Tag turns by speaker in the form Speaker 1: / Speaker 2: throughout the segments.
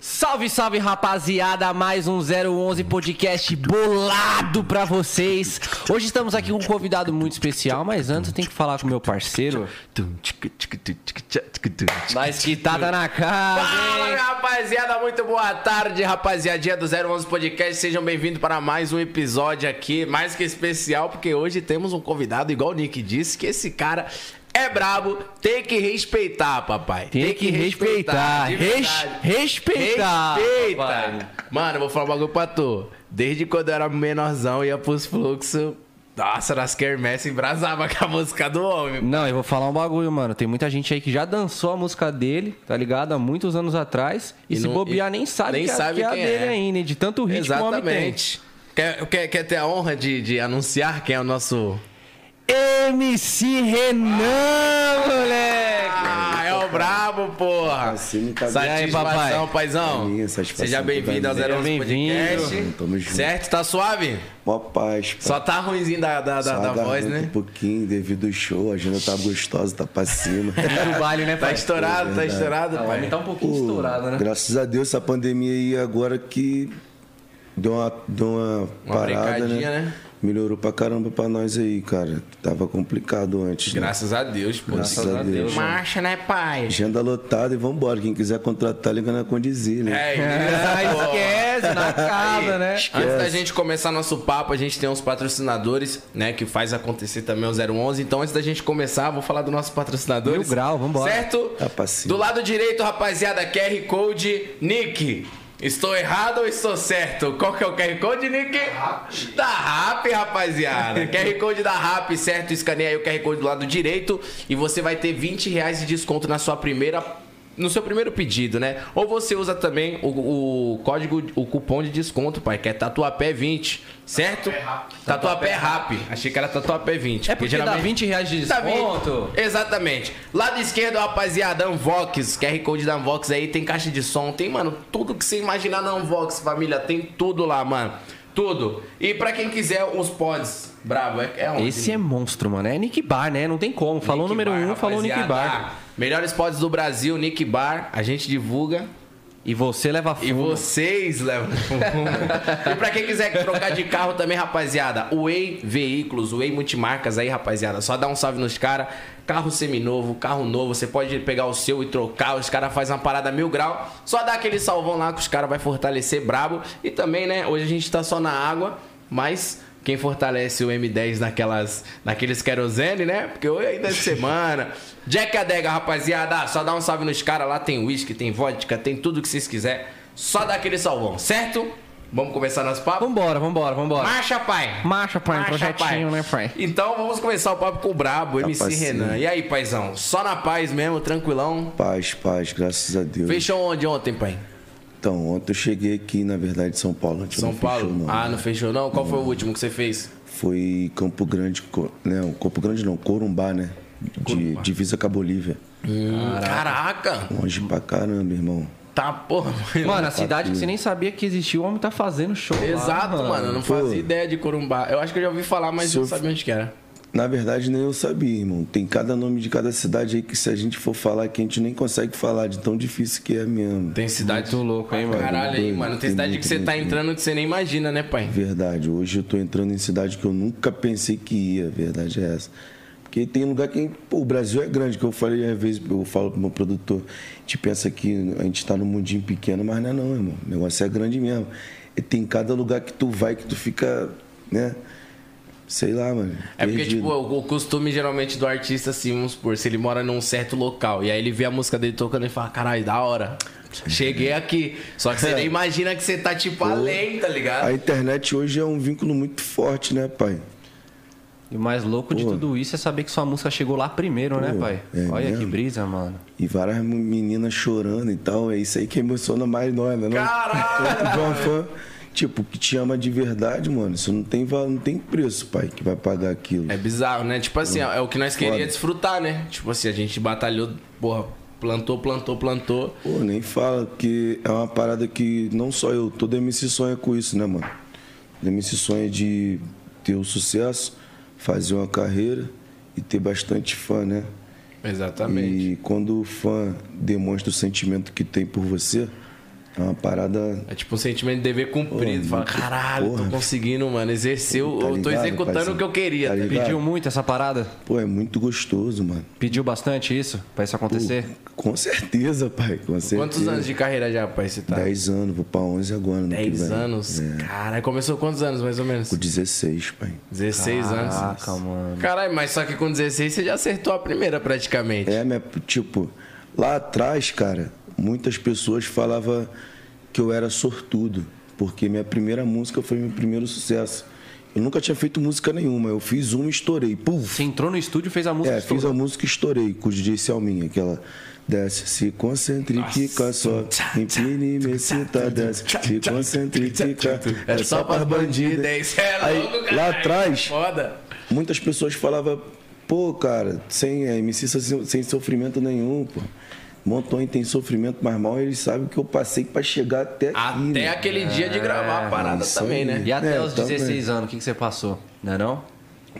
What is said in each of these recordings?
Speaker 1: Salve, salve rapaziada, mais um 011 podcast bolado pra vocês. Hoje estamos aqui com um convidado muito especial, mas antes eu tenho que falar com meu parceiro. Mas que tata na casa.
Speaker 2: Fala,
Speaker 1: hein?
Speaker 2: minha rapaziada, muito boa tarde, rapaziadinha do 011 Podcast. Sejam bem-vindos para mais um episódio aqui, mais que especial, porque hoje temos um convidado, igual o Nick disse, que esse cara é brabo, tem que respeitar, papai.
Speaker 1: Tem que respeitar.
Speaker 2: de
Speaker 1: Res-
Speaker 2: verdade.
Speaker 1: respeitar.
Speaker 2: Respeita.
Speaker 1: papai.
Speaker 2: Mano, eu vou falar um bagulho pra tu. Desde quando eu era menorzão, eu ia pros fluxos. Nossa, nas quermesses embrasava com a música do homem.
Speaker 1: Não, eu vou falar um bagulho, mano. Tem muita gente aí que já dançou a música dele, tá ligado? Há muitos anos atrás. E,
Speaker 2: E
Speaker 1: se
Speaker 2: não-
Speaker 1: bobear,
Speaker 2: e-
Speaker 1: nem sabe
Speaker 2: nem
Speaker 1: que, é-
Speaker 2: sabe
Speaker 1: que é a
Speaker 2: quem
Speaker 1: dele
Speaker 2: é.
Speaker 1: ainda, hein? de tanto ritmo o homem tem.
Speaker 2: Exatamente. Quer, quer, quer ter a honra de, de anunciar quem é o nosso.
Speaker 1: MC Renan, moleque!
Speaker 2: Ah, é o brabo, porra!
Speaker 3: Assim tá
Speaker 2: Satisfação,
Speaker 1: E aí, papai?
Speaker 2: paizão.
Speaker 3: É minha satisfação
Speaker 2: Seja bem-vindo ao
Speaker 3: totalmente.
Speaker 2: Zero Onze
Speaker 1: Bem-vindo.
Speaker 2: Podcast.
Speaker 3: Tamo junto.
Speaker 2: Certo? Tá suave?
Speaker 3: Mó paz.
Speaker 2: Só tá ruimzinho da, da, da, da voz, né?
Speaker 3: Um pouquinho devido ao show, a agenda tá gostosa, tá pra cima.
Speaker 1: Muito baile, né,
Speaker 2: Tá
Speaker 1: pai?
Speaker 2: estourado, tá estourado,
Speaker 1: O homem
Speaker 2: pai.
Speaker 1: tá um pouquinho
Speaker 3: Pô,
Speaker 1: estourado, né?
Speaker 3: Graças a Deus, essa pandemia aí agora que deu uma, deu uma, parada,
Speaker 2: brincadinha,
Speaker 3: né?
Speaker 2: né?
Speaker 3: Melhorou pra caramba pra nós aí, cara. Tava complicado antes. né?
Speaker 2: Graças a Deus, pô.
Speaker 3: Graças a Deus.
Speaker 2: Marcha, né, pai?
Speaker 3: Agenda lotada e vambora. Quem quiser contratar, liga na Condizir, né?
Speaker 2: É,
Speaker 1: Ah,
Speaker 2: isso, pô.
Speaker 1: esquece, na casa, né?
Speaker 2: Antes da gente começar nosso papo, a gente tem uns patrocinadores, né, que faz acontecer também o 011. Então, antes da gente começar, vou falar do nosso patrocinador.
Speaker 1: Mil grau, vambora.
Speaker 2: Certo?
Speaker 3: Tá passivo.
Speaker 2: do lado direito, rapaziada, QR Code Nick. Estou errado ou estou certo? Qual que é o QR Code, Nick? Da RAP, rapaziada. QR Code da RAP, certo? Escaneia aí o QR Code do lado direito e você vai ter 20 reais de desconto na sua primeira no seu primeiro pedido, né? Ou você usa também o, o código, o cupom de desconto, pai, que é Tatuapé20, certo? Tatuapé Rap. Achei que era Tatuapé20.
Speaker 1: É porque dá 20 reais de
Speaker 2: Tá bem.
Speaker 1: desconto.
Speaker 2: Exatamente. Lado esquerdo, rapaziada, Unvox, QR Code da Unvox aí, tem caixa de som, tem, mano, tudo que você imaginar na Unvox, família, tem tudo lá, mano. Tudo. E pra quem quiser os pods, bravo, é, é onde?
Speaker 1: Esse é monstro, mano. É Nick Bar, né? Não tem como. Falou o número 1, um, falou Nick Bar.
Speaker 2: Melhores pods do Brasil, Nick Bar, a gente divulga.
Speaker 1: E você leva
Speaker 2: E
Speaker 1: fumo.
Speaker 2: vocês levam. e pra quem quiser trocar de carro também, rapaziada, Way Veículos, Way Multimarcas aí, rapaziada. Só dá um salve nos caras. Carro seminovo, carro novo, você pode pegar o seu e trocar. Os caras fazem uma parada mil grau. Só dá aquele salvão lá que os caras vai fortalecer brabo. E também, né, hoje a gente tá só na água, mas quem fortalece o M10 naquelas, naqueles querosene, né? Porque hoje ainda é semana. Jack Adega, rapaziada. Só dá um salve nos caras. Lá tem uísque, tem vodka, tem tudo que vocês quiserem. Só dá aquele salvão, certo? Vamos começar nosso papo?
Speaker 1: Vambora, vambora, vambora.
Speaker 2: Marcha, pai! um
Speaker 1: Marcha, pai, projetinho, né, pai?
Speaker 2: Então vamos começar o papo com o Brabo, MC
Speaker 3: Rapazinho.
Speaker 2: Renan. E aí, paizão? Só na paz mesmo, tranquilão?
Speaker 3: Paz, paz, graças a Deus.
Speaker 2: Fechou onde ontem, pai?
Speaker 3: Então, ontem eu cheguei aqui, na verdade, em São Paulo. A gente
Speaker 2: São
Speaker 3: não fechou,
Speaker 2: Paulo?
Speaker 3: não.
Speaker 2: ah, não fechou não? Qual foi o último que você fez?
Speaker 3: foi Campo Grande, Co- né? o Campo Grande não, Corumbá, né? De, divisa com a Bolívia.
Speaker 2: Hum, Caraca!
Speaker 3: Longe pra caramba, irmão.
Speaker 2: Tá, porra.
Speaker 1: Mano, a cidade que você nem sabia que existia, o homem tá fazendo show. lá,
Speaker 2: Exato, mano. Eu não
Speaker 3: Pô.
Speaker 2: fazia ideia de Corumbá. Eu acho que eu já ouvi falar, mas
Speaker 3: Se
Speaker 2: eu não
Speaker 3: eu-
Speaker 2: sabia onde que era.
Speaker 3: Na verdade, nem eu sabia, irmão. Tem cada nome de cada cidade aí que se a gente for falar que a gente nem consegue falar de tão difícil que é mesmo.
Speaker 2: Tem cidade.
Speaker 1: Muito louco, hein, mano?
Speaker 2: Caralho aí,
Speaker 3: Doido,
Speaker 2: mano. Tem
Speaker 3: tem
Speaker 2: cidade
Speaker 3: muito,
Speaker 2: que você tá
Speaker 3: muito,
Speaker 2: entrando que você nem imagina, né, pai?
Speaker 3: Verdade, hoje eu tô entrando em cidade que eu nunca pensei que ia, a verdade é essa. Porque tem lugar que. Pô, o Brasil é grande, que eu falei às vezes, eu falo pro meu produtor, a gente pensa que a gente tá num mundinho pequeno, mas não é não, irmão. O negócio é grande mesmo. E tem cada lugar que tu vai que tu fica, né? Sei lá, mano.
Speaker 2: É porque,
Speaker 3: perdido.
Speaker 2: tipo, o o costume geralmente do artista, assim, vamos supor, se ele mora num certo local e aí ele vê a música dele tocando e fala, caralho, da hora. Cheguei aqui. Só que
Speaker 3: É.
Speaker 2: você nem imagina que você tá, tipo, além, tá ligado?
Speaker 3: A internet hoje é um vínculo muito forte, né, pai?
Speaker 1: E o mais louco de
Speaker 3: Pô.
Speaker 1: tudo isso é saber que sua música chegou lá primeiro, né,
Speaker 3: Pô,
Speaker 1: pai?
Speaker 3: é
Speaker 1: Olha que
Speaker 3: mesmo?
Speaker 1: brisa, mano.
Speaker 3: E várias meninas chorando e tal. É isso aí que emociona mais nós, né? não?
Speaker 2: Caralho!
Speaker 3: Tu vê uma fã, tipo, que te ama de verdade, mano. Isso não tem, val- não tem preço, pai, que vai pagar aquilo.
Speaker 2: É bizarro, né? Tipo assim, é o que nós queríamos
Speaker 3: Foda.
Speaker 2: desfrutar, né? Tipo assim, a gente batalhou, porra, plantou, plantou, plantou.
Speaker 3: Pô, nem fala, porque é uma parada que não só eu, todo MC sonha com isso, né, mano? Todo MC sonha de ter um sucesso, fazer uma carreira e ter bastante fã, né?
Speaker 2: Exatamente.
Speaker 3: E quando o fã demonstra o sentimento que tem por você, É uma parada.
Speaker 2: É tipo um sentimento de dever cumprido.
Speaker 3: Pô,
Speaker 2: Fala,
Speaker 3: muito-
Speaker 2: caralho,
Speaker 3: porra.
Speaker 2: tô conseguindo, mano. Exerceu,
Speaker 3: Tá
Speaker 2: eu tô
Speaker 3: ligado,
Speaker 2: executando
Speaker 3: parceiro?
Speaker 2: o que eu queria.
Speaker 3: Tá
Speaker 2: tá
Speaker 3: ligado?
Speaker 1: Pediu muito essa parada?
Speaker 3: Pô, é muito gostoso, mano.
Speaker 1: Pediu bastante isso pra isso
Speaker 3: Pô,
Speaker 1: acontecer?
Speaker 3: com certeza, pai. Com certeza.
Speaker 2: Quantos anos de carreira já, pai, você tá?
Speaker 3: 10 anos, vou pra 11 agora. ano que
Speaker 2: 10
Speaker 3: vem.
Speaker 2: anos? Cara, começou quantos anos, mais ou menos?
Speaker 3: Com 16, pai.
Speaker 2: 16
Speaker 1: Caraca,
Speaker 2: anos.
Speaker 1: mano.
Speaker 2: Caralho, mas só que com 16 você já acertou a primeira praticamente.
Speaker 3: É, minha, tipo, lá atrás, cara, muitas pessoas falavam que eu era sortudo, porque minha primeira música foi meu primeiro sucesso. Eu nunca tinha feito música nenhuma, eu fiz uma e estourei. Puf!
Speaker 1: Você entrou no estúdio e fez a música.
Speaker 3: é, fiz a música e estourei com o DJ Selminha, aquela desce, se concentre, fica só, empine, me cita, desce, se concentre, fica,
Speaker 2: É só pras bandidas, é isso é
Speaker 3: Aí,
Speaker 2: louco,
Speaker 3: lá
Speaker 2: cara.
Speaker 3: atrás,
Speaker 2: Foda.
Speaker 3: Muitas pessoas falavam, pô, cara, sem é, MC sem, sem sofrimento nenhum, pô. Montoni tem sofrimento, mas mal eles sabem o que eu passei pra chegar até aqui.
Speaker 2: Até
Speaker 3: né?
Speaker 2: aquele dia de gravar a parada
Speaker 3: isso
Speaker 2: também,
Speaker 3: aí.
Speaker 2: né?
Speaker 1: E até
Speaker 3: É,
Speaker 1: os
Speaker 3: também.
Speaker 1: 16 anos, o que, que você passou? Não é não?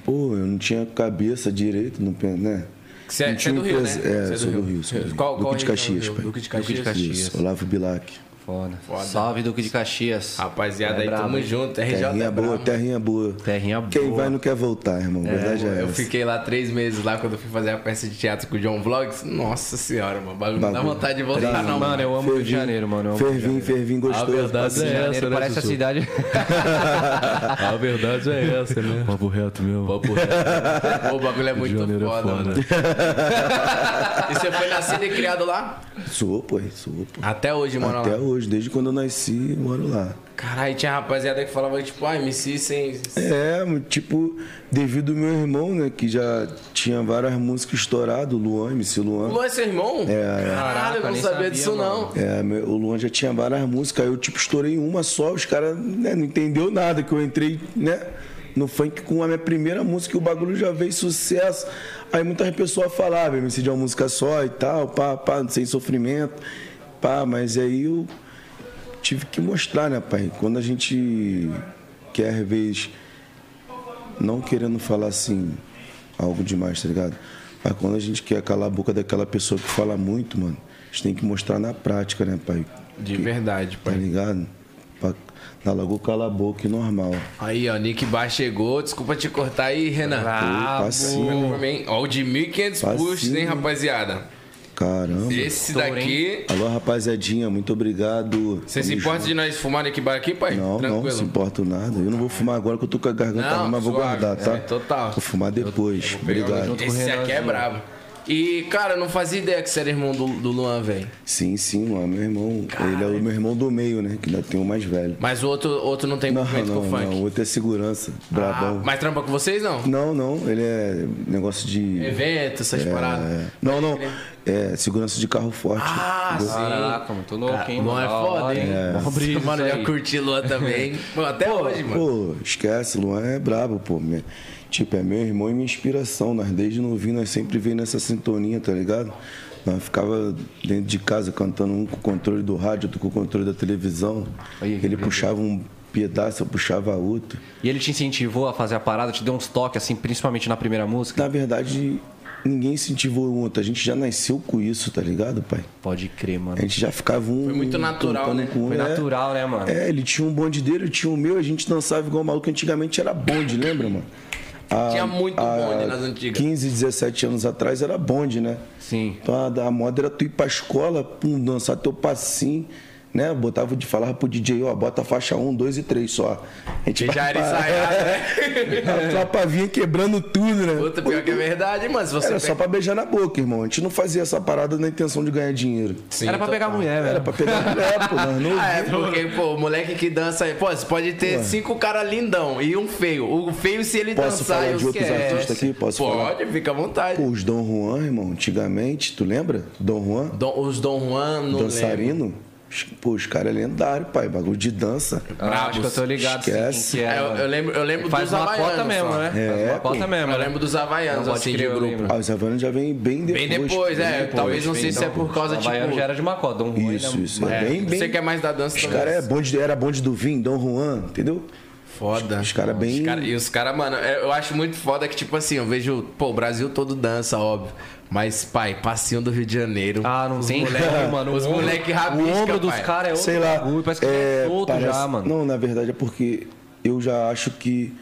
Speaker 3: Pô, eu não tinha cabeça direito, não, pe- né?
Speaker 2: Você
Speaker 3: Não
Speaker 2: é, você é
Speaker 3: tinha
Speaker 2: do Rio, né?
Speaker 3: empresa- É,
Speaker 2: Você
Speaker 3: sou do Rio. sou do Rio.
Speaker 2: Qual, qual
Speaker 3: Duque
Speaker 2: região
Speaker 3: de
Speaker 2: do
Speaker 3: Caxias,
Speaker 2: Rio?
Speaker 3: pai.
Speaker 2: Duque de Caxias.
Speaker 3: Isso, Olavo Bilac.
Speaker 1: Foda.
Speaker 2: Foda.
Speaker 1: Salve, Duque de Caxias.
Speaker 2: Rapaziada,
Speaker 1: É
Speaker 2: aí
Speaker 1: brabo,
Speaker 2: tamo
Speaker 1: hein?
Speaker 2: junto. RJ
Speaker 3: Terrinha
Speaker 2: é
Speaker 3: boa,
Speaker 2: brabo.
Speaker 3: terrinha boa.
Speaker 1: Terrinha
Speaker 3: Quem
Speaker 1: boa.
Speaker 3: vai não quer voltar, irmão. verdade é
Speaker 2: Eu
Speaker 3: essa.
Speaker 2: fiquei lá três meses lá quando eu fui fazer a peça de teatro com o John Vlogs. Nossa senhora, mano. o Bagulho não dá
Speaker 3: Bagulho.
Speaker 2: vontade de voltar, não, mano.
Speaker 1: Ah, Mano, eu amo o Rio de Janeiro, mano. Eu amo o Rio de
Speaker 3: Fervim,
Speaker 1: Janeiro.
Speaker 3: fervim gostoso.
Speaker 4: verdade
Speaker 3: assim.
Speaker 4: é
Speaker 1: Janeiro
Speaker 4: Essa, né,
Speaker 1: parece a
Speaker 4: Zuzu?
Speaker 1: cidade.
Speaker 4: A verdade é essa, né? Papo reto mesmo. Papo reto.
Speaker 2: O bagulho é muito
Speaker 4: Janeiro é
Speaker 2: foda,
Speaker 4: foda.
Speaker 2: mano. E você foi nascido e criado lá?
Speaker 3: Sou, pô, sou, pô.
Speaker 2: Até hoje, mano.
Speaker 3: Até
Speaker 2: lá.
Speaker 3: hoje, desde quando eu nasci, eu moro lá.
Speaker 2: Caralho, tinha rapaziada que falava, tipo, ah, MC sem.
Speaker 3: É, tipo, devido ao meu irmão, né, que já tinha várias músicas estouradas, o Luan, MC
Speaker 2: O
Speaker 3: Luan.
Speaker 2: Luan é seu irmão?
Speaker 3: é.
Speaker 2: Caralho, eu
Speaker 1: Caraca,
Speaker 2: não
Speaker 1: nem
Speaker 2: sabia,
Speaker 1: sabia,
Speaker 2: disso, não.
Speaker 3: É, meu- o Luan já tinha várias músicas, aí eu, tipo, estourei uma só, os caras né, não entendeu nada, que eu entrei, né, no funk com a minha primeira música e o bagulho já veio sucesso. Aí muitas pessoas falavam, MC de uma música só e tal, pá, pá, sem sofrimento, pá, mas aí eu tive que mostrar, né, pai? Quando a gente quer, às vezes, não querendo falar assim algo demais, tá ligado? Mas quando a gente quer calar a boca daquela pessoa que fala muito, mano, a gente tem que mostrar na prática, né, pai?
Speaker 2: De verdade,
Speaker 3: Tá
Speaker 2: pai.
Speaker 3: ligado? Pra, na lagoa cala a boca e normal.
Speaker 2: Aí, ó, Nick Bar chegou. Desculpa te cortar aí, Renan.
Speaker 3: Ah, passinho.
Speaker 2: Também, Ó, o de 1.500
Speaker 3: Facinho.
Speaker 2: puxos, hein, rapaziada?
Speaker 3: Caramba.
Speaker 2: Esse
Speaker 1: Estouro,
Speaker 2: daqui.
Speaker 3: Alô, rapaziadinha, muito obrigado.
Speaker 2: Você se
Speaker 3: Tamo
Speaker 2: importa
Speaker 3: junto.
Speaker 2: de nós fumar Nick Bar aqui, pai?
Speaker 3: Não, não se importo nada. Eu não vou fumar agora que eu tô com a garganta
Speaker 2: Não,
Speaker 3: ruim, mas vou
Speaker 2: suave.
Speaker 3: guardar, tá?
Speaker 2: É, total.
Speaker 3: Vou fumar depois.
Speaker 2: Pegar
Speaker 3: Obrigado.
Speaker 1: junto com o
Speaker 2: Esse aqui é
Speaker 1: Renanzinho.
Speaker 2: brabo. E, cara, eu não fazia ideia que você era irmão do, do Luan, velho.
Speaker 3: Sim, sim, mano. Meu irmão, ele é o meu irmão do meio, né? Que ainda tem o mais velho.
Speaker 2: Mas o outro, outro não tem
Speaker 3: Não,
Speaker 2: movimento
Speaker 3: não,
Speaker 2: com funk.
Speaker 3: não. Outro é segurança.
Speaker 2: Ah,
Speaker 3: Brabão.
Speaker 2: mas trampa com vocês, não?
Speaker 3: Não, não. Ele é negócio de.
Speaker 2: Evento, essas paradas.
Speaker 3: É, não, não. É segurança de carro forte.
Speaker 2: Ah, sim.
Speaker 1: Caraca, mano, tô louco, hein?
Speaker 2: Luan é
Speaker 1: Da
Speaker 2: foda,
Speaker 1: hora,
Speaker 2: hein?
Speaker 1: Mó brisa
Speaker 2: Mano, eu
Speaker 1: isso
Speaker 2: já
Speaker 1: aí.
Speaker 2: curti Luan também. Pô, até hoje, mano.
Speaker 3: Pô, esquece, Luan é brabo, pô. Minha- Tipo, é meu irmão e minha inspiração. Nós desde novinho, nós sempre vem nessa sintonia, tá ligado? Nós ficava dentro de casa cantando um com o controle do rádio, outro com o controle da televisão.
Speaker 1: Aí, que
Speaker 3: ele puxava um pedaço, eu puxava outro.
Speaker 1: E ele te incentivou a fazer a parada, te deu uns toques, assim, principalmente na primeira música?
Speaker 3: Na verdade, ninguém incentivou o outro. A gente já nasceu com isso, tá ligado, pai?
Speaker 1: Pode crer, mano.
Speaker 3: A gente já ficava um.
Speaker 2: Foi muito natural,
Speaker 3: cantando
Speaker 2: né?
Speaker 3: com o
Speaker 1: Foi
Speaker 3: outro, né?
Speaker 1: natural, né, mano?
Speaker 3: É, ele tinha um bonde dele, eu tinha o meu, a gente dançava igual maluco. Antigamente era bonde, lembra, mano? Ah, Há-
Speaker 2: Tinha muito
Speaker 3: há
Speaker 2: bonde nas antigas.
Speaker 3: 15, 17 anos atrás era bonde, né?
Speaker 1: Sim.
Speaker 3: Então a, a moda era tu ir pra escola, pum, dançar teu passinho, né? Botava de falar pro DJ, ó, bota a faixa 1, 2 e 3 só. A gente
Speaker 2: Que já era ensaiado, né?
Speaker 3: A tropa vinha quebrando tudo, né?
Speaker 2: Puta, pior que é verdade, mano. Se você
Speaker 3: Era
Speaker 2: pega-
Speaker 3: só pra beijar na boca, irmão. A gente não fazia essa parada na intenção de ganhar dinheiro.
Speaker 2: Sim,
Speaker 1: Era pra pegar
Speaker 2: total.
Speaker 1: mulher,
Speaker 3: É, então, Era
Speaker 1: velho.
Speaker 3: pra pegar é, pô, nós não
Speaker 2: Ah, é, porque, pô, o moleque que dança aí. Pô, você pode ter cinco caras lindão e um feio. O feio, se ele
Speaker 3: Posso
Speaker 2: dançar,
Speaker 3: falar
Speaker 2: eu
Speaker 3: de outros
Speaker 2: esquece.
Speaker 3: artistas aqui? Posso
Speaker 2: pode, fica à vontade.
Speaker 3: Pô, os Dom Juan, irmão, antigamente, tu lembra? Dom Juan,
Speaker 2: Dom- os Dom Juan, não lembro.
Speaker 3: dançarino. Os- Pô, os caras é lendário, pai, bagulho de dança.
Speaker 1: Ah, acho que eu tô ligado sim,
Speaker 3: Esquece.
Speaker 1: quem que é,
Speaker 2: É, eu-
Speaker 1: mano.
Speaker 2: eu lembro- eu lembro
Speaker 1: Faz
Speaker 2: dos
Speaker 1: uma
Speaker 2: havaianos,
Speaker 1: cota mesmo,
Speaker 2: só.
Speaker 1: né?
Speaker 3: É,
Speaker 1: Faz uma
Speaker 3: pô.
Speaker 1: cota mesmo.
Speaker 2: Eu
Speaker 1: né?
Speaker 2: lembro dos Havaianos,
Speaker 1: Não, pode
Speaker 2: assim,
Speaker 1: crer,
Speaker 2: de
Speaker 1: eu
Speaker 2: grupo.
Speaker 1: lembro.
Speaker 3: Ah, os Havaianos já vem bem depois.
Speaker 2: Bem depois,
Speaker 3: bem
Speaker 2: é.
Speaker 3: depois.
Speaker 2: Talvez não sei se é
Speaker 1: Né, Então,
Speaker 2: por causa, tipo...
Speaker 1: Havaiano já era de Macó, Dom Juan.
Speaker 3: Isso,
Speaker 1: ele é-
Speaker 3: isso. É, bem,
Speaker 2: Você
Speaker 3: bem.
Speaker 2: que é mais da dança
Speaker 3: Os caras é bonde, era bonde do vinho, Dom Juan, entendeu?
Speaker 2: Foda.
Speaker 3: Os caras bem-
Speaker 2: cara- e os caras, mano, é, eu acho muito foda que, tipo assim, eu vejo. Pô, o Brasil todo dança, óbvio. Mas, pai, passinho do Rio de Janeiro.
Speaker 1: Ah, não tem como, mano. O
Speaker 2: Os
Speaker 1: ombro-
Speaker 2: moleque
Speaker 1: O
Speaker 2: rabisca,
Speaker 1: ombro dos
Speaker 2: pai.
Speaker 1: caras é outro
Speaker 3: sei lá.
Speaker 1: bagulho, Parece que
Speaker 3: é,
Speaker 1: é outro já,
Speaker 3: parece-
Speaker 1: mano.
Speaker 3: Não, na verdade é porque eu já acho que.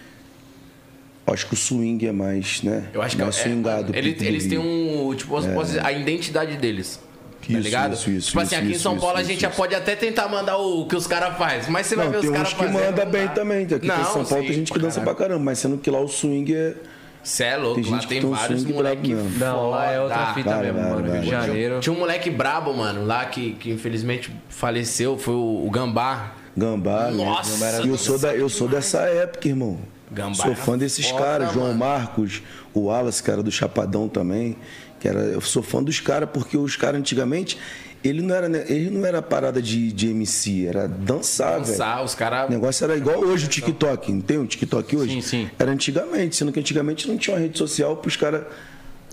Speaker 3: Acho que o swing é mais, né?
Speaker 2: Eu acho que
Speaker 3: mais
Speaker 2: é,
Speaker 3: swingado.
Speaker 2: mano, eles,
Speaker 3: pro
Speaker 2: eles têm
Speaker 3: Rio.
Speaker 2: um. Tipo, eu posso dizer, a identidade deles. tá
Speaker 3: É. Isso,
Speaker 2: ligado?
Speaker 3: isso, isso,
Speaker 2: tipo assim,
Speaker 3: isso,
Speaker 2: aqui em
Speaker 3: isso,
Speaker 2: São
Speaker 3: isso,
Speaker 2: Paulo a
Speaker 3: isso,
Speaker 2: gente
Speaker 3: isso.
Speaker 2: já pode até tentar mandar o que os caras fazem, mas você vai
Speaker 3: Não,
Speaker 2: ver
Speaker 3: tem
Speaker 2: os
Speaker 3: uns
Speaker 2: caras
Speaker 3: que
Speaker 2: fazendo. tá?
Speaker 3: manda
Speaker 2: não
Speaker 3: bem
Speaker 2: dá.
Speaker 3: também. Aqui em São
Speaker 2: sim,
Speaker 3: Paulo tem gente que
Speaker 2: pra
Speaker 3: dança pra caramba, mas sendo que lá o swing é.
Speaker 2: Cê é louco,
Speaker 3: Tem
Speaker 2: lá
Speaker 3: gente que
Speaker 2: tem
Speaker 3: tem um
Speaker 2: vários
Speaker 3: swing brabo
Speaker 2: moleque
Speaker 3: mesmo.
Speaker 1: Não, lá é outra
Speaker 2: foda.
Speaker 1: fita
Speaker 3: Vai,
Speaker 1: mesmo,
Speaker 3: vai,
Speaker 1: mano.
Speaker 3: vai.
Speaker 1: Rio de Janeiro.
Speaker 2: Tinha um moleque brabo, mano, lá que, que infelizmente faleceu, foi o, o Gambá.
Speaker 3: Gambá, né?
Speaker 2: Nossa, é
Speaker 3: Gambá era- E eu sou, da, eu sou dessa época, irmão.
Speaker 2: Gambá
Speaker 3: sou
Speaker 2: era
Speaker 3: fã desses
Speaker 2: foda,
Speaker 3: caras, João
Speaker 2: mano.
Speaker 3: Marcos, o Wallace, cara do Chapadão também. Que era, eu sou fã dos caras, porque os caras antigamente, ele não era, né, ele não era parada de, de MC, era dançar, Ah, velho.
Speaker 2: Dançar, os
Speaker 3: O
Speaker 2: caras.
Speaker 3: negócio era igual hoje o TikTok, não tem um TikTok hoje?
Speaker 1: Sim, sim.
Speaker 3: Era antigamente, sendo que antigamente não tinha uma rede social pros caras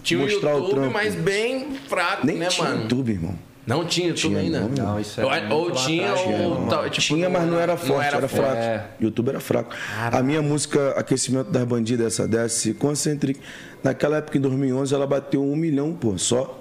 Speaker 2: Tinha o
Speaker 3: mostrar o
Speaker 2: YouTube,
Speaker 3: trampo.
Speaker 2: mas bem fraco,
Speaker 3: Nem
Speaker 2: né,
Speaker 3: tinha
Speaker 2: mano?
Speaker 3: YouTube, irmão.
Speaker 2: Não tinha YouTube
Speaker 3: Tinha,
Speaker 2: ainda.
Speaker 3: não. Não,
Speaker 1: isso
Speaker 2: ou, é-
Speaker 1: era muito
Speaker 2: ou
Speaker 1: lá
Speaker 2: tinha
Speaker 1: atrás, né,
Speaker 2: ou
Speaker 1: mano?
Speaker 2: tal, tipo,
Speaker 3: Tinha, mas não era forte,
Speaker 2: era
Speaker 3: era,
Speaker 2: forte.
Speaker 3: fraco.
Speaker 1: É.
Speaker 3: YouTube era fraco. A minha música Aquecimento das Bandidas, essa desce, Concentric, naquela época, em 2011, ela bateu um milhão, pô, só.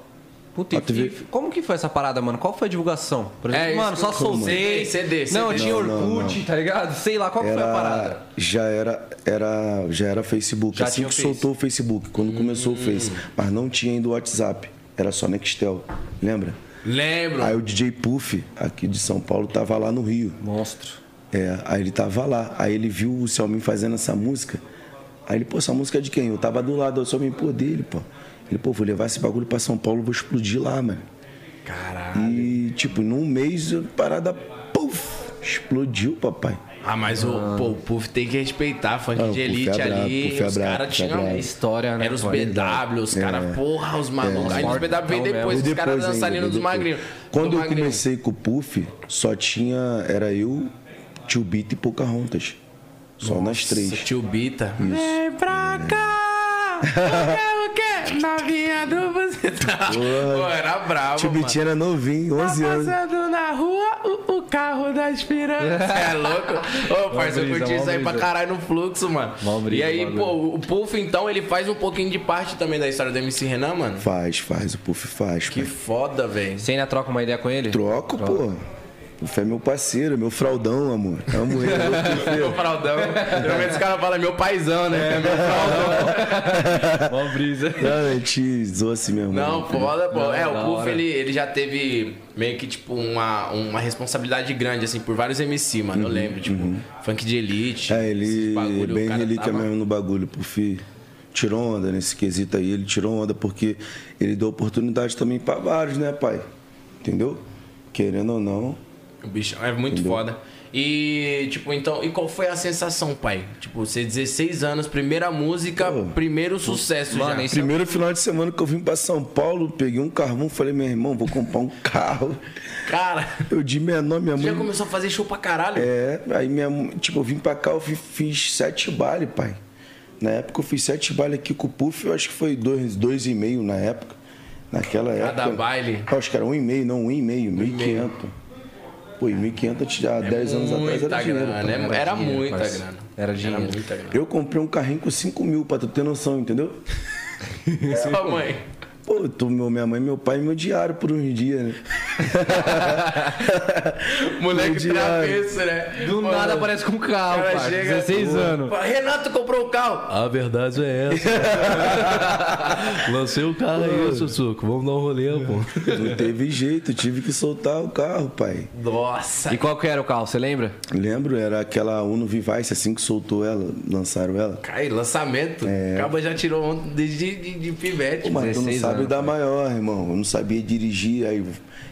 Speaker 1: Puta, e
Speaker 3: Pra tu ver.
Speaker 1: que- como que foi essa parada, mano? Qual foi a divulgação? Por
Speaker 2: É,
Speaker 1: mano,
Speaker 2: isso
Speaker 1: só
Speaker 2: que eu- É
Speaker 1: soltei.
Speaker 2: CD, CD.
Speaker 1: Não, tinha
Speaker 3: Não, não,
Speaker 1: Orkut, tá ligado? Sei lá, qual que foi a parada?
Speaker 3: Era, já era, era, já era Facebook.
Speaker 1: Já
Speaker 3: assim
Speaker 1: tinha
Speaker 3: que
Speaker 1: o Face. Hum.
Speaker 3: soltou o Facebook, quando começou o Face, mas não tinha ainda o WhatsApp. Era só Nextel, lembra?
Speaker 2: Lembro.
Speaker 3: Aí o DJ Puff, aqui de São Paulo, tava lá no Rio.
Speaker 1: Monstro.
Speaker 3: É, aí ele tava lá, aí ele viu o Selmin fazendo essa música. Aí ele, pô, essa música é de quem? Eu tava do lado, o Selmin, pô, dele, pô. Ele, pô, vou levar esse bagulho pra São Paulo, vou explodir lá, mano.
Speaker 2: Caralho.
Speaker 3: E, tipo, num mês, a parada, puf, explodiu, papai.
Speaker 2: Ah, mas o, pô, o Puff tem que respeitar, funk
Speaker 3: Ah, o
Speaker 2: de
Speaker 3: Puff é
Speaker 2: elite
Speaker 3: brabo,
Speaker 2: ali.
Speaker 3: Puff é
Speaker 2: os
Speaker 3: brabo,
Speaker 2: caras
Speaker 3: Puff é
Speaker 2: tinham.
Speaker 3: brabo. É.
Speaker 1: É história, né?
Speaker 2: Era os
Speaker 1: pô?
Speaker 2: BW, os caras, porra, os malucos. Aí os BW vem
Speaker 1: Então,
Speaker 2: depois,
Speaker 3: E
Speaker 2: os caras
Speaker 3: depois ainda,
Speaker 2: dançarinos dos
Speaker 3: depois.
Speaker 2: magrinhos.
Speaker 3: Quando
Speaker 2: Do
Speaker 3: eu
Speaker 2: magrinho.
Speaker 3: comecei com o Puff, só tinha, era eu, Tio Beat e Pocahontas. Só nas três.
Speaker 2: Tio Bita. Vem pra cá! O que, o que? Novinha do você tá. Pô, era bravo.
Speaker 3: Tio
Speaker 2: mano.
Speaker 3: Beat era novinho, 11 anos.
Speaker 2: Passando na rua, o, o carro da aspirante. É louco? Ô, parceiro, eu
Speaker 1: brisa,
Speaker 2: curti
Speaker 1: mó
Speaker 2: isso aí pra
Speaker 1: brisa.
Speaker 2: caralho no fluxo, mano.
Speaker 1: Mó brisa,
Speaker 2: E aí,
Speaker 1: mó
Speaker 2: pô, o Puff, então, ele faz um pouquinho de parte também da história do MC Renan, mano.
Speaker 3: Faz, faz, o Puff faz.
Speaker 2: Que
Speaker 3: pai.
Speaker 2: foda, velho.
Speaker 1: Você ainda troca uma ideia com ele?
Speaker 3: Troco, pô. O Fé é meu parceiro, meu fraudão, amor. Amo ele. eu amo ele.
Speaker 2: Meu fraldão. Pelo menos os caras falam, meu paizão,
Speaker 1: É,
Speaker 2: né? Meu fraldão.
Speaker 1: Mó brisa.
Speaker 3: Não, a gente zoa assim mesmo.
Speaker 2: Não, foda, pô. é,
Speaker 1: da
Speaker 2: o Puff,
Speaker 1: hora.
Speaker 2: ele, ele já teve meio que, tipo, uma, uma responsabilidade grande, assim, por vários MC, mano. eu lembro, tipo, funk de elite.
Speaker 3: Uhum, É,
Speaker 2: esses
Speaker 3: ele é
Speaker 2: bagulho, o
Speaker 3: bem
Speaker 2: cara
Speaker 3: relíquia
Speaker 2: tava-
Speaker 3: mesmo no bagulho, Puff. Tirou onda nesse quesito aí. Ele tirou onda porque ele deu oportunidade também pra vários, né, pai? Entendeu? Querendo ou não.
Speaker 2: O bichão é muito foda. E, tipo, então, e qual foi a sensação, pai? Tipo, você 16 anos, primeira música,
Speaker 3: Pô.
Speaker 2: primeiro sucesso
Speaker 1: Mano,
Speaker 2: já.
Speaker 1: isso-
Speaker 3: Primeiro final de semana que eu vim pra São Paulo, peguei um carvão, falei, meu irmão, vou comprar um carro.
Speaker 2: Cara,
Speaker 3: Eu de menor, minha
Speaker 2: já
Speaker 3: mãe
Speaker 2: começou a fazer show pra caralho.
Speaker 3: É, aí minha, mu- tipo, eu vim pra cá, eu fi- fiz sete baile, pai. Na época eu fiz sete baile aqui com o Puff, eu acho que foi dois, dois e meio na época. Naquela
Speaker 2: Cada
Speaker 3: época.
Speaker 2: baile.
Speaker 3: Eu acho que era um e meio, não, um e meio, mil e quinhentos. Pô, e mil e quinhentos há dez anos atrás era
Speaker 2: É muita
Speaker 3: dinheiro.
Speaker 2: grana,
Speaker 3: pai.
Speaker 2: né? Era,
Speaker 1: dinheiro,
Speaker 2: muita
Speaker 1: parceiro.
Speaker 2: grana.
Speaker 1: Era dinheiro.
Speaker 2: muita grana.
Speaker 3: Eu comprei um carrinho com cinco mil, pra tu ter noção, entendeu?
Speaker 2: Sua mãe.
Speaker 3: Pô, tu, meu, minha mãe, meu pai e meu diário por uns dias, né?
Speaker 2: Moleque
Speaker 3: Meu
Speaker 2: travesso, né?
Speaker 1: Do
Speaker 2: Pô,
Speaker 1: nada aparece com um carro,
Speaker 2: cara
Speaker 1: pai.
Speaker 2: chega-
Speaker 1: 16 anos.
Speaker 2: pô, Renato comprou o carro.
Speaker 4: A verdade é essa. Lancei o carro aí, Sussuco. Vamos dar um rolê, pô.
Speaker 3: Não teve jeito, tive que soltar o carro, pai.
Speaker 2: Nossa.
Speaker 1: E qual que era o carro, você lembra?
Speaker 3: Lembro, era aquela Uno Vivice, assim que soltou ela, lançaram ela.
Speaker 2: Cai, lançamento. O Acaba já tirou ontem desde de, de, pivete.
Speaker 3: É. Pô, mas tu não
Speaker 1: 16
Speaker 3: sabe
Speaker 1: anos,
Speaker 3: dar maior, irmão. Eu não sabia dirigir, aí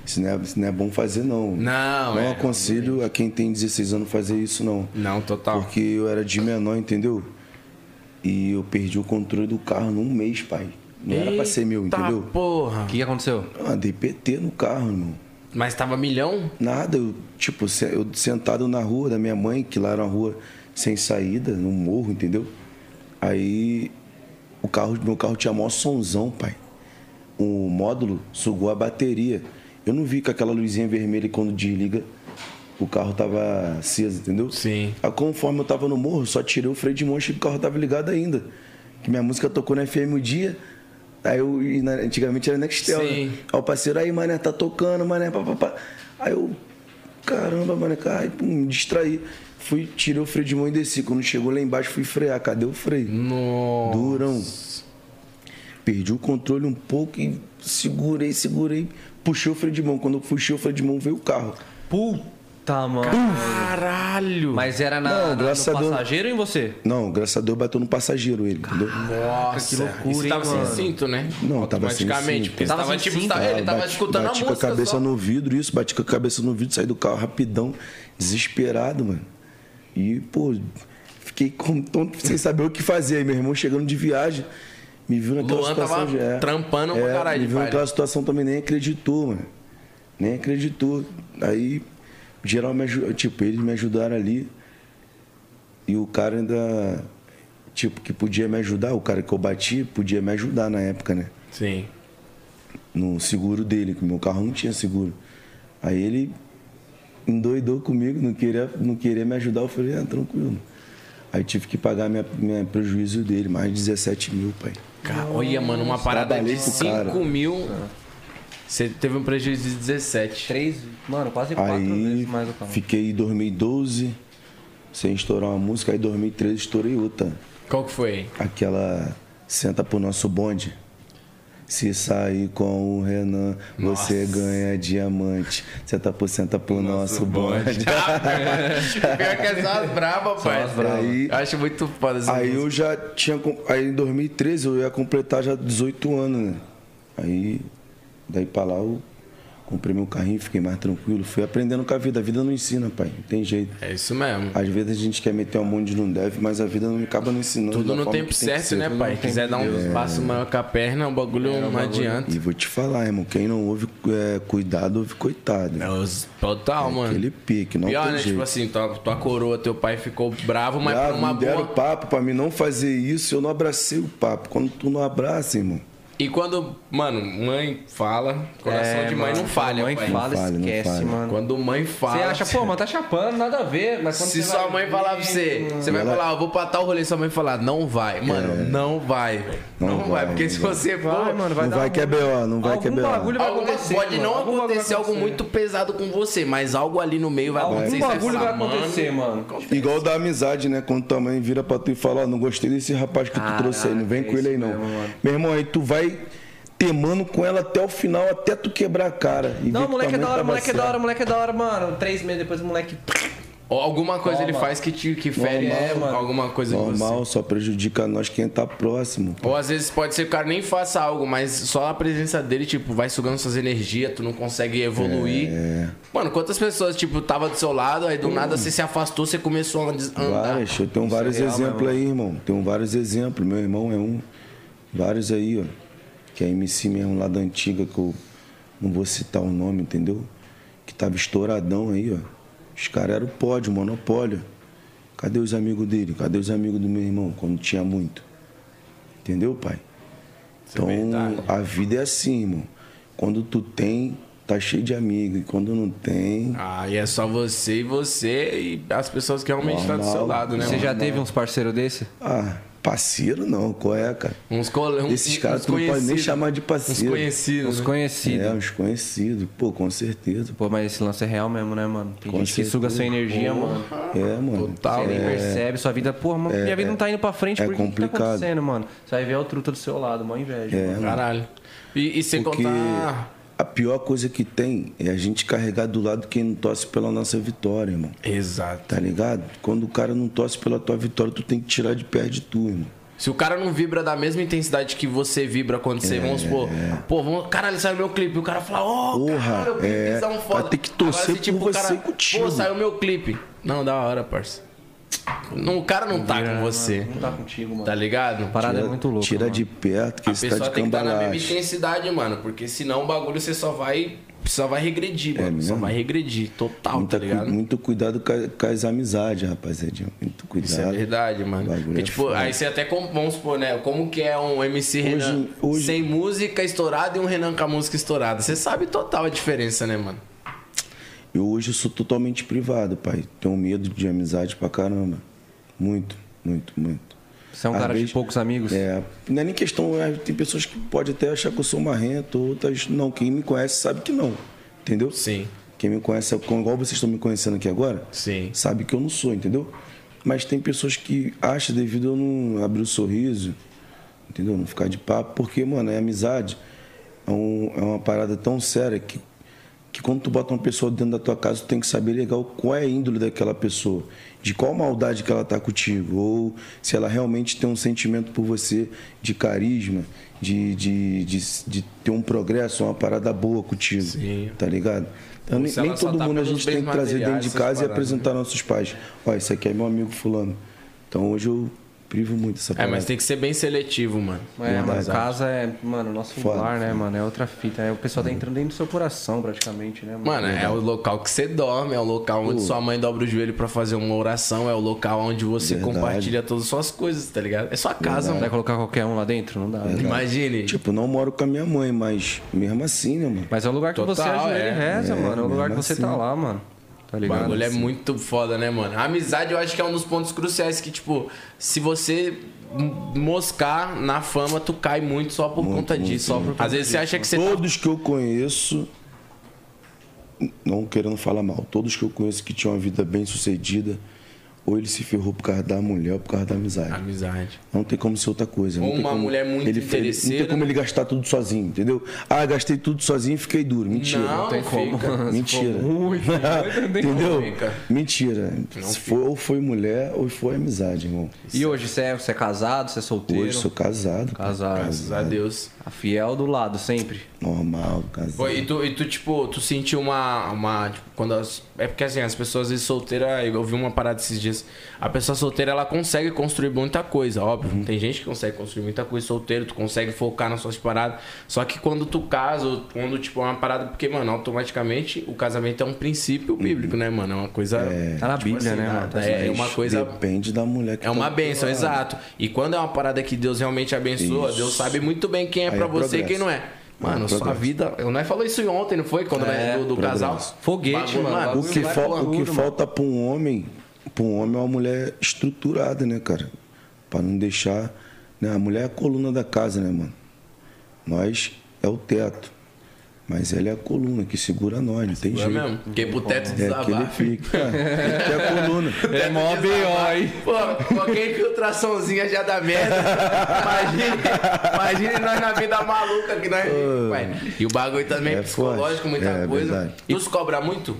Speaker 3: isso não é, isso não é bom fazer, não.
Speaker 2: Não,
Speaker 3: Não
Speaker 2: é,
Speaker 3: aconselho a quem tem 16 anos fazer isso, não.
Speaker 2: Não, total.
Speaker 3: Porque eu era de menor, entendeu? E eu perdi o controle do carro num mês, pai. Não era pra ser meu,
Speaker 2: Eita
Speaker 3: entendeu? Ah,
Speaker 2: porra.
Speaker 1: O que, que aconteceu?
Speaker 3: Eu andei PT no carro, irmão.
Speaker 2: Mas tava milhão?
Speaker 3: Nada, eu, tipo, se- eu sentado na rua da minha mãe, que lá era uma rua sem saída, no morro, entendeu? Aí o carro, meu carro tinha mó sonzão, pai. O módulo sugou a bateria. Eu não vi que aquela luzinha vermelha quando desliga o carro tava aceso, entendeu?
Speaker 2: Sim.
Speaker 3: Aí, conforme eu tava no morro, eu só tirei o freio de mão, achei que o carro tava ligado ainda. Que minha música tocou na FM o dia. Aí eu, e na- antigamente era Nextel, né?
Speaker 2: Sim.
Speaker 3: Aí o parceiro, aí, mané, tá tocando, mané, papapá. Aí eu, caramba, mané, cara, aí, pum, me distraí. Fui, tirei o freio de mão e desci. Quando chegou lá embaixo, fui frear. Cadê o freio?
Speaker 2: Nossa.
Speaker 3: Durão. Perdi o controle um pouco e segurei, segurei. Puxei o freio de mão. Quando eu puxei o freio de mão, veio o carro.
Speaker 1: Puta, mano.
Speaker 2: Caralho.
Speaker 1: Mas era na,
Speaker 3: Não,
Speaker 1: na- no
Speaker 3: graças a Deus.
Speaker 1: passageiro ou em você?
Speaker 3: Não, graças a Deus bateu no passageiro ele, entendeu?
Speaker 2: Nossa,
Speaker 1: que loucura,
Speaker 2: E você
Speaker 1: hein,
Speaker 2: tava sem
Speaker 1: mano?
Speaker 2: cinto, né?
Speaker 3: Não, tava sem
Speaker 2: Automaticamente,
Speaker 3: cinto.
Speaker 2: porque
Speaker 1: Tava
Speaker 2: tava, tava
Speaker 1: sem
Speaker 2: tipo,
Speaker 1: cinto.
Speaker 2: tá- ele tava
Speaker 3: bati-
Speaker 2: escutando
Speaker 3: bati
Speaker 2: a
Speaker 3: com a
Speaker 2: música.
Speaker 3: cabeça
Speaker 2: só.
Speaker 3: no vidro, isso, bati com a cabeça no vidro, saí do carro rapidão, desesperado, mano. E, pô, fiquei com tonto sem saber o que fazer. Aí meu irmão chegando de viagem, me viu naquela
Speaker 2: Luan
Speaker 3: situação.
Speaker 2: tava
Speaker 3: de- é,
Speaker 2: trampando pra
Speaker 3: é,
Speaker 2: caralho
Speaker 3: Me
Speaker 2: de
Speaker 3: viu
Speaker 2: palha.
Speaker 3: naquela situação também, nem acreditou, mano. Nem acreditou. Aí, geral me ajudou, tipo, eles me ajudaram ali. E o cara ainda, tipo, que podia me ajudar, o cara que eu bati, podia me ajudar na época, né?
Speaker 2: Sim.
Speaker 3: no seguro dele, que meu carro não tinha seguro. Aí ele endoidou comigo, não queria, não queria me ajudar, eu falei, ah, tranquilo. Aí tive que pagar minha, minha prejuízo dele, mais 17 mil, pai.
Speaker 2: Cara, olha, mano, uma parada
Speaker 3: Trabalhei
Speaker 2: de
Speaker 3: pro
Speaker 2: 5
Speaker 3: cara.
Speaker 2: mil. Você teve um prejuízo de 17.
Speaker 1: Três, mano, quase quatro
Speaker 3: Aí
Speaker 1: vezes mais o carro.
Speaker 3: fiquei em 2012 sem estourar uma música, aí em 2013 estourei outra.
Speaker 2: Qual que foi?
Speaker 3: Aquela Senta pro nosso bonde. Se sair com o Renan, você ganha diamante. Senta por senta pro nosso, bonde.
Speaker 2: Pior que é as brava, pai.
Speaker 1: as
Speaker 3: bravas. Aí-
Speaker 2: Eu Acho muito foda essa
Speaker 3: Aí
Speaker 2: música.
Speaker 3: eu já tinha. com- Aí em 2013 eu ia completar já 18 anos, né? Aí, daí pra lá eu comprei meu carrinho, fiquei mais tranquilo. Fui aprendendo com a vida. A vida não ensina, pai. Não tem jeito.
Speaker 2: É isso mesmo.
Speaker 3: Às vezes a gente quer meter um monte de não deve, mas a vida não acaba não ensinando. da
Speaker 2: Tudo no
Speaker 3: forma
Speaker 2: tempo
Speaker 3: que tem que
Speaker 2: certo,
Speaker 3: ser.
Speaker 2: né, pai? Quiser dar um passo maior com a perna, o bagulho
Speaker 3: É,
Speaker 2: não adianta.
Speaker 3: E vou te falar, irmão, quem não ouve é, cuidado, ouve coitado.
Speaker 2: É os- Total, mano.
Speaker 3: Aquele pique, não
Speaker 2: Pior,
Speaker 3: tem
Speaker 2: né?
Speaker 3: jeito.
Speaker 2: Tipo assim, tua, tua coroa, teu pai ficou bravo, mas
Speaker 3: Ah,
Speaker 2: por uma
Speaker 3: me deram
Speaker 2: boa.
Speaker 3: papo pra mim não fazer isso, eu não abracei o papo. Quando tu não abraça, irmão,
Speaker 2: E quando, mano, mãe fala, coração de mãe não falha,
Speaker 1: Mãe
Speaker 2: pai.
Speaker 1: fala,
Speaker 3: é, Não falha, não
Speaker 1: esquece,
Speaker 3: falha.
Speaker 1: mano.
Speaker 2: Quando mãe
Speaker 1: Você
Speaker 2: fala.
Speaker 1: acha, pô, mas tá chapando, nada a ver. Mas quando
Speaker 2: Se
Speaker 1: você
Speaker 2: sua
Speaker 1: vai
Speaker 2: mãe
Speaker 1: ver-
Speaker 2: falar pra você, você vai
Speaker 3: Ela- É.
Speaker 2: falar, "Ah, eu vou patar o rolê, sua mãe falar, não vai. Mano, não vai, velho. Não,
Speaker 3: Não
Speaker 2: vai,
Speaker 3: vai,
Speaker 2: porque
Speaker 3: não
Speaker 2: se
Speaker 3: vai.
Speaker 2: você for.
Speaker 1: Vai, mano, vai
Speaker 3: não
Speaker 1: dar
Speaker 3: vai
Speaker 1: um-
Speaker 3: que é B.O., não vai que é
Speaker 1: Algum
Speaker 3: B.O.
Speaker 1: bagulho vai
Speaker 2: Alguma-
Speaker 1: acontecer.
Speaker 2: pode
Speaker 1: mano.
Speaker 2: não
Speaker 1: Algum bagulho
Speaker 2: acontecer
Speaker 1: vai
Speaker 2: algo muito pesado com você, mas algo ali no meio vai
Speaker 1: Algum
Speaker 2: acontecer. você
Speaker 1: bagulho
Speaker 2: falar,
Speaker 1: vai acontecer, mano.
Speaker 3: Igual da amizade, né? Quando tua mãe vira pra tu e fala, ó, não gostei desse rapaz que tu trouxe aí, não vem
Speaker 1: é
Speaker 3: com ele aí
Speaker 1: isso
Speaker 3: não.
Speaker 1: mesmo, mano.
Speaker 3: Meu irmão, aí tu vai temando com ela até o final, até tu quebrar a cara. E ver que
Speaker 1: Não,
Speaker 3: tua
Speaker 1: moleque é
Speaker 3: mãe
Speaker 1: da hora,
Speaker 3: tava
Speaker 1: moleque é da
Speaker 3: certa.
Speaker 1: hora, moleque é da hora, mano. Três meses depois o moleque.
Speaker 2: Ou alguma coisa ele
Speaker 1: Toma.
Speaker 2: faz que te que fere
Speaker 1: Normal,
Speaker 2: é,
Speaker 1: mano.
Speaker 2: alguma coisa de você.
Speaker 3: Normal, só prejudica nós quem tá próximo.
Speaker 2: Ou às vezes pode ser que o cara nem faça algo, mas só a presença dele, tipo, vai sugando suas energias, tu não consegue evoluir.
Speaker 3: É.
Speaker 2: Mano, quantas pessoas, tipo, tava do seu lado, aí do nada você se afastou, você começou a des- andar.
Speaker 3: Hum. Várias, eu tenho vários exemplos aí, irmão. Tenho vários exemplos. Meu irmão é um. Vários aí, ó. Que é MC mesmo lá da antiga, que eu não vou citar o nome, entendeu? Que tava estouradão aí, ó. Os caras eram pódio, monopólio. Cadê os amigos dele? Cadê os amigos do meu irmão? Quando tinha muito. Entendeu, pai? Então, a vida é assim, irmão. Quando tu tem, tá cheio de amigo. E quando não tem.
Speaker 2: Ah, e é só você e você e as pessoas que realmente estão do seu
Speaker 3: Normal.
Speaker 2: lado, né?
Speaker 1: Você
Speaker 2: mano?
Speaker 1: já teve uns parceiros desse?
Speaker 3: Ah, parceiro não, qual é, cara?
Speaker 2: Uns cole... um-
Speaker 3: Esses caras
Speaker 2: uns
Speaker 3: tu não pode nem
Speaker 2: conhecidos.
Speaker 3: chamar de
Speaker 2: Uns
Speaker 3: parceiro.
Speaker 2: conhecidos.
Speaker 1: Uns
Speaker 2: né?
Speaker 1: conhecidos.
Speaker 3: É, uns conhecidos. Pô, com certeza.
Speaker 1: Pô, mas esse lance é real mesmo, né, mano? Tem
Speaker 3: Com
Speaker 1: gente que suga
Speaker 3: certeza.
Speaker 1: sua energia, mano.
Speaker 3: É, mano.
Speaker 2: Total.
Speaker 1: Você nem percebe, sua vida, porra, mano, minha vida não tá indo pra frente,
Speaker 3: é
Speaker 1: por que que tá
Speaker 3: complicado.
Speaker 1: acontecendo, mano? Você vai ver a truta do seu lado, mó inveja.
Speaker 3: É,
Speaker 1: mano.
Speaker 3: mano.
Speaker 2: Caralho. E, e você
Speaker 3: Porque
Speaker 2: contar.
Speaker 3: a pior coisa que tem é a gente carregar do lado quem não torce pela nossa vitória, irmão.
Speaker 2: Exato.
Speaker 3: Tá ligado? Quando o cara não torce pela tua vitória, tu tem que tirar de perto de tu, irmão.
Speaker 2: Se o cara não vibra da mesma intensidade que você vibra quando você, vamos supor, pô, vamos, caralho, saiu meu clipe. E o cara fala, ó, oh,
Speaker 3: É. Porra,
Speaker 2: caralho, o
Speaker 3: é.
Speaker 2: clipezão
Speaker 3: Vai
Speaker 2: um foda.
Speaker 3: ter que torcer
Speaker 2: Agora, se,
Speaker 3: por
Speaker 2: tipo, o
Speaker 3: você
Speaker 2: cara,
Speaker 3: e contigo.
Speaker 2: Pô, saiu meu clipe. Não, da hora, parça. Não, o cara não tá com você,
Speaker 1: Não tá contigo, mano.
Speaker 2: tá ligado?
Speaker 1: Parada
Speaker 3: Tira,
Speaker 1: é muito louca.
Speaker 3: tira
Speaker 1: mano.
Speaker 3: de perto que
Speaker 2: A
Speaker 3: isso tá
Speaker 2: pessoa
Speaker 3: de
Speaker 2: tem que estar na mesma
Speaker 3: cambalacho.
Speaker 2: intensidade, mano. Porque senão o bagulho você só vai. Só vai regredir, mano. Só
Speaker 3: É mesmo?
Speaker 2: vai regredir. Total, tá
Speaker 3: Muita cu-
Speaker 2: ligado?
Speaker 3: muito cuidado com, a- com as amizades, rapaziada. Muito cuidado.
Speaker 2: Isso é verdade, mano.
Speaker 3: Bagulho
Speaker 2: Porque,
Speaker 3: é
Speaker 2: tipo,
Speaker 3: foda.
Speaker 2: aí você até, com- vamos supor, né? Como que é um MC
Speaker 3: Hoje-
Speaker 2: Renan
Speaker 3: hoje-
Speaker 2: sem música estourada e um Renan com a música estourada? Você sabe total a diferença, né, mano?
Speaker 3: Eu hoje sou totalmente privado, pai. Tenho medo de amizade pra caramba. Muito, muito, muito.
Speaker 1: Você é um
Speaker 3: Às
Speaker 1: cara de
Speaker 3: vezes-
Speaker 1: poucos amigos?
Speaker 3: É, não é nem questão, é, tem pessoas que podem até achar que eu sou marrento, outras não. Quem me conhece sabe que não, entendeu?
Speaker 2: Sim.
Speaker 3: Quem me conhece, igual vocês estão me conhecendo aqui agora,
Speaker 2: Sim.
Speaker 3: sabe que eu não sou, entendeu? Mas tem pessoas que acham devido eu não abrir o sorriso, entendeu? Não ficar de papo, porque, mano, é amizade. É, um- é uma parada tão séria que, que quando tu bota uma pessoa dentro da tua casa, tu tem que saber legal qual é a índole daquela pessoa, de qual maldade que ela tá contigo, ou se ela realmente tem um sentimento por você de carisma, de, de, de, de ter um progresso, uma parada boa contigo.
Speaker 2: Sim.
Speaker 3: Tá ligado? Então, nem,
Speaker 2: se ela
Speaker 3: nem
Speaker 2: só
Speaker 3: todo
Speaker 2: tá
Speaker 3: mundo a
Speaker 2: pelos
Speaker 3: gente tem que
Speaker 2: bens
Speaker 3: trazer dentro de
Speaker 2: materiais,
Speaker 3: casa
Speaker 2: essas
Speaker 3: e
Speaker 2: paradas,
Speaker 3: apresentar nossos pais. Ó, esse aqui é meu amigo fulano. Então hoje eu privo muito essa
Speaker 2: É,
Speaker 3: parada.
Speaker 2: mas tem que ser bem seletivo, mano.
Speaker 1: É, mano,
Speaker 3: Verdade.
Speaker 1: casa é, mano, nosso
Speaker 3: Foda,
Speaker 1: lar, né, mano? É outra fita. É, o pessoal tá entrando dentro do seu coração, praticamente, né, mano?
Speaker 2: Mano, é o local que você dorme, é o local onde sua mãe dobra o joelho pra fazer uma oração, é o local onde você
Speaker 3: Verdade.
Speaker 2: compartilha todas as suas coisas, tá ligado? É sua casa,
Speaker 1: Vai
Speaker 2: mano.
Speaker 1: colocar qualquer um lá dentro? Não dá.
Speaker 2: Tá
Speaker 1: né?
Speaker 2: Imagine.
Speaker 3: Tipo, não moro com a minha mãe, mas mesmo assim, né, mano?
Speaker 1: Mas é o lugar que
Speaker 2: Total,
Speaker 1: você ajoelha
Speaker 2: é.
Speaker 1: e reza,
Speaker 3: É,
Speaker 1: mano. É o lugar que
Speaker 3: mesmo
Speaker 1: você
Speaker 3: assim.
Speaker 1: tá lá, mano. Tá
Speaker 2: O
Speaker 1: ligado?
Speaker 2: bagulho é muito foda, né, mano? A amizade eu acho que é um dos pontos cruciais que, tipo, se você m- moscar na fama, tu cai muito só por
Speaker 3: Muito,
Speaker 2: conta
Speaker 3: muito,
Speaker 2: disso. Só por
Speaker 3: muito.
Speaker 2: conta Às vezes você acha que você tá...
Speaker 3: Todos que eu conheço, não querendo falar mal, todos que eu conheço que tinham uma vida bem sucedida, ou ele se ferrou por causa da mulher ou por causa da
Speaker 2: tá
Speaker 3: amizade.
Speaker 2: Amizade.
Speaker 3: Não tem como ser outra coisa.
Speaker 2: Ah. Ou
Speaker 3: não tem
Speaker 2: uma
Speaker 3: como-
Speaker 2: mulher muito
Speaker 3: ele, ele- Não
Speaker 2: interesseira,
Speaker 3: tem como ele gastar tudo sozinho, entendeu? Ah, gastei tudo sozinho e fiquei duro. Mentira.
Speaker 2: Não, tem como.
Speaker 3: Mentira.
Speaker 1: Muito, não tem como.
Speaker 3: Entendeu?
Speaker 2: fica.
Speaker 3: Mentira. Se for, ou foi mulher ou foi amizade, irmão.
Speaker 1: E hoje você é, você é casado, você é solteiro?
Speaker 3: Hoje sou casado. cara.
Speaker 1: Casado.
Speaker 2: Graças a Deus.
Speaker 1: A fiel do lado, sempre.
Speaker 3: Normal, casado.
Speaker 2: Pô, e, tu, e tu, tipo, tu sentiu uma. uma tipo, quando as- é porque assim, as pessoas às vezes solteiras, eu ouvi uma parada esses dias. A pessoa solteira, ela consegue construir muita coisa, óbvio. Tem gente que consegue construir muita coisa solteiro, tu consegue focar nas suas paradas. Só que quando tu casa, ou quando, tipo, é uma parada. Porque, mano, automaticamente o casamento é um princípio bíblico, né, mano? É uma coisa.
Speaker 1: Tá na Bíblia, né, mano? Tá
Speaker 2: É, é uma coisa.
Speaker 3: Depende da mulher que
Speaker 2: É uma
Speaker 3: tá-
Speaker 2: benção, exato. E quando é uma parada que Deus realmente abençoa,
Speaker 3: Isso.
Speaker 2: Deus sabe muito bem quem é
Speaker 3: Aí
Speaker 2: pra
Speaker 3: é
Speaker 2: você e quem
Speaker 3: progresso.
Speaker 2: não é. Mano,
Speaker 3: É
Speaker 2: sua
Speaker 3: progresso.
Speaker 2: vida. Eu não falou isso ontem, não foi? Quando é, do, do casal.
Speaker 1: Foguete,
Speaker 2: Bagulho,
Speaker 1: mano.
Speaker 2: mano,
Speaker 3: O
Speaker 1: bagulho
Speaker 3: que,
Speaker 1: vai
Speaker 3: fal-
Speaker 1: pro
Speaker 3: o que
Speaker 1: bagulho, mano.
Speaker 3: falta pra um homem, pra um homem é uma mulher estruturada, né, cara? Pra não deixar. Né? A mulher é a coluna da casa, né, mano? Nós é o teto. Mas ela é a coluna que segura nós, não tem
Speaker 2: É
Speaker 3: jeito.
Speaker 2: mesmo? Porque pro teto
Speaker 3: É que ele
Speaker 2: desabar.
Speaker 3: fica. É, é a coluna.
Speaker 1: É mó B.O., hein?
Speaker 2: Pô, qualquer infiltraçãozinha já dá merda. Imagine, imagine nós na vida maluca que nós. Pai, E o bagulho também é
Speaker 3: É
Speaker 2: psicológico,
Speaker 3: forte.
Speaker 2: muita
Speaker 3: É,
Speaker 2: coisa.
Speaker 3: verdade.
Speaker 2: E os cobra muito?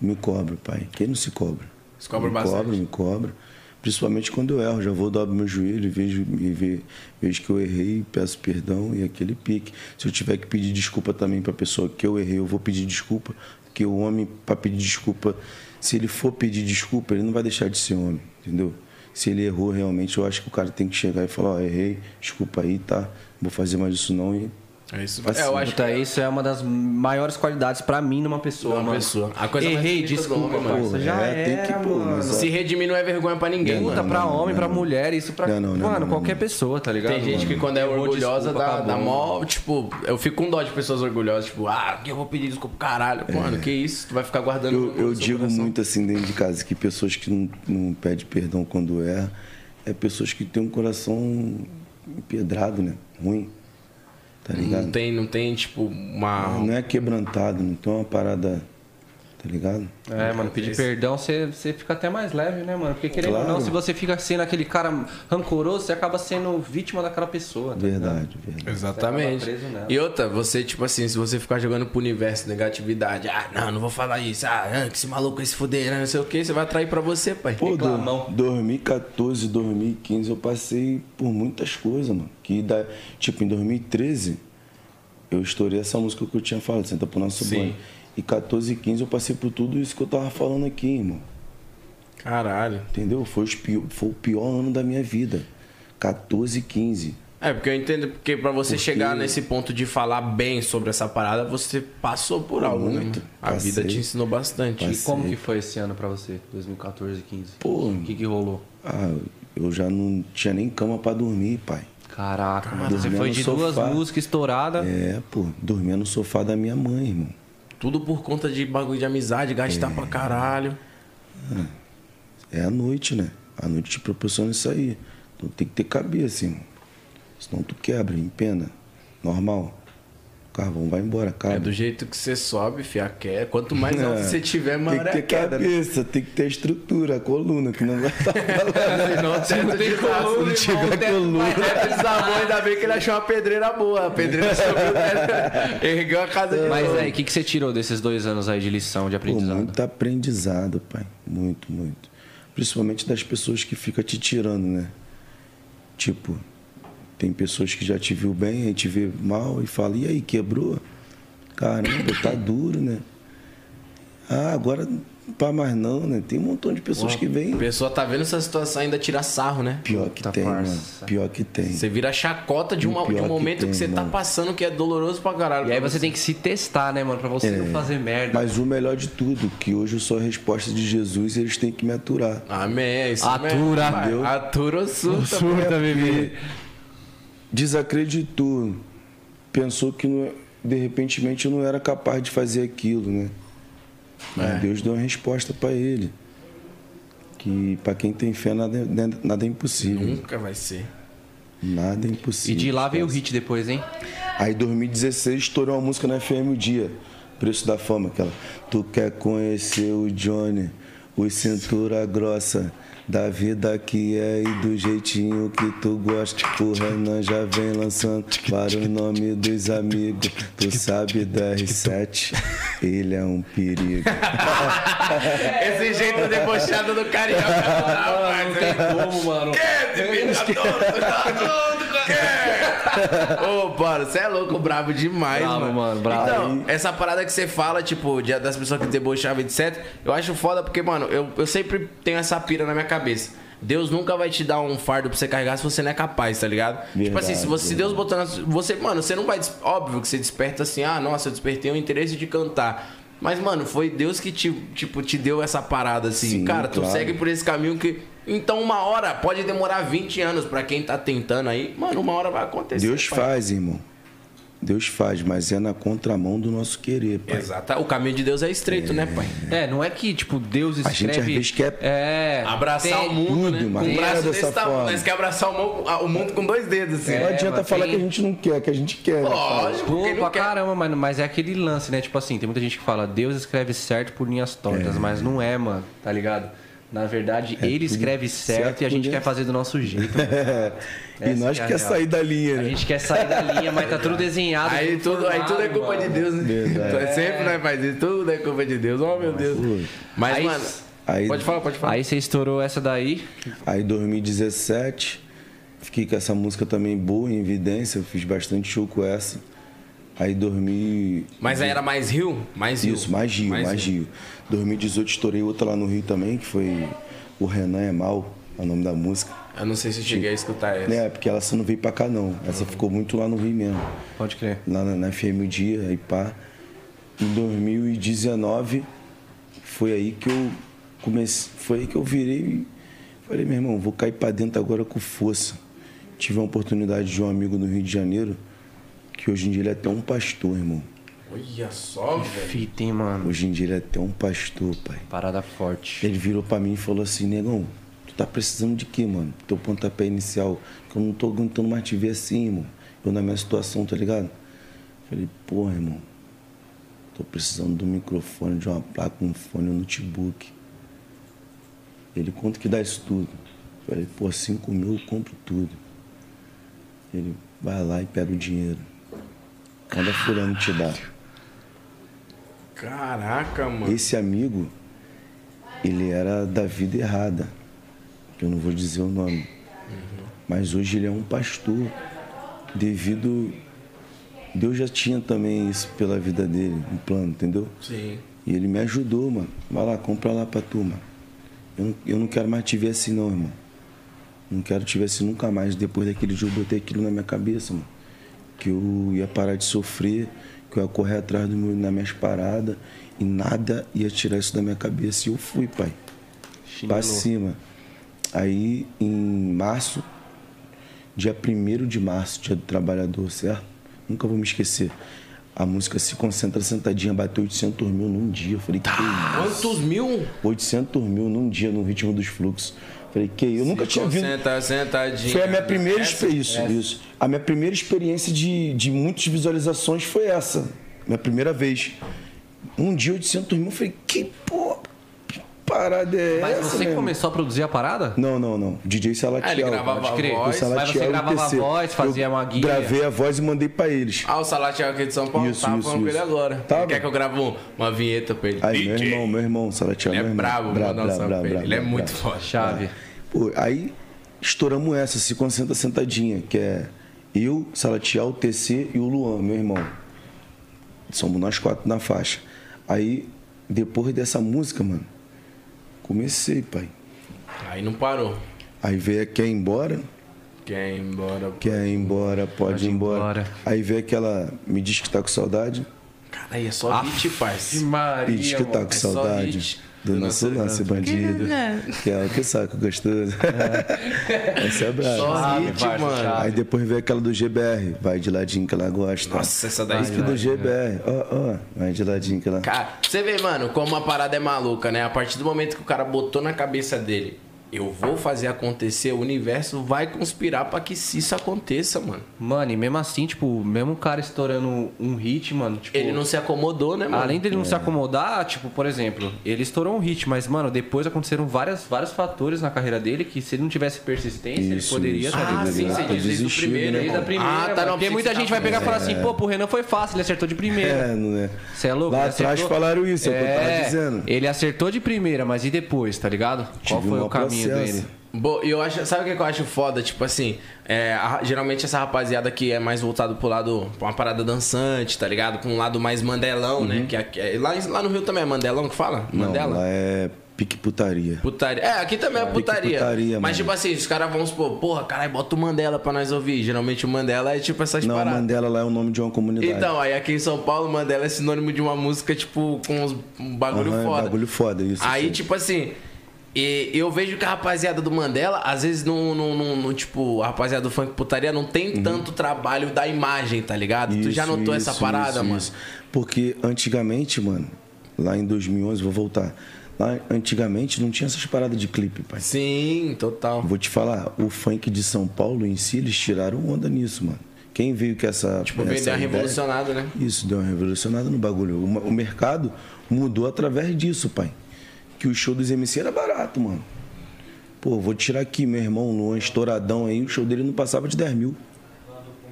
Speaker 3: Me cobra, pai. Quem não se cobra?
Speaker 2: Se cobra
Speaker 3: me
Speaker 2: bastante.
Speaker 3: cobra, me cobra. Principalmente quando eu erro, já vou dobro meu joelho, vejo, e ve- vejo que eu errei, peço perdão e aquele pique. Se eu tiver que pedir desculpa também para a pessoa que eu errei, eu vou pedir desculpa, porque o homem para pedir desculpa, se ele for pedir desculpa, ele não vai deixar de ser homem, entendeu? Se ele errou realmente, eu acho que o cara tem que chegar e falar, ó, errei, desculpa aí, tá? Não vou fazer mais isso não e
Speaker 2: É isso.
Speaker 3: Assim,
Speaker 2: eu acho que
Speaker 1: Puta, isso é uma das maiores qualidades pra mim numa pessoa,
Speaker 2: Numa
Speaker 1: mano.
Speaker 2: pessoa. A coisa mais
Speaker 1: Errei,
Speaker 2: bonita do
Speaker 1: desculpa,
Speaker 2: homem, mano.
Speaker 1: parça. Já
Speaker 3: É, tem
Speaker 1: era,
Speaker 3: que, pô,
Speaker 1: mano.
Speaker 3: mas-
Speaker 2: se redimir não é vergonha pra ninguém, mano.
Speaker 1: Puta, pra homem, pra mulher, isso pra...
Speaker 3: Não, não, não,
Speaker 1: mano,
Speaker 3: não,
Speaker 1: qualquer
Speaker 3: não.
Speaker 1: pessoa, tá ligado?
Speaker 2: Tem gente
Speaker 1: mano?
Speaker 2: que quando é
Speaker 1: Errou,
Speaker 2: orgulhosa
Speaker 1: desculpa,
Speaker 2: dá,
Speaker 1: acabou,
Speaker 2: dá
Speaker 1: mano.
Speaker 2: mó, tipo, eu fico com dó de pessoas orgulhosas, tipo, ah, que eu vou pedir desculpa, pro caralho. Mano, que isso? Tu vai ficar guardando
Speaker 3: Eu,
Speaker 2: no
Speaker 3: eu
Speaker 2: seu
Speaker 3: digo
Speaker 2: coração.
Speaker 3: muito assim dentro de casa que pessoas que não, não pedem perdão quando erra é pessoas que têm um coração empedrado, né? Ruim. Tá
Speaker 2: Não
Speaker 3: ligado?
Speaker 2: tem, não tem, tipo, uma.
Speaker 3: Não é quebrantado, não tem uma parada. Tá ligado?
Speaker 1: É, mano, pedir perdão, você você fica até mais leve, né, mano? Porque querendo ou não,
Speaker 3: Claro.
Speaker 1: se você fica sendo aquele cara rancoroso, você acaba sendo vítima daquela pessoa. tá ligado?
Speaker 3: Verdade, verdade.
Speaker 2: Exatamente.
Speaker 1: Você acaba preso nela.
Speaker 2: E outra, você, tipo assim, se você ficar jogando pro universo negatividade, ah, não, não vou falar isso, ah, ah, que esse maluco vai se fuder, ah, não sei o que, você vai atrair pra você, pai.
Speaker 3: Pô, do-
Speaker 1: Reclamão.
Speaker 3: 2014, 2015, eu passei por muitas coisas, mano. Que da, tipo, em 2013, eu estourei essa música que eu tinha falado, Senta pro Nosso
Speaker 2: Sim.
Speaker 3: Banho. E 14 e 15 eu passei por tudo isso que eu tava falando aqui, irmão.
Speaker 2: Caralho.
Speaker 3: Entendeu? Foi, os pi- foi o pior ano da minha vida. 14, 15.
Speaker 2: É, porque eu entendo, porque pra você chegar nesse ponto de falar bem sobre essa parada, você passou por algo, né?
Speaker 3: muito.
Speaker 2: mano? A
Speaker 3: Passei.
Speaker 2: vida te ensinou bastante.
Speaker 1: E como que foi esse ano pra você, 2014, 15?
Speaker 3: Pô.
Speaker 1: O que que rolou?
Speaker 3: Ah, eu já não tinha nem cama pra dormir, pai.
Speaker 1: Caraca, mano,
Speaker 3: Dormia
Speaker 1: você foi
Speaker 3: no
Speaker 1: de duas
Speaker 3: sofá.
Speaker 1: músicas estouradas.
Speaker 3: É, pô, dormia no sofá da minha mãe, irmão.
Speaker 2: Tudo por conta de bagulho de amizade, gastar pra caralho.
Speaker 3: É a noite, né? A noite te proporciona isso aí. Então tem que ter cabeça, irmão. Senão tu quebra, empena. Normal. O carvão vai embora,
Speaker 2: É
Speaker 3: cara.
Speaker 2: do jeito que você sobe, fia, quer. Quanto mais alto você tiver,
Speaker 3: Tem
Speaker 2: maior
Speaker 3: que
Speaker 2: é a
Speaker 3: ter
Speaker 2: queda. né?
Speaker 3: cabeça, tem que ter a estrutura, a coluna, que não vai estar
Speaker 2: Senão o teto de coluna,
Speaker 3: não
Speaker 2: irmão,
Speaker 3: tiver
Speaker 2: o teto-
Speaker 3: coluna.
Speaker 2: mas o teto desabou, ainda bem que ele achou uma pedreira boa. A pedreira subiu, o teto, ergueu a casa de
Speaker 1: Mas
Speaker 2: novo.
Speaker 1: aí, o que, que você tirou desses dois anos aí de lição, de
Speaker 3: Pô,
Speaker 1: aprendizado?
Speaker 3: muito aprendizado, pai. Muito, muito. Principalmente das pessoas que ficam te tirando, né? Tipo, tem pessoas que já te viu bem, aí te vê mal e fala, e aí, quebrou? Caramba, tá duro, né? Ah, agora não pá mais não, né? Tem um montão de pessoas que vêm.
Speaker 2: A pessoa tá vendo essa situação ainda tirar sarro, né?
Speaker 3: Pior que
Speaker 1: Puta
Speaker 3: tem, mano.
Speaker 1: farsa.
Speaker 3: Pior que tem.
Speaker 2: Você vira chacota de, uma-
Speaker 3: Pior
Speaker 2: de um
Speaker 3: que
Speaker 2: momento que,
Speaker 3: tem,
Speaker 2: você tá
Speaker 3: mano.
Speaker 2: passando que é doloroso pra caralho.
Speaker 1: E aí você tem que se testar, né, mano? Pra você não fazer merda.
Speaker 3: É, Mas o melhor de tudo, que hoje eu sou a resposta de Jesus e eles têm que me aturar.
Speaker 2: Amém, é isso
Speaker 1: Atura,
Speaker 2: mesmo, pai.
Speaker 1: Deus.
Speaker 2: Atura ou surta.
Speaker 1: Surta, bebê.
Speaker 3: desacreditou, pensou que não- é, de repente eu não era capaz de fazer aquilo, né? Mas
Speaker 1: É.
Speaker 3: Deus deu uma resposta para ele. Que para quem tem fé nada, é- nada é impossível.
Speaker 2: Nunca vai ser.
Speaker 3: Nada é
Speaker 1: Uhum. E
Speaker 3: impossível.
Speaker 1: de lá veio o hit depois, hein?
Speaker 3: Aí em 2016 estourou uma música na FM o dia. Preço da fama, aquela. Tu quer conhecer o Johnny, o cintura grossa. Da vida que é e do jeitinho que tu gosta. O Renan já vem lançando para o nome dos amigos. Tu sabe da R7, ele é um perigo.
Speaker 2: Esse jeito debochado do carioca. É. Não, não tem como, mano. Que? Vingador, vingador, que? Ô, mano, você é louco, brabo demais,
Speaker 1: Bravo,
Speaker 2: mano.
Speaker 1: mano, bravo.
Speaker 2: Então, essa parada que você fala, tipo, de- das pessoas que debochavam, etc. Eu acho foda porque, mano, eu, eu sempre tenho essa pira na minha cabeça. Deus nunca vai te dar um fardo pra você carregar se você não é capaz, tá ligado? tipo assim, se, você, se Deus botar na, você, mano, você não vai, des- óbvio que você desperta assim, ah, nossa, eu despertei o interesse de cantar. Mas, mano, foi Deus que te, tipo, te deu essa parada assim.
Speaker 3: Sim,
Speaker 2: Cara, tu
Speaker 3: claro.
Speaker 2: segue por esse caminho que. Então, uma hora pode demorar 20 anos pra quem tá tentando aí. Mano, uma hora vai acontecer.
Speaker 3: Deus
Speaker 2: pai.
Speaker 3: faz, irmão. Deus faz, mas é na contramão do nosso querer, pai.
Speaker 2: Exato. O caminho de Deus é estreito, né, pai?
Speaker 1: É, não é que, tipo, Deus
Speaker 3: A gente,
Speaker 1: escreve...
Speaker 3: às vezes, quer
Speaker 1: É.
Speaker 2: Abraçar
Speaker 1: tem-
Speaker 2: o mundo,
Speaker 3: tudo,
Speaker 2: né?
Speaker 3: mas
Speaker 2: Com um
Speaker 3: não
Speaker 2: braço
Speaker 3: é
Speaker 2: desse
Speaker 3: dessa
Speaker 2: tamanho.
Speaker 3: forma.
Speaker 2: Nós quer abraçar o mundo, o mundo com dois dedos, assim.
Speaker 3: Não
Speaker 1: É,
Speaker 3: adianta
Speaker 1: mas
Speaker 3: falar
Speaker 1: tem-
Speaker 3: que a gente não quer, que a gente quer. né, pai?
Speaker 2: Lógico,
Speaker 1: Pô,
Speaker 2: quem não
Speaker 1: pra
Speaker 2: quer?
Speaker 1: caramba, mano. Mas é aquele lance, né? Tipo assim, tem muita gente que fala, Deus escreve certo por linhas tortas, mas não é, mano, tá ligado? Na verdade, ele escreve certo,
Speaker 3: É certo
Speaker 1: e a
Speaker 3: por
Speaker 1: gente
Speaker 3: linhas-
Speaker 1: quer fazer do nosso jeito.
Speaker 3: e
Speaker 1: Essa
Speaker 3: nós
Speaker 1: que é a
Speaker 3: quer
Speaker 1: real.
Speaker 3: sair da linha,
Speaker 1: A
Speaker 3: né?
Speaker 1: gente quer sair da linha, mas tá tudo desenhado.
Speaker 2: Aí tudo, aí tudo é culpa
Speaker 1: mano.
Speaker 2: de Deus, né?
Speaker 3: Verdade.
Speaker 2: É. Sempre nós faz isso, tudo é culpa de Deus. Oh, meu Deus. Mas,
Speaker 1: Aí-
Speaker 2: mano.
Speaker 3: aí-
Speaker 2: pode falar, pode falar.
Speaker 1: Aí você estourou essa daí.
Speaker 3: Aí 2017, fiquei com essa música também boa em evidência, eu fiz bastante show com essa. Aí 2000,
Speaker 2: Mas aí era mais rio? Mais rio.
Speaker 3: isso, mais Rio, mais Rio. 2018 estourei outra lá no Rio também, que foi o Renan é mal, é o nome da música.
Speaker 2: Eu não sei se eu cheguei a escutar essa.
Speaker 3: Né, porque ela só não veio pra cá não, essa ficou muito lá no Rio mesmo.
Speaker 1: Pode crer.
Speaker 3: Lá na, na FM o dia, aí pá. Em 2019 foi aí que eu comecei, foi aí que eu virei e falei, meu irmão, vou cair pra dentro agora com força. Tive uma oportunidade de um amigo do Rio de Janeiro, que hoje em dia ele é até um pastor, irmão.
Speaker 2: Olha só, velho.
Speaker 1: Fita, hein, mano.
Speaker 3: Hoje em dia ele é até um pastor, pai.
Speaker 1: Parada forte.
Speaker 3: Ele virou pra mim e falou assim, negão, tu tá precisando de quê, mano? Teu pontapé inicial, que eu não tô aguentando mais te ver assim, irmão. Eu na minha situação, tá ligado? Falei, porra, irmão, tô precisando de um microfone, de uma placa, um fone, um notebook. Ele, quanto que dá isso tudo? Falei, pô, cinco mil eu compro tudo. Ele, vai lá e pega o dinheiro. Manda fulano te dá.
Speaker 2: Caraca, mano.
Speaker 3: Esse amigo, ele era da vida errada. que Eu não vou dizer o nome. Mas hoje ele é um pastor. Devido. Deus já tinha também isso pela vida dele, um plano, entendeu?
Speaker 2: Sim.
Speaker 3: E ele me ajudou, mano. Vai lá, compra lá pra tu, mano. Eu não, eu não quero mais te ver assim, não, irmão. Não quero te ver assim nunca mais. Depois daquele dia eu botei aquilo na minha cabeça, mano. Que eu ia parar de sofrer, que eu ia correr atrás do meu, nas minhas paradas. E nada ia tirar isso da minha cabeça. E eu fui, pai. Pra cima. Aí, em março, dia 1 de março, dia do trabalhador, certo? Nunca vou me esquecer. A música se concentra sentadinha, bateu 800 mil num dia. Eu falei, que isso?
Speaker 2: Quantos mil?
Speaker 3: 800 mil num dia, no ritmo dos fluxos. Falei, que isso? Eu nunca tinha visto.
Speaker 2: Senta, sentadinho.
Speaker 3: Foi a minha primeira experiência. Isso, isso. A minha primeira experiência de, de muitas visualizações foi essa. Minha primeira vez. Um dia 800 mil, eu falei, que porra, que parada é
Speaker 1: Mas
Speaker 3: essa?
Speaker 1: você
Speaker 3: meu
Speaker 1: que
Speaker 3: irmão?
Speaker 1: começou a produzir a parada?
Speaker 3: Não, não, não. DJ Salatiel.
Speaker 2: Ah, ele gravava a
Speaker 1: crer.
Speaker 2: voz.
Speaker 1: Mas você
Speaker 3: Salatiel
Speaker 1: gravava a
Speaker 3: MTC.
Speaker 1: voz, fazia
Speaker 3: Eu
Speaker 1: uma guia.
Speaker 3: Gravei a voz e mandei pra eles.
Speaker 2: Ah, o Salatiel aqui de São Paulo
Speaker 3: Isso,
Speaker 2: tava
Speaker 3: isso,
Speaker 2: falando com ele
Speaker 3: isso.
Speaker 2: agora.
Speaker 3: Tava.
Speaker 2: Ele quer que eu grave um- uma vinheta pra ele.
Speaker 3: Aí, meu irmão, meu irmão, Salatiel.
Speaker 2: Ele é
Speaker 3: meu irmão.
Speaker 2: brabo, vou
Speaker 3: Brabo,
Speaker 2: mandar um
Speaker 3: brabo,
Speaker 2: salve
Speaker 3: brabo,
Speaker 2: pra ele.
Speaker 3: brabo,
Speaker 2: Ele é
Speaker 3: brabo,
Speaker 2: muito
Speaker 3: brabo.
Speaker 2: forte.
Speaker 1: Chave.
Speaker 3: Pô, aí estouramos essa, se concentra sentadinha, que é eu, Salatiel, TC e o Luan, meu irmão. Somos nós quatro na faixa. Aí, depois dessa música, mano, comecei, pai.
Speaker 2: Aí não parou.
Speaker 3: Aí veio a Quer Ir Embora,
Speaker 2: Quer ir embora.
Speaker 3: Quer Ir Embora, Pode,
Speaker 1: Pode
Speaker 3: Ir
Speaker 1: Ir
Speaker 3: embora.
Speaker 1: Embora.
Speaker 3: Aí veio aquela Me Diz Que Tá Com Saudade
Speaker 2: Cara, aí é só beat, parceiro.
Speaker 1: Maria,
Speaker 3: e Diz Que Tá Com
Speaker 2: é só
Speaker 3: Saudade
Speaker 2: hit
Speaker 3: do nosso lance, bandido. Que é o que saco gostoso. Essa é brava.
Speaker 2: Só hit,
Speaker 1: Chave,
Speaker 2: mano.
Speaker 1: chave.
Speaker 3: Aí depois veio aquela do GBR, vai de ladinho que ela gosta.
Speaker 2: Nossa, essa daí
Speaker 3: Isso do
Speaker 2: né?
Speaker 3: GBR, ó, ó, vai de ladinho que ela.
Speaker 2: Cara, você vê, mano, como a parada é maluca, né? A partir do momento que o cara botou na cabeça dele, eu vou fazer acontecer, o universo vai conspirar pra que isso aconteça, mano.
Speaker 1: Mano, e mesmo assim, tipo, mesmo o cara estourando um hit, mano, tipo.
Speaker 2: Ele não se acomodou, né, mano?
Speaker 1: Além dele não
Speaker 3: É.
Speaker 1: se acomodar, tipo, por exemplo, ele estourou um hit, mas, mano, depois aconteceram várias, vários fatores na carreira dele que se ele não tivesse persistência,
Speaker 3: Isso,
Speaker 1: ele poderia
Speaker 3: isso,
Speaker 1: tá
Speaker 2: Ah,
Speaker 1: ligado?
Speaker 2: sim, você
Speaker 3: Tá
Speaker 2: diz desde o
Speaker 3: desistindo,
Speaker 2: primeiro,
Speaker 3: né,
Speaker 1: Desde a
Speaker 3: irmão?
Speaker 1: primeira,
Speaker 2: Ah, tá,
Speaker 1: mano,
Speaker 2: não,
Speaker 1: porque muita gente vai pegar e falar assim, pô, pro Renan foi fácil, ele acertou de primeira.
Speaker 3: É, não é?
Speaker 1: Você é louco?
Speaker 2: né?
Speaker 3: Lá
Speaker 1: ele
Speaker 3: atrás falaram isso, é o que eu tava dizendo.
Speaker 1: Ele acertou de primeira, mas e depois, tá ligado? Qual
Speaker 3: Tive
Speaker 1: foi
Speaker 3: um
Speaker 1: o caminho
Speaker 3: processo.
Speaker 1: dele?
Speaker 2: Bo, eu acho, sabe o que que eu acho foda? Tipo assim, é, a- geralmente essa rapaziada que é mais voltado pro lado, pra uma parada dançante, tá ligado? Com um lado mais mandelão, né? Que, aqui- é, lá, em- lá no Rio também é mandelão que fala?
Speaker 3: Não,
Speaker 2: Mandela?
Speaker 3: ela é pique putaria.
Speaker 2: Putaria. É, aqui também é putaria.
Speaker 3: putaria,
Speaker 2: Mas,
Speaker 3: mano.
Speaker 2: tipo assim, os caras vão supor, porra, caralho, bota o Mandela pra nós ouvir. Geralmente o Mandela é tipo essas
Speaker 3: Não, a
Speaker 2: paradas.
Speaker 3: Mandela lá é o nome de uma comunidade.
Speaker 2: Então, aí aqui em São Paulo, Mandela é sinônimo de uma música, tipo, com uns- um bagulho
Speaker 3: Aham, é
Speaker 2: foda.
Speaker 3: bagulho foda, isso.
Speaker 2: Aí,
Speaker 3: sim.
Speaker 2: tipo assim, e eu vejo que a rapaziada do Mandela, às vezes, não, não, não- não, tipo, a rapaziada do funk putaria não tem tanto trabalho da imagem, tá ligado? tu já
Speaker 3: Uhum. Isso,
Speaker 2: notou essa
Speaker 3: isso,
Speaker 2: parada,
Speaker 3: isso,
Speaker 2: mano?
Speaker 3: isso. Porque antigamente, mano, lá em 2011, vou voltar. Lá antigamente não tinha essas paradas de clipe, pai.
Speaker 2: Sim, total.
Speaker 3: Vou te falar, o funk de São Paulo em si, eles tiraram onda nisso, mano. Quem veio que essa.
Speaker 2: Tipo,
Speaker 3: essa
Speaker 2: veio dar uma
Speaker 3: ideia- é
Speaker 2: revolucionada, né?
Speaker 3: Isso, deu uma revolucionada no bagulho. O, ma- o mercado mudou através disso, pai. Que o show dos MC era barato, mano. Pô, vou tirar aqui, meu irmão, um Luan Estouradão aí, o show dele não passava de 10 mil.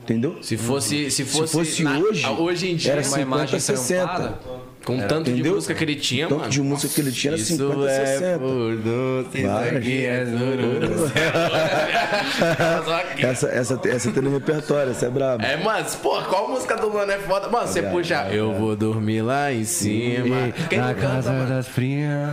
Speaker 3: Entendeu?
Speaker 2: Se fosse, se
Speaker 3: Uhum. Se
Speaker 2: fosse,
Speaker 3: fosse
Speaker 2: na-
Speaker 3: hoje,
Speaker 2: hoje em dia,
Speaker 3: era
Speaker 1: Uma imagem
Speaker 3: 50, 60.
Speaker 1: trampada.
Speaker 2: com o tanto de
Speaker 3: É, Entendeu?
Speaker 2: música que ele tinha,
Speaker 3: O tanto
Speaker 2: mano.
Speaker 3: de música que ele tinha era
Speaker 2: Isso
Speaker 3: 50,
Speaker 2: é
Speaker 3: 60.
Speaker 2: Por
Speaker 3: Várias.
Speaker 2: aqui é sururu. Só que-
Speaker 3: Essa, essa, essa tem no repertório, essa é braba.
Speaker 2: É, mano, pô, qual música do Mano é foda? Mano, você puxa. Eu vou dormir lá
Speaker 3: Uhum.
Speaker 2: em cima. Quem
Speaker 1: Na
Speaker 2: não
Speaker 1: casa
Speaker 2: canta, mano?
Speaker 1: das frias.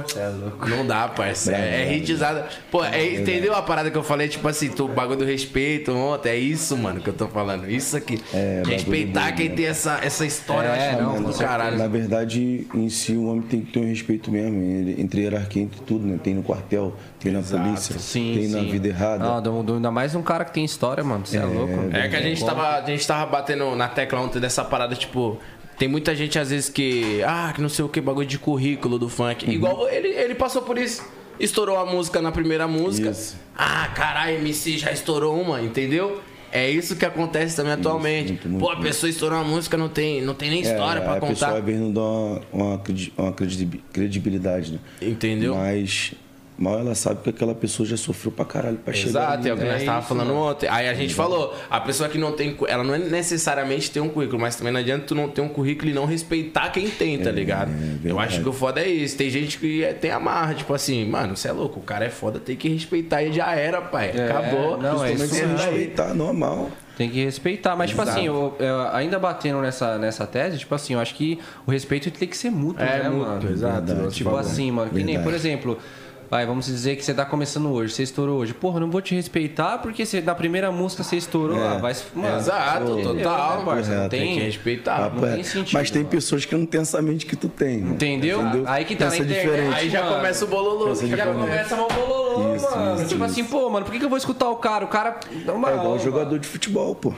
Speaker 2: Não dá, parceiro. É, é hitizada. Pô, é- entendeu a parada que eu falei? Tipo assim, tu, o bagulho do respeito ontem. É isso, mano, que eu tô falando. Isso aqui.
Speaker 3: É,
Speaker 2: Respeitar
Speaker 3: bagulho
Speaker 2: quem tem essa, essa história.
Speaker 1: É,
Speaker 2: eu acho
Speaker 1: não,
Speaker 2: muito
Speaker 1: com
Speaker 2: do
Speaker 1: certeza.
Speaker 2: caralho.
Speaker 3: Na verdade, em si, o homem tem que ter um respeito mesmo ele- entre hierarquia, entre tudo, né? Tem no quartel, tem na polícia,
Speaker 1: Sim,
Speaker 3: tem na
Speaker 1: sim.
Speaker 3: vida errada.
Speaker 1: Não, do- do- ainda mais um cara que tem história, mano. Você é, louco.
Speaker 2: É que a gente tava, a gente tava batendo na tecla ontem dessa parada, tipo. Tem muita gente às vezes que. Ah, que não sei o que, bagulho de currículo do funk.
Speaker 3: Uhum.
Speaker 2: Igual ele, ele passou por isso. Estourou a música na primeira música.
Speaker 3: Isso.
Speaker 2: Ah, caralho, MC já estourou uma, entendeu? É isso que acontece também atualmente.
Speaker 3: muito, muito,
Speaker 2: Pô, a
Speaker 3: muito.
Speaker 2: pessoa estourou uma música, não tem, não tem nem
Speaker 3: É,
Speaker 2: história pra
Speaker 3: a pessoa
Speaker 2: contar.
Speaker 3: às vezes não dá uma, uma credi- uma credi- credibilidade, né?
Speaker 2: Entendeu?
Speaker 3: Mas mal ela sabe que aquela pessoa já sofreu pra caralho pra chegar.
Speaker 2: Exato, é o que
Speaker 1: É
Speaker 2: nós tava
Speaker 1: isso,
Speaker 2: falando ontem. Aí
Speaker 3: Tá
Speaker 2: a gente falou, a pessoa que não tem, cu- ela não é necessariamente tem um currículo, mas também não adianta tu não ter um currículo e não respeitar quem tem, tá ligado? Eu
Speaker 3: É, verdade.
Speaker 2: acho que o foda é isso. Tem gente que é- tem amarra, tipo assim, mano, você é louco, o cara é foda, tem que respeitar e já era, pai. Acabou.
Speaker 1: não, é
Speaker 3: Mas
Speaker 1: isso
Speaker 3: se
Speaker 1: mesmo.
Speaker 3: respeitar, normal.
Speaker 1: Tem que respeitar. Mas, tipo assim, eu, eu- ainda batendo nessa, nessa tese, tipo assim, eu acho que o respeito tem que ser mútuo,
Speaker 2: É
Speaker 1: né,
Speaker 2: mútuo,
Speaker 1: mano?
Speaker 2: exato,
Speaker 3: Verdade,
Speaker 1: tipo
Speaker 3: falou.
Speaker 1: assim, mano, que nem,
Speaker 3: Verdade.
Speaker 1: por exemplo. Vai, vamos dizer que você tá começando hoje, você estourou hoje. Porra, eu não vou te respeitar porque você, na primeira música você estourou lá. Vai, se- mano,
Speaker 2: Exato,
Speaker 1: entendeu,
Speaker 2: total,
Speaker 1: né, parça? Não
Speaker 3: É. correto, é
Speaker 1: tem,
Speaker 2: tem que respeitar.
Speaker 1: Ah, não
Speaker 3: Papo
Speaker 1: tem
Speaker 3: é.
Speaker 1: sentido,
Speaker 3: Mas tem
Speaker 1: mano.
Speaker 3: pessoas que não têm essa mente que tu tem. né?
Speaker 1: Entendeu? Aí que tá na
Speaker 3: Pensa
Speaker 1: internet.
Speaker 3: diferente.
Speaker 2: Aí já
Speaker 1: mano.
Speaker 2: começa o bololô.
Speaker 3: Pensa de
Speaker 1: Já
Speaker 3: forma-
Speaker 1: começa mal bololô,
Speaker 3: Isso,
Speaker 1: mano.
Speaker 3: isso,
Speaker 1: tipo
Speaker 3: isso.
Speaker 1: assim, pô, mano, por que, que eu vou escutar o cara? O cara. dá uma
Speaker 3: É igual
Speaker 1: aula,
Speaker 3: jogador de futebol, pô.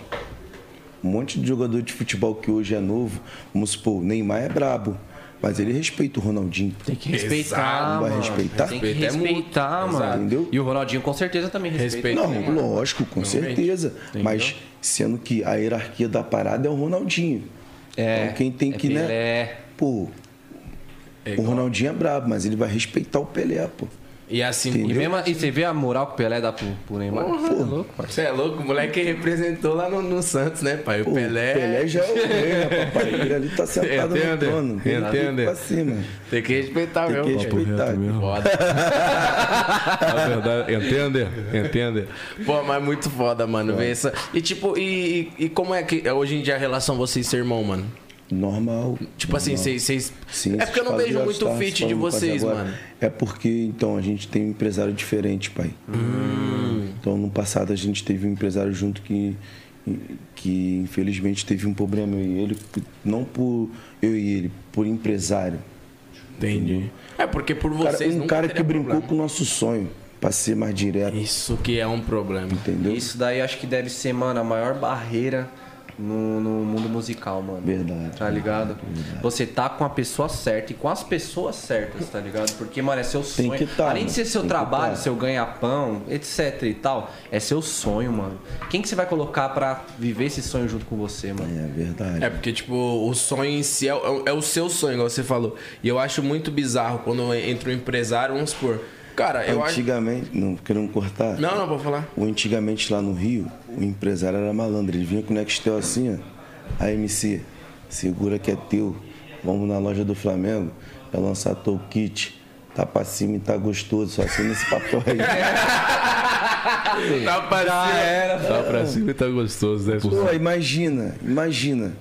Speaker 3: Um monte de jogador de futebol que hoje é novo, vamos supor, o Neymar é brabo, mas ele respeita o Ronaldinho.
Speaker 1: Tem que respeitar,
Speaker 3: Exato. Vai
Speaker 1: mano.
Speaker 3: respeitar?
Speaker 1: Tem que
Speaker 2: Respeito é mútuo.
Speaker 1: respeitar, mano.
Speaker 2: Exato.
Speaker 3: Entendeu?
Speaker 1: E o Ronaldinho com certeza também respeita.
Speaker 2: Respeito.
Speaker 3: Não,
Speaker 2: Neymar.
Speaker 3: lógico, com certeza. Mas sendo que a hierarquia da parada é o Ronaldinho.
Speaker 1: É,
Speaker 3: Então quem tem
Speaker 1: é
Speaker 3: que, né?
Speaker 1: Pelé.
Speaker 3: Pô. o Ronaldinho é brabo, mas ele vai respeitar o Pelé, pô.
Speaker 2: E assim,
Speaker 1: E,
Speaker 3: Entendeu?
Speaker 1: mesmo, e você vê a moral que o Pelé dá pro, pro Neymar? Pô, é louco, parceiro.
Speaker 2: Você é louco, o moleque representou lá no, no Santos, né, pai? O
Speaker 3: Pô,
Speaker 2: Pelé.
Speaker 3: Pelé já é o rei, né, papai? Ele ali tá sentado no
Speaker 2: Entende?
Speaker 3: trono. Ele tem que ir
Speaker 2: Entende?
Speaker 3: Pra cima.
Speaker 2: Tem que respeitar
Speaker 3: Tem
Speaker 1: é
Speaker 2: mesmo.
Speaker 3: que
Speaker 2: pô.
Speaker 3: respeitar.
Speaker 4: Reto mesmo.
Speaker 2: Foda.
Speaker 4: Na verdade, entende? Entende?
Speaker 2: Pô, mas muito foda, mano. Ver essa... E tipo, e, e- e como é que é hoje em dia a relação vocês e seu irmão, mano?
Speaker 3: Normal.
Speaker 2: Tipo assim, vocês. vocês-
Speaker 3: Sim,
Speaker 2: é porque eu não
Speaker 3: fala de
Speaker 2: vejo muito
Speaker 3: All-Stars,
Speaker 2: fit de
Speaker 3: fala quase
Speaker 2: vocês,
Speaker 3: agora.
Speaker 2: mano.
Speaker 3: É porque, então, a gente tem um empresário diferente, pai.
Speaker 2: Hum.
Speaker 3: Então, no passado, a gente teve um empresário junto que, que infelizmente, teve um problema. E ele, não por eu e ele, por empresário.
Speaker 2: Entendi. É porque por
Speaker 3: Cara,
Speaker 2: vocês.
Speaker 3: um
Speaker 2: nunca
Speaker 3: cara
Speaker 2: teria
Speaker 3: que brincou
Speaker 2: problema.
Speaker 3: com o nosso sonho, pra ser mais direto,
Speaker 2: Isso que é um problema.
Speaker 3: entendeu?
Speaker 1: Isso daí acho que deve ser, mano, a maior barreira no, no mundo musical, mano.
Speaker 3: Verdade.
Speaker 1: Tá ligado? Você tá com a pessoa certa e com as pessoas certas, tá ligado? Porque, mano, é seu
Speaker 3: Tem
Speaker 1: sonho.
Speaker 3: que tá,
Speaker 1: Além de ser
Speaker 3: mano.
Speaker 1: seu
Speaker 3: Tem que
Speaker 1: trabalho,
Speaker 3: tá.
Speaker 1: seu ganha-pão, etc e tal, é seu sonho, mano. Quem que você vai colocar pra viver esse sonho junto com você, mano?
Speaker 3: É verdade.
Speaker 2: É porque, tipo, o sonho em si é, é- é o seu sonho, igual você falou. E eu acho muito bizarro quando entra um empresário, vamos supor. Cara, eu acho.
Speaker 3: Antigamente, não querendo cortar.
Speaker 2: Não, não, vou falar.
Speaker 3: O antigamente lá no Rio, o empresário era malandro. Ele vinha com o Nextel assim, ó. A MC, segura que é teu. Vamos na loja do Flamengo, vai lançar teu kit. Tá pra cima e tá gostoso, só assina esse papel aí.
Speaker 2: Tá pra cima.
Speaker 4: Tá pra cima e tá gostoso, né?
Speaker 3: Pô, imagina, imagina.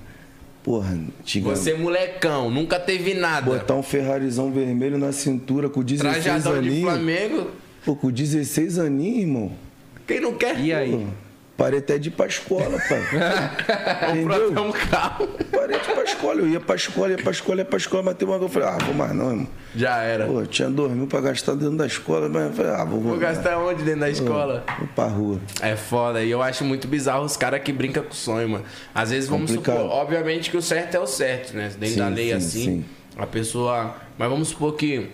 Speaker 3: Porra, antigamente.
Speaker 2: Você é molecão, nunca teve nada.
Speaker 3: Botar um Ferrarizão vermelho na cintura com 16
Speaker 2: Trajadão de
Speaker 3: aninhos.
Speaker 2: Flamengo.
Speaker 3: Pô, com 16 aninhos, irmão.
Speaker 2: Quem não quer?
Speaker 1: E aí?
Speaker 3: Pô, parei até de ir pra escola, pai.
Speaker 2: Comprou
Speaker 3: Entendeu?
Speaker 2: até um carro.
Speaker 3: Parei de ir pra escola, eu ia pra escola, ia pra escola, ia pra escola, mas tem uma hora que eu falei, ah, vou mais não, irmão.
Speaker 2: Já era.
Speaker 3: Pô, eu tinha dois mil pra gastar dentro da escola, mas eu falei, ah, vou,
Speaker 2: Vou gastar onde dentro da escola?
Speaker 3: Vou pra rua.
Speaker 2: É foda, e eu acho muito bizarro os caras que brincam com o sonho, mano. Às vezes, vamos
Speaker 3: Complicado.
Speaker 2: supor, obviamente que o certo é o certo, né? Dentro
Speaker 3: Sim,
Speaker 2: da lei,
Speaker 3: sim,
Speaker 2: assim,
Speaker 3: sim.
Speaker 2: a pessoa... Mas vamos supor que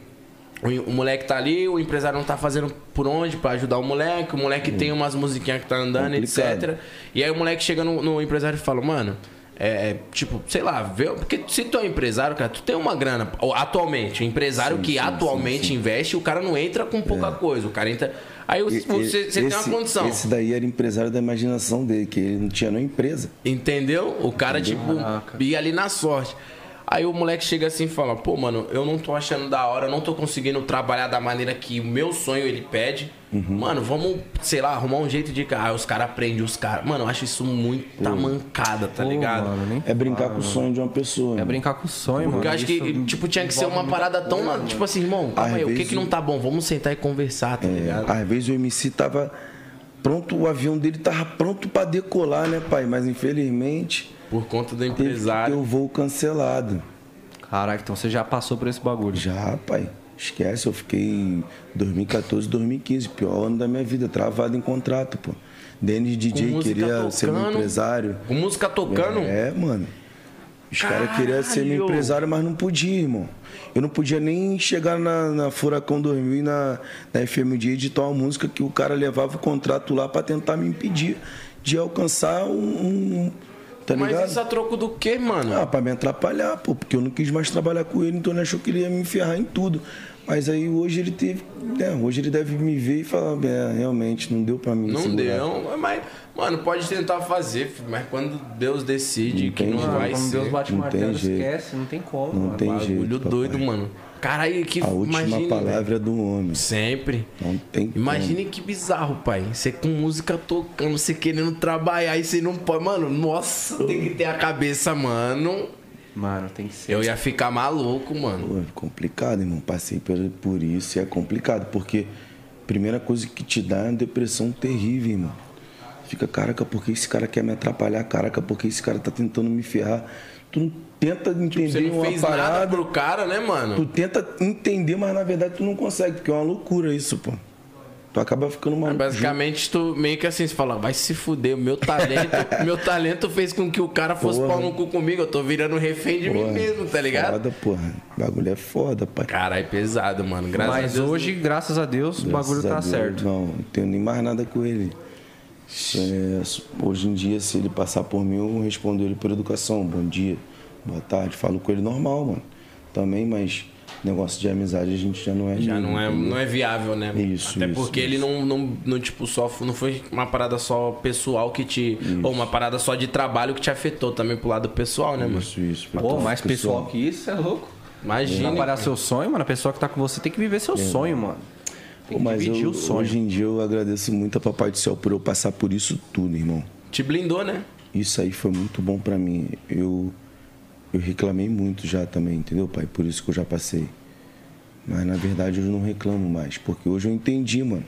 Speaker 2: o, o moleque tá ali, o empresário não tá fazendo por onde pra ajudar o moleque, o moleque tem umas musiquinhas que tá andando,
Speaker 3: Complicado.
Speaker 2: etc. E aí o moleque chega no, no empresário e fala, mano... É, é, tipo, sei lá, vê, porque se tu é um empresário, cara, tu tem uma grana. Ou, Atualmente, o empresário que atualmente investe, o cara não entra com pouca coisa. O cara entra. Aí
Speaker 3: É. E-
Speaker 2: você você tem
Speaker 3: e-
Speaker 2: uma condição.
Speaker 3: Esse daí era empresário da imaginação dele, que ele não tinha nem empresa.
Speaker 2: Entendeu? O cara, tipo,
Speaker 1: Caraca.
Speaker 2: ia ali na sorte. Aí o moleque chega assim e fala: Pô, mano, eu não tô achando da hora, eu não tô conseguindo trabalhar da maneira que o meu sonho ele pede.
Speaker 3: Uhum.
Speaker 2: Mano, vamos, sei lá, arrumar um jeito de. Ah, os caras aprendem os caras. Mano, eu acho isso muita mancada, tá
Speaker 1: Pô,
Speaker 2: ligado?
Speaker 1: mano, nem
Speaker 3: É brincar com o sonho de uma pessoa.
Speaker 1: É
Speaker 3: irmão.
Speaker 1: brincar com o sonho, mano.
Speaker 2: Porque eu acho
Speaker 1: Isso
Speaker 2: que, tipo, tinha que ser uma
Speaker 1: envolve
Speaker 2: parada
Speaker 1: muita
Speaker 2: tão.
Speaker 1: coisa,
Speaker 2: tipo assim, irmão,
Speaker 3: Às
Speaker 2: calma aí, o que
Speaker 3: vezes É.
Speaker 2: que não
Speaker 3: o-
Speaker 2: tá bom? Vamos sentar e conversar, tá ligado?
Speaker 3: Às vezes o MC tava pronto, o avião dele tava pronto pra decolar, né, pai? Mas infelizmente
Speaker 2: Por conta do
Speaker 3: teve que ter um
Speaker 2: empresário.
Speaker 3: o voo cancelado.
Speaker 1: Caraca, então você já passou por esse bagulho.
Speaker 3: Já, pai. Esquece, eu fiquei 2014, 2015, pior ano da minha vida, travado em contrato, pô. Denis DJ
Speaker 2: música
Speaker 3: queria ser meu
Speaker 2: tocando.
Speaker 3: empresário.
Speaker 2: Com música tocando.
Speaker 3: É, mano. Os caras queriam ser meu
Speaker 2: Caralho!
Speaker 3: empresário, mas não podia, irmão. Eu não podia nem chegar na, na Furacão 2000 e na, na FMD editar uma música que o cara levava o contrato lá pra tentar me impedir de alcançar um. um- tá
Speaker 2: Mas
Speaker 3: ligado?
Speaker 2: isso a troco do quê, mano?
Speaker 3: Ah, pra me atrapalhar, pô, porque eu não quis mais trabalhar com ele, então ele achou que ele ia me ferrar em tudo. Mas aí hoje ele teve. né, hoje ele deve me ver e falar, é, realmente, não deu pra mim.
Speaker 2: Não
Speaker 3: segurar."
Speaker 2: deu, mas, mano, pode tentar fazer, filho, mas quando Deus decide que
Speaker 3: tem
Speaker 2: não
Speaker 3: jeito.
Speaker 2: vai
Speaker 1: Quando
Speaker 2: ser.
Speaker 1: Deus bate o
Speaker 3: não tem
Speaker 1: martelo,
Speaker 3: jeito.
Speaker 1: esquece, não tem como,
Speaker 3: Não
Speaker 1: mano.
Speaker 3: tem
Speaker 2: bagulho
Speaker 3: jeito, papai.
Speaker 2: doido, mano. Caralho, que
Speaker 3: A última
Speaker 2: imagina,
Speaker 3: palavra
Speaker 2: velho.
Speaker 3: é do homem.
Speaker 2: Sempre.
Speaker 3: Não tem como.
Speaker 2: Imagine que bizarro, pai. Você com música tocando, você querendo trabalhar e você não pode. Mano, nossa, tem que ter a cabeça, mano.
Speaker 1: Mano, tem que ser.
Speaker 2: Eu ia ficar maluco, mano.
Speaker 3: Pô, é complicado, irmão. Passei por, por isso e é complicado, porque a primeira coisa que te dá é uma depressão terrível, irmão. Fica, caraca, por que esse cara quer me atrapalhar? Caraca, por que esse cara tá tentando me ferrar? Tu não tenta entender
Speaker 2: Tipo, Você não
Speaker 3: uma
Speaker 2: fez
Speaker 3: parada.
Speaker 2: nada pro cara, né,
Speaker 3: Tu
Speaker 2: mano?
Speaker 3: tenta entender, mas na verdade tu não consegue, porque é uma loucura isso, pô. Tu acaba ficando maluco.
Speaker 2: Basicamente, tu meio que assim, você fala, vai se fuder, o meu talento, meu talento fez com que o cara fosse
Speaker 3: Porra.
Speaker 2: pau no cu comigo, eu tô virando refém de mim
Speaker 3: Porra,
Speaker 2: mesmo, tá ligado?
Speaker 3: Foda, porra. O bagulho é foda, pai.
Speaker 2: Caralho, pesado, mano. Graças a
Speaker 1: Mas
Speaker 2: Deus.
Speaker 1: hoje, graças a Deus, o bagulho tá
Speaker 3: Graças a Deus,
Speaker 1: certo.
Speaker 3: Não, não tenho nem mais nada com ele. É, hoje em dia, se ele passar por mim, eu respondo ele por educação. Bom dia, boa tarde. Falo com ele normal, mano. Também, mas negócio de amizade a gente já não é
Speaker 2: Já
Speaker 3: amigo,
Speaker 2: não é,
Speaker 3: entendeu?
Speaker 2: não é viável, né?
Speaker 3: Isso,
Speaker 2: Até
Speaker 3: isso,
Speaker 2: porque ele não, não, não, tipo, só. Não foi uma parada só pessoal que te. Ou uma parada só de trabalho que te afetou também pro lado pessoal, né, mano?
Speaker 3: Isso, isso. pra
Speaker 1: Pô,
Speaker 3: todo
Speaker 1: mais pessoal que isso, é louco.
Speaker 2: Imagina.
Speaker 1: Trabalhar seu sonho, mano, a pessoa que tá com você tem que viver seu sonho, mano. Tem
Speaker 3: Pô,
Speaker 1: que
Speaker 3: mas eu,
Speaker 1: dividir o sonho.
Speaker 3: hoje em dia eu agradeço muito a Papai do Céu por eu passar por isso tudo, irmão.
Speaker 2: Te blindou, né?
Speaker 3: Isso aí foi muito bom pra mim. Eu, eu reclamei muito já também, entendeu, pai? Por isso que eu já passei. Mas na verdade eu não reclamo mais, porque hoje eu entendi, mano,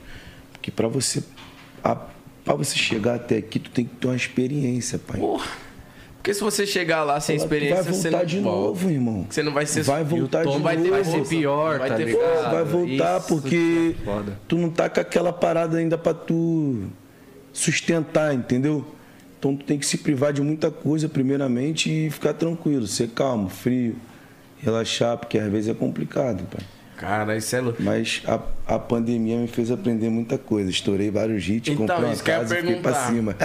Speaker 3: que pra você a, pra você chegar até aqui, tu tem que ter uma experiência, pai.
Speaker 2: Porra. Porque se você chegar lá sem
Speaker 3: Ela- tu
Speaker 2: experiência,
Speaker 3: vai
Speaker 2: você
Speaker 3: voltar
Speaker 2: não
Speaker 3: de
Speaker 2: volta.
Speaker 3: novo, irmão.
Speaker 2: Você não vai ser
Speaker 3: Vai voltar
Speaker 2: E o tom
Speaker 3: de
Speaker 2: vai ter-
Speaker 3: novo.
Speaker 2: vai
Speaker 1: Vai ser pior,
Speaker 2: Vai
Speaker 1: tá
Speaker 2: ter-
Speaker 3: Pô,
Speaker 1: ligado?
Speaker 3: vai voltar
Speaker 1: Isso
Speaker 3: porque
Speaker 1: que é foda.
Speaker 3: tu não tá com aquela parada ainda pra tu sustentar, entendeu? Então tu tem que se privar de muita coisa primeiramente e ficar tranquilo, ser calmo, frio, relaxar, porque às vezes é complicado, pai.
Speaker 2: Cara, isso é louco.
Speaker 3: Mas a, a pandemia me fez aprender muita coisa. Estourei vários hits,
Speaker 2: Então,
Speaker 3: comprei uma
Speaker 2: isso que eu ia
Speaker 3: casa e fiquei pra
Speaker 2: perguntar.
Speaker 3: cima.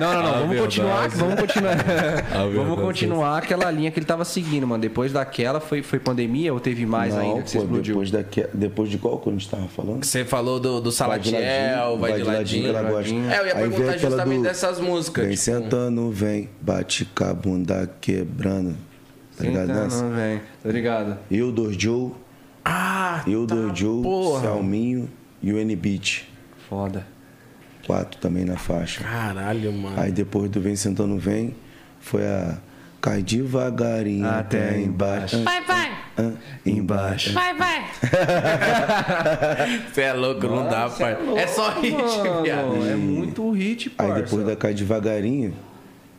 Speaker 1: Não, não, não.
Speaker 4: A
Speaker 1: vamos
Speaker 4: verdade.
Speaker 1: continuar, vamos continuar. vamos
Speaker 4: verdade.
Speaker 1: continuar aquela linha que ele tava seguindo, mano. Depois daquela foi, foi pandemia ou teve mais
Speaker 3: não,
Speaker 1: ainda que você
Speaker 3: pô,
Speaker 1: explodiu?
Speaker 3: depois, daque- depois de qual que a gente tava falando?
Speaker 2: Você falou do, do Salatiel, vai, de ladinho.
Speaker 3: ela gosta.
Speaker 2: É, eu ia
Speaker 3: Aí vem
Speaker 2: perguntar
Speaker 3: aquela
Speaker 2: justamente
Speaker 3: do-
Speaker 2: dessas músicas.
Speaker 3: Vem
Speaker 2: tipo,
Speaker 3: sentando, vem, bate com a bunda quebrando. Tá ligado
Speaker 1: Sentando,
Speaker 3: nessa?
Speaker 1: velho. Tá ligado?
Speaker 3: Eu, Dor Joe,
Speaker 2: Ah,
Speaker 3: eu, Dor Joe,
Speaker 2: porra.
Speaker 3: Salminho e o N-Beat.
Speaker 1: Foda.
Speaker 3: Quatro também na faixa.
Speaker 2: caralho, mano.
Speaker 3: Aí depois do Vem Sentando Vem, foi a Cai devagarinho
Speaker 1: Até
Speaker 3: até embaixo.
Speaker 5: Vai, vai,
Speaker 3: Ah, embaixo.
Speaker 5: vai, vai.
Speaker 2: Você é louco, não dá,
Speaker 1: Cê
Speaker 2: pai. É,
Speaker 1: louco,
Speaker 2: só hit,
Speaker 1: mano.
Speaker 2: viado.
Speaker 1: É muito hit,
Speaker 3: Aí
Speaker 1: parça.
Speaker 3: depois da Cai devagarinho,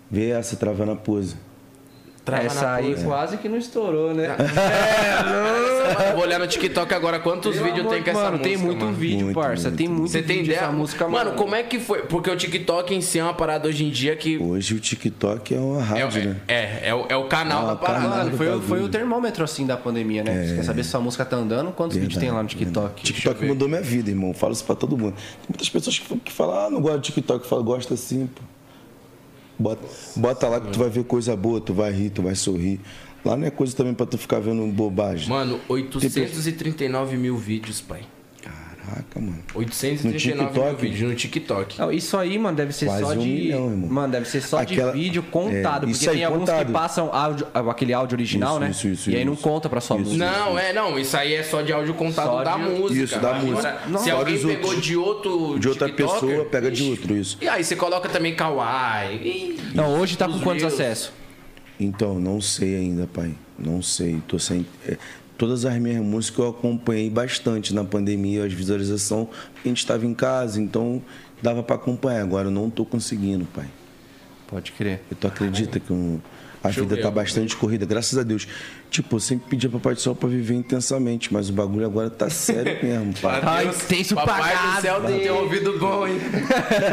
Speaker 3: vê essa travando a pose.
Speaker 2: Trava na
Speaker 1: Essa aí
Speaker 2: pose.
Speaker 3: É.
Speaker 1: quase que não estourou, né?
Speaker 2: Caralho, Vou olhar no TikTok agora quantos
Speaker 1: Pelo
Speaker 2: vídeos
Speaker 1: amor
Speaker 2: tem
Speaker 1: de-
Speaker 2: com essa
Speaker 1: mano,
Speaker 2: música.
Speaker 1: tem muito
Speaker 2: mano.
Speaker 1: vídeo,
Speaker 3: Muito,
Speaker 1: parça.
Speaker 3: muito,
Speaker 1: tem muito
Speaker 2: Você tem
Speaker 1: vídeo
Speaker 2: ideia?
Speaker 1: dessa música,
Speaker 2: mano, como é que foi? Porque o TikTok em si é uma parada hoje em dia que.
Speaker 3: Hoje o TikTok é uma
Speaker 2: É,
Speaker 3: rádio, né?
Speaker 2: é, é, é o, é o canal
Speaker 3: Ah,
Speaker 2: da
Speaker 3: o
Speaker 2: parada.
Speaker 3: canal.
Speaker 1: Mano, foi, o-
Speaker 3: bagulho.
Speaker 1: foi o termômetro assim da pandemia, né? Você quer saber se sua música tá andando? Quantos vídeos tem lá no TikTok?
Speaker 3: É. TikTok mudou minha vida, irmão. Falo isso pra todo mundo. Tem muitas pessoas que, que falam, ah, não gosto de TikTok. Eu falo, gosta sim, pô. Bota, bota lá que tu vai ver coisa boa, tu vai rir, tu vai sorrir. Lá não é coisa também pra tu ficar vendo bobagem.
Speaker 2: Mano, 839 mil vídeos, pai.
Speaker 3: Caraca, mano.
Speaker 2: 839 mil
Speaker 3: TikTok?
Speaker 2: vídeos no TikTok.
Speaker 1: Não, Isso aí, mano, deve ser
Speaker 3: Quase
Speaker 1: só
Speaker 3: um
Speaker 1: de.
Speaker 3: milhão, irmão.
Speaker 1: Mano, deve ser só
Speaker 3: Aquela-
Speaker 1: de vídeo contado.
Speaker 3: É,
Speaker 1: porque
Speaker 3: isso aí,
Speaker 1: tem alguns
Speaker 3: contado.
Speaker 1: que passam áudio- aquele áudio original,
Speaker 3: Isso,
Speaker 1: né?
Speaker 3: isso, isso,
Speaker 1: e aí não
Speaker 3: isso.
Speaker 1: conta pra sua música.
Speaker 2: Não, é, não, isso aí é só de áudio contado
Speaker 1: Só
Speaker 2: da
Speaker 1: de-
Speaker 2: música.
Speaker 3: Isso, da
Speaker 2: Agora,
Speaker 3: música.
Speaker 2: Se
Speaker 3: Nossa.
Speaker 2: alguém
Speaker 3: Vários
Speaker 2: pegou
Speaker 3: outros.
Speaker 2: de outro
Speaker 3: De outra
Speaker 2: TikToker,
Speaker 3: pessoa, pega de
Speaker 2: ixi.
Speaker 3: outro, isso.
Speaker 2: E aí você coloca também Kawaii. Ih,
Speaker 1: Não, hoje tá com
Speaker 2: Os
Speaker 1: quantos
Speaker 2: views.
Speaker 1: acessos?
Speaker 3: Então, não sei ainda, pai. Não sei. Tô sem. é, todas as minhas músicas eu acompanhei bastante na pandemia, as visualizações, porque a gente estava em casa, então dava pra acompanhar. Agora eu não tô conseguindo, pai.
Speaker 1: Pode crer.
Speaker 3: E Tu acredita que um- a
Speaker 2: Deixa eu
Speaker 3: vida
Speaker 2: ver,
Speaker 3: tá
Speaker 2: eu-
Speaker 3: bastante corrida, graças a Deus. Tipo, eu sempre pedia pra Papai do Sol pra viver intensamente, mas o bagulho agora tá sério mesmo, pai.
Speaker 1: Tá
Speaker 2: Deus,
Speaker 1: intenso pra
Speaker 2: Papai do
Speaker 1: caralho.
Speaker 2: céu tem, tem ouvido bom, hein?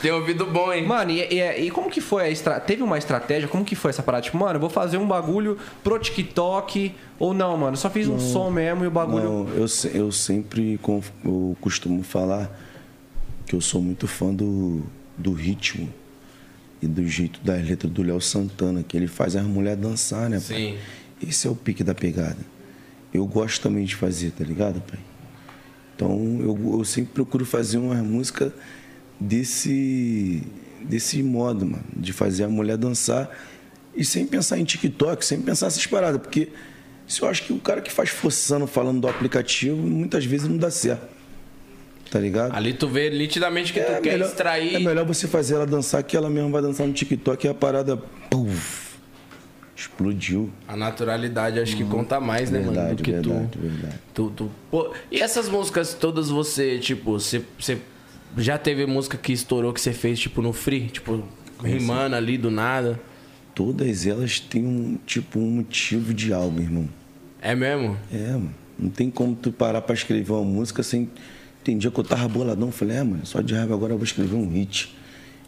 Speaker 2: tem ouvido bom, hein?
Speaker 1: Mano, e, e- e como que foi a estra... Teve uma estratégia? Como que foi essa parada? Tipo, mano, eu vou fazer um bagulho pro TikTok. Ou não, mano, só fiz um som mesmo e o bagulho.
Speaker 3: Não, eu, se- eu sempre con- eu costumo falar que eu sou muito fã do, do ritmo e do jeito das letras do Léo Santana, que ele faz as mulheres dançar, né, pai?
Speaker 2: Sim.
Speaker 3: Esse é o pique da pegada. Eu gosto também de fazer, tá ligado, pai? Então eu, eu sempre procuro fazer uma música desse desse modo, mano, de fazer a mulher dançar e sem pensar em TikTok, sem pensar nessas paradas, porque se eu acho que o cara que faz forçando falando do aplicativo, muitas vezes não dá certo. Tá ligado?
Speaker 2: Ali tu vê nitidamente que tu quer extrair.
Speaker 3: é melhor você fazer ela dançar que ela mesma vai dançar no TikTok e a parada puf, explodiu.
Speaker 2: A naturalidade acho que conta mais, né, mano?
Speaker 3: Hum. Verdade,
Speaker 2: Do que tu-
Speaker 3: verdade, verdade.
Speaker 2: Tu, tu- pô, e essas músicas todas você, tipo, você, você já teve música que estourou que você fez, tipo, no free? Tipo, rimando ali do nada?
Speaker 3: Todas elas têm um tipo um motivo de algo, irmão.
Speaker 2: É mesmo?
Speaker 3: É, mano. Não tem como tu parar pra escrever uma música sem Tem dia que eu tava boladão, falei, é, mano, só de raiva agora eu vou escrever um hit.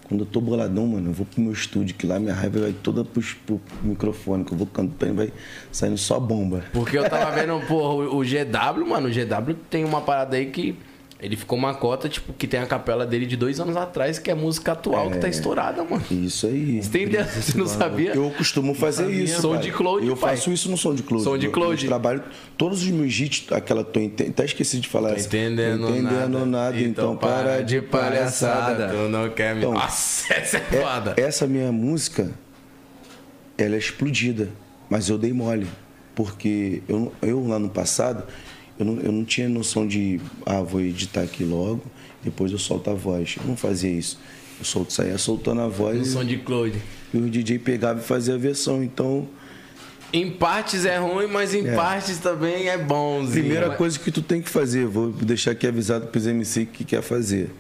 Speaker 3: Quando eu tô boladão, mano, eu vou pro meu estúdio, que lá minha raiva vai toda pros- pro, pro microfone, que eu vou cantando, vai saindo só bomba.
Speaker 2: Porque eu tava vendo, porra, o o GW, mano, o GW tem uma parada aí que. Ele ficou uma cota, tipo, que tem a capela dele de dois anos atrás, que é a música atual que tá estourada, mano.
Speaker 3: Isso aí.
Speaker 2: Você tem ideia? Você não sabia?
Speaker 3: Eu costumo fazer isso.
Speaker 2: Som
Speaker 3: pai.
Speaker 2: de cloud,
Speaker 3: Eu
Speaker 2: pai.
Speaker 3: faço isso no som de cloud.
Speaker 2: Som de
Speaker 3: Eu-
Speaker 2: cloud.
Speaker 3: Eu trabalho todos os meus hits, aquela tô entendendo. Até esqueci de falar
Speaker 2: Tô
Speaker 3: essa.
Speaker 2: entendendo,
Speaker 3: Tô entendendo nada. então, para de palhaçada.
Speaker 2: Tu não quer me.
Speaker 3: Então,
Speaker 2: Nossa, essa é
Speaker 3: É-
Speaker 2: foda.
Speaker 3: essa minha música, ela é explodida, mas eu dei mole. Porque eu, não- eu lá no passado, eu não, eu não tinha noção de, ah, vou editar aqui logo, depois eu solto a voz. Eu não fazia isso. Eu solto, saía soltando a
Speaker 2: O
Speaker 3: voz
Speaker 2: som de Claude.
Speaker 3: e o DJ pegava e fazia a versão. Então,
Speaker 2: Em partes é ruim, mas em
Speaker 3: É.
Speaker 2: partes também é bonzinho.
Speaker 3: Primeira
Speaker 2: Mas-
Speaker 3: coisa que tu tem que fazer, vou deixar aqui avisado pros MC que quer fazer.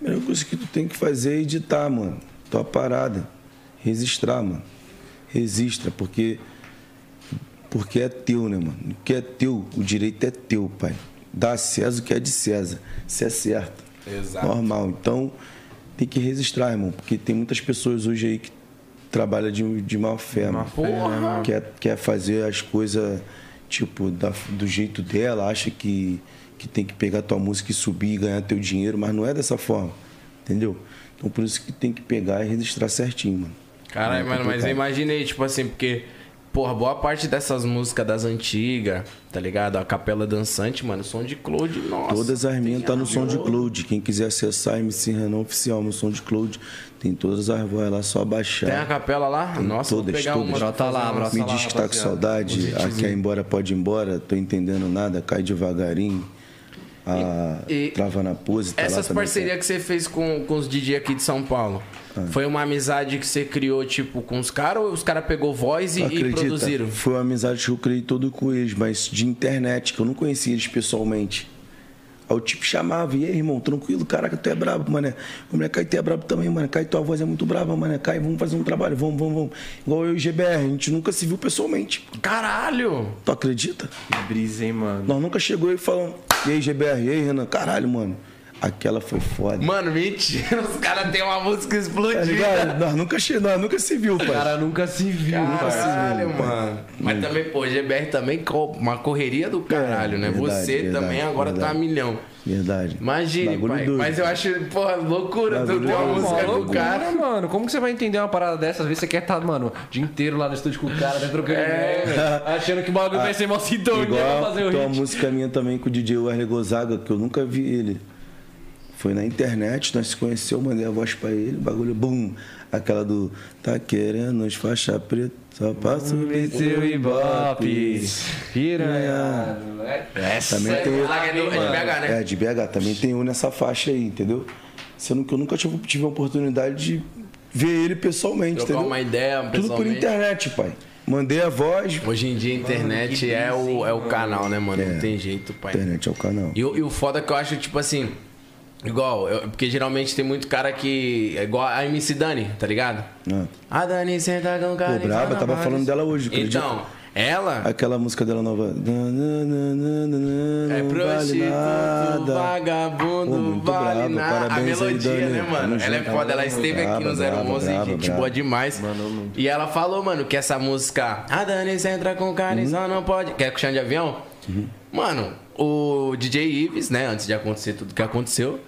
Speaker 3: Primeira coisa que tu tem que fazer é editar, mano. Tua parada. Registrar, mano. Registra, porque. Porque é teu, né, mano? O que é teu, o direito é teu, pai. Dá a César o que é de César. Se é certo.
Speaker 2: Exato.
Speaker 3: Normal. Então, tem que registrar, irmão. Porque tem muitas pessoas hoje aí que trabalham de, de má fé, né, mano
Speaker 2: Porra.
Speaker 3: quer, quer fazer as coisas, tipo, da- do jeito dela, acha que, que tem que pegar tua música e subir e ganhar teu dinheiro, mas não é dessa forma, entendeu? Então por isso que tem que pegar e registrar certinho, mano. é
Speaker 2: Caralho, mano, mas eu imaginei, tipo assim, porque, porra, boa parte dessas músicas das antigas, tá ligado? A capela dançante, mano, som de Claude, nossa.
Speaker 3: Todas as minhas tá no som de cloud. Quem quiser acessar MC Renan Oficial no som de cloud, tem todas as vozes lá, só baixar.
Speaker 2: Tem a capela lá? Nossa, vou
Speaker 3: é. todas,
Speaker 2: pegar
Speaker 3: todas.
Speaker 2: uma.
Speaker 1: Brota lá,
Speaker 2: fazer uma-
Speaker 1: brota
Speaker 3: Me
Speaker 1: lá,
Speaker 3: diz que tá com
Speaker 1: rapaziada.
Speaker 3: saudade, a quer ir embora pode ir embora, tô entendendo nada, cai devagarinho. A
Speaker 2: E- e-
Speaker 3: trava na pose, tá
Speaker 2: Essas
Speaker 3: lá também,
Speaker 2: parcerias que você fez com, com os DJ aqui de São Paulo,
Speaker 3: Ah.
Speaker 2: foi uma amizade que você criou, tipo, com os caras ou os caras pegou voz e,
Speaker 3: Tu
Speaker 2: e
Speaker 3: acredita?
Speaker 2: produziram?
Speaker 3: Foi uma amizade que eu criei todo com eles, mas de internet, que eu não conhecia eles pessoalmente. Aí o tipo chamava, e aí, irmão, tranquilo, caraca, tu é brabo, mané. O moleque aí tu é brabo também, mano. Cai, tua voz é muito braba, mané. Cai, vamos fazer um trabalho, vamos, vamos, vamos. Igual eu e o GBR, a gente nunca se viu pessoalmente.
Speaker 2: Caralho!
Speaker 3: Tu acredita?
Speaker 1: Que brisa, hein, mano.
Speaker 3: Nós nunca chegou e falamos, e aí, GBR, e aí, Renan, caralho, mano. Aquela foi foda.
Speaker 2: Mano, mentira, os caras têm uma música
Speaker 3: Tá
Speaker 2: explodida.
Speaker 3: ligado? Nós nunca, che- nós nunca se viu, pai.
Speaker 1: O cara nunca se viu, parceiro.
Speaker 2: Caralho, mano. Mas também, pô, o GBR também co- uma correria do caralho, né?
Speaker 3: É, verdade,
Speaker 2: Você
Speaker 3: verdade,
Speaker 2: também agora tá
Speaker 3: verdade.
Speaker 2: a milhão.
Speaker 3: Verdade.
Speaker 2: Imagine,
Speaker 3: Bagulho
Speaker 2: pai.
Speaker 3: doido.
Speaker 2: Mas eu acho, porra, loucura. Tu
Speaker 3: Bagulho
Speaker 2: deu uma
Speaker 3: doido.
Speaker 2: música
Speaker 1: Mó
Speaker 2: do
Speaker 1: loucura,
Speaker 2: cara.
Speaker 1: né, mano. Como que você vai entender uma parada dessa? Às vezes você quer estar, mano, o dia inteiro lá no estúdio com o cara, né, trocando ideia, velho, achando que o bagulho vai ser mó sintonia pra
Speaker 3: Igual
Speaker 1: fazer
Speaker 3: tem
Speaker 1: o
Speaker 3: uma
Speaker 1: hit.
Speaker 3: música minha também com o DJ Wesley Gonzaga, que eu nunca vi ele. Foi na internet, nós se conheceu, mandei a voz pra ele, o bagulho, bum! Aquela do Tá querendo as faixa preta, só passa
Speaker 1: um
Speaker 3: o
Speaker 1: Seu é Ibope, piranha. Essa
Speaker 3: Também
Speaker 1: é
Speaker 3: tem
Speaker 1: braba,
Speaker 3: outra-
Speaker 2: Zaga é do- é de BH, né?
Speaker 3: É, de BH, também tem um nessa faixa aí, entendeu? Sendo que eu nunca tive, tive a oportunidade de ver ele pessoalmente,
Speaker 2: Trocar
Speaker 3: entendeu?
Speaker 2: uma ideia,
Speaker 3: Tudo por
Speaker 2: pessoalmente.
Speaker 3: internet, pai. Mandei a voz,
Speaker 2: Hoje em dia a internet é, o, é o canal, né, mano? Não tem jeito, pai.
Speaker 3: internet é o canal.
Speaker 2: E, o- e o foda que eu acho, tipo assim. Igual, eu- porque geralmente tem muito cara que. É igual a MC Dani, tá ligado?
Speaker 3: Ah.
Speaker 2: A Dani senta com cara.
Speaker 3: Pô, braba, tava falando dela hoje, acredita?
Speaker 2: Então, ela.
Speaker 3: Aquela música dela nova.
Speaker 2: É
Speaker 3: É
Speaker 2: prostituto, vagabundo, vale nada. A melodia, né, mano? Ela é foda, ela esteve aqui no 011, gente boa demais. E ela falou, mano, que essa música. A Dani você entra com
Speaker 3: Hum?
Speaker 2: carne, só não pode. Quer com chão de avião?
Speaker 3: Uhum.
Speaker 2: Mano, o DJ Ives, né, antes de acontecer tudo que aconteceu,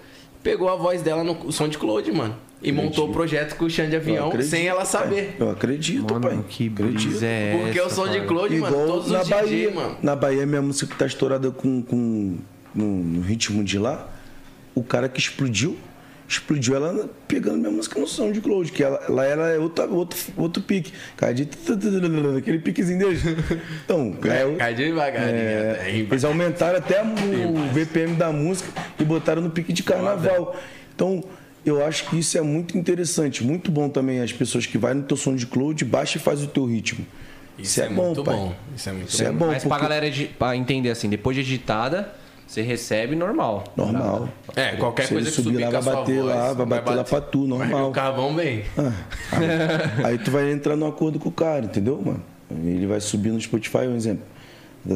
Speaker 2: pegou a voz dela no som de Cloud, mano. E montou o projeto com o chão de avião sem ela saber.
Speaker 3: Eu acredito, pai.
Speaker 1: Mano, que
Speaker 3: acredito.
Speaker 1: brisa é
Speaker 2: Porque
Speaker 1: essa,
Speaker 2: o som de
Speaker 1: mano?
Speaker 2: Cloud,
Speaker 3: Igual
Speaker 2: mano, todos
Speaker 3: na
Speaker 2: os
Speaker 3: Bahia.
Speaker 2: DJ, mano.
Speaker 3: Na Bahia, minha música que tá estourada com, com, no, no ritmo de lá, o cara que explodiu, explodiu ela pegando minha música no som de Cloud, que ela, lá ela é outro, outro, outro pique. Cara, de... Aquele piquezinho dele. Então, lá é outro-
Speaker 2: Cai devagarinho. até.
Speaker 3: É, eles aumentaram até o BPM da música e botaram no pique de carnaval. Então, eu acho que isso é muito interessante, muito bom também as pessoas que vai no teu som de cloud, baixa e faz o teu ritmo. Isso, é, bom,
Speaker 2: muito
Speaker 3: pai.
Speaker 2: bom. Isso é muito
Speaker 3: Isso é bom,
Speaker 1: Mas pra
Speaker 3: porque-
Speaker 1: galera edi- pra entender assim, depois de editada, você recebe normal.
Speaker 3: normal.
Speaker 2: É, qualquer
Speaker 3: Se
Speaker 2: coisa
Speaker 3: ele
Speaker 2: que
Speaker 3: subir
Speaker 2: subir
Speaker 3: lá,
Speaker 2: com a
Speaker 3: vai
Speaker 2: sua
Speaker 3: bater
Speaker 2: voz,
Speaker 3: lá, vai bater lá pra tu,
Speaker 2: Mas
Speaker 3: normal.
Speaker 2: O carvão vem.
Speaker 3: Ah, aí, aí tu vai entrar no acordo com o cara, entendeu, mano? Ele vai subir no Spotify, um exemplo.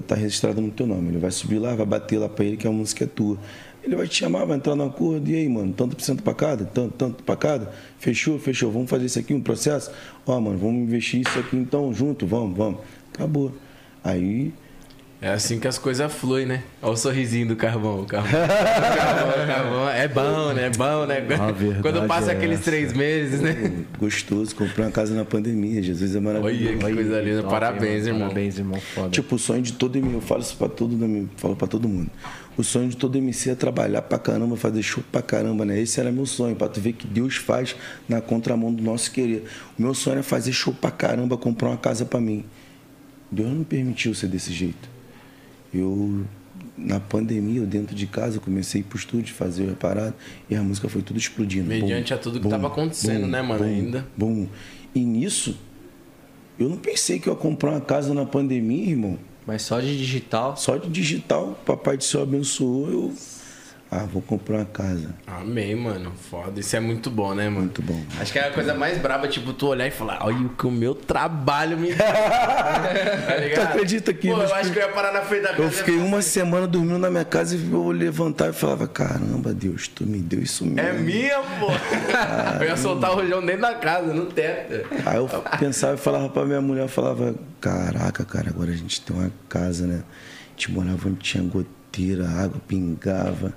Speaker 3: Tá registrado no teu nome. Ele vai subir lá, vai bater lá pra ele que a música é tua. Ele Ele vai te chamar, vai entrar no acordo, e aí, mano, tanto por cento pra cada, tanto, tanto pra cada, fechou, fechou, vamos fazer isso aqui, um processo, ó, mano, vamos investir isso aqui então, junto, vamos, vamos, acabou. Aí,
Speaker 2: É assim que as coisas fluem, né? Olha o sorrisinho do carvão. O carvão, o carvão, o carvão. É bom, né? É bom, né?
Speaker 4: verdade
Speaker 2: Quando passa
Speaker 4: é
Speaker 2: aqueles
Speaker 4: essa.
Speaker 2: três meses, né?
Speaker 3: gostoso, comprei uma casa na pandemia, Jesus é maravilhoso.
Speaker 2: Olha que coisa linda. Parabéns, irmão.
Speaker 1: Parabéns, irmão. Foda.
Speaker 3: Tipo, o sonho de todo MC, eu falo isso pra todo, mundo, falo pra todo mundo. O sonho de todo MC é trabalhar pra caramba, fazer show pra caramba, né? Esse era meu sonho, pra tu ver que Deus faz na contramão do nosso querer. O meu sonho era fazer show pra caramba, comprar uma casa pra mim. Deus não me permitiu ser desse jeito. Eu, na pandemia, eu dentro de casa, eu comecei a ir pro estúdio, fazer o reparado, e a música foi tudo explodindo.
Speaker 2: Mediante a tudo que tava acontecendo, né, mano, ainda.
Speaker 3: Bom, e nisso, eu não pensei que eu ia comprar uma casa na pandemia, irmão.
Speaker 1: Mas só de digital.
Speaker 3: Só de digital, papai do céu abençoou, eu. Ah, vou comprar uma casa.
Speaker 2: Amém, mano. Foda. Isso é muito bom, né, mano?
Speaker 3: Muito bom.
Speaker 2: Acho que é a coisa mais braba, tipo, tu olhar e falar, olha o que o meu trabalho me dá. tá ligado?
Speaker 3: acredita que
Speaker 2: Pô,
Speaker 3: nos-
Speaker 2: eu acho que eu ia parar na frente da casa.
Speaker 3: Eu fiquei uma semana dormindo na minha casa e eu levantava e falava: Caramba, Deus, tu me deu isso mesmo.
Speaker 2: É minha, pô. eu ia soltar o rojão dentro da casa, no teto.
Speaker 3: Aí eu pensava e falava pra minha mulher, eu falava, caraca, cara, agora a gente tem uma casa, né? A gente morava onde tinha goteira, a água pingava.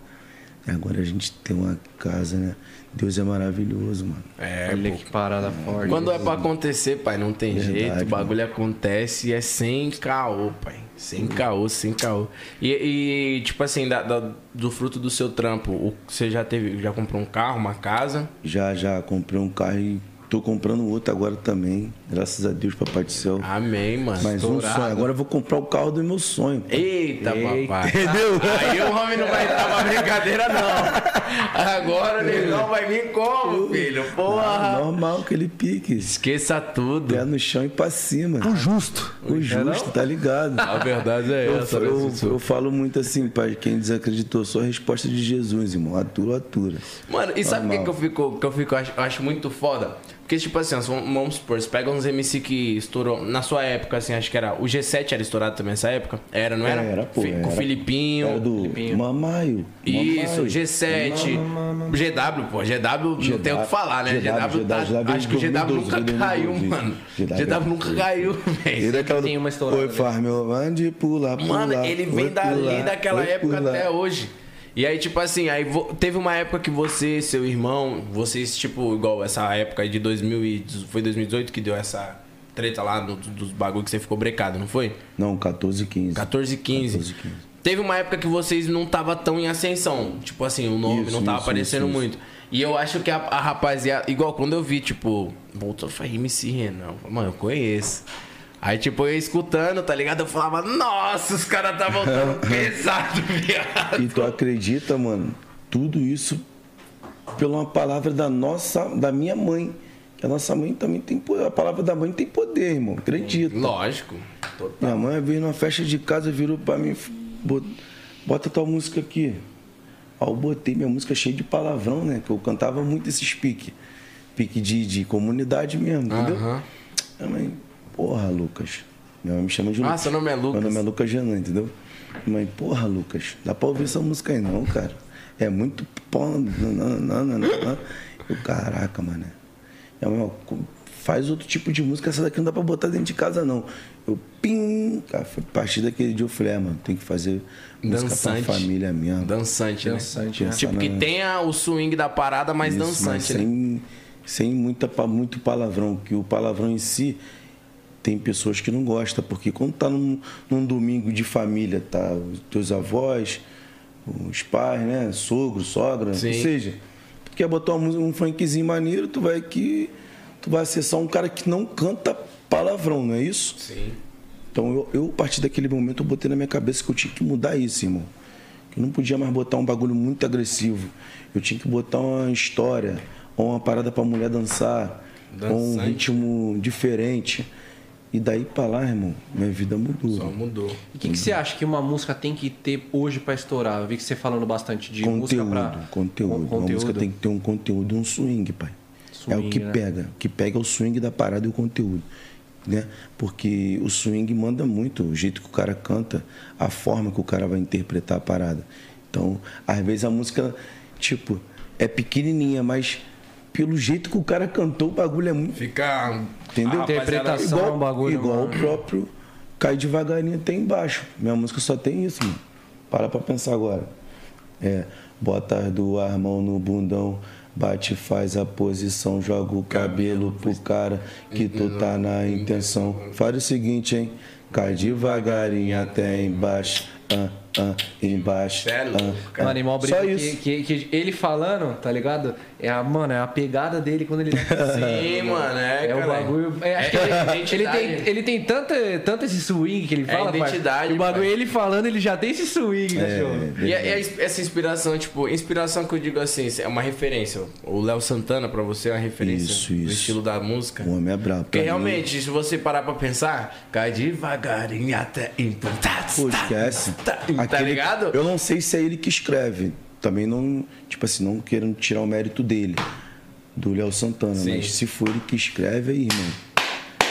Speaker 3: E agora a gente tem uma casa, né? Deus é maravilhoso, mano.
Speaker 2: É,
Speaker 1: Olha que parada forte.
Speaker 2: Quando é pra acontecer, pai, não tem
Speaker 3: Verdade,
Speaker 2: jeito. O
Speaker 3: mano.
Speaker 2: bagulho acontece e é sem caô, pai.
Speaker 3: Uhum.
Speaker 2: Sem caô, sem caô. E, e, tipo assim, da- da- do fruto do seu trampo, o- você já teve, já comprou um carro, uma casa?
Speaker 3: Já, já comprei um carro e tô comprando outro agora também. Graças a Deus, papai do céu.
Speaker 2: Amém, mano.
Speaker 3: Mais um sonho. Agora eu vou comprar o carro do meu sonho.
Speaker 2: Eita,
Speaker 1: Eita.
Speaker 2: papai. Entendeu? Aí o homem não vai entrar pra brincadeira, não. Agora o
Speaker 3: É.
Speaker 2: negão vai vir como, filho?
Speaker 3: Ah,
Speaker 2: Porra.
Speaker 3: normal que ele pique.
Speaker 2: Esqueça tudo.
Speaker 3: Pé no chão e pra cima. O justo. O justo, tá ligado?
Speaker 4: A verdade é
Speaker 3: Eu,
Speaker 4: essa, né,
Speaker 3: eu,
Speaker 4: Sussu?
Speaker 3: eu falo muito assim, pai, quem desacreditou, só a resposta de Jesus, irmão. Atura, atura.
Speaker 2: Mano, e sabe o que,
Speaker 3: Normal.
Speaker 2: que eu fico, que eu fico acho, eu acho muito foda? Porque, tipo assim, ó, vamos vamos supor, você pega uns MC que estourou na sua época, assim, acho que era. O G7 era estourado também nessa época? Era, não era?
Speaker 3: Era, pô,
Speaker 2: Fi- Com
Speaker 3: era.
Speaker 2: o Filipinho.
Speaker 3: Era do Mamaio.
Speaker 2: Isso,
Speaker 3: Mamaio.
Speaker 2: G7, GW, pô, GW, não tem o que falar, né? GW,
Speaker 3: GW,
Speaker 2: tá,
Speaker 3: GW,
Speaker 2: acho que o GW nunca
Speaker 3: 2012,
Speaker 2: caiu,
Speaker 3: 2012,
Speaker 2: mano.
Speaker 3: GW,
Speaker 2: GW nunca caiu, velho.
Speaker 3: Ele é aquela do-
Speaker 1: Tem uma estourada,
Speaker 3: Oi,
Speaker 1: né?
Speaker 3: Farmel, mande pular, pular.
Speaker 2: Mano, ele
Speaker 3: oi,
Speaker 2: vem dali
Speaker 3: pular,
Speaker 2: daquela
Speaker 3: oi,
Speaker 2: época
Speaker 3: pular.
Speaker 2: até hoje. E aí, tipo assim, aí vo- teve uma época que você, seu irmão, vocês, tipo, igual essa época aí de 2000 e foi 2018 que deu essa treta lá no- dos bagulho que você ficou brecado, não foi?
Speaker 3: Não, 14, 15.
Speaker 2: 14 e 15.
Speaker 3: 14, 15.
Speaker 2: Teve uma época que vocês não tava tão em ascensão. Tipo assim, o nome
Speaker 3: Isso,
Speaker 2: não tava
Speaker 3: isso,
Speaker 2: aparecendo
Speaker 3: isso, isso.
Speaker 2: muito. E eu acho que a, a rapaziada. Igual quando eu vi, tipo, voltou pra MC Renan. Mano, eu conheço. Aí, tipo, eu ia escutando, tá ligado? Eu falava, nossa, os caras tá voltando pesado, viado.
Speaker 3: E tu acredita, mano? Tudo isso pela uma palavra da nossa, da minha mãe. Que a nossa mãe também tem poder. A palavra da mãe tem poder, irmão. Acredita.
Speaker 2: Lógico. Tô-
Speaker 3: Minha mãe veio numa festa de casa, virou pra mim, bota, bota tua música aqui. Aí eu botei minha música cheia de palavrão, né? Que eu cantava muito esses pique. Pique de, de comunidade mesmo, entendeu?
Speaker 2: Aham.
Speaker 3: Minha mãe, porra, Lucas. Minha mãe me chama de
Speaker 2: Ah,
Speaker 3: Lucas.
Speaker 2: seu nome é Lucas.
Speaker 3: Meu nome é Lucas Janan, entendeu? Minha mãe, porra, Lucas, dá pra ouvir essa música aí não, cara. É muito pó. não, não, não, não, não. Eu, caraca, mano. Minha mãe, ó, co- faz outro tipo de música, essa daqui não dá pra botar dentro de casa, não. Eu, pim! Cara, foi a partir daquele dia eu falei, ah, mano, tem que fazer música
Speaker 2: Dançante.
Speaker 3: pra família mesmo.
Speaker 2: Dançante, né?
Speaker 1: Dançante, né?
Speaker 2: Tipo, que tenha o swing da parada, mas
Speaker 3: Isso,
Speaker 2: dançante,
Speaker 3: mas
Speaker 2: né?
Speaker 3: sem, sem muita, pa- muito palavrão, que o palavrão em si tem pessoas que não gostam, porque quando tá num, num domingo de família, tá os teus avós, os pais, né? Sogro, sogra,
Speaker 2: Sim.
Speaker 3: ou seja, tu quer botar uma música- um funkzinho maneiro, tu vai que tu vai acessar um cara que não canta palavrão, não é isso?
Speaker 2: Sim.
Speaker 3: Então eu, eu, a partir daquele momento, eu botei na minha cabeça que eu tinha que mudar isso, irmão. Que eu não podia mais botar um bagulho muito agressivo. Eu tinha que botar uma história, ou uma parada pra mulher dançar, ou um
Speaker 2: Dançante.
Speaker 3: ritmo diferente. E daí pra lá, irmão, minha vida mudou.
Speaker 2: Só mudou.
Speaker 1: E o que, que você acha que uma música tem que ter hoje pra estourar? Eu vi que você falando bastante de música
Speaker 3: conteúdo,
Speaker 1: pra.
Speaker 3: conteúdo.
Speaker 1: Con-
Speaker 3: Uma música tem que ter um conteúdo, um swing, pai. é o
Speaker 1: Swing,
Speaker 3: que
Speaker 1: né?
Speaker 3: pega. O que pega é o swing da parada e o conteúdo. Né? Porque o swing manda muito, o jeito que o cara canta, a forma que o cara vai interpretar a parada. Então, às vezes a música, tipo, é pequenininha, mas pelo jeito que o cara cantou, o bagulho é muito.
Speaker 2: Fica.
Speaker 3: Entendeu?
Speaker 2: A rapaziada-
Speaker 1: Interpretação. é um bagulho,
Speaker 3: igual
Speaker 1: mano.
Speaker 3: o próprio Cai Devagarinho tem embaixo. Minha música só tem isso, mano. Para pra pensar agora. É, bota as duas mãos no bundão, bate, faz a posição, joga o cabelo pro cara que tu tá na intenção. Faz o seguinte, hein? Cai devagarinho até embaixo. Ah, ah, embaixo.
Speaker 2: Cê é louco, cara.
Speaker 3: ah, ah.
Speaker 1: Mano, Um animal
Speaker 3: Só
Speaker 1: brinca que,
Speaker 3: isso.
Speaker 1: que, que ele falando, tá ligado? É a, mano, é a pegada dele quando ele.
Speaker 2: Sim, mano, é,
Speaker 1: É, o
Speaker 2: caralho.
Speaker 1: bagulho. é, acho que
Speaker 2: É
Speaker 1: ele, ele
Speaker 2: identidade.
Speaker 1: tem, ele tem tanto, tanto esse swing que ele
Speaker 2: É
Speaker 1: fala. pai,
Speaker 2: identidade,
Speaker 1: que o bagulho, é
Speaker 2: pai.
Speaker 1: ele falando, ele já tem esse swing, né,
Speaker 3: É,
Speaker 1: cachorro.
Speaker 2: E, a- e a ins- essa inspiração, tipo, inspiração que eu digo assim, é uma referência. O Léo Santana, pra você, é uma referência
Speaker 3: Isso,
Speaker 2: do
Speaker 3: isso.
Speaker 2: estilo da música.
Speaker 3: O homem é brabo.
Speaker 2: Porque
Speaker 3: Pra mim,
Speaker 2: realmente, se você parar pra pensar, cai devagarinho até implantar.
Speaker 3: Pô, esquece.
Speaker 2: Tá, tá
Speaker 3: Aquele-
Speaker 2: ligado?
Speaker 3: Eu não sei se é ele que escreve. Também não, tipo assim, não querendo tirar o mérito dele, do Léo Santana.
Speaker 2: Sim.
Speaker 3: Mas se for ele que escreve, aí, irmão.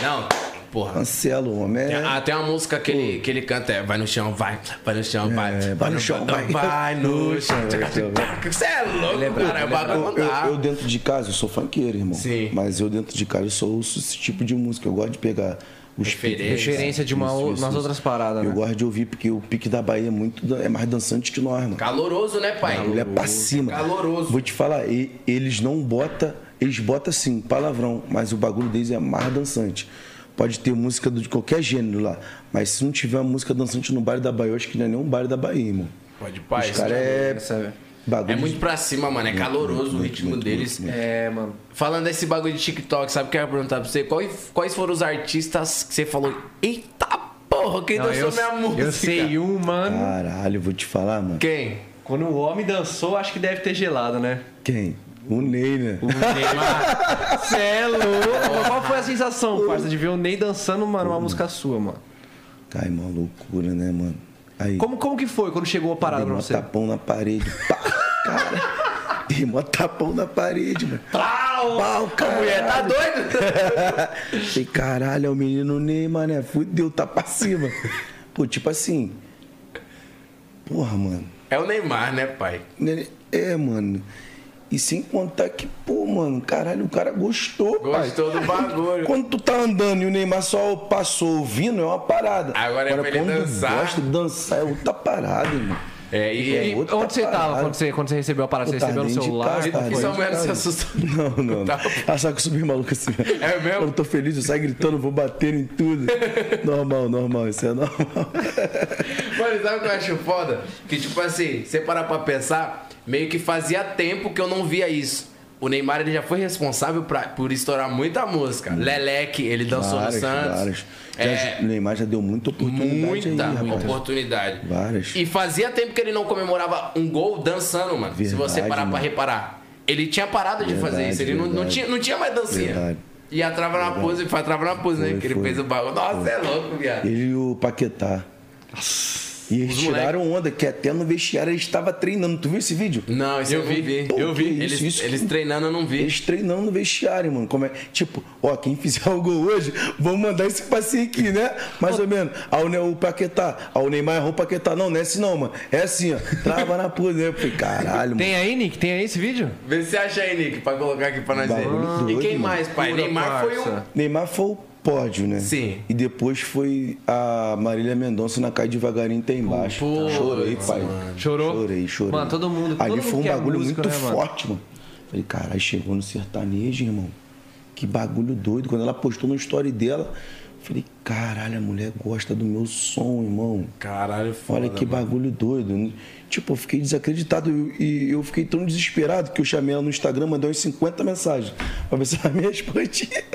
Speaker 2: Não, porra.
Speaker 3: Cancela o homem. É...
Speaker 2: Ah, tem uma música que ele, que ele canta, é vai no chão, vai, vai no chão, vai,
Speaker 3: É, vai no chão,
Speaker 2: vai,
Speaker 3: vai.
Speaker 2: vai no chão.
Speaker 3: Vai no chão,
Speaker 2: Você é louco, cara, é
Speaker 3: Eu,
Speaker 2: bagulho.
Speaker 3: eu-
Speaker 2: tá?
Speaker 3: eu dentro de casa, eu sou funkeiro, irmão.
Speaker 2: Sim.
Speaker 3: Mas eu dentro de casa, eu sou ouço esse tipo de música. Eu gosto de pegar os
Speaker 2: Referência.
Speaker 3: piques.
Speaker 1: Referência de uma
Speaker 3: Isso,
Speaker 1: ou-
Speaker 3: isso,
Speaker 1: nas
Speaker 3: isso.
Speaker 1: outras paradas,
Speaker 3: Eu
Speaker 1: né?
Speaker 3: gosto de ouvir, porque o pique da Bahia é, muito, da- é mais dançante que nós, mano.
Speaker 2: Caloroso, né, pai?
Speaker 3: Ele é pra cima.
Speaker 2: Caloroso.
Speaker 3: Vou te falar, e- eles não bota, eles botam sim, palavrão, mas o bagulho deles é mais dançante. Pode ter música do- de qualquer gênero lá, mas se não tiver uma música dançante no baile da Bahia, eu acho que não é nem um baile da Bahia, irmão.
Speaker 2: Pode pai.
Speaker 3: Os caras é
Speaker 1: Essa-
Speaker 3: bagulho.
Speaker 2: É muito pra cima, mano. É caloroso o
Speaker 3: muito,
Speaker 2: ritmo
Speaker 3: muito,
Speaker 2: deles.
Speaker 3: muito,
Speaker 1: É, mano.
Speaker 2: Falando desse bagulho de TikTok, sabe o que eu ia perguntar pra você? Quais, quais foram os artistas que você falou? Eita porra, quem
Speaker 1: Não,
Speaker 2: dançou
Speaker 1: eu,
Speaker 2: minha música?
Speaker 1: eu sei um, mano.
Speaker 3: Caralho, vou te falar, mano.
Speaker 2: Quem?
Speaker 1: Quando o homem dançou, acho que deve ter gelado, né?
Speaker 3: Quem? O Ney, né?
Speaker 1: Cê é louco. Qual foi a sensação, parça, de ver o Ney dançando, mano, uma música sua, mano?
Speaker 3: Cai uma Tá, loucura, né, mano? Aí.
Speaker 1: Como, como que foi quando chegou a parada
Speaker 3: Dei
Speaker 1: pra
Speaker 3: mó
Speaker 1: você?
Speaker 3: tapão na parede. Pá, cara. Dei mó tapão na parede, mano. Pau! Pau, cara.
Speaker 2: Ah, Mulher, tá doido?
Speaker 3: Falei, caralho, é o menino Ney, mané. Fudeu, tá pra cima. Pô, tipo assim. Porra, mano.
Speaker 2: É o Neymar, né, pai?
Speaker 3: Né, É, mano. E sem contar que, pô, mano, caralho, o cara gostou, pai.
Speaker 2: Gostou do bagulho.
Speaker 3: Quando tu tá andando e o Neymar só passou ouvindo, é uma parada.
Speaker 2: Agora é pra ele
Speaker 3: quando
Speaker 2: dançar.
Speaker 3: gosta de dançar, é outra parada, irmão.
Speaker 2: É, e,
Speaker 3: É
Speaker 2: e-
Speaker 3: outro.
Speaker 1: Onde você tava quando você, quando você recebeu a parada? Você
Speaker 3: Eu tava
Speaker 1: recebeu no
Speaker 3: dentro de
Speaker 1: celular?
Speaker 3: casa,
Speaker 2: e
Speaker 3: tava
Speaker 2: sua
Speaker 3: dentro de
Speaker 2: mulher não se
Speaker 3: casa.
Speaker 2: assustou.
Speaker 3: Não, não. Ah,
Speaker 2: Tá.
Speaker 3: A saco subir maluco assim.
Speaker 2: É mesmo?
Speaker 3: Quando eu tô feliz, eu saio gritando, vou bater em tudo. Normal, normal, isso é normal.
Speaker 2: Mano, sabe o que eu acho foda? Que tipo assim, você parar pra pensar, meio que fazia tempo que eu não via isso. O Neymar ele já foi responsável pra- por estourar muita música. Leleque, ele dançou
Speaker 3: Hum. Várias,
Speaker 2: no Santos.
Speaker 3: várias. Já,
Speaker 2: É,
Speaker 3: O Neymar já deu muita oportunidade.
Speaker 2: muita
Speaker 3: aí, rapaz.
Speaker 2: oportunidade.
Speaker 3: Várias.
Speaker 2: E fazia tempo que ele não comemorava um gol dançando, mano. se
Speaker 3: Verdade,
Speaker 2: você parar pra
Speaker 3: mano.
Speaker 2: reparar. Ele tinha parado de
Speaker 3: Verdade,
Speaker 2: fazer isso, ele não, não
Speaker 3: verdade.
Speaker 2: tinha, não tinha mais dancinha.
Speaker 3: Verdade.
Speaker 2: E a trava na pose, foi a trava na pose, né?
Speaker 3: Foi,
Speaker 2: Que ele
Speaker 3: foi.
Speaker 2: fez o bagulho. Nossa, é louco, viado.
Speaker 3: Ele e o Paquetá. E eles
Speaker 2: Os
Speaker 3: tiraram onda, que até no vestiário eles estavam treinando. Tu viu esse vídeo?
Speaker 2: Não, isso eu,
Speaker 4: Eu
Speaker 2: vi.
Speaker 4: vi,
Speaker 2: vi.
Speaker 3: Pô,
Speaker 4: eu
Speaker 3: que
Speaker 4: vi.
Speaker 3: isso,
Speaker 2: Eles,
Speaker 3: isso
Speaker 2: eles
Speaker 3: que-
Speaker 2: treinando eu não vi.
Speaker 3: Eles treinando no vestiário, mano. Como é? Tipo, ó, quem fizer o gol hoje, vamos mandar esse passeio aqui, né? Mais ou menos. Ao ne o Paquetá. Ao Neymar errou o Paquetá. Não, não é assim não, mano. É assim, ó. Trava na pose, né? Eu falei, caralho, mano.
Speaker 1: Tem aí, Nick? Tem aí esse vídeo?
Speaker 2: Vê se acha aí, Nick, pra colocar aqui pra nós ver.
Speaker 3: Bagulho
Speaker 2: E quem
Speaker 3: doido,
Speaker 2: mais, pai?
Speaker 1: Pura
Speaker 2: Neymar foi um o.
Speaker 1: parça.
Speaker 3: Neymar foi o pódio, né?
Speaker 2: Sim.
Speaker 3: E depois foi a Marília Mendonça na Cai Devagarinho Tem Embaixo.
Speaker 2: Pô,
Speaker 3: chorei, pai.
Speaker 1: Chorou?
Speaker 3: Chorei, chorei.
Speaker 1: Mano, todo mundo-
Speaker 3: Ali
Speaker 1: todo
Speaker 3: foi
Speaker 1: mundo
Speaker 3: um
Speaker 1: que é
Speaker 3: bagulho
Speaker 1: músico,
Speaker 3: muito
Speaker 1: né, mano?
Speaker 3: forte, mano. Falei, caralho, chegou no sertanejo, irmão. Que bagulho doido. Quando ela postou no story dela, falei, caralho, a mulher gosta do meu som, irmão.
Speaker 2: Caralho, foda.
Speaker 3: Olha que bagulho doido. Tipo, eu fiquei desacreditado e- e eu fiquei tão desesperado que eu chamei ela no Instagram, mandei umas 50 mensagens pra ver se ela me respondia.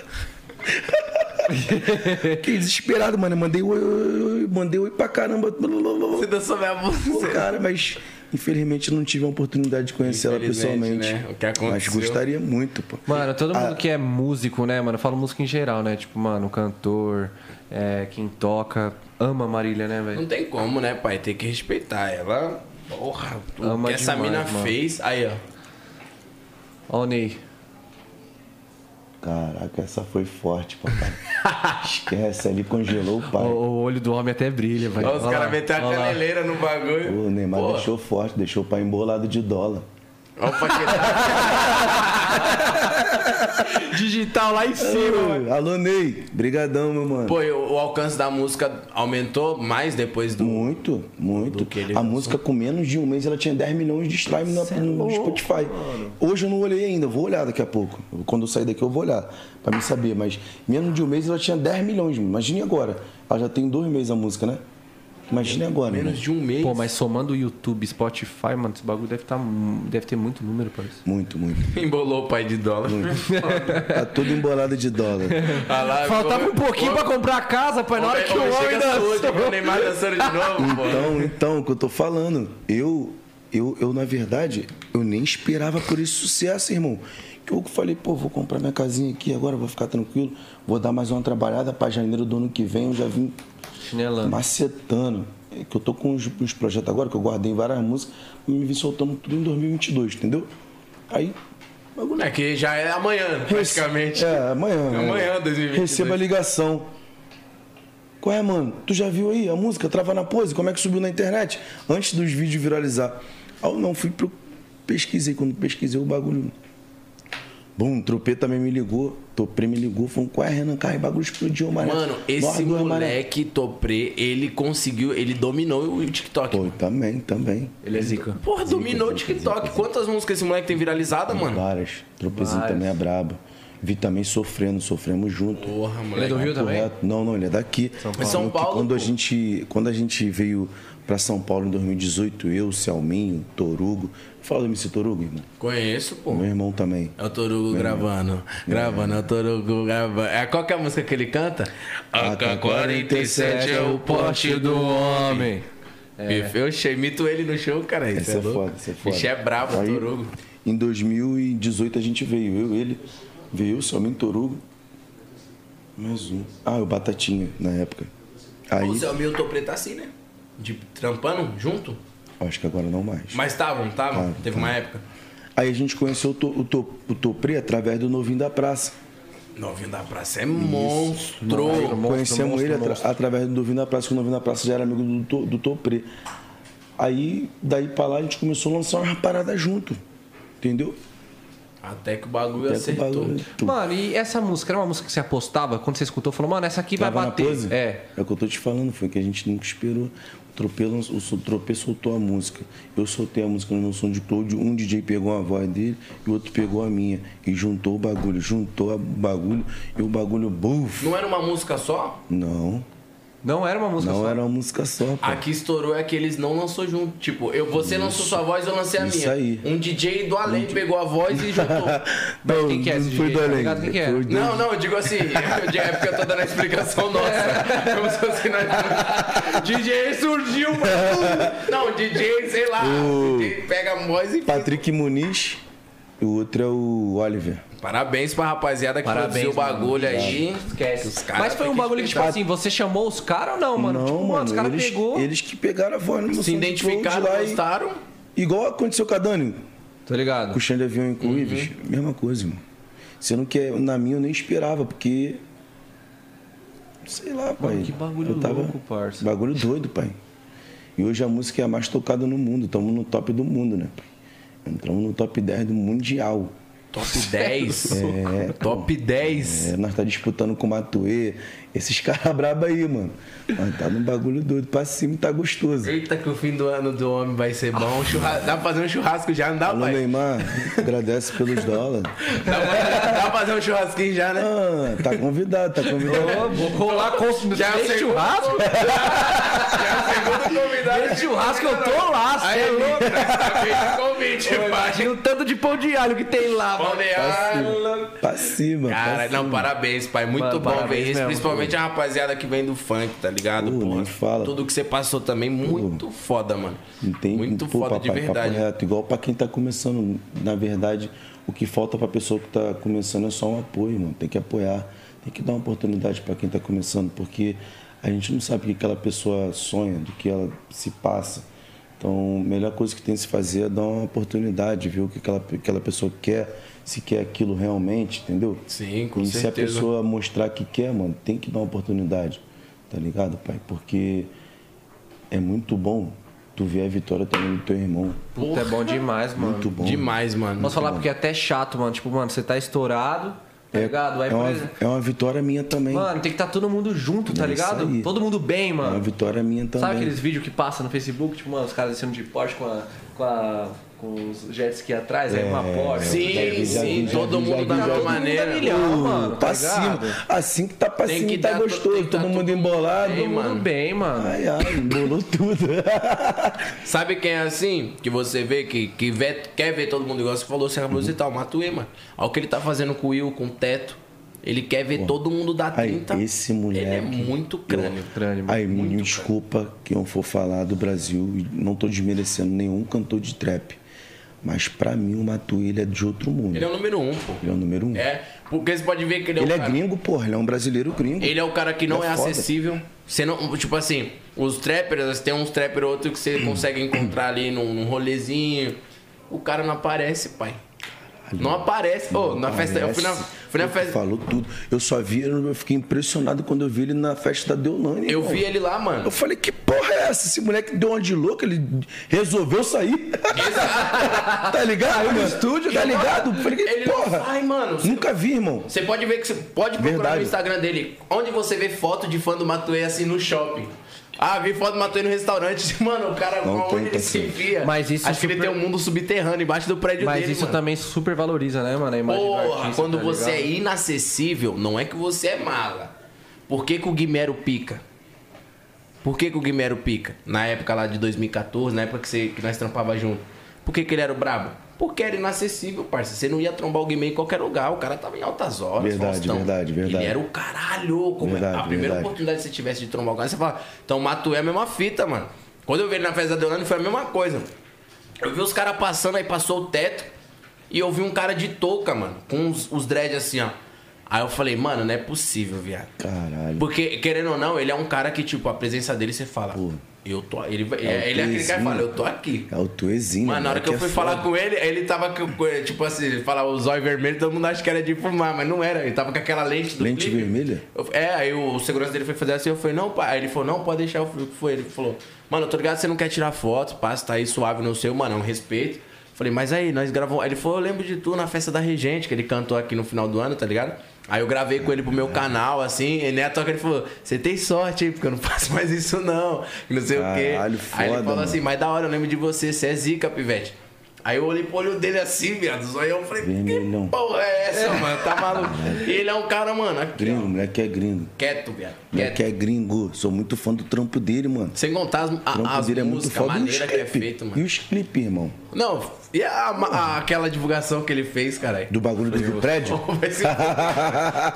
Speaker 3: fiquei desesperado, mano. Eu Mandei oi, oi, oi, mandei oi pra caramba.
Speaker 2: Você dançou minha
Speaker 3: Pô,
Speaker 2: música.
Speaker 3: cara, mas infelizmente eu não tive a oportunidade de conhecer ela
Speaker 2: Infelizmente,
Speaker 3: pessoalmente.
Speaker 2: né? O que
Speaker 3: Mas
Speaker 2: aconteceu.
Speaker 3: gostaria muito, pô.
Speaker 1: Mano, todo mundo
Speaker 3: Ah.
Speaker 1: que é músico, né, mano? Eu falo música em geral, né? Tipo, mano, cantor, é, quem toca, ama Marília, né,
Speaker 2: Não
Speaker 1: velho?
Speaker 2: tem como, né, pai? Tem que respeitar ela. Porra, o
Speaker 1: Ama
Speaker 2: que essa
Speaker 1: demais,
Speaker 2: mina
Speaker 1: mano.
Speaker 2: fez. Aí, ó.
Speaker 1: Ó o Ney.
Speaker 3: Caraca, essa foi forte, papai. Esquece, ali congelou o
Speaker 1: O,
Speaker 3: pai.
Speaker 1: o olho do homem até brilha, velho.
Speaker 2: Ó, os
Speaker 1: Olha
Speaker 2: caras
Speaker 1: lá,
Speaker 2: meteram a
Speaker 1: olha lá.
Speaker 2: caneleira no bagulho.
Speaker 3: Pô, o Neymar
Speaker 2: Pô,
Speaker 3: deixou forte, deixou o pai embolado de dólar.
Speaker 2: ó o Paquetá.
Speaker 1: Digital lá em cima.
Speaker 3: Ô, Alô, Ney. Brigadão, meu mano.
Speaker 2: Pô, e o, o alcance da música aumentou mais depois
Speaker 3: Um
Speaker 2: do.
Speaker 3: Muito, muito.
Speaker 2: que ele é
Speaker 3: a
Speaker 2: lançou.
Speaker 3: música com menos de um mês ela tinha 10 milhões de streams na- no Spotify. Hoje eu não olhei ainda, eu vou olhar daqui a pouco. Quando eu sair daqui eu vou olhar, pra me saber. Mas menos de um mês ela tinha 10 milhões, imagine agora. Ela já tem dois meses a música, né? Imagine agora.
Speaker 2: Menos
Speaker 3: né?
Speaker 2: de um mês.
Speaker 1: Pô, mas somando o YouTube, Spotify, mano, esse bagulho deve, tá, mu- deve ter muito número, parceiro.
Speaker 3: Muito, muito.
Speaker 2: Embolou o pai de dólar.
Speaker 3: Tá tudo embolado de dólar.
Speaker 2: Ah lá,
Speaker 1: Faltava
Speaker 2: pô,
Speaker 1: um pouquinho
Speaker 2: pô,
Speaker 1: pra comprar a casa, pai. Na hora
Speaker 2: pô,
Speaker 1: que o homem
Speaker 2: chega saúde,
Speaker 1: dançou.
Speaker 2: O
Speaker 3: né?
Speaker 2: Neymar dançando de novo, pô.
Speaker 3: Então, então, o que eu tô falando, eu, eu, eu, na verdade, eu nem esperava por esse sucesso, irmão. Que eu falei, pô, vou comprar minha casinha aqui agora, vou ficar tranquilo, vou dar mais uma trabalhada pra janeiro do ano que vem, eu já vim
Speaker 1: Chinelando.
Speaker 3: macetando. É Que eu tô com uns, uns projetos agora, que eu guardei várias músicas, e me vim soltando tudo em 2022, entendeu? Aí, bagulho.
Speaker 2: É que já é amanhã, praticamente.
Speaker 3: né? É, amanhã. né?
Speaker 2: Amanhã, 2022.
Speaker 3: Receba a ligação. Qual é, mano? Tu já viu aí a música Trava na Pose? Como é que subiu na internet? Antes dos vídeos viralizar. Ah, eu não, fui pro... Pesquisei. Quando pesquisei o bagulho... Bum, o Tropê também me ligou. Topê me ligou. Falou, qual é, Renan Carlos? O bagulho explodiu, mané.
Speaker 2: Mano,
Speaker 3: Nós
Speaker 2: esse
Speaker 3: dois, mané.
Speaker 2: moleque Topré, ele conseguiu, ele dominou o TikTok.
Speaker 3: Pô, também, também.
Speaker 1: Ele é zica.
Speaker 2: Porra, dominou o TikTok. Quantas músicas esse moleque tem viralizada, mano?
Speaker 3: Várias. Tropezinho também é brabo. Vi também sofrendo. Sofremos junto.
Speaker 2: Porra,
Speaker 1: Ele é do
Speaker 2: moleque.
Speaker 1: Rio também?
Speaker 3: Correto. Não, não, ele é daqui. São
Speaker 2: Paulo. São Paulo,
Speaker 3: quando, a
Speaker 2: pô.
Speaker 3: gente, quando a gente veio pra São Paulo em 2018, eu, Selminho, Torugo. Fala do MC Torugo, irmão.
Speaker 2: Conheço, pô.
Speaker 3: Meu irmão também.
Speaker 2: É o Torugo gravando, gravando, é o Torugo gravando. É qual que é a música que ele canta?
Speaker 3: AK-47
Speaker 2: AK-47 é o poste do homem. Eu che- imito ele no show, cara. Isso
Speaker 3: Essa
Speaker 2: é,
Speaker 3: é
Speaker 2: louco.
Speaker 3: foda, essa é foda.
Speaker 2: Bicho é brabo,
Speaker 3: Aí,
Speaker 2: Torugo.
Speaker 3: Em 2018 a gente veio, eu, ele, veio eu, Selminho, Torugo. Mais um. Ah, o Batatinha, na época. Aí,
Speaker 2: O Selminho e o Topré tá assim, né? De trampando junto.
Speaker 3: acho que agora não mais.
Speaker 2: Mas estavam, estavam. Teve uma época.
Speaker 3: Aí a gente conheceu o, to, o, to, o Topré através do Novinho da Praça.
Speaker 2: Novinho da Praça é monstro.
Speaker 3: é Conhecemos ele atra- através do Novinho da Praça, que o Novinho da Praça já era amigo do, To- do Topré. Aí, daí pra lá, a gente começou a lançar umas paradas junto. Entendeu?
Speaker 2: Até que o bagulho
Speaker 3: Até que o
Speaker 2: acertou.
Speaker 3: bagulho- tu-
Speaker 1: Mano, e essa música? Era uma música que você apostava? Quando você escutou, falou, mano, essa aqui vai
Speaker 3: Tava na
Speaker 1: bater.
Speaker 3: pose?
Speaker 1: É.
Speaker 3: É o que eu tô te falando, foi que a gente nunca esperou. O Tropê, lanç- o so- Tropê soltou a música. Eu soltei a música no meu som de Cloud. Um DJ pegou a voz dele e o outro pegou a minha. E juntou o bagulho. Juntou a- o bagulho e o bagulho, buf!
Speaker 2: Não era uma música só?
Speaker 3: Não,
Speaker 1: Não era uma música
Speaker 3: não
Speaker 1: só. Ah,
Speaker 3: era uma música só. pô.
Speaker 2: A que estourou é a que eles não lançou junto. Tipo, eu, você lançou sua voz, eu lancei a
Speaker 3: Isso
Speaker 2: minha.
Speaker 3: aí.
Speaker 2: Um DJ do além pegou a voz e juntou.
Speaker 1: Mas quem que é esse
Speaker 3: foi
Speaker 1: DJ?
Speaker 3: do
Speaker 1: Tá
Speaker 3: além.
Speaker 1: ligado quem que é?
Speaker 3: Foi do-
Speaker 2: não, não, eu digo assim, eu digo- é porque eu tô dando a explicação nossa. Como se fosse nós- DJ surgiu, mas... Não, DJ, sei lá,
Speaker 3: O-
Speaker 2: DJ pega a voz e...
Speaker 3: Patrick Muniz, o outro é o Oliver.
Speaker 2: Parabéns pra rapaziada que
Speaker 1: Parabéns,
Speaker 2: produziu o
Speaker 1: mano. É,
Speaker 2: bagulho aí.
Speaker 1: Esquece.
Speaker 2: Os caras
Speaker 1: Mas foi um
Speaker 2: têm que
Speaker 1: bagulho que, tipo assim, você chamou os caras ou não, mano?
Speaker 3: não,
Speaker 1: tipo,
Speaker 3: mano,
Speaker 1: os caras
Speaker 3: eles,
Speaker 1: pegou.
Speaker 3: eles que pegaram a voz no
Speaker 2: Se
Speaker 3: identificar
Speaker 2: identificaram,
Speaker 3: lá
Speaker 1: né?
Speaker 3: e-
Speaker 1: tá-
Speaker 2: gostaram.
Speaker 3: Igual aconteceu com a Dani,
Speaker 1: Tô Tá ligado.
Speaker 3: com o Xande Avião e com o Ives,
Speaker 1: Uhum.
Speaker 3: mesma coisa, mano. Sendo que é- na minha eu nem esperava, porque... Sei lá, pai.
Speaker 1: que bagulho
Speaker 3: eu tava...
Speaker 1: louco, parça.
Speaker 3: Bagulho doido, pai. E hoje a música é a mais tocada no mundo, estamos no top do mundo, né, pai? Entramos no top 10 do mundial.
Speaker 2: Top 10.
Speaker 3: É,
Speaker 2: Top 10.
Speaker 3: É, nós tá disputando com o Matuê, esses caras braba aí, mano. Mas tá num bagulho doido pra cima e tá gostoso.
Speaker 2: Eita, que o fim do ano do homem vai ser bom. Churra- Dá pra fazer um churrasco já, não dá,
Speaker 3: Alô,
Speaker 2: pai?
Speaker 3: Neymar, agradece pelos dólares.
Speaker 2: Dá pra, dá pra fazer um churrasquinho já, né?
Speaker 3: Ah, tá convidado, tá
Speaker 1: Ô,
Speaker 3: convidado.
Speaker 1: vou rolar com
Speaker 2: Já
Speaker 1: Tem
Speaker 2: sei-
Speaker 1: churrasco?
Speaker 2: Já é segundo convidado.
Speaker 1: Tem churrasco, eu tô lá, cê
Speaker 2: Aí,
Speaker 1: é louco.
Speaker 2: é convite, pai.
Speaker 1: Imagina o tanto de pão de alho que tem lá, mano.
Speaker 2: Balneário.
Speaker 3: Pra cima,
Speaker 2: Cara,
Speaker 3: pra cima.
Speaker 2: não, parabéns, pai. Muito
Speaker 1: Mano,
Speaker 2: bom ver
Speaker 1: parabéns
Speaker 2: isso.
Speaker 1: mesmo,
Speaker 2: principalmente a rapaziada que vem do funk, tá ligado?
Speaker 3: Pô,
Speaker 2: Porra,
Speaker 3: nem fala.
Speaker 2: Tudo que você passou também, muito foda, mano.
Speaker 3: Não tem um
Speaker 2: muito
Speaker 3: pô,
Speaker 2: foda de
Speaker 3: papai,
Speaker 2: verdade. né?
Speaker 3: Papo reto. Igual pra quem tá começando, na verdade, o que falta pra pessoa que tá começando é só um apoio, mano. Tem que apoiar, tem que dar uma oportunidade pra quem tá começando, porque a gente não sabe o que aquela pessoa sonha, do que ela se passa, Então, a melhor coisa que tem que se fazer é dar uma oportunidade, ver o que aquela, aquela pessoa quer, se quer aquilo realmente, entendeu?
Speaker 2: Sim, com
Speaker 3: e se a
Speaker 2: certeza.
Speaker 3: pessoa mostrar que quer, mano, tem que dar uma oportunidade, tá ligado, pai? Porque é muito bom tu ver a vitória também do teu irmão.
Speaker 1: Puta, é bom demais, mano.
Speaker 3: Muito bom.
Speaker 2: Demais, mano.
Speaker 1: Posso falar porque é até chato, mano. Tipo, mano, você tá estourado, tá ligado? Aí,
Speaker 3: é, uma,
Speaker 1: por exemplo,
Speaker 3: é uma vitória minha também.
Speaker 1: Mano, tem que estar todo mundo junto, tá
Speaker 3: É isso
Speaker 1: ligado?
Speaker 3: aí.
Speaker 1: Todo mundo bem,
Speaker 3: é uma
Speaker 1: mano.
Speaker 3: vitória minha também.
Speaker 1: Sabe aqueles vídeos que passa no Facebook, tipo, mano, os caras descendo de Porsche com a. com a. com os jets ski atrás, aí uma Porsche.
Speaker 3: Já
Speaker 2: Sim,
Speaker 3: vi, já
Speaker 2: sim,
Speaker 3: vi, já
Speaker 2: todo
Speaker 3: vi, já
Speaker 2: mundo
Speaker 3: vi,
Speaker 2: da
Speaker 3: já
Speaker 2: mesma
Speaker 3: vi.
Speaker 2: maneira.
Speaker 1: Todo mundo dá milhão, mano, tá
Speaker 3: pra cima.
Speaker 1: ligado?
Speaker 3: Assim que tá pra
Speaker 2: Tem
Speaker 3: cima,
Speaker 2: que
Speaker 3: tá
Speaker 2: dar to- tem
Speaker 3: gostoso.
Speaker 2: que dar
Speaker 3: todo mundo
Speaker 2: to-
Speaker 3: embolado.
Speaker 2: Tem,
Speaker 1: Todo mundo
Speaker 2: mano.
Speaker 1: bem, mano.
Speaker 3: Ai, ai, embolou tudo.
Speaker 2: Sabe quem é assim? Que você vê que, que vê- quer ver todo mundo igual você falou, Serra Blues e
Speaker 3: Uhum.
Speaker 2: tal, Matuê, mano. Olha o que ele tá fazendo com o Will, com o Teto. Ele quer ver todo mundo dar
Speaker 3: Aí,
Speaker 2: 30.
Speaker 3: esse
Speaker 2: Ele é
Speaker 3: moleque.
Speaker 2: muito crânio.
Speaker 3: Aí, me desculpa que eu for falar do Brasil, e não tô desmerecendo nenhum cantor de trap. Mas pra mim, o Matuê, ele é de outro mundo.
Speaker 2: Ele é o número um, pô.
Speaker 3: Ele é o número um.
Speaker 2: É, porque você pode ver que ele é
Speaker 3: Ele
Speaker 2: o
Speaker 3: é
Speaker 2: cara...
Speaker 3: gringo, porra, ele é um brasileiro gringo.
Speaker 2: Ele é o cara que não
Speaker 3: Ele
Speaker 2: é,
Speaker 3: é foda.
Speaker 2: acessível. Você não, tipo assim, os trappers, tem uns trapper ou outro que você consegue encontrar ali num, num rolezinho. O cara não aparece, pai. Não aparece. Pô, na festa, eu fui na, fui na
Speaker 3: Ele
Speaker 2: festa.
Speaker 3: Falou tudo. Eu só vi, eu fiquei impressionado quando eu vi ele na festa da Deolane.
Speaker 2: Eu
Speaker 3: irmão.
Speaker 2: vi ele lá, mano.
Speaker 3: Eu falei, que porra é essa? Esse moleque deu uma de louco, ele resolveu sair. tá ligado? no estúdio, tá ligado? Eu Falei, que
Speaker 2: Ele não
Speaker 3: porra.
Speaker 2: sai, mano.
Speaker 3: Nunca vi, irmão.
Speaker 2: Você pode ver que você pode procurar
Speaker 3: Verdade.
Speaker 2: no Instagram dele, onde você vê foto de fã do Matuê assim no shopping. Ah, vi foto do Matuê no restaurante. Mano, o cara,
Speaker 3: Não
Speaker 2: onde
Speaker 3: tem
Speaker 2: ele se
Speaker 3: paciência.
Speaker 2: enfia?
Speaker 1: Mas isso
Speaker 2: Acho que ele
Speaker 1: super-
Speaker 2: tem um mundo subterrâneo embaixo do prédio
Speaker 1: Mas
Speaker 2: dele,
Speaker 1: isso
Speaker 2: mano.
Speaker 1: também super valoriza, né, mano? A imagem do
Speaker 2: Porra,
Speaker 1: artista,
Speaker 2: quando
Speaker 1: tá
Speaker 2: você
Speaker 1: ligado?
Speaker 2: é inacessível, não é que você é mala. Por que, que o Guimero pica? Por que, que o Guimero pica? Na época lá de 2014, na época que, você- que nós trampava junto. Por que, que ele era o brabo? Porque era inacessível, parça. Você não ia trombar o Guimê em qualquer lugar. O cara tava em altas horas.
Speaker 3: Verdade, verdade, verdade.
Speaker 2: Ele era o caralho. Como é? Ah,
Speaker 3: Verdade,
Speaker 2: a primeira
Speaker 3: verdade.
Speaker 2: oportunidade que você tivesse de trombar o cara, você fala, então Matuê é a mesma fita, mano. Quando eu vi ele na festa da Deolane, foi a mesma coisa. Eu vi os caras passando, aí passou o teto, e eu vi um cara de touca, mano, com os, os dread assim, ó. Aí eu falei, mano, não é possível, viado.
Speaker 3: Caralho.
Speaker 2: Porque, querendo ou não, ele é um cara que, tipo, a presença dele, você fala, eu tô. Ele, vai-
Speaker 3: É o
Speaker 2: ele é aquele cara que
Speaker 3: Tuezinho.
Speaker 2: fala, eu tô aqui.
Speaker 3: É o Tuezinho.
Speaker 2: Mano, na hora que eu fui falar com ele, ele tava com, com- tipo assim, falar o zóio vermelho, todo mundo acha que era de fumar, mas não era. Ele tava com aquela lente do
Speaker 3: Lente
Speaker 2: clipe.
Speaker 3: vermelha?
Speaker 2: Eu- é, aí o, o segurança dele foi fazer assim, eu falei, não, pai. Aí ele falou, não, pode deixar, eu falei, o que foi? Ele falou, mano, eu tô ligado, que você não quer tirar foto, passa, tá aí suave, não sei, mano, é um respeito. Eu Falei, mas aí, nós gravamos. Aí ele falou, eu lembro de tu na festa da Regente, que ele cantou aqui no final do ano, tá ligado? Aí eu gravei com ele pro
Speaker 3: É.
Speaker 2: meu canal, assim, e nem à toa que ele falou, você tem sorte, hein, porque eu não faço mais isso não, e não sei o quê.
Speaker 3: Caralho,
Speaker 2: aí ele
Speaker 3: foda,
Speaker 2: falou
Speaker 3: mano.
Speaker 2: assim, mas da hora, eu lembro de você, você é zica, pivete. Aí eu olhei pro olho dele assim, viado, só eu falei,
Speaker 3: Vermelhão.
Speaker 2: que porra é essa, mano? Tá maluco? E ele é um cara, mano, aqui, ó,
Speaker 3: Gringo, o moleque é gringo.
Speaker 2: quieto, viado.
Speaker 3: O Moleque
Speaker 2: Quieto.
Speaker 3: é gringo. Sou muito fã do trampo dele, mano.
Speaker 2: Sem contar as,
Speaker 3: O trampo
Speaker 2: a, as
Speaker 3: dele é muito
Speaker 2: músicas, a
Speaker 3: foda. E os
Speaker 2: maneira que é
Speaker 3: clipes?
Speaker 2: feito,
Speaker 3: e
Speaker 2: mano.
Speaker 3: os clipes, irmão?
Speaker 2: Não, e a- a- aquela divulgação que ele fez, caralho?
Speaker 3: Do bagulho do, do prédio?
Speaker 2: Vai se-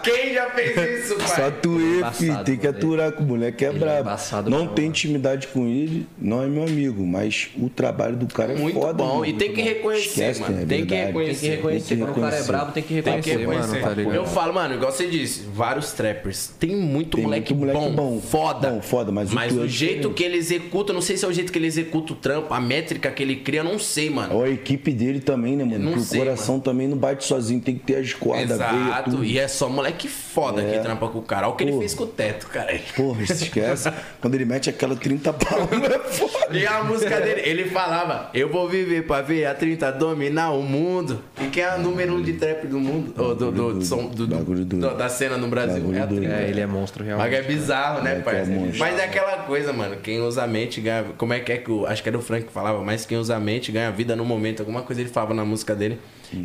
Speaker 2: Quem já fez isso, pai?
Speaker 3: Só tu e, filho,
Speaker 1: embaçado,
Speaker 3: tem que
Speaker 1: mano.
Speaker 3: aturar com o moleque, é brabo.
Speaker 1: embaçado
Speaker 3: não
Speaker 1: mesmo,
Speaker 3: tem
Speaker 1: mano.
Speaker 3: intimidade com ele, não é meu amigo, mas o trabalho do cara é
Speaker 2: Muito
Speaker 3: foda.
Speaker 2: bom,
Speaker 3: mano,
Speaker 2: e tem
Speaker 3: muito
Speaker 2: que
Speaker 3: bom.
Speaker 2: reconhecer, mano,
Speaker 3: né?
Speaker 2: tem que
Speaker 3: Verdade.
Speaker 2: reconhecer.
Speaker 1: Tem que reconhecer,
Speaker 3: Tem que
Speaker 1: quando o cara é
Speaker 3: reconhecer.
Speaker 1: brabo, tem que
Speaker 2: Tem
Speaker 1: reconhecer,
Speaker 2: que reconhecer.
Speaker 1: mano, tá ligado?
Speaker 2: eu falo, mano, igual você disse, vários trappers. Tem muito
Speaker 3: Tem
Speaker 2: moleque,
Speaker 3: muito moleque
Speaker 2: bom,
Speaker 3: bom,
Speaker 2: foda.
Speaker 3: bom, foda, mas o
Speaker 2: mas
Speaker 3: tu
Speaker 2: o
Speaker 3: é
Speaker 2: jeito
Speaker 3: diferente.
Speaker 2: que ele executa, não sei se é o jeito que ele executa o trampo, a métrica que ele cria, eu não sei, mano.
Speaker 3: Ó, A equipe dele também, né, mano?
Speaker 2: Não
Speaker 3: Porque
Speaker 2: sei,
Speaker 3: o coração também não bate sozinho, tem que ter as cordas, veia,
Speaker 2: Exato,
Speaker 3: tudo.
Speaker 2: e é só moleque foda
Speaker 3: É.
Speaker 2: que trampa com o cara. Olha o que ele
Speaker 3: Porra.
Speaker 2: fez com o teto, cara.
Speaker 3: Porra, se esquece. Quando ele mete aquela 30 pau, é foda.
Speaker 2: E a música dele, ele falava: Eu vou viver pra ver a 30 dominar o mundo. E quem é o número um de trap do mundo? Ou do, do, do, som- do- do-
Speaker 3: Bagulho doido.
Speaker 2: do- da cena no Brasil.
Speaker 3: Bagulho
Speaker 2: é a 30.
Speaker 3: doido.
Speaker 1: É, ele é monstro
Speaker 2: Mas
Speaker 1: realmente.
Speaker 2: é bizarro, né,
Speaker 3: É, que é
Speaker 2: parceiro?
Speaker 3: monstro.
Speaker 2: Mas é aquela coisa, mano. Quem usa a mente ganha. Como é que é que o. Acho que era o Frank que falava, mas quem usa a mente ganha vida no momento. Alguma coisa ele falava na música dele.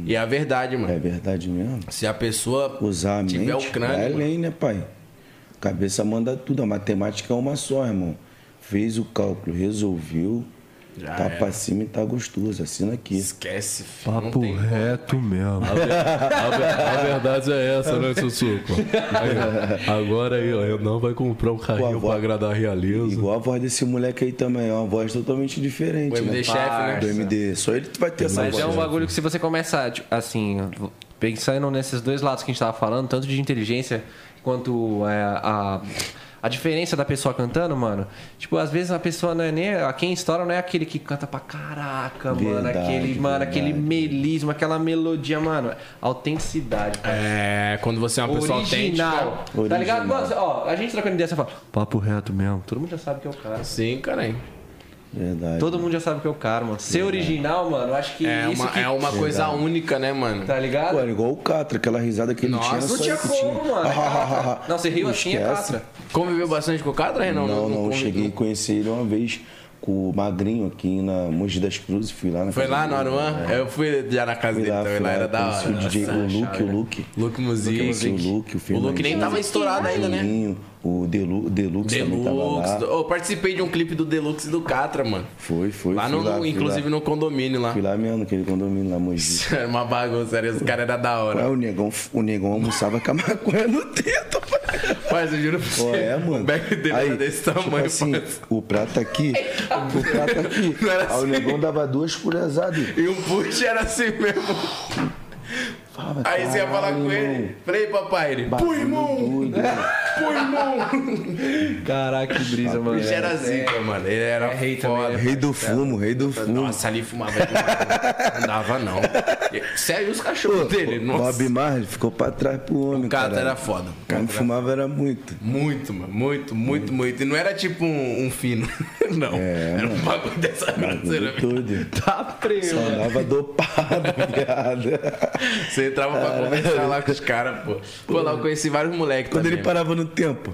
Speaker 2: E é a verdade, mano.
Speaker 3: É verdade mesmo?
Speaker 2: Se a pessoa
Speaker 3: Usar a
Speaker 2: tiver
Speaker 3: mente,
Speaker 2: o crânio.
Speaker 3: vai
Speaker 2: mano,
Speaker 3: além, né, pai? Cabeça manda tudo, a matemática é uma só, irmão. Fez o cálculo, resolveu,
Speaker 2: Já
Speaker 3: tá
Speaker 2: era.
Speaker 3: pra cima e tá gostoso, assina aqui.
Speaker 2: Esquece, filho. não
Speaker 4: Papo
Speaker 2: tem-
Speaker 4: reto mesmo. A, ver- a ver- a verdade é essa, né, Sussuco? Aí, Agora aí, ó, eu não vai comprar um carrinho
Speaker 3: avó.
Speaker 4: pra agradar a realeza.
Speaker 3: Igual a voz desse moleque aí também, é uma voz totalmente diferente,
Speaker 2: O MD
Speaker 3: né?
Speaker 2: chefe, né?
Speaker 3: Do MD, só ele que vai ter essa
Speaker 1: Mas
Speaker 3: voz.
Speaker 1: é um bagulho que se você começa, tipo, assim, pensando nesses dois lados que a gente tava falando, tanto de inteligência quanto é, a, a, a diferença da pessoa cantando, mano. Tipo, às vezes a pessoa não é nem. A quem estoura não é aquele que canta pra caraca, mano.
Speaker 3: Verdade,
Speaker 1: Aquele, mano, aquele
Speaker 3: verdade.
Speaker 1: melismo, aquela melodia, mano. Autenticidade, cara.
Speaker 2: É, quando você é uma pessoa
Speaker 5: tipo,
Speaker 1: Original.
Speaker 2: autêntica.
Speaker 1: Tá
Speaker 3: Original.
Speaker 1: ligado? Mano, ó, a gente trocando ideia, você fala, papo reto mesmo. Todo mundo já sabe que é o cara.
Speaker 2: Sim, caralho.
Speaker 3: Verdade.
Speaker 1: Todo mundo já sabe que é o cara, mano.
Speaker 5: né?
Speaker 1: Ser original, mano, eu acho que
Speaker 2: É
Speaker 1: isso
Speaker 2: uma,
Speaker 1: que...
Speaker 2: é
Speaker 5: um
Speaker 2: uma coisa única, né, mano?
Speaker 1: Tá ligado?
Speaker 3: Pô, era igual o Catra, aquela risada que ele
Speaker 2: Nossa,
Speaker 3: tinha.
Speaker 2: não
Speaker 3: só
Speaker 1: tinha
Speaker 3: que
Speaker 1: como, mano, é Catra. Não, você riu assim, é
Speaker 3: esquece.
Speaker 1: Catra.
Speaker 2: Conviveu bastante com o Catra, Renan?
Speaker 3: Não, não, eu
Speaker 2: conviveu.
Speaker 3: cheguei a conhecer ele uma vez com o Magrinho aqui na Mogi das Cruzes, fui lá na
Speaker 2: Foi
Speaker 3: casa
Speaker 2: lá
Speaker 3: dele.
Speaker 2: no Aruan? Eu fui já na casa
Speaker 3: É. Fui
Speaker 2: dele
Speaker 3: lá,
Speaker 2: também,
Speaker 3: fui
Speaker 2: lá Então
Speaker 3: lá,
Speaker 2: era da
Speaker 3: conheci
Speaker 2: hora.
Speaker 3: o DJ, o Luke, o Luke.
Speaker 2: Luke Music.
Speaker 3: Luke, o Luke, o Fernandinho.
Speaker 2: nem tava estourado ainda, né?
Speaker 3: Juninho, O Delu, Deluxe, também tava
Speaker 2: Deluxe.
Speaker 3: lá.
Speaker 2: do- Ô, participei de um clipe do Deluxe do Catra, mano.
Speaker 3: Foi, foi.
Speaker 2: Lá,
Speaker 3: fui
Speaker 2: no,
Speaker 3: fui
Speaker 2: inclusive
Speaker 3: lá.
Speaker 2: no condomínio lá.
Speaker 3: Fui lá mesmo, naquele condomínio lá, Mogi.
Speaker 2: Era uma bagunça, era, os caras eram da hora.
Speaker 3: Ué, o negão, o negão almoçava com a maconha no dedo, pai.
Speaker 2: Mas eu juro pra você.
Speaker 3: Ó, é, mano.
Speaker 2: O back dele
Speaker 3: Aí,
Speaker 2: era desse
Speaker 3: tipo
Speaker 2: tamanho,
Speaker 3: assim,
Speaker 2: parça.
Speaker 3: o prato aqui, o prato aqui.
Speaker 2: Não era
Speaker 3: Aí o
Speaker 2: assim.
Speaker 3: negão dava duas furezadas.
Speaker 2: E o push era assim mesmo.
Speaker 3: Fala,
Speaker 2: Aí você ia falar
Speaker 3: "Caralho,
Speaker 2: com ele.
Speaker 3: irmão,
Speaker 2: Falei, papai, ele. Pô,
Speaker 3: bagulho
Speaker 2: irmão!
Speaker 3: doido, né?"
Speaker 2: Pô, irmão!
Speaker 1: Caraca, que brisa,
Speaker 2: O
Speaker 1: mano.
Speaker 2: bicho era zica, mano. Ele era
Speaker 1: É rei também,
Speaker 2: foda.
Speaker 1: né?
Speaker 3: Rei do fumo, rei do fumo.
Speaker 2: Nossa, ali fumava demais. Não dava, não. Sério, os cachorros dele. Nossa.
Speaker 3: Bob Marley ficou pra trás pro homem,
Speaker 2: O cara
Speaker 3: caralho.
Speaker 2: era foda. né?
Speaker 3: O homem fumava era muito.
Speaker 2: Muito, mano. Muito, muito, muito. E não era tipo um, um fino. Não. era um bagulho dessa brasileira.
Speaker 3: Bagulho Doido.
Speaker 1: Tá preso.
Speaker 3: Só
Speaker 2: né?
Speaker 3: andava dopado, viado.
Speaker 2: Você entrava pra conversar lá com os caras, pô. Pô, lá eu conheci vários moleques
Speaker 3: Quando
Speaker 2: também.
Speaker 3: ele parava no tempo,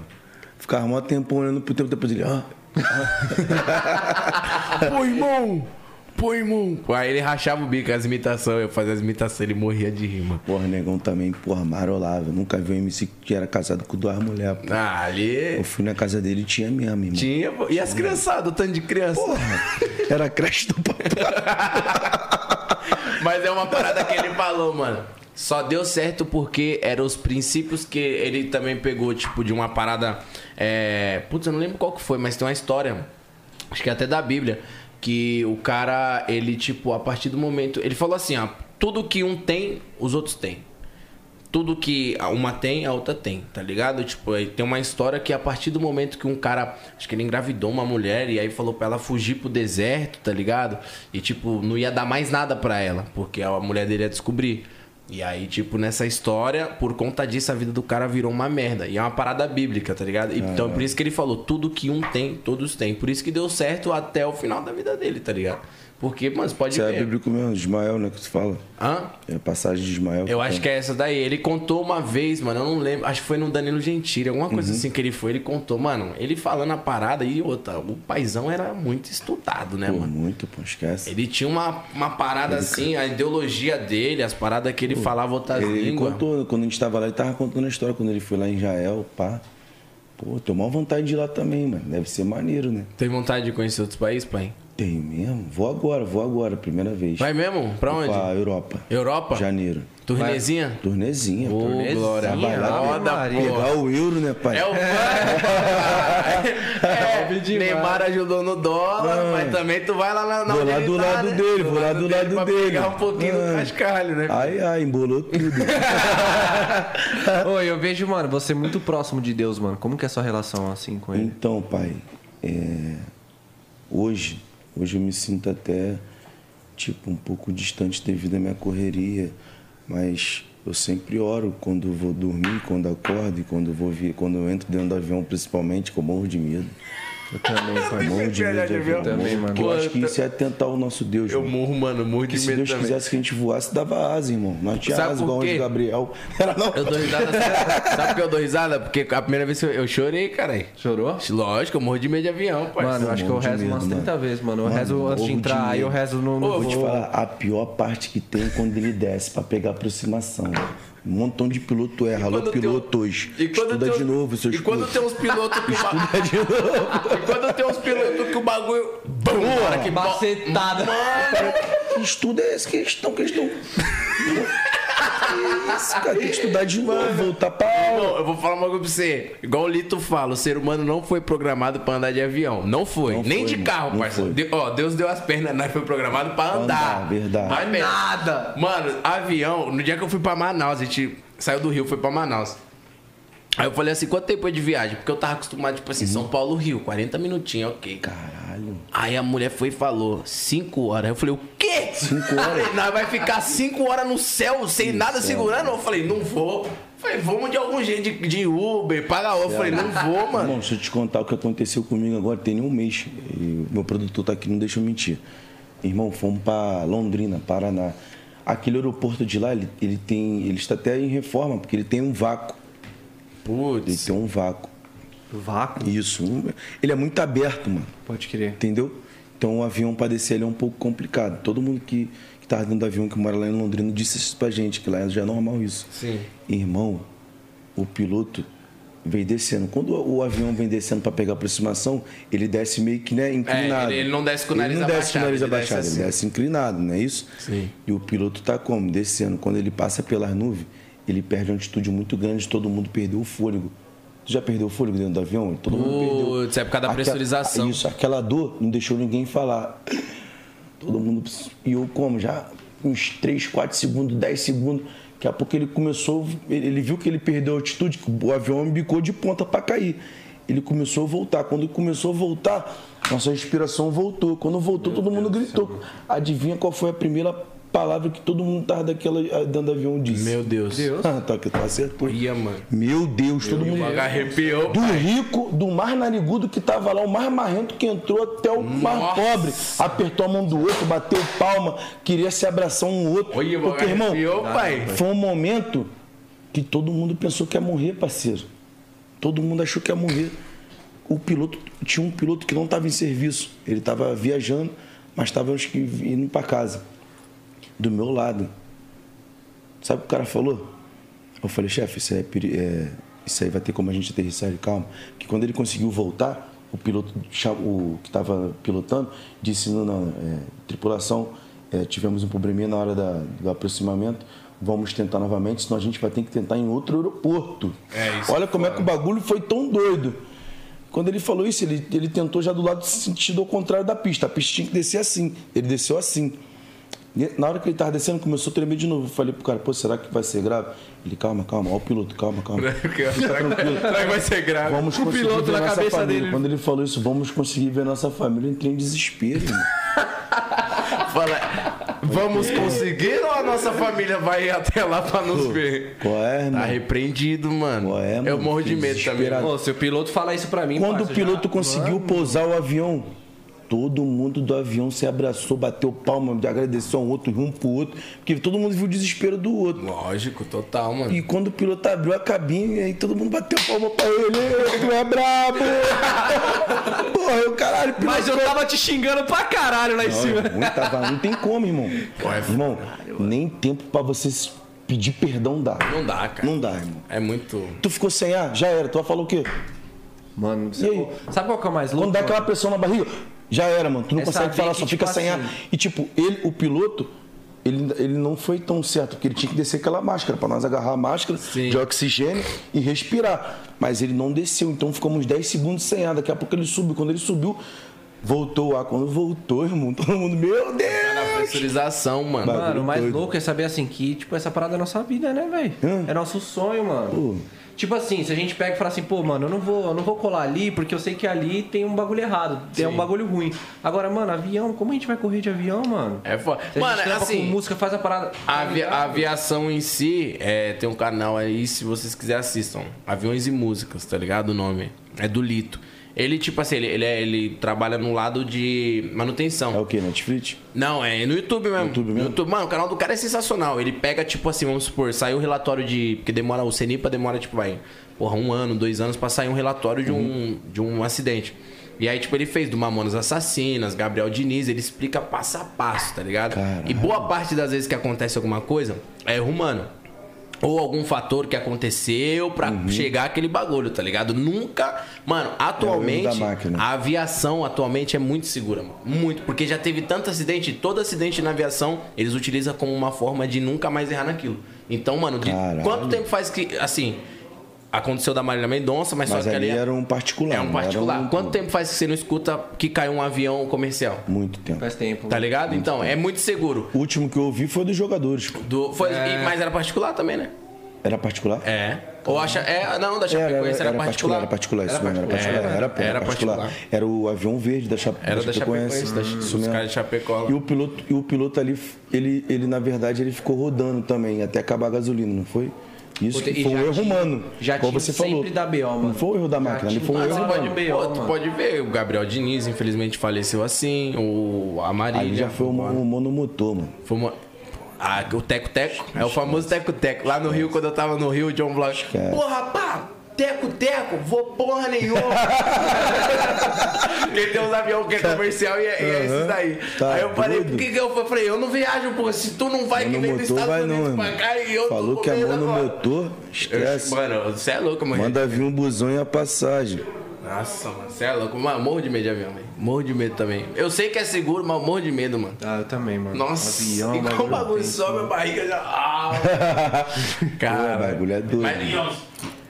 Speaker 3: ficava mó tempo olhando pro tempo, depois ele, ó.
Speaker 2: Pô, irmão! Pô, irmão! Pô, aí ele rachava o bico, as imitações. Eu fazia as imitações, ele morria de rima.
Speaker 3: Porra, negão também, porra, marolava. Eu Nunca vi um MC que era casado com duas mulheres. pô.
Speaker 2: Ah, ali...
Speaker 3: Eu fui na casa dele e tinha mesmo, irmão.
Speaker 2: Tinha, pô. E as criançadas, o tanto de criança.
Speaker 3: Era a creche do papai.
Speaker 2: Mas é uma parada que ele falou, mano. Só deu certo porque eram os princípios que ele também pegou, tipo, de uma parada. É... Putz, eu não lembro qual que foi, mas tem uma história. Acho que é até da Bíblia. Que o cara, ele, tipo, a partir do momento. Ele falou assim, ó. Tudo que um tem, os outros têm tudo que a uma tem, a outra tem, tá ligado? Tipo, aí tem uma história que a partir do momento que um cara, acho que ele engravidou uma mulher e aí falou pra ela fugir pro deserto, tá ligado? E tipo, não ia dar mais nada pra ela, porque a mulher dele ia descobrir. E aí, tipo, nessa história, por conta disso, a vida do cara virou uma merda. E é uma parada bíblica, tá ligado? E- Então, por isso que ele falou, tudo que um tem, todos têm. Por isso que deu certo até o final da vida dele, tá ligado? Porque, mano, você pode
Speaker 3: Isso é
Speaker 2: ver.
Speaker 3: bíblico mesmo, Ismael, né? Que tu fala.
Speaker 2: Hã?
Speaker 3: É a passagem de Ismael.
Speaker 2: Eu acho que é essa daí. Ele contou uma vez, mano, eu não lembro. Acho que foi no Danilo Gentili, alguma coisa
Speaker 3: Uhum.
Speaker 2: assim que ele foi. Ele contou, mano, ele falando a parada e outra. O paizão era muito estudado, né,
Speaker 3: Pô,
Speaker 2: mano?
Speaker 3: muito, pô, esquece.
Speaker 2: Ele tinha uma, uma parada assim, a ideologia dele, as paradas que ele falava outras
Speaker 3: Ele
Speaker 2: línguas.
Speaker 3: contou, quando a gente tava lá, ele tava contando a história quando ele foi lá em Israel, pá. Pô, tô maior vontade de ir lá também, mano. Deve ser maneiro, né?
Speaker 2: Tem vontade de conhecer outros países, pai?
Speaker 3: Tem mesmo? Vou agora, vou agora, primeira vez.
Speaker 2: Vai mesmo? Pra
Speaker 3: Vou
Speaker 2: onde?
Speaker 3: Pra Europa.
Speaker 2: Europa?
Speaker 3: Janeiro.
Speaker 2: Turnezinha?
Speaker 3: Turnezinha,
Speaker 2: Ô,
Speaker 3: pô.
Speaker 2: Glória.
Speaker 3: Trabalhar,
Speaker 2: Roda,
Speaker 1: Maria.
Speaker 2: porra.
Speaker 3: Pegar o euro, né, pai?
Speaker 2: É o
Speaker 1: Top
Speaker 2: fã. é,
Speaker 1: demais.
Speaker 2: Neymar ajudou no dólar, mas também tu vai lá na, né? na
Speaker 3: Vou
Speaker 2: onde
Speaker 3: lá
Speaker 2: ele
Speaker 3: do lado dele, vou lá do lado
Speaker 2: pra
Speaker 3: dele.
Speaker 2: pegar um pouquinho do
Speaker 3: Ah.
Speaker 2: cascalho, né?
Speaker 3: Ai, ai, embolou tudo.
Speaker 1: Ô, eu vejo, mano, você muito próximo de Deus, mano. Como que é a sua relação assim com ele?
Speaker 3: Então, pai, é, hoje, hoje eu me sinto até tipo um pouco distante devido à minha correria, mas eu sempre oro quando eu vou dormir, quando acordo e quando eu vou vir, quando eu entro dentro do avião, principalmente, que eu morro de medo.
Speaker 1: Eu
Speaker 3: Então,
Speaker 1: também,
Speaker 2: é
Speaker 1: pai.
Speaker 3: Morro É de medo de avião.
Speaker 1: Também, mano.
Speaker 3: Porque eu acho que isso é atentar ao nosso Deus.
Speaker 2: tá- Eu
Speaker 3: mano.
Speaker 2: morro, mano, morro
Speaker 3: Porque
Speaker 2: de
Speaker 3: se
Speaker 2: medo
Speaker 3: Deus
Speaker 2: também.
Speaker 3: quisesse que a gente voasse, dava asa, irmão. Nós tinha
Speaker 2: Sabe
Speaker 3: asa
Speaker 2: por
Speaker 3: igual
Speaker 2: quê?
Speaker 3: onde Gabriel. Era não.
Speaker 2: Eu dou risada. assim. sabe- Sabe por que eu dou risada? Porque a primeira vez que eu, eu chorei, caralho.
Speaker 1: Chorou?
Speaker 2: Lógico, eu morro de medo de avião, pai.
Speaker 1: Mano, eu acho que eu
Speaker 3: morro de
Speaker 1: rezo
Speaker 3: medo,
Speaker 1: umas
Speaker 3: mano.
Speaker 1: 30 vezes, mano. Eu
Speaker 3: Mano,
Speaker 1: rezo antes de
Speaker 3: morro de
Speaker 1: entrar, aí eu
Speaker 3: medo.
Speaker 1: rezo no.
Speaker 2: Ô,
Speaker 1: no
Speaker 2: vou
Speaker 3: Vou te falar, a pior parte que tem é quando ele desce pra pegar aproximação. Um montão de piloto erra, alô
Speaker 2: tem um-
Speaker 3: pilotos.
Speaker 2: E quando
Speaker 3: Estuda
Speaker 2: tem um-
Speaker 3: de novo, seus
Speaker 2: E quando
Speaker 3: putos.
Speaker 2: tem uns pilotos que o bagulho. E quando tem uns pilotos que o bagulho. Bum, na hora que bo-
Speaker 1: Macetada.
Speaker 3: Que estudo é esse que eles estão, que eles estão... Que isso, cara, tem que estudar de novo, voltar pra aula.
Speaker 2: Bom, eu vou falar uma coisa pra você. Igual o Lito fala, o ser humano não foi programado pra andar de avião. Não foi.
Speaker 3: Não
Speaker 2: Nem
Speaker 3: foi,
Speaker 2: de
Speaker 3: mano.
Speaker 2: carro,
Speaker 3: Não
Speaker 2: parceiro.
Speaker 3: foi.
Speaker 2: De- ó, Deus deu as pernas, nós foi programado pra andar.
Speaker 3: andar, verdade.
Speaker 2: Mas mesmo. Mano, avião, no dia que eu fui pra Manaus, a gente saiu do Rio, foi pra Manaus. Aí eu falei assim, quanto tempo é de viagem? Porque eu tava acostumado, tipo
Speaker 3: Uhum.
Speaker 2: assim, São Paulo, Rio, 40 minutinhos, ok.
Speaker 3: Caralho.
Speaker 2: Aí a mulher foi e falou, 5 horas. Eu falei, o quê?
Speaker 3: 5 horas?
Speaker 2: Falei, "Nós vai ficar 5 horas no céu, sem nada segurando? Eu falei, não vou. Falei, vamos de algum jeito de, de Uber, paga Uber. Eu falei, não vou, mano.
Speaker 3: Irmão, deixa eu te contar o que aconteceu comigo agora, tem nem um mês. E meu produtor tá aqui, não deixa eu mentir. Irmão, fomos pra Londrina, Paraná. Aquele aeroporto de lá, ele, ele tem. Ele está até em reforma, porque ele tem um vácuo. Ele
Speaker 2: Putz.
Speaker 3: tem um vácuo.
Speaker 5: Vácuo?
Speaker 3: Isso. um- Ele é muito aberto, mano.
Speaker 5: Pode crer.
Speaker 3: Entendeu? Então o avião para descer ali é um pouco complicado. Todo mundo que, que tava dentro do avião, que mora lá em Londrina, disse isso pra gente, que lá já é normal isso.
Speaker 2: Sim.
Speaker 3: Irmão, o piloto veio descendo. Quando o o avião vem descendo para pegar aproximação, ele desce meio que né, inclinado.
Speaker 2: É, ele- ele não desce com o nariz
Speaker 3: ele não desce
Speaker 2: abaixado,
Speaker 3: Com o nariz
Speaker 2: ele desce
Speaker 3: abaixado,
Speaker 2: assim.
Speaker 3: ele desce inclinado, não é isso?
Speaker 4: Sim.
Speaker 3: E o piloto tá como? Descendo. Quando ele passa pelas nuvens, ele perde uma altitude muito grande, todo mundo perdeu o fôlego. Tu já perdeu o fôlego dentro do avião? Todo mundo perdeu.
Speaker 2: Putz, é por causa da
Speaker 3: Aquela-
Speaker 2: pressurização.
Speaker 3: Isso, aquela dor não deixou ninguém falar. Todo mundo. E eu como? Já uns 3, 4 segundos, 10 segundos. Daqui a pouco ele começou. Ele, ele viu que ele perdeu a altitude, que o avião bicou de ponta pra cair. Ele começou a voltar. Quando ele começou a voltar, nossa respiração voltou. Quando voltou, todo mundo gritou. Adivinha qual foi a primeira palavra que todo mundo tava daquela, dentro do avião disse?
Speaker 2: Meu Deus.
Speaker 3: tá, que tu acertou.
Speaker 2: Ia, mano.
Speaker 3: Meu Deus, todo mundo.
Speaker 2: Arrepiou.
Speaker 3: Do rico, do mais narigudo que tava lá, o mais marrento que entrou até o mais
Speaker 2: Nossa.
Speaker 3: pobre. Apertou a mão do outro, bateu palma, queria se abraçar um ao outro.
Speaker 2: Olha,
Speaker 3: Porque, irmão,
Speaker 2: arrepiou, pai.
Speaker 3: foi um momento que todo mundo pensou que ia morrer, parceiro. Todo mundo achou que ia morrer. O piloto, tinha um piloto que não estava em serviço. Ele estava viajando, mas estava acho que indo para casa. Do meu lado. Sabe o que o cara falou? Eu falei, chefe, isso, aí é peri- é- isso aí vai ter como a gente aterrissar ele, calma. Que quando ele conseguiu voltar, o piloto, cha- o que estava pilotando, disse, não, não, é, tripulação, é, tivemos um probleminha na hora da- do aproximamento, vamos tentar novamente, senão a gente vai ter que tentar em outro aeroporto.
Speaker 2: É, isso
Speaker 3: Olha como é que o bagulho foi tão doido. Quando ele falou isso, ele, ele tentou já do lado sentido ao contrário da pista. A pista tinha que descer assim. Ele desceu assim. E Na hora que ele tava descendo, começou a tremer de novo. Eu falei pro cara, pô, será que vai ser grave? Ele, calma, calma, ó o piloto, calma, calma.
Speaker 5: Né,
Speaker 2: Será que vai ser grave?
Speaker 3: Vamos
Speaker 5: o
Speaker 3: conseguir
Speaker 5: piloto
Speaker 3: ver
Speaker 5: na
Speaker 3: nossa
Speaker 5: cabeça
Speaker 3: família.
Speaker 5: dele.
Speaker 3: Quando ele falou isso, vamos conseguir ver nossa família, eu entrei em desespero. irmão.
Speaker 2: Fala, vamos conseguir ou a nossa família vai até lá pra nos ver?
Speaker 3: Qual é,
Speaker 2: Tá
Speaker 3: irmão?
Speaker 2: repreendido, mano.
Speaker 3: Ué,
Speaker 2: Eu
Speaker 3: mano,
Speaker 2: morro de
Speaker 3: que
Speaker 2: medo também.
Speaker 3: desesperado.
Speaker 2: mano.
Speaker 5: Pô, se o piloto falar isso pra mim,
Speaker 3: Quando o
Speaker 5: parça,
Speaker 3: piloto
Speaker 5: já-
Speaker 3: conseguiu pousar o avião, todo mundo do avião se abraçou, bateu palma, agradeceu um outro, um pro outro, porque todo mundo viu o desespero do outro.
Speaker 2: Lógico, total, mano.
Speaker 3: E quando o piloto abriu a cabine, aí todo mundo bateu palma pra ele. "Ei, Tu é brabo! Porra, eu caralho, piloto.
Speaker 5: Mas eu tava te xingando pra caralho lá em cima.
Speaker 3: Não, muito avaro, não tem como, irmão.
Speaker 5: é
Speaker 3: irmão, nem tempo pra você se pedir perdão dá.
Speaker 2: Não dá, cara.
Speaker 3: Não dá, irmão.
Speaker 2: É muito.
Speaker 3: Tu ficou sem ar? Já era. Tu vai falar o quê?
Speaker 1: Mano,
Speaker 3: E
Speaker 1: você...
Speaker 3: aí?
Speaker 1: sabe qual que é o mais louco?
Speaker 3: Quando dá
Speaker 1: mano?
Speaker 3: aquela pressão na barriga, já era, mano. Tu não
Speaker 1: Essa
Speaker 3: consegue
Speaker 1: vem
Speaker 3: falar,
Speaker 1: que,
Speaker 3: só
Speaker 1: tipo
Speaker 3: fica sem ar.
Speaker 1: assim-
Speaker 3: E tipo, ele, o piloto, ele, ele não foi tão certo, porque ele tinha que descer aquela máscara, pra nós agarrar a máscara de oxigênio e respirar. Mas ele não desceu, então ficamos 10 segundos sem ar. Daqui a pouco ele subiu. Quando ele subiu, voltou o ar. Quando voltou, irmão, todo mundo, meu
Speaker 2: Na
Speaker 3: Deus!
Speaker 2: pressurização, mano.
Speaker 1: Mano, o mais
Speaker 3: doido.
Speaker 1: louco é saber assim que, tipo, essa parada é nossa vida, né,
Speaker 3: Hã?
Speaker 1: velho? É nosso sonho, mano. Tipo assim, se a gente pega e fala assim, pô, mano, eu não vou, eu não vou colar ali porque eu sei que ali tem um bagulho errado, tem um bagulho ruim. Agora, mano, avião, como a gente vai correr de avião, mano?
Speaker 2: É foda.
Speaker 1: Se a
Speaker 2: Mano,
Speaker 1: gente trampa com
Speaker 2: assim.
Speaker 1: música, faz a parada. Tá
Speaker 2: A, avi- a aviação em si, é, tem um canal aí, se vocês quiserem, assistam. Aviões e Músicas, tá ligado? O nome. É do Lito. Ele, tipo assim, ele, ele, é- ele trabalha no lado de manutenção.
Speaker 3: É o que, Netflix?
Speaker 2: Não, é no YouTube mesmo.
Speaker 3: YouTube
Speaker 2: No
Speaker 3: mesmo?
Speaker 2: YouTube. Mano, o canal do cara é sensacional. Ele pega, tipo assim, vamos supor, sai o relatório de. Porque demora, o CENIPA demora, tipo, vai, porra, um ano, dois anos pra sair um relatório de um,
Speaker 3: Uhum.
Speaker 2: de um acidente. E aí, tipo, ele fez do Mamonas Assassinas, Gabriel Diniz, ele explica passo a passo, tá ligado?
Speaker 3: Caralho.
Speaker 2: E boa parte das vezes que acontece alguma coisa é erro humano ou algum fator que aconteceu pra chegar aquele bagulho, tá ligado? Nunca, mano,
Speaker 3: Uhum. É o
Speaker 2: atualmente
Speaker 3: erro da máquina.
Speaker 2: a aviação atualmente é muito segura, mano. Muito, porque já teve tanto acidente, todo acidente na aviação, eles utilizam como uma forma de nunca mais errar naquilo. Então, mano, de
Speaker 3: Caralho.
Speaker 2: quanto tempo faz que assim, aconteceu da Marília Mendonça, mas,
Speaker 3: Mas
Speaker 2: só que
Speaker 3: ali
Speaker 2: ali
Speaker 3: era um particular.
Speaker 2: é um
Speaker 3: não era
Speaker 2: particular.
Speaker 3: um-
Speaker 2: Quanto tempo faz que você não escuta que caiu um avião comercial?
Speaker 3: Muito tempo.
Speaker 1: Faz tempo.
Speaker 2: Tá ligado? Então, é muito seguro.
Speaker 3: O último que eu ouvi foi dos jogadores.
Speaker 2: Do, foi, e- mas era particular também, né?
Speaker 3: Era particular?
Speaker 2: É. Ou acha. É, não, da
Speaker 3: Era, era,
Speaker 2: Chapecoense era,
Speaker 3: tipo era particular,
Speaker 2: particular.
Speaker 3: era particular, isso mesmo, era particular.
Speaker 2: particular.
Speaker 3: Era, pô,
Speaker 2: Era particular.
Speaker 3: Era o avião verde da, Chape,
Speaker 2: Era da Chapecoense,
Speaker 3: isso
Speaker 2: dos
Speaker 3: mesmo.
Speaker 2: caras de Chapecó lá.
Speaker 3: E o piloto, e o piloto ali, ele, ele, na verdade, ele ficou rodando também, até acabar a gasolina, não foi? Isso
Speaker 1: Puta,
Speaker 3: que
Speaker 1: e
Speaker 3: foi um
Speaker 1: já
Speaker 3: erro
Speaker 1: tinha-
Speaker 3: humano.
Speaker 1: já
Speaker 3: como
Speaker 1: tinha
Speaker 3: você falou.
Speaker 1: sempre da BO,
Speaker 3: Não
Speaker 1: mano.
Speaker 3: foi o erro da máquina, ali
Speaker 1: tinha-
Speaker 3: foi um
Speaker 1: Ah,
Speaker 3: erro
Speaker 1: você
Speaker 3: humano.
Speaker 2: Pode
Speaker 1: mano.
Speaker 2: ver,
Speaker 1: Pô,
Speaker 2: tu
Speaker 1: mano.
Speaker 2: pode ver, o Gabriel Diniz, infelizmente, faleceu assim, o Amarilha.
Speaker 3: Ali já foi um, um monomotor, mano.
Speaker 2: Foi uma- Ah, o teco-teco. É o famoso teco-teco. Lá no Rio, quando eu tava no Rio, o John Vlog.
Speaker 3: é.
Speaker 2: Porra, pá! Teco-teco, vou porra nenhuma. Porque tem uns aviões que é comercial e é, e é esses daí.
Speaker 3: Tá
Speaker 2: Aí eu falei,
Speaker 3: doido?
Speaker 2: por que, que eu falei? Eu não viajo, porra. Se tu não vai, que vem dos
Speaker 3: Monomotor
Speaker 2: Estados
Speaker 3: vai não,
Speaker 2: Unidos pra
Speaker 3: irmão.
Speaker 2: cá e eu
Speaker 3: Falou
Speaker 2: tô
Speaker 3: que é
Speaker 2: comendo agora."
Speaker 3: monomotor,
Speaker 2: Eu-
Speaker 3: esquece.
Speaker 2: Mano, você é louco, mano.
Speaker 3: Manda vir um busão e a passagem.
Speaker 2: Nossa, mano, você é louco. Mano, morro de medo de avião, velho. Morro de medo também. Eu sei que é seguro, mas morro de medo, mano.
Speaker 1: Ah, eu também, mano.
Speaker 2: Nossa,
Speaker 1: Avião,
Speaker 2: e como o
Speaker 1: bagulho
Speaker 2: bagulho
Speaker 1: tenso.
Speaker 2: sobe a barriga já. Ah, cara,
Speaker 3: Pô, bagulho é doido.
Speaker 2: Ah, Mas-
Speaker 6: 2011.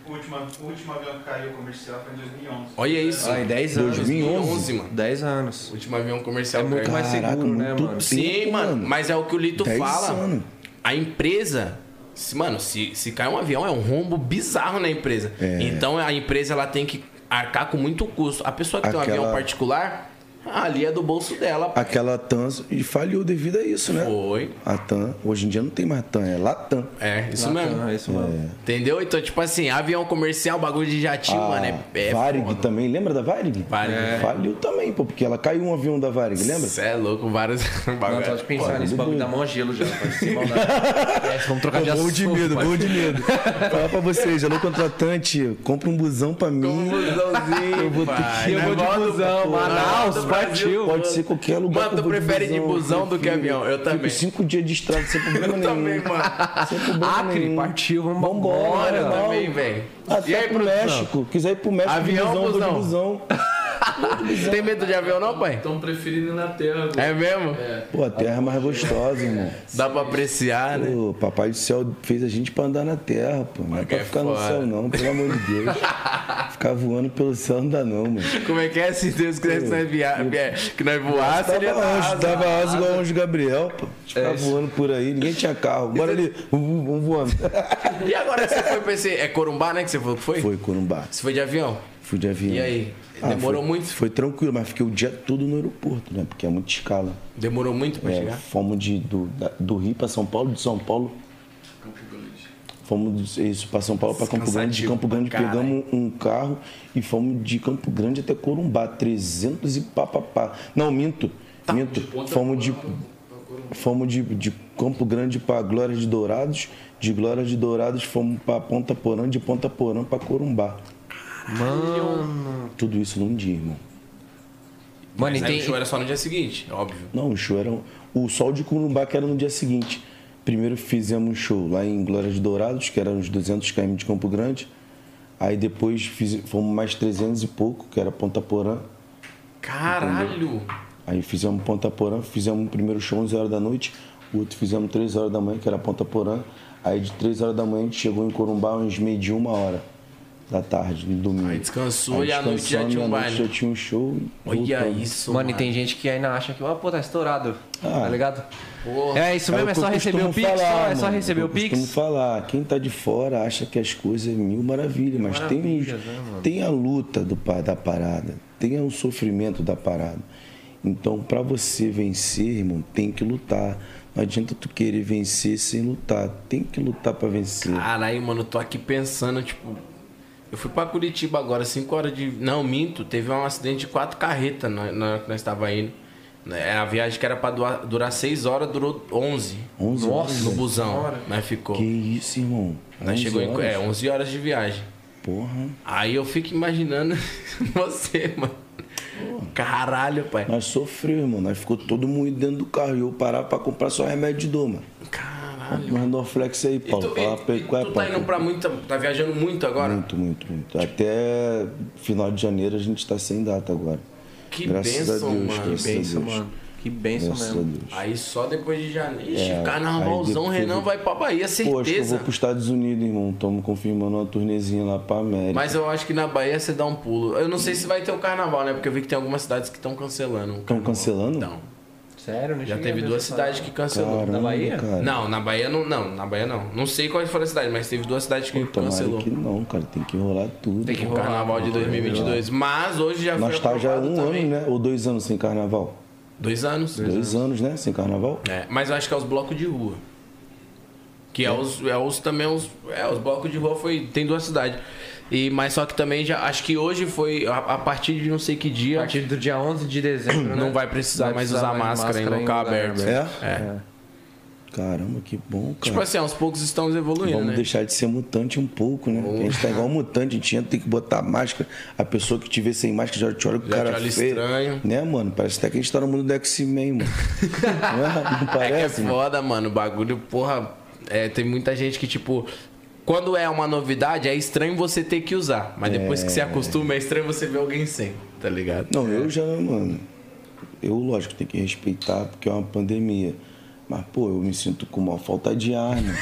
Speaker 6: O último, o último avião que caiu comercial foi em 2011.
Speaker 2: Olha isso.
Speaker 1: Ah, em 10 anos.
Speaker 2: 2011, mano.
Speaker 1: 10 anos.
Speaker 2: Último avião comercial.
Speaker 1: É muito
Speaker 2: caiu.
Speaker 1: mais seguro,
Speaker 3: muito
Speaker 1: né, mano?
Speaker 2: Sim,
Speaker 3: tempo,
Speaker 2: mano, mas é o que o Lito
Speaker 3: 10
Speaker 2: fala.
Speaker 3: anos.
Speaker 2: A empresa, se- mano, se, se cai um avião, é um rombo bizarro na empresa.
Speaker 3: É.
Speaker 2: Então a empresa ela tem que arcar com muito custo. A pessoa que tem um
Speaker 3: Aquela-
Speaker 2: avião particular, ali é do bolso dela.
Speaker 3: Aquela TAM e falhou devido a isso, né?
Speaker 2: Foi.
Speaker 3: A TAM, hoje em dia não tem mais TAM, é Latam.
Speaker 2: É, isso mesmo.
Speaker 1: Ah, isso, mano.
Speaker 2: Entendeu? Então, tipo assim, avião comercial, bagulho de jatinho,
Speaker 3: A
Speaker 2: mano, é, é
Speaker 3: Varig
Speaker 2: foda.
Speaker 3: também, lembra da Varig?
Speaker 2: Varig. É.
Speaker 3: Faliu também, pô, porque ela caiu um avião da Varig, lembra?
Speaker 2: Você é louco, vários
Speaker 1: Não, só
Speaker 2: bagulho.
Speaker 1: de pensar nisso, o bagulho dá mó gelo já. parece ser maldade.
Speaker 5: Vamos trocar de
Speaker 3: Bom
Speaker 5: assunto.
Speaker 3: de medo,
Speaker 5: pai.
Speaker 3: bom de medo. Falar pra vocês, alô contratante, compra um busão pra mim.
Speaker 2: Um busãozinho,
Speaker 3: Eu vou ter
Speaker 2: pai.
Speaker 3: que-
Speaker 5: Eu vou de busão,
Speaker 2: é
Speaker 5: Manaus, partiu.
Speaker 3: Pode ser qualquer lugar.
Speaker 2: Mano,
Speaker 3: que
Speaker 2: tu
Speaker 3: eu vou
Speaker 2: prefere de busão do que
Speaker 3: filho.
Speaker 2: avião? Eu também.
Speaker 3: Fico cinco dias de estrada sem problema
Speaker 2: Eu
Speaker 3: nenhum.
Speaker 2: também, mano.
Speaker 3: Sem problema
Speaker 1: Acre,
Speaker 3: nenhum.
Speaker 1: partiu, vamos
Speaker 3: Vambora,
Speaker 2: Eu
Speaker 3: irmão.
Speaker 2: também, velho. E
Speaker 3: Até
Speaker 2: aí,
Speaker 3: pro
Speaker 2: produção?
Speaker 3: tá México. Quiser ir pro México,
Speaker 2: Avião ou
Speaker 3: de busão, vou de
Speaker 2: busão?
Speaker 3: busão.
Speaker 2: Tem medo de avião não, pai?
Speaker 4: Estão preferindo ir na terra agora.
Speaker 2: É mesmo?
Speaker 3: Pô, a terra é mais gostosa, irmão.
Speaker 2: Dá pra apreciar, né?
Speaker 3: Pô, papai do céu fez a gente pra andar na terra, pô. Não é
Speaker 2: é
Speaker 3: pra ficar no
Speaker 2: foda.
Speaker 3: céu, não, pelo amor de Deus. ficar voando pelo céu não dá, não, mano.
Speaker 2: Como é que é? Se Deus quisesse que nós via- via- que nós voássemos, ele ia
Speaker 3: Tava
Speaker 2: dar
Speaker 3: anjo,
Speaker 2: asa. É
Speaker 3: tava anjo igual o anjo Gabriel, pô. Ficava voando por aí, ninguém tinha carro. Bora ali, vamos vamos voando.
Speaker 2: E agora você foi pra esse... É Corumbá, né, que você falou que foi?
Speaker 3: né? Foi, Corumbá.
Speaker 2: Você foi de avião?
Speaker 3: Fui de avião.
Speaker 2: E aí? Demorou
Speaker 3: É. Ah, foi-
Speaker 2: muito?
Speaker 3: Foi tranquilo, mas fiquei o dia todo no aeroporto, né? Porque é muita escala.
Speaker 2: Demorou muito pra
Speaker 3: É,
Speaker 2: chegar?
Speaker 3: fomos de, do, da- do Rio para São Paulo, de São Paulo. Fomos de- isso para São Paulo para Campo Grande. De
Speaker 2: Cansativo
Speaker 3: Campo
Speaker 2: pra
Speaker 3: Grande
Speaker 2: caralho.
Speaker 3: pegamos um carro e fomos de Campo Grande até Corumbá, 300 e papapá. Não, minto.
Speaker 2: Tá.
Speaker 3: minto. fomos de fomos de, de Campo Grande para Glória de Dourados, de Glória de Dourados fomos para Ponta Porã, de Ponta Porã para Corumbá. Mano, tudo isso num dia, irmão.
Speaker 1: Mano, e
Speaker 2: Mas aí o
Speaker 1: tem,
Speaker 2: show era só no dia seguinte, é óbvio.
Speaker 3: Não, o show era. um, O sol de Curumbá que era no dia seguinte. Primeiro fizemos um show lá em Glória de Dourados, que era uns 200 km de Campo Grande. Aí depois fiz- fomos mais 300 e pouco, que era Ponta Porã.
Speaker 2: Caralho!
Speaker 3: Aí fizemos Ponta Porã, fizemos o primeiro show 11 horas da noite, o outro fizemos 3 horas da manhã, que era Ponta Porã. Aí de 3 horas da manhã a gente chegou em Corumbá uns meio de uma hora da tarde, no domingo.
Speaker 2: Aí descansou e à noite já
Speaker 3: descansamos,
Speaker 2: tinha um
Speaker 3: e à noite
Speaker 2: baile.
Speaker 3: já tinha um show. e
Speaker 2: Olha
Speaker 3: voltamos.
Speaker 2: isso,
Speaker 1: mano, e tem gente que ainda acha que, ó, pô, tá estourado.
Speaker 3: Ah.
Speaker 1: Tá ligado?
Speaker 2: Porra.
Speaker 1: É isso
Speaker 3: o
Speaker 1: mesmo, é
Speaker 3: que
Speaker 1: só
Speaker 3: Tá, eu
Speaker 1: receber o
Speaker 3: costumo
Speaker 1: Pix, só-
Speaker 3: falar,
Speaker 1: é só
Speaker 3: mano.
Speaker 1: receber o
Speaker 3: Eu costumo
Speaker 1: Pix.
Speaker 3: falar, quem tá de fora acha que as coisas é mil maravilhas, mas tem, os-
Speaker 1: Maravilhas, né, mano?
Speaker 3: tem a luta do, pa- da parada, tem o sofrimento da parada. Então, pra você vencer, irmão, tem que lutar. Não adianta tu querer vencer sem lutar. Tem que lutar pra vencer.
Speaker 2: Caralho, mano, eu tô aqui pensando, tipo. Eu fui pra Curitiba agora, 5 horas de. Não, minto, teve um acidente de quatro carretas na na hora que nós estava indo. Né, A viagem que era pra durar- durar 6 horas durou 11.
Speaker 3: 11 horas,
Speaker 2: No
Speaker 3: velho.
Speaker 2: busão. Nós ficou.
Speaker 3: Que isso, irmão?
Speaker 2: Nós
Speaker 3: 11
Speaker 2: chegou em.
Speaker 3: horas?
Speaker 2: É, 11 horas de viagem.
Speaker 3: Porra.
Speaker 2: Aí eu fico imaginando você, mano. Caralho, pai.
Speaker 3: Nós sofreu, irmão. Nós ficou todo mundo dentro do carro. E eu parar pra comprar só remédio de dor, mano.
Speaker 2: Caralho.
Speaker 3: Mas no flex aí,
Speaker 2: E
Speaker 3: Paulo.
Speaker 2: tu,
Speaker 3: Fala pra
Speaker 2: e,
Speaker 3: ele
Speaker 2: e
Speaker 3: qual é,
Speaker 2: tu tá
Speaker 3: Paulo?
Speaker 2: indo pra muita. Tá viajando muito agora?
Speaker 3: Muito, muito, muito. Até final de janeiro a gente tá sem data agora.
Speaker 2: Que
Speaker 3: graças
Speaker 2: bênção,
Speaker 3: a Deus,
Speaker 2: mano.
Speaker 3: Graças
Speaker 1: Que benção,
Speaker 3: a Deus.
Speaker 1: mano. Que benção
Speaker 3: Graças a
Speaker 1: mesmo.
Speaker 3: Deus.
Speaker 2: Aí só depois de janeiro. Ixi,
Speaker 3: É,
Speaker 2: carnavalzão,
Speaker 3: aí depois-
Speaker 2: Renan vai pra Bahia,
Speaker 3: Pô, acho que eu
Speaker 2: certeza.
Speaker 3: vou pros Estados Unidos, irmão. Estamos confirmando uma turnezinha lá pra América.
Speaker 2: Mas eu acho que na Bahia você dá um pulo. Eu não sei se vai ter o carnaval, né? Porque eu vi que tem algumas cidades que estão cancelando.
Speaker 3: Estão cancelando?
Speaker 2: Então.
Speaker 1: Sério, né?
Speaker 2: Já teve duas cidades que cancelou.
Speaker 3: Caramba,
Speaker 1: Na Bahia?
Speaker 3: cara.
Speaker 2: Não, na Bahia não, não, na Bahia não. Não sei quais foram as cidades, mas teve duas cidades que
Speaker 3: Tomara
Speaker 2: cancelou.
Speaker 3: que não, cara. Tem que rolar tudo.
Speaker 1: Tem que
Speaker 2: O carnaval de 2022. Mas hoje já
Speaker 3: Nós tá já
Speaker 2: aprovado
Speaker 3: um
Speaker 2: também.
Speaker 3: ano, né? Ou dois anos sem carnaval?
Speaker 2: Dois anos.
Speaker 3: Dois, anos. né? Sem carnaval?
Speaker 2: É, mas eu acho que é os blocos de rua. Que é, os, é os também os. É, os blocos de rua foi. Tem duas cidades. E, mas só que também já. Acho que hoje foi. A, a partir de não sei que
Speaker 1: A
Speaker 2: dia.
Speaker 1: partir do dia 11 de dezembro, né?
Speaker 2: Não vai precisar mais usar máscara, em local aberto.
Speaker 3: É?
Speaker 2: É.
Speaker 3: Caramba, que bom, cara.
Speaker 2: Tipo assim, aos poucos estamos evoluindo,
Speaker 3: Vamos
Speaker 2: né?
Speaker 3: deixar de ser mutante um pouco, né? Porque A gente tá igual mutante, a gente entra, tem que botar máscara. A pessoa que te vê sem máscara já te olha com
Speaker 2: Já te
Speaker 3: cara
Speaker 2: olha
Speaker 3: feio.
Speaker 2: estranho.
Speaker 3: Né, mano? Parece até que a gente tá no mundo do X-Men, mano. não, é? não
Speaker 2: É que é
Speaker 3: parece? mano?
Speaker 2: foda, mano. O bagulho, porra. é, tem muita gente que, tipo. Quando é uma novidade, é estranho você ter que usar. Mas depois que você acostuma, é estranho você ver alguém sem, tá ligado?
Speaker 3: Não, eu já, mano. Eu, lógico, tenho que respeitar porque é uma pandemia. Mas, pô, eu me sinto com uma falta de ar, né?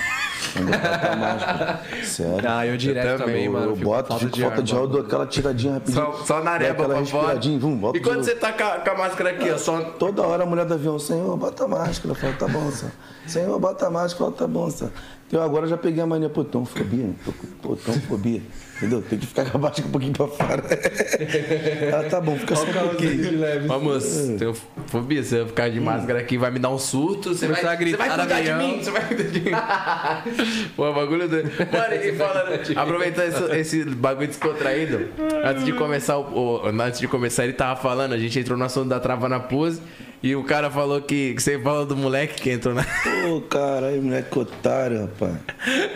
Speaker 3: Quando eu boto a máscara. Sério.
Speaker 1: Ah, eu direto
Speaker 3: Eu,
Speaker 1: também, mano.
Speaker 3: eu
Speaker 1: fico com
Speaker 3: boto, falta de falta de ar, eu dou aquela tiradinha rapidinho.
Speaker 2: Só, só na
Speaker 3: dou
Speaker 2: areba
Speaker 3: aquela
Speaker 2: pra fora.
Speaker 3: respiradinha, vum, boto
Speaker 2: E quando
Speaker 3: de
Speaker 2: você tá com a, com a máscara aqui, ó, só.
Speaker 3: Toda hora a mulher do avião, senhor, bota a máscara. Eu falo, tá bom, senhor. Senhor, bota a máscara, eu falo, tá bom, senhor. Então agora eu já peguei a mania, pô, tem fobia, tô com pô, tem fobia. Entendeu? Tem que ficar com a máscara um pouquinho pra fora. Ela tá bom, fica só um pouquinho.
Speaker 2: Vamos, tenho fobia, você vai ficar de máscara aqui, vai me dar um surto, você vai,
Speaker 1: Começar a
Speaker 2: você vai
Speaker 1: gritar no
Speaker 2: cuidar de
Speaker 1: avião.
Speaker 2: mim, você vai cuidar de mim. Pô, bagulho do. Mano, e falando, aproveitando esse, esse bagulho descontraído, antes de começar o, o- Antes de começar, ele tava falando, a gente entrou no assunto da trava na pose. E o cara falou que, que você fala do moleque que entrou na.
Speaker 3: Pô, caralho, moleque otário, rapaz.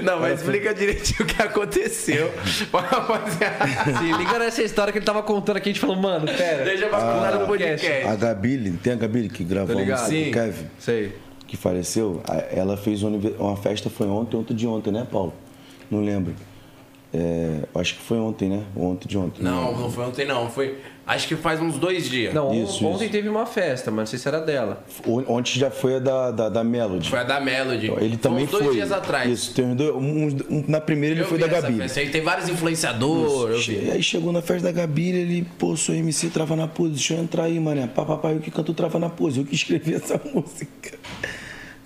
Speaker 2: Não, mas explica direitinho o que aconteceu. pra rapaziada.
Speaker 1: Se liga nessa história que ele tava contando aqui, a gente falou, mano, pera.
Speaker 2: Deixa pra contar no podcast.
Speaker 3: A Gabi, tem a Gabi que gravou
Speaker 1: ligado?
Speaker 3: com
Speaker 2: Sim.
Speaker 3: o Kevin,
Speaker 1: Sei.
Speaker 3: que faleceu. a- Ela fez um anive- uma festa, foi ontem, ontem de ontem, né, Paulo? Não lembro. É, acho que foi ontem, né? Ou Ontem de ontem.
Speaker 2: Não, não foi ontem, não. Foi. Acho que faz uns dois dias.
Speaker 1: Não, on-
Speaker 3: Isso,
Speaker 1: ontem
Speaker 3: isso.
Speaker 1: teve uma festa, mas não sei se era dela.
Speaker 3: O- Ontem já foi a da, da, da Melody.
Speaker 2: Foi a da Melody.
Speaker 3: Então, Ele também
Speaker 2: uns dois
Speaker 3: foi.
Speaker 2: dias atrás.
Speaker 3: Isso, tem uns dois, um- um- na primeira ele
Speaker 2: Eu
Speaker 3: foi
Speaker 2: vi
Speaker 3: da
Speaker 2: essa
Speaker 3: Gabi.
Speaker 2: festa aí, Tem vários influenciadores. Eu vi.
Speaker 3: E aí chegou na festa da Gabi, ele, pô, sou MC Trava na Pose, deixa eu entrar aí, mané. Papai, eu que canto Trava na Pose, eu que escrevi essa música.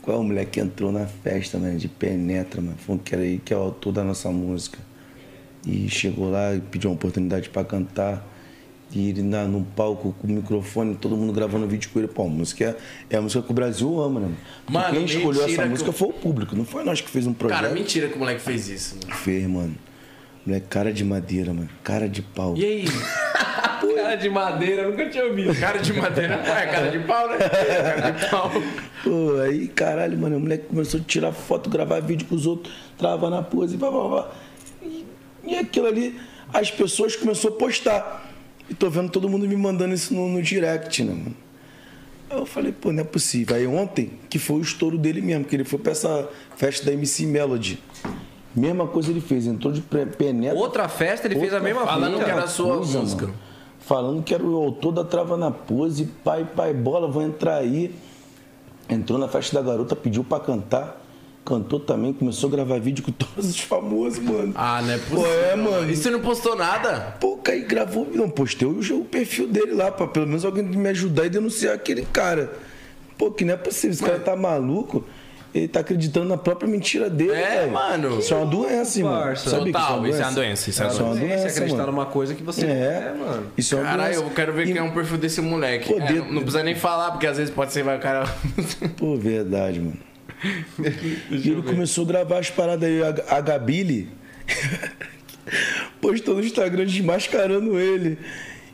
Speaker 3: Qual é o moleque que entrou na festa, mano, de penetra, mano, falando que era ele que é o autor da nossa música. E chegou lá e pediu uma oportunidade pra cantar. E ele na, no palco com o microfone, todo mundo gravando vídeo com ele. Pô, a música é, é a música que o Brasil ama, né? mano? Porque
Speaker 2: Mano,
Speaker 3: quem escolheu
Speaker 2: mentira
Speaker 3: essa
Speaker 2: que
Speaker 3: música
Speaker 2: eu-
Speaker 3: foi o público, não foi nós que fez um projeto.
Speaker 2: Cara, mentira que o moleque fez isso. mano.
Speaker 3: Fez, mano. Moleque, cara de madeira, mano. Cara de pau.
Speaker 1: E aí? cara de madeira, eu nunca tinha ouvido.
Speaker 2: Cara de madeira. É cara de pau, né? Cara de pau.
Speaker 3: Pô, aí, caralho, mano, o moleque começou a tirar foto, gravar vídeo pros outros, travar na pose, blá, blá, blá. E, e aquilo ali, as pessoas começaram a postar. E tô vendo todo mundo me mandando isso no, no direct, né, mano? Aí eu falei, pô, não é possível. Aí ontem, que foi o estouro dele mesmo, que ele foi pra essa festa da MC Melody. Mesma coisa ele fez, entrou de pre- penetra.
Speaker 1: Outra festa, ele fez a mesma
Speaker 2: Falando
Speaker 1: fita.
Speaker 2: que era sua música.
Speaker 3: mano. Falando que era o autor da Trava na Pose, pai, pai, bola, vou entrar aí. Entrou na festa da garota, pediu pra cantar. Cantou também, começou a gravar vídeo com todos os famosos, mano.
Speaker 2: Ah, não é
Speaker 3: Pô,
Speaker 2: possível.
Speaker 3: é, mano.
Speaker 2: E você não postou nada?
Speaker 3: Pô, aí gravou, não, postei o, o perfil dele lá, pra pelo menos alguém me ajudar e denunciar aquele cara. Pô, que não é possível, esse cara tá maluco, ele tá acreditando na própria mentira dele,
Speaker 2: É,
Speaker 3: velho.
Speaker 2: mano.
Speaker 3: Isso é uma doença, mano.
Speaker 1: parça.
Speaker 3: Sabia que
Speaker 2: Total, isso é uma doença, isso é uma
Speaker 3: Isso é uma
Speaker 1: Você
Speaker 3: doença,
Speaker 1: acreditar
Speaker 3: mano.
Speaker 1: numa coisa que você
Speaker 3: É,
Speaker 1: mano.
Speaker 3: Isso é uma
Speaker 2: Caralho,
Speaker 3: doença.
Speaker 2: eu quero ver
Speaker 3: E-
Speaker 2: quem é um perfil desse moleque.
Speaker 3: Pô,
Speaker 2: É,
Speaker 3: dentro-
Speaker 2: não, não precisa nem falar, porque às vezes pode ser vai o cara.
Speaker 3: Pô, verdade, mano. e ele começou a gravar as paradas aí, a, a Gabile postou no Instagram desmascarando ele.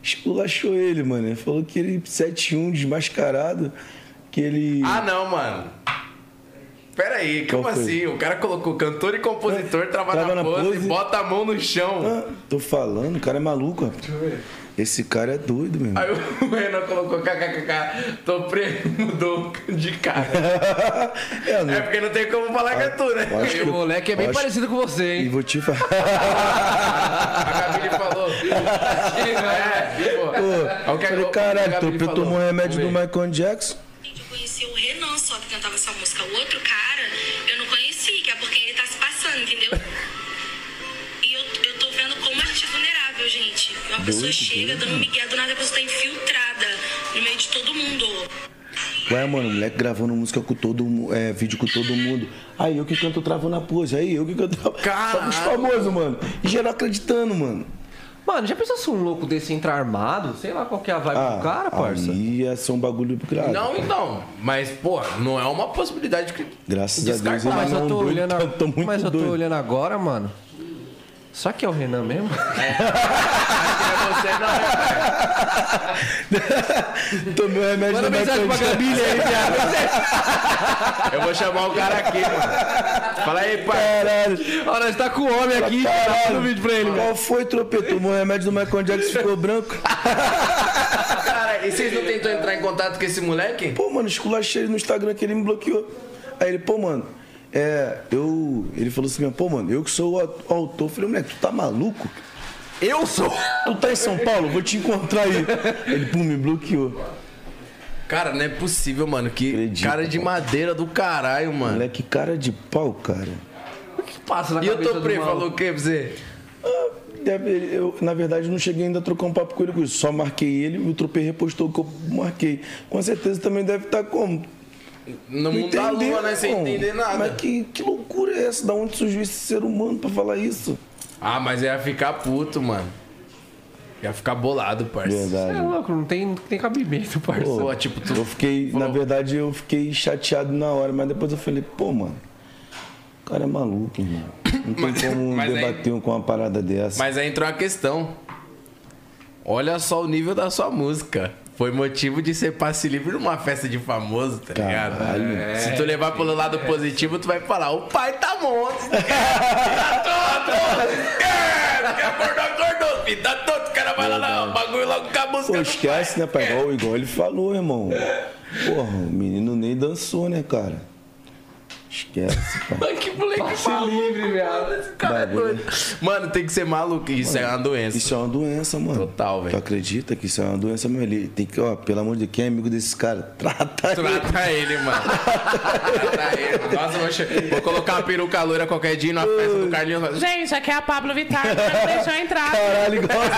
Speaker 3: Esculachou ele, mano. Ele Falou que ele 7-1 desmascarado, que ele.
Speaker 2: ah, não, mano. Pera aí, como
Speaker 3: Qual foi?
Speaker 2: assim? O cara colocou cantor e compositor, trava, na, pose, e bota a mão no chão.
Speaker 3: Ah, tô falando, o cara é maluco, rapaz. Esse cara é doido, meu irmão.
Speaker 2: Aí o Renan colocou kkkk, tô preso, mudou de cara.
Speaker 3: É, não-
Speaker 2: É porque não tem como falar que é tu, né?
Speaker 3: eu acho
Speaker 1: O moleque é bem
Speaker 3: eu acho-
Speaker 1: parecido com você,
Speaker 3: E
Speaker 1: hein?
Speaker 3: vou te falar.
Speaker 2: A Gabi falou. É, pô.
Speaker 3: Eu
Speaker 2: O que a-
Speaker 3: falei,
Speaker 2: o que a
Speaker 3: caralho,
Speaker 2: Gabi
Speaker 3: então eu
Speaker 2: falou.
Speaker 3: tomo remédio do
Speaker 2: Vamos ver.
Speaker 3: Michael Jackson.
Speaker 7: Eu conheci o Renan só que cantava essa música. O outro cara eu não conheci, que é porque ele tá se passando, entendeu? E eu, eu tô vendo como a gente é vulnerável, gente. Uma pessoa chega dando migué, do nada a pessoa tá infiltrada no meio de todo mundo.
Speaker 3: Ué, mano, o moleque gravando música com todo mundo, é, vídeo com todo mundo. Aí eu que canto travo na pose, aí eu que canto travo. Só com os famosos, mano. E geral acreditando, mano.
Speaker 1: Mano, já pensou se um louco desse entrar armado? Sei lá qual que é a vibe do cara, parça.
Speaker 3: Ah, Aí ia ser um bagulho grave.
Speaker 2: Não, então. Mas, pô, não é uma possibilidade que. Ah,
Speaker 3: Graças a Deus,
Speaker 2: Descartável.
Speaker 1: Mas eu
Speaker 3: não
Speaker 1: tô
Speaker 3: doido,
Speaker 1: olhando,
Speaker 3: tô- tô muito
Speaker 1: mas eu tô
Speaker 3: doido.
Speaker 1: olhando agora, mano. Só que é o Renan mesmo?
Speaker 3: Tomei um remédio da Mercantil.
Speaker 2: aí, Eu vou chamar o cara aqui, mano. Fala aí, pai.
Speaker 3: Caralho.
Speaker 1: Olha, nós tá com o homem aqui.
Speaker 3: Caralho.
Speaker 1: Manda um vídeo pra ele,
Speaker 3: Qual foi, tropeto? Tomou um remédio do Michael Jackson ficou branco?
Speaker 2: Cara, e vocês não tentou entrar em contato com esse moleque?
Speaker 3: Pô, mano, esculachei ele no Instagram que ele me bloqueou. Aí ele, pô, mano, é, eu. Ele falou assim, pô, mano, eu que sou o au- autor. Eu falei, moleque, tu tá maluco?
Speaker 2: Eu sou.
Speaker 3: Tu tá em São Paulo? Vou te encontrar aí. Ele, pum, me bloqueou.
Speaker 2: Cara, não é possível, mano. Que
Speaker 3: Acredito,
Speaker 2: cara de madeira do caralho, mano.
Speaker 3: Moleque, cara de pau, cara.
Speaker 1: que passa na
Speaker 2: E o
Speaker 1: cabeça do
Speaker 2: Topré
Speaker 1: maluco?
Speaker 2: falou o que pra você?
Speaker 3: Ah, deve- ele- Eu, na verdade, não cheguei ainda a trocar um papo com ele. com isso. Só marquei ele e o Tropê repostou o que eu marquei. Com certeza também deve estar como?
Speaker 2: No
Speaker 3: Não
Speaker 2: mundo da
Speaker 3: entendeu,
Speaker 2: lua, né? Sem
Speaker 3: irmão.
Speaker 2: entender nada.
Speaker 3: Mas que, que loucura é essa? Da onde surgiu esse ser humano pra falar isso?
Speaker 2: Ah, mas ia ficar puto, mano. Ia ficar bolado, parceiro.
Speaker 1: É louco, não tem, não tem cabimento, parça.
Speaker 3: Pô,
Speaker 2: Pô, tipo, tu-
Speaker 3: eu fiquei, na verdade, eu fiquei chateado na hora, mas depois eu falei, pô, mano, o cara é maluco, irmão. Não tem como
Speaker 2: mas aí-
Speaker 3: debater com uma parada dessa.
Speaker 2: Mas aí entrou a questão. Olha só o nível da sua música. Foi motivo de ser passe livre numa festa de famoso, tá ligado?
Speaker 3: Caralho.
Speaker 2: É, Se tu levar pelo lado positivo, tu vai falar, o pai tá monstro. tá todo. É, que Acordou, acordou, filho. Tá todo. O cara vai lá, lá, o bagulho logo com a
Speaker 3: Pô,
Speaker 2: música.
Speaker 3: esquece, né, pai? Igual, igual ele falou, irmão. Porra, o menino nem dançou, né, cara? Esquece, pai.
Speaker 2: Mano, que moleque
Speaker 1: Tá
Speaker 2: maluco. livre, velho. Esse cara é
Speaker 3: Bagulho.
Speaker 2: doido. Mano, tem que ser maluco. Isso é uma doença.
Speaker 3: Isso é uma doença, mano.
Speaker 2: Total, velho.
Speaker 3: Tu acredita que isso é uma doença, meu? Ele tem que, ó, pelo amor de Deus, quem é amigo desse cara? Trata ele.
Speaker 2: Trata ele, mano. Trata ele. Nossa, vou, che- vou colocar uma peruca loira qualquer dia na festa do Carlinhos. Gente,
Speaker 8: é
Speaker 3: Caralho, igualzinho.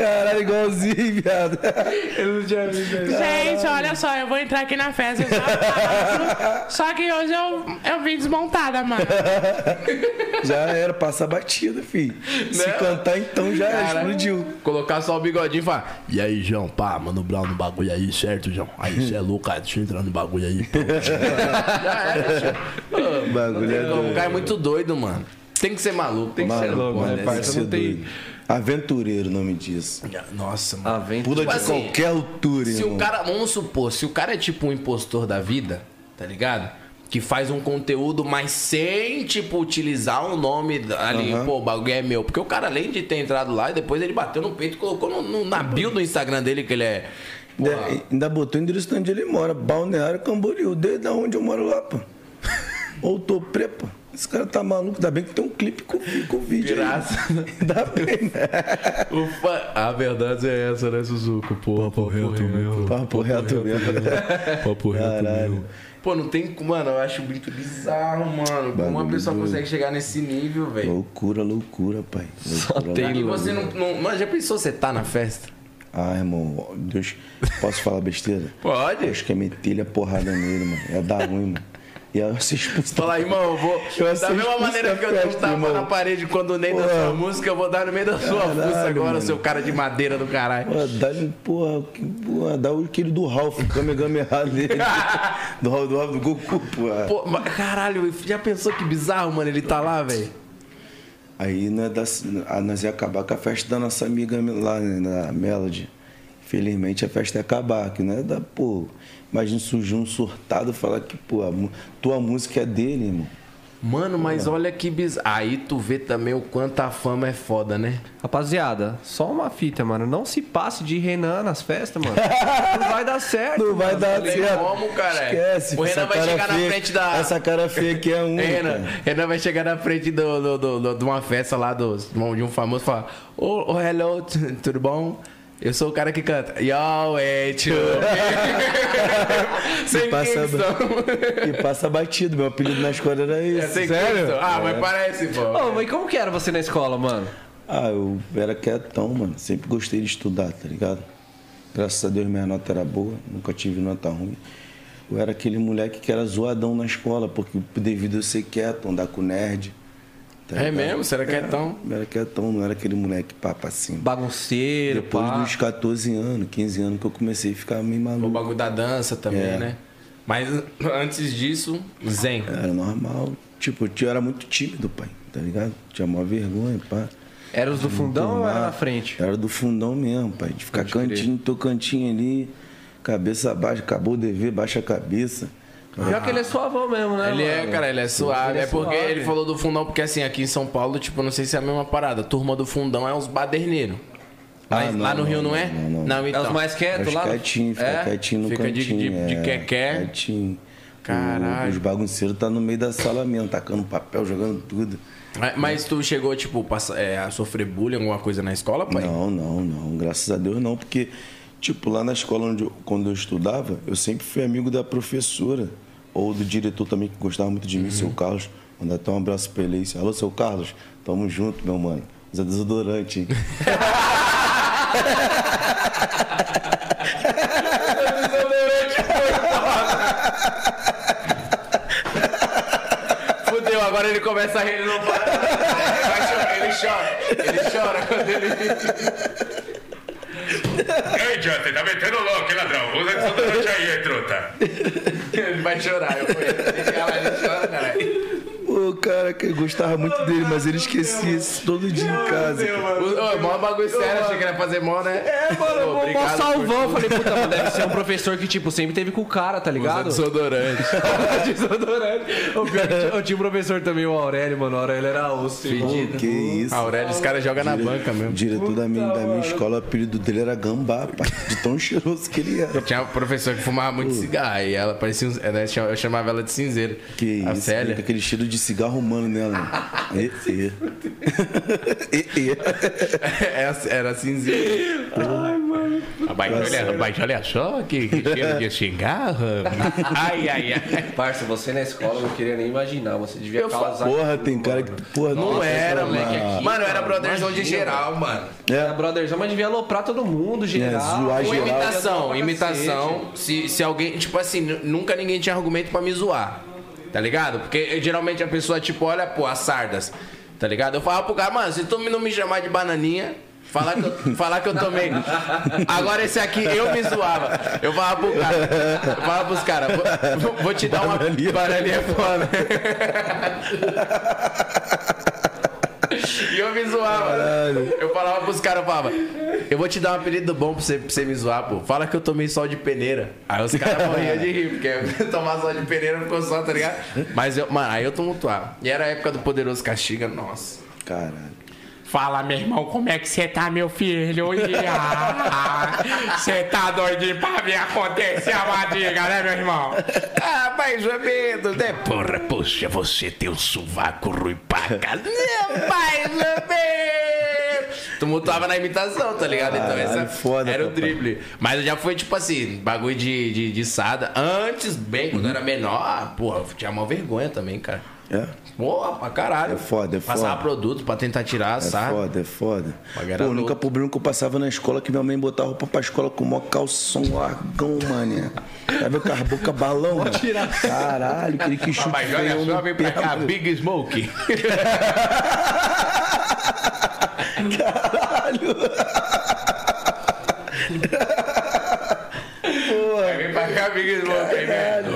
Speaker 3: Caralho, igualzinho, viado.
Speaker 1: Tá
Speaker 8: Gente, olha só, eu vou entrar aqui na festa igual eu faço, Só que hoje eu, eu vim desmontada, mano.
Speaker 3: Já era, passa batida, filho. Se cantar, então já explodiu.
Speaker 2: Colocar só o bigodinho e falar. E aí, João? Pá, mano, Brown no bagulho aí, certo, João? Aí você é louco, cara, deixa eu entrar no bagulho aí. pô."
Speaker 3: O bagulho é
Speaker 2: O
Speaker 3: doido.
Speaker 2: cara é muito doido, mano. Tem que ser maluco. Tem
Speaker 3: Mano,
Speaker 1: louco, né,
Speaker 3: mano,
Speaker 1: parça?
Speaker 3: esse é
Speaker 1: Não tem-
Speaker 3: doido. Aventureiro o nome disso.
Speaker 2: Nossa, mano.
Speaker 1: Ah, vem
Speaker 3: Pula de
Speaker 2: assim,
Speaker 3: qualquer altura,
Speaker 2: Se o
Speaker 3: irmão.
Speaker 2: cara, vamos supor, se o cara é tipo um impostor da vida, tá ligado? Que faz um conteúdo, mas sem, tipo, utilizar o nome da- ali, pô, o bagulho é meu. Porque o cara, além de ter entrado lá, depois ele bateu no peito e colocou no, no, na bio do Instagram dele que ele é.
Speaker 3: Ainda, ainda botou o endereço de onde ele mora. Balneário Camboriú. Desde onde eu moro lá, pô. Ou tô prepa. Esse cara tá maluco. Ainda bem que tem um clipe com, com vídeo. aí. Ainda bem, né?
Speaker 2: O fã- Ah,
Speaker 4: A verdade é essa, né, Suzuko? Porra, papo reto mesmo.
Speaker 3: Papo reto mesmo. né?
Speaker 4: Papo reto
Speaker 3: Caralho.
Speaker 4: mesmo.
Speaker 2: Pô, não tem como, mano. Eu acho muito bizarro, mano. Como uma
Speaker 3: Bagulho
Speaker 2: pessoa
Speaker 3: doido.
Speaker 2: consegue chegar nesse nível, velho.
Speaker 3: Loucura, loucura, pai. Loucura,
Speaker 1: tem
Speaker 2: E você não, não. Mano, já pensou você tá na festa?
Speaker 3: Ah, irmão, Deus. Posso falar besteira?
Speaker 2: Pode.
Speaker 3: Acho que é meter ele a porrada nele, mano. Ia dar ruim, mano. Ia ser expulso.
Speaker 2: Falar, irmão, eu vou.
Speaker 3: Eu
Speaker 2: da
Speaker 3: aceito
Speaker 2: mesma
Speaker 3: isso
Speaker 2: maneira
Speaker 3: na
Speaker 2: que eu dei um
Speaker 3: festa,
Speaker 2: tapa
Speaker 3: irmão.
Speaker 2: na parede quando o Ney da
Speaker 3: Porra.
Speaker 2: sua música, eu vou dar no meio da sua
Speaker 3: Caralho,
Speaker 2: fuça agora,
Speaker 3: mano.
Speaker 2: seu cara de madeira do caralho.
Speaker 3: Pô, dá-lhe, porra, que- porra, dá o aquele do Ralph, o Kamegame errado dele. do Ralph, do Ralph, do Goku, porra.
Speaker 2: Pô, mas, caralho, já pensou que bizarro, mano? Ele tá lá, velho.
Speaker 3: Aí nós, dá- ah, nós ia acabar com a festa da nossa amiga lá, né, na Melody. Infelizmente a festa ia acabar, que não é da, pô. Imagina surgir um surtado e falar que, pô, a mu- tua música é dele, irmão.
Speaker 2: Mano, mas olha que bizarro. Aí tu vê também o quanto a fama é foda, né?
Speaker 1: Rapaziada, só uma fita, mano. Não se passe de Renan nas festas, mano. não vai dar certo.
Speaker 3: Não vai
Speaker 1: mano.
Speaker 3: dar
Speaker 2: tem
Speaker 3: certo.
Speaker 2: como, cara.
Speaker 3: Esquece.
Speaker 2: O Renan
Speaker 3: essa
Speaker 2: vai
Speaker 3: cara
Speaker 2: chegar na
Speaker 3: feia-
Speaker 2: frente da-
Speaker 3: Essa cara feia aqui é um.
Speaker 2: É, Renan, Renan vai chegar na frente do, do, do- do- de uma festa lá do, de um de um famoso e falar: Ô, ô, hello, t- tudo bom? Eu sou o cara que canta. Yo, wait, Sem
Speaker 3: passa-
Speaker 2: Kingston.
Speaker 3: E passa batido. Meu apelido na escola era
Speaker 2: É
Speaker 3: esse.
Speaker 2: sem Kingston. Ah,
Speaker 3: É.
Speaker 2: mas parece, pô.
Speaker 1: Ô, mas como que era você na escola, mano?
Speaker 3: Ah, eu era quietão, mano. Sempre gostei de estudar, tá ligado? Graças a Deus minha nota era boa, nunca tive nota ruim. Eu era aquele moleque que era zoadão na escola, porque devido a eu ser quieto, andar com nerd. tá
Speaker 2: É
Speaker 3: ligado?
Speaker 2: mesmo? Você era quietão?
Speaker 3: Eu era quietão, não era aquele moleque papo assim.
Speaker 1: Bagunceiro,
Speaker 3: Depois
Speaker 1: pá.
Speaker 3: dos 14 anos, 15 anos que eu comecei a ficar meio
Speaker 2: O
Speaker 3: maluco.
Speaker 2: bagulho da dança também,
Speaker 3: É.
Speaker 2: né? Mas antes disso, zen.
Speaker 3: Era normal. Tipo, eu era muito tímido, pai, tá ligado? Tinha maior vergonha, pá.
Speaker 1: Era os do fundão ou era na frente?
Speaker 3: Era do fundão mesmo, pai. De ficar cantinho, tô cantinho ali, cabeça baixa, acabou o dever, baixa a cabeça.
Speaker 1: Pior que ele é
Speaker 3: Ah.
Speaker 1: suavão mesmo, né?
Speaker 2: Ele é,
Speaker 1: mano?
Speaker 2: cara, ele é suave.
Speaker 1: Ele é
Speaker 2: é porque
Speaker 1: suave.
Speaker 2: ele falou do fundão, porque assim, aqui em São Paulo, tipo, não sei se é a mesma parada. A turma do fundão é os baderneiros. Mas
Speaker 3: Ah,
Speaker 2: lá
Speaker 3: não,
Speaker 2: no Rio não,
Speaker 3: não,
Speaker 2: é?
Speaker 3: não, não. É
Speaker 1: É os mais quietos
Speaker 3: Mas
Speaker 1: lá?
Speaker 3: quietinho, fica
Speaker 2: É?
Speaker 3: quietinho no
Speaker 2: Fica de-
Speaker 3: cantinho.
Speaker 2: de- de
Speaker 3: é,
Speaker 2: quequé?
Speaker 3: Quietinho.
Speaker 2: Caralho.
Speaker 3: O- Os bagunceiros tá no meio da sala mesmo, tacando papel, jogando tudo.
Speaker 2: Mas- Mas tu chegou, tipo, passa- é, a sofrer bullying, alguma coisa na escola, pai?
Speaker 3: Não, não, não. Graças a Deus não, porque, tipo, lá na escola onde eu- quando eu estudava, eu sempre fui amigo da professora ou do diretor também, que gostava muito de mim, seu Carlos. Mandar até um abraço pra ele aí. Alô, seu Carlos, tamo junto, meu mano. Usa desodorante, hein?
Speaker 2: Fudeu, agora ele começa a rir, ele não para. Vai chorar, Ele chora, ele chora quando ele.
Speaker 9: Ei, idiota, tá metendo louco, hein, ladrão? Usa desodorante aí, hein, truta.
Speaker 2: Ele vai chorar, eu conheço. Ele chora, caralho.
Speaker 3: Pô, cara, que eu gostava muito dele, mas ele esquecia isso todo dia em casa.
Speaker 2: Ô, Mó bagulho sério, achei que ele ia fazer mó, né? É,
Speaker 1: Mano, eu vou
Speaker 2: Obrigado
Speaker 1: salvão. Eu falei, puta, mas deve ser um professor que, tipo, sempre teve com o cara, tá ligado?
Speaker 4: Desodorante.
Speaker 1: Desodorante. O pior que eu tinha- eu tinha um professor também, o Aurélio, mano. O Aurélio era osso. irmão.
Speaker 3: Pô, que isso.
Speaker 2: Aurélio, os caras jogam na banca
Speaker 3: O
Speaker 2: mesmo.
Speaker 3: diretor da minha, da minha escola, o apelido dele era Gambá, pai, de tão cheiroso que ele era.
Speaker 2: Tinha uma professora que fumava muito cigarro e ela parecia um, ela chama- Eu chamava ela de cinzeiro.
Speaker 3: Que
Speaker 2: a
Speaker 3: isso,
Speaker 2: Célia.
Speaker 3: fica aquele cheiro de cigarro humano nela. né? e, e. e, e.
Speaker 2: Era, É, era cinzeiro. Ai, mano. olha, mas olha só que, que cheiro de cigarro. ai, ai, ai.
Speaker 1: Parça, você na escola, eu não queria nem imaginar. Você devia
Speaker 2: Eu falo,
Speaker 1: causar...
Speaker 3: Porra, tem cara que. Porra,
Speaker 2: Não
Speaker 3: tem
Speaker 2: era,
Speaker 3: essa-
Speaker 2: moleque.
Speaker 3: Ah,
Speaker 2: Aqui, mano, eu era brotherzão de geral, mano.
Speaker 1: Era brotherzão, mas devia aloprar todo mundo, geral.
Speaker 3: É. zoar
Speaker 2: Ou
Speaker 3: geral.
Speaker 2: imitação,
Speaker 1: Pra
Speaker 2: imitação. Se, se alguém, tipo assim, nu- nunca ninguém tinha argumento pra me zoar. Tá ligado? Porque eh, geralmente a pessoa, tipo, olha, pô, as sardas. Tá ligado? Eu falava pro cara, mano, se tu não me chamar de bananinha. Falar que, eu, falar que eu tomei. Agora esse aqui eu me zoava. Eu falava pro cara. Eu falava pros caras, vou, vou te dar uma.
Speaker 3: Bananinha.
Speaker 2: Bananinha é foda. E eu me zoava. Eu falava pros caras, eu falava, eu vou te dar um apelido bom pra você, pra você me zoar, pô. Fala que eu tomei sol de peneira. Aí os caras morriam de rir, porque tomar sol de peneira ficou só, tá ligado? Mas eu, mano, aí eu tumultuava. E era a época do Poderoso Castiga, nossa.
Speaker 3: Caralho.
Speaker 8: Fala, meu irmão, como é que você tá, meu filho? Você tá doidinho pra ver acontecer a madiga, né, meu irmão?
Speaker 2: Ah, mais ou menos, né?
Speaker 9: Porra, poxa, você tem um sovaco ruim pra caralho.
Speaker 2: Mais ou menos. Tumultuava na imitação, tá ligado? Então
Speaker 3: Caralho,
Speaker 2: essa
Speaker 3: foda,
Speaker 2: era o
Speaker 3: papai.
Speaker 2: drible. Mas eu já foi tipo assim, bagulho de, de, de sada. Antes, bem, quando eu era menor, porra, eu tinha maior vergonha também, cara.
Speaker 3: É?
Speaker 2: Porra, pra caralho.
Speaker 3: É foda, é
Speaker 2: Passava
Speaker 3: foda.
Speaker 2: produto pra tentar tirar,
Speaker 3: É
Speaker 2: sabe?
Speaker 3: foda, é foda.
Speaker 2: Mas era
Speaker 3: Pô, nunca
Speaker 2: adulto.
Speaker 3: problema que eu passava na escola é que minha mãe botava roupa pra escola com o maior calção largão, mané. Sabe com as boca balão? mano? Caralho, aquele que chupa.
Speaker 2: Mas olha
Speaker 3: feião
Speaker 2: é só,
Speaker 3: no
Speaker 2: vem pra
Speaker 3: pé,
Speaker 2: cá,
Speaker 3: mano.
Speaker 2: Big Smoke. Caralho. Vem pra cá, Big Smoke. aí, velho.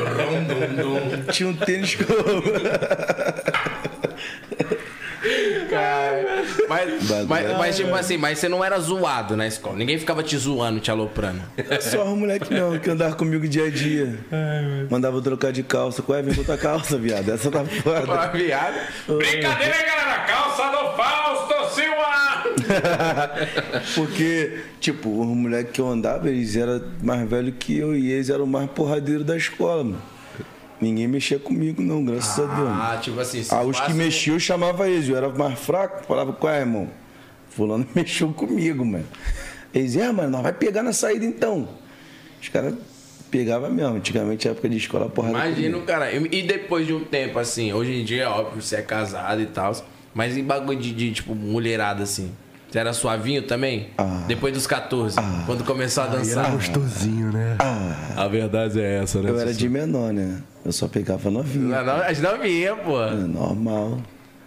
Speaker 3: Tinha um tênis com.
Speaker 2: Cara, Mas,
Speaker 3: Bagulho.
Speaker 2: mas, mas, tipo assim, mas você não era zoado na escola. Ninguém ficava te zoando, te aloprando.
Speaker 3: Só os moleque não, que andava comigo dia a dia. Mandava eu trocar de calça. Qual é? Vem botar calça, viado. Essa tá foda.
Speaker 2: viado.
Speaker 9: Brincadeira, hein, galera? Calça do Fausto Silva!
Speaker 3: Porque, tipo, os moleques que eu andava, eles eram mais velhos que eu e eles eram o mais porradeiro da escola, mano. Ninguém mexia comigo, não, graças a Deus. mano.
Speaker 2: Ah, tipo assim. se
Speaker 3: Ah, os que
Speaker 2: fosse-
Speaker 3: mexiam, eu chamava eles. Eu era mais fraco, falava, qual é, irmão? Fulano mexeu comigo, mano. Eles, é, mano, nós vai pegar na saída então. Os caras pegavam mesmo. Antigamente, época de escola, porrada.
Speaker 2: Imagina,
Speaker 3: comigo.
Speaker 2: o cara. E e depois de um tempo, é assim, hoje em dia, óbvio, você é casado e tal. Mas em bagulho de, de, tipo, mulherada, assim. Você era suavinho também? Depois dos 14, quando começou a dançar.
Speaker 4: Ah, gostosinho, né? A verdade é essa, né?
Speaker 3: Eu era
Speaker 4: Sussu?
Speaker 3: de menor, né? Eu só pegava novinha.
Speaker 2: Não, não, As novinhas, pô.
Speaker 3: É normal.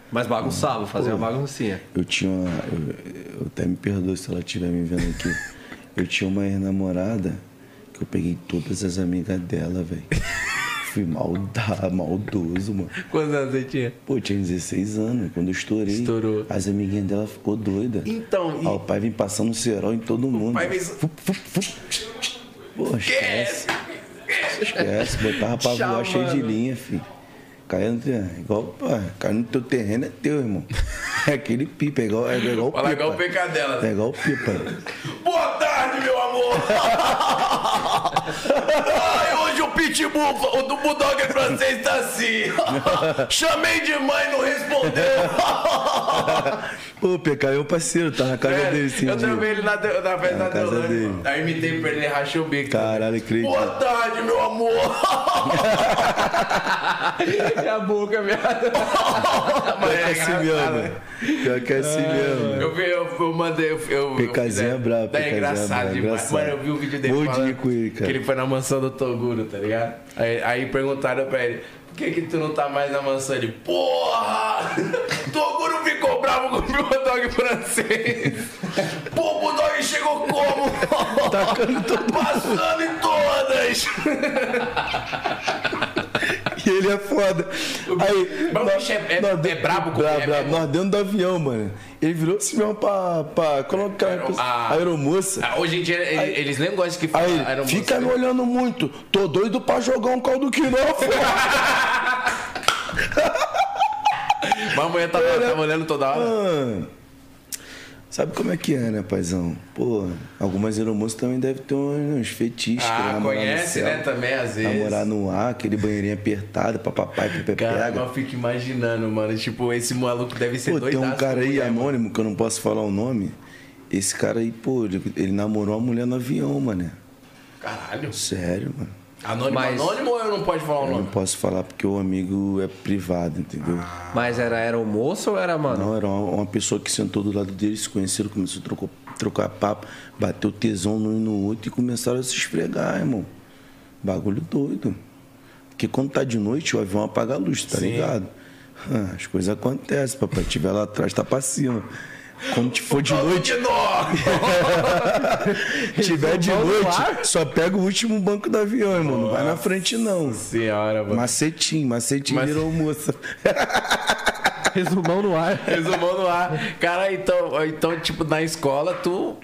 Speaker 1: Mas bagunçava, fazia uma baguncinha.
Speaker 3: Eu tinha uma. Eu, eu até me perdoe se ela estiver me vendo aqui. Eu tinha uma ex-namorada que eu peguei todas as amigas dela, velho. Fui malda, maldoso, mano.
Speaker 2: Quantos anos você tinha?
Speaker 3: Pô, eu tinha 16 anos, quando eu estourei.
Speaker 2: Estourou.
Speaker 3: As amiguinhas dela ficou doida.
Speaker 2: Então, e-
Speaker 3: Aí o pai vem passando cerol em todo mundo.
Speaker 2: pai vem-
Speaker 3: Fup, fup, fup. Pô, esquece. Esquece, botava pra voar cheio de linha, filho. Caiu no terreno. Igual, pô, caiu no teu terreno é teu, irmão. É aquele pipa, é igual, é igual o pipa.
Speaker 2: Fala igual o Pecadela.
Speaker 3: É igual o pipa.
Speaker 2: Boa tarde, meu amor! Ai, hoje o Pitbull, o do Bulldog francês tá assim. Chamei de mãe, não respondeu.
Speaker 3: Pô, PK, é o parceiro, tá na casa dele esse
Speaker 2: eu
Speaker 3: dia.
Speaker 2: travei ele na, de- na festa
Speaker 3: Na
Speaker 2: da
Speaker 3: casa dele.
Speaker 2: Deolane. Aí imitei pra ele, ele rachou o bico.
Speaker 3: Caralho, acredito.
Speaker 2: Boa tarde, meu amor!
Speaker 1: É a boca, viado.
Speaker 3: Pior que é assim
Speaker 2: né?
Speaker 3: mesmo. Pior que é assim mesmo.
Speaker 2: Eu, vi- eu, eu mandei. Eu, eu,
Speaker 3: Pecazinho
Speaker 2: eu-
Speaker 3: é brabo,
Speaker 2: Daí
Speaker 3: pecazinho é
Speaker 2: engraçado
Speaker 3: brabo,
Speaker 2: demais.
Speaker 3: engraçado.
Speaker 2: Mano, eu vi o vídeo dele.
Speaker 3: Bom dia
Speaker 2: falando
Speaker 3: com ele, cara.
Speaker 2: Que ele foi na mansão do Toguro, tá ligado? Aí, aí perguntaram pra ele: por que, que tu não tá mais na mansão? Ele, porra! Toguro ficou bravo com o Bulldog francês. Pô, o Bulldog chegou como?
Speaker 3: Tá
Speaker 2: Passando em todas!
Speaker 3: E ele é foda. Aí,
Speaker 2: Mas o bicho é- é- é
Speaker 3: dentro-
Speaker 2: brabo com-
Speaker 3: brabo,
Speaker 2: é-
Speaker 3: brabo. Nós dentro do avião, mano. Ele virou esse mesmo pra, pra colocar
Speaker 2: Aero-
Speaker 3: a,
Speaker 2: a-
Speaker 3: aeromoça.
Speaker 2: Ah, Hoje em dia ele-
Speaker 3: Aí-
Speaker 2: eles nem gostam que
Speaker 3: Aí,
Speaker 2: fala aeromoça,
Speaker 3: fica me
Speaker 2: né?
Speaker 3: olhando muito. Tô doido pra jogar um caldo que não, pô.
Speaker 2: Mas amanhã tá,
Speaker 3: É.
Speaker 2: tá olhando toda hora.
Speaker 3: Mano, Ah. Sabe como é que é, né, paizão? Pô, algumas aeromoças também devem ter uns fetiches. que
Speaker 2: Ah,
Speaker 3: namorar no
Speaker 2: conhece,
Speaker 3: céu.
Speaker 2: né? Também às vezes.
Speaker 3: Namorar no ar, aquele banheirinho apertado pra papai que
Speaker 2: Cara,
Speaker 3: pega.
Speaker 2: eu fico imaginando, mano. Tipo, esse maluco deve ser
Speaker 3: Pô,
Speaker 2: doido.
Speaker 3: tem um cara aí anônimo que eu não posso falar o nome. Esse cara aí, pô, ele, ele namorou uma mulher no avião, mano.
Speaker 2: Caralho.
Speaker 3: Sério, mano.
Speaker 2: Anônimo,
Speaker 1: Mas-
Speaker 2: anônimo ou eu não pode falar o
Speaker 3: Eu não
Speaker 2: nome?
Speaker 3: posso falar porque o amigo é privado, entendeu?
Speaker 2: Ah.
Speaker 1: Mas era, era o moço ou era, mano?
Speaker 3: Não, era uma, uma pessoa que sentou do lado dele, se conheceram, começou a trocar, trocar papo, bateu tesão num e no outro e começaram a se esfregar, irmão. Bagulho doido. Porque quando tá de noite, o avião apaga a luz, tá ligado? Ah, As coisas acontecem, papai. Tiver lá atrás, tá pra cima. Quando te for de noite,
Speaker 2: De novo!
Speaker 3: tiver de noite, só pega o último banco do avião, irmão. Não vai na frente, não.
Speaker 2: Senhora, mano.
Speaker 3: Macetinho, macetinho
Speaker 2: Mas-
Speaker 3: virou moça.
Speaker 1: Resumão no ar.
Speaker 2: Resumão no ar. Cara, então, então tipo, na escola tu.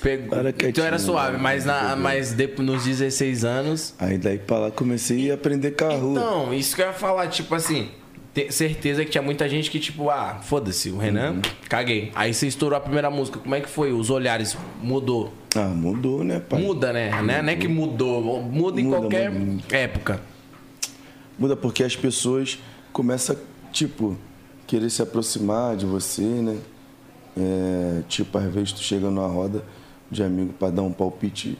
Speaker 2: Pegou.
Speaker 3: Era
Speaker 2: Então era
Speaker 3: quietinho,
Speaker 2: suave,
Speaker 3: né?
Speaker 2: mas, na, mas depois, nos 16 anos.
Speaker 3: Aí daí pra lá comecei a aprender com a rua.
Speaker 2: Então, isso que eu ia falar, tipo assim. ter certeza que tinha muita gente que, tipo, ah, foda-se, o Renan,
Speaker 3: Uhum.
Speaker 2: caguei. Aí você estourou a primeira música. Como é que foi? Os olhares mudou?
Speaker 3: Ah, mudou, né, pai?
Speaker 2: Muda, né? né? Não é que mudou. Muda em
Speaker 3: Muda,
Speaker 2: qualquer
Speaker 3: muda.
Speaker 2: época.
Speaker 3: Muda porque as pessoas começam, tipo, querer se aproximar de você, né? É, tipo, às vezes tu chega numa roda de amigo pra dar um palpite.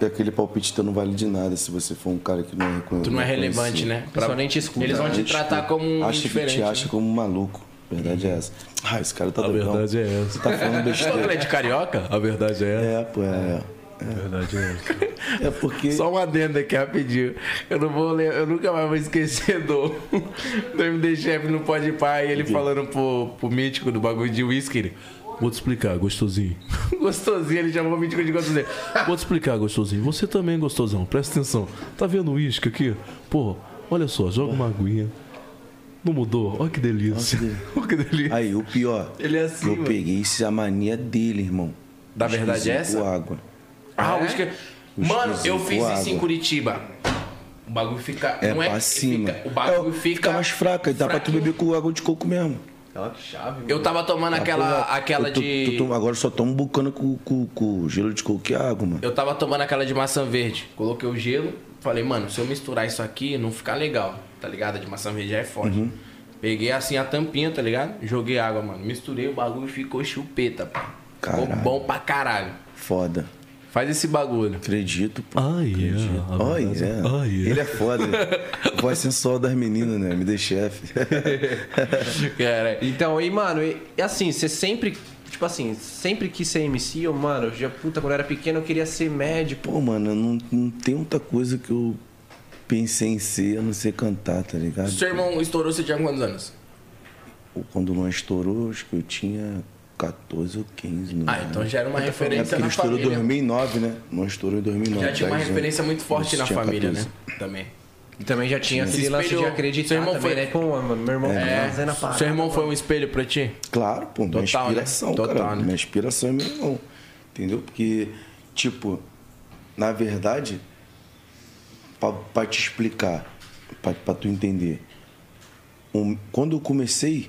Speaker 3: E aquele palpite teu não vale de nada se você for um cara que não é
Speaker 2: Tu
Speaker 3: reconhecido.
Speaker 2: não é relevante, né?
Speaker 1: Só nem te escuta.
Speaker 2: Eles vão te tratar como um
Speaker 3: Acha que
Speaker 2: indiferente.
Speaker 3: te
Speaker 2: né?
Speaker 3: acha como um maluco. A verdade é essa. Ah, esse cara tá
Speaker 4: A
Speaker 3: doidão.
Speaker 4: verdade é essa.
Speaker 3: Você tá falando
Speaker 2: Só que ele
Speaker 3: besteira.
Speaker 2: é de carioca?
Speaker 4: A verdade é essa.
Speaker 3: é, pô, é.
Speaker 4: A verdade é essa.
Speaker 3: É porque.
Speaker 2: Só uma adenda aqui rapidinho. Eu não vou ler, eu nunca mais vou esquecer do, do MD Chef no Pode Pai, ele falando pro, pro mítico do bagulho de whisky. ele,
Speaker 4: Vou te explicar, gostosinho.
Speaker 2: Gostosinho, ele chamou o mítico de gostosinho.
Speaker 4: Vou te explicar, gostosinho. Você também, é gostosão. Presta atenção. Tá vendo o uísque aqui? Pô, olha só, joga uma aguinha. Não mudou? Olha que delícia. Olha que delícia.
Speaker 3: Aí, o pior.
Speaker 2: Ele é assim,
Speaker 3: Eu
Speaker 2: mano.
Speaker 3: peguei isso, a mania dele, irmão.
Speaker 2: Da verdade é
Speaker 3: Esquisito
Speaker 2: essa?
Speaker 3: água.
Speaker 2: Ah, o whisky. Mano, eu
Speaker 3: esquisito,
Speaker 2: fiz
Speaker 3: água.
Speaker 2: isso em Curitiba. O bagulho fica.
Speaker 3: É
Speaker 2: não é,
Speaker 3: pra cima.
Speaker 2: fica- o bagulho
Speaker 3: É,
Speaker 2: fica.
Speaker 3: mais fraca. E dá pra tu
Speaker 2: fraquinho.
Speaker 3: beber com água de coco mesmo.
Speaker 2: Eu tava
Speaker 3: Ah,
Speaker 2: tomando aquela,
Speaker 3: Porra,
Speaker 2: aquela
Speaker 3: eu tô-
Speaker 2: de.
Speaker 3: tô tom- agora eu só tomo bucana com, com, com gelo de coco e água, mano.
Speaker 2: Eu tava tomando aquela de maçã verde. Coloquei o gelo, falei, mano, se eu misturar isso aqui, não ficar legal, tá ligado? A de maçã verde já é forte.
Speaker 3: Uhum.
Speaker 2: Peguei assim a tampinha, tá ligado? Joguei água, mano. Misturei o bagulho e ficou chupeta, pô. Ficou
Speaker 3: Caralho.
Speaker 2: bom pra caralho.
Speaker 3: Foda.
Speaker 2: Faz esse bagulho.
Speaker 3: Acredito, pô.
Speaker 4: Ai, é.
Speaker 3: Olha, ele é foda. Voz sensual das meninas, né? Me dê chefe.
Speaker 2: Cara,
Speaker 1: Então, e, mano, e, e assim, você sempre Tipo assim, sempre quis ser MC, eu, mano, eu já, puta, quando eu era pequeno eu queria ser médico.
Speaker 3: Pô, mano, eu não, não tem muita coisa que eu pensei em ser, a não ser cantar, tá ligado?
Speaker 2: Seu irmão estourou, você tinha quantos anos?
Speaker 3: Pô, Quando o Luan estourou, acho que eu tinha 14 ou 15, mano.
Speaker 2: Ah, então já era uma
Speaker 3: É porque
Speaker 2: referência
Speaker 3: ele
Speaker 2: na
Speaker 3: estourou em
Speaker 2: família.
Speaker 3: 2009, né? O Luan estourou em 2009.
Speaker 2: Já tinha uma
Speaker 3: 10 anos.
Speaker 2: referência muito forte
Speaker 3: Isso,
Speaker 2: na
Speaker 3: tinha
Speaker 2: família, né?
Speaker 3: 14.
Speaker 2: Também.
Speaker 1: E também já tinha
Speaker 2: Se
Speaker 1: aquele lance de
Speaker 2: espelhou.
Speaker 1: acreditar
Speaker 2: Seu irmão
Speaker 1: também,
Speaker 2: foi-
Speaker 1: né? Pô, mano, meu irmão
Speaker 2: É.
Speaker 1: fazendo a parada.
Speaker 2: Seu irmão foi um espelho pra ti?
Speaker 3: Claro, pô, minha
Speaker 2: Total, né?
Speaker 3: inspiração,
Speaker 2: Total,
Speaker 3: cara.
Speaker 2: né?
Speaker 3: Minha inspiração é meu irmão. Entendeu? Porque, tipo, na verdade, pra, pra te explicar, pra, pra tu entender, um- quando eu comecei,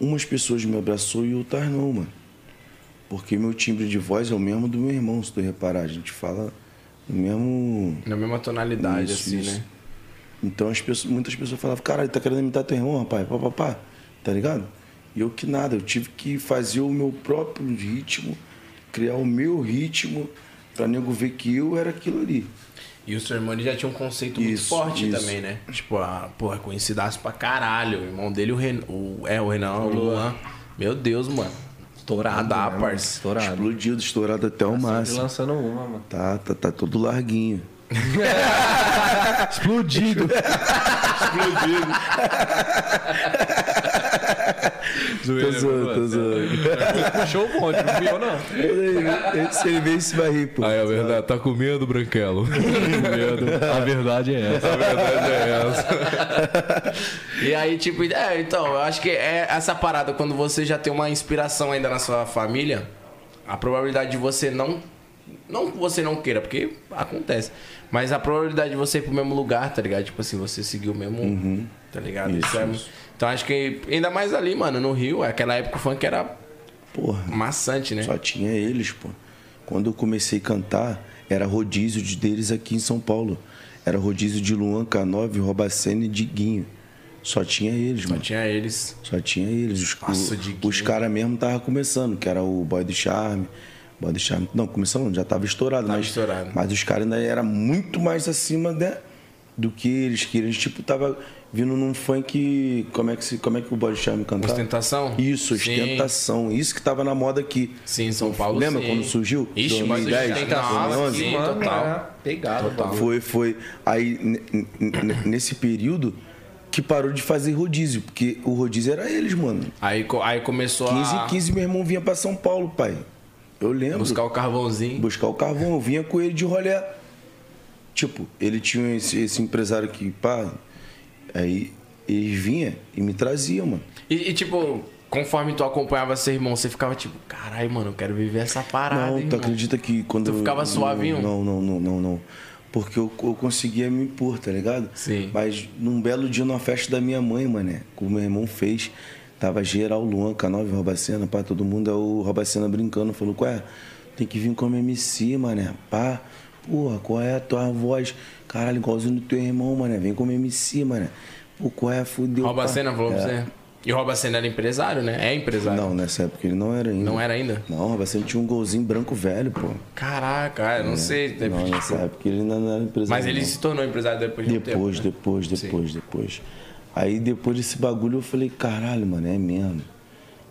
Speaker 3: umas pessoas me abraçou e outras não, mano. Porque meu timbre de voz é o mesmo do meu irmão, se tu reparar. A gente fala o mesmo.
Speaker 2: Na mesma tonalidade,
Speaker 3: Isso,
Speaker 2: assim,
Speaker 3: isso.
Speaker 2: né?
Speaker 3: Então as pessoas, muitas pessoas falavam, caralho, tá querendo imitar teu irmão, rapaz, pá, pá, pá. tá ligado? E eu que nada, eu tive que fazer o meu próprio ritmo, criar o meu ritmo, pra nego ver que eu era aquilo ali.
Speaker 2: E o seu irmão ele já tinha um conceito muito
Speaker 3: Isso,
Speaker 2: forte
Speaker 3: isso.
Speaker 2: também, né? Tipo, a, porra, coincidasse pra caralho. O irmão dele, o, Ren, o, é, o Renan, o Luan. Meu Deus, mano. Estourado, Tipo, dá, parça.
Speaker 1: Estourado.
Speaker 3: Explodido, estourado até o
Speaker 1: Sempre
Speaker 3: máximo.
Speaker 1: lançando uma, mano.
Speaker 3: Tá, tá, tá todo larguinho.
Speaker 4: Explodido.
Speaker 3: Tô
Speaker 4: né,
Speaker 3: zoando, tô zoando.
Speaker 1: Puxou
Speaker 4: um
Speaker 1: o bonde, não fui eu, não.
Speaker 3: Antes que ele veio se vai rir, pô.
Speaker 4: Aí a verdade, tá com medo, Branquelo? Tá com medo. A verdade é essa. A verdade é essa.
Speaker 2: E aí, tipo, é, então, eu acho que é essa parada, quando você já tem uma inspiração ainda na sua família, a probabilidade de você não. Não que você não queira, porque acontece. Mas a probabilidade de você ir pro mesmo lugar, tá ligado? Tipo assim, você seguir o mesmo. Tá ligado? Isso, é- Então acho que. Ainda mais ali, mano, no Rio, aquela época o funk era
Speaker 3: Porra.
Speaker 2: maçante, né?
Speaker 3: Só tinha eles, pô. Quando eu comecei a cantar, era rodízio de deles aqui em São Paulo. Era rodízio de Luan, Canove, Robacena e Diguinho. Só tinha eles,
Speaker 2: Só
Speaker 3: mano.
Speaker 2: tinha eles.
Speaker 3: Só tinha eles. Os,
Speaker 2: Nossa,
Speaker 3: o-
Speaker 2: Diguinho.
Speaker 3: os caras mesmo estavam começando, que era o Boy do Charme. Boy do Charme. Não, começando, não, já tava estourado.
Speaker 2: Tava
Speaker 3: mas,
Speaker 2: estourado.
Speaker 3: Mas os caras ainda eram muito mais acima né, do que eles que eles Tipo, tava vindo num funk. Como é que, se, como é que o Boy do Charme cantava?
Speaker 2: Ostentação?
Speaker 3: Isso,
Speaker 2: Sim.
Speaker 3: ostentação. Isso que tava na moda aqui.
Speaker 2: Sim, em São Paulo.
Speaker 3: Lembra
Speaker 2: sim.
Speaker 3: quando surgiu?
Speaker 2: Ixi, mas
Speaker 3: 2010,
Speaker 2: 2010,
Speaker 3: 2011?
Speaker 2: sim,
Speaker 1: Mano, é,
Speaker 2: total.
Speaker 1: era Pegado, total.
Speaker 3: Foi, foi. Aí, n- n- n- nesse período, que parou de fazer rodízio, porque o rodízio era eles, mano.
Speaker 2: Aí, co- aí começou
Speaker 3: 15
Speaker 2: a
Speaker 3: 15, meu irmão vinha pra São Paulo, pai. Eu lembro.
Speaker 2: Ah. buscar o carvãozinho.
Speaker 3: Buscar o carvão, eu vinha com ele de rolé. Tipo, ele tinha esse, esse empresário que, pá, aí eles vinha e me traziam, mano.
Speaker 2: E, e, tipo, conforme tu acompanhava seu irmão, você ficava tipo, caralho, mano, eu quero viver essa parada,
Speaker 3: Não,
Speaker 2: hein,
Speaker 3: tu
Speaker 2: mano?"
Speaker 3: acredita que quando
Speaker 2: Tu
Speaker 3: eu-
Speaker 2: ficava suavinho?
Speaker 3: Não, não, não, não, não. Porque eu, eu conseguia me impor, tá ligado?
Speaker 2: Sim.
Speaker 3: Mas num belo dia numa festa da minha mãe, mané, que o meu irmão fez, tava geral Luan, Canove, Robacena, pá, todo mundo, aí o Robacena brincando, falou, qual é? Tem que vir como MC, mané, pá. Porra, qual é a tua voz? Caralho, igualzinho do teu irmão, mané, vem como MC, mané. Pô, qual é? Fudeu,
Speaker 2: Rouba a
Speaker 3: pá.
Speaker 2: cena, falou
Speaker 3: É.
Speaker 2: pra você. E rouba a cena era empresário, né? É empresário.
Speaker 3: Não, nessa época ele não era ainda.
Speaker 2: Não era ainda?
Speaker 3: Não, o Robacena tinha um golzinho branco velho, pô.
Speaker 2: Caraca, eu não sei.
Speaker 3: É. Não,
Speaker 2: tipo,
Speaker 3: nessa época ele ainda não era empresário.
Speaker 2: mas ele
Speaker 3: não.
Speaker 2: se tornou empresário depois de um tempo.
Speaker 3: Depois,
Speaker 2: né?
Speaker 3: depois, depois, depois. Aí depois desse bagulho eu falei, caralho, mano, é mesmo.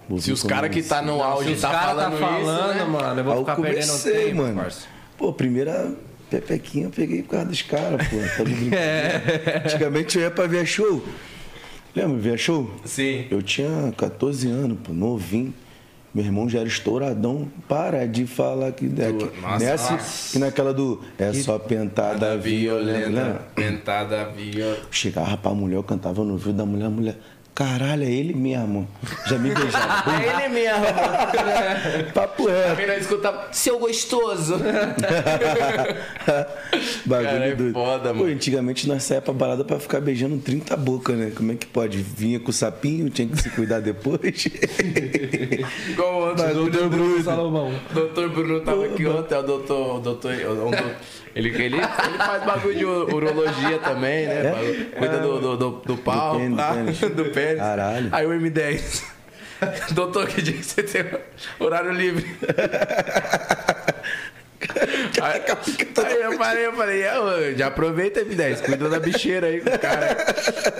Speaker 3: Vou
Speaker 2: Se
Speaker 3: vir
Speaker 2: os
Speaker 3: como
Speaker 2: caras que tá no
Speaker 1: Se
Speaker 2: auge
Speaker 1: os
Speaker 2: tá
Speaker 1: caras tá
Speaker 2: falando,
Speaker 1: falando,
Speaker 2: isso, né?
Speaker 1: mano, eu vou
Speaker 3: Aí Ah, eu
Speaker 1: ficar perdendo
Speaker 3: comecei,
Speaker 1: tempo,
Speaker 3: mano.
Speaker 1: parça.
Speaker 3: Pô, primeira pepequinha eu peguei por causa dos caras, pô. Tá de brincadeira. Antigamente eu ia pra ver show. Lembra, ver show?
Speaker 2: Sim.
Speaker 3: Eu tinha 14 anos, pô, novinho. Meu irmão já era estouradão. Para de falar que. é assim, que-
Speaker 2: Nossa,
Speaker 3: nessa
Speaker 2: nossa.
Speaker 3: e naquela do. É só pentada Tá violenta.
Speaker 2: Violenta,
Speaker 3: lembra?
Speaker 2: pentada violenta.
Speaker 3: Chegava pra mulher, eu cantava no ouvido da mulher, a mulher. Caralho, é ele mesmo. Já me beijava.
Speaker 2: É ele mesmo.
Speaker 3: Papo
Speaker 2: A
Speaker 3: reto.
Speaker 2: menina escuta, seu gostoso.
Speaker 3: Bagulho
Speaker 2: Cara, é
Speaker 3: doido.
Speaker 2: foda,
Speaker 3: Pô,
Speaker 2: mano.
Speaker 3: antigamente nós saía pra balada pra ficar beijando 30 bocas, né? Como é que pode? Vinha com o sapinho, tinha que se cuidar depois.
Speaker 2: Igual o outro,
Speaker 3: Bagulho doido.
Speaker 1: Salomão.
Speaker 2: Doutor Bruno tava aqui ontem, é o doutor. o doutor, o um doutor- ele, ele, ele faz bagulho de u- urologia também, né? bagulho- Cuida do, do, do, do pau,
Speaker 3: Do pênis,
Speaker 2: pá, do,
Speaker 3: pênis.
Speaker 2: pênis.
Speaker 3: Caralho.
Speaker 2: Aí o M10. Doutor, que dia que você tem horário livre? Aí, aí eu parei, eu falei, "Ah, ô, já aproveita, M10, cuida da bicheira aí com o cara.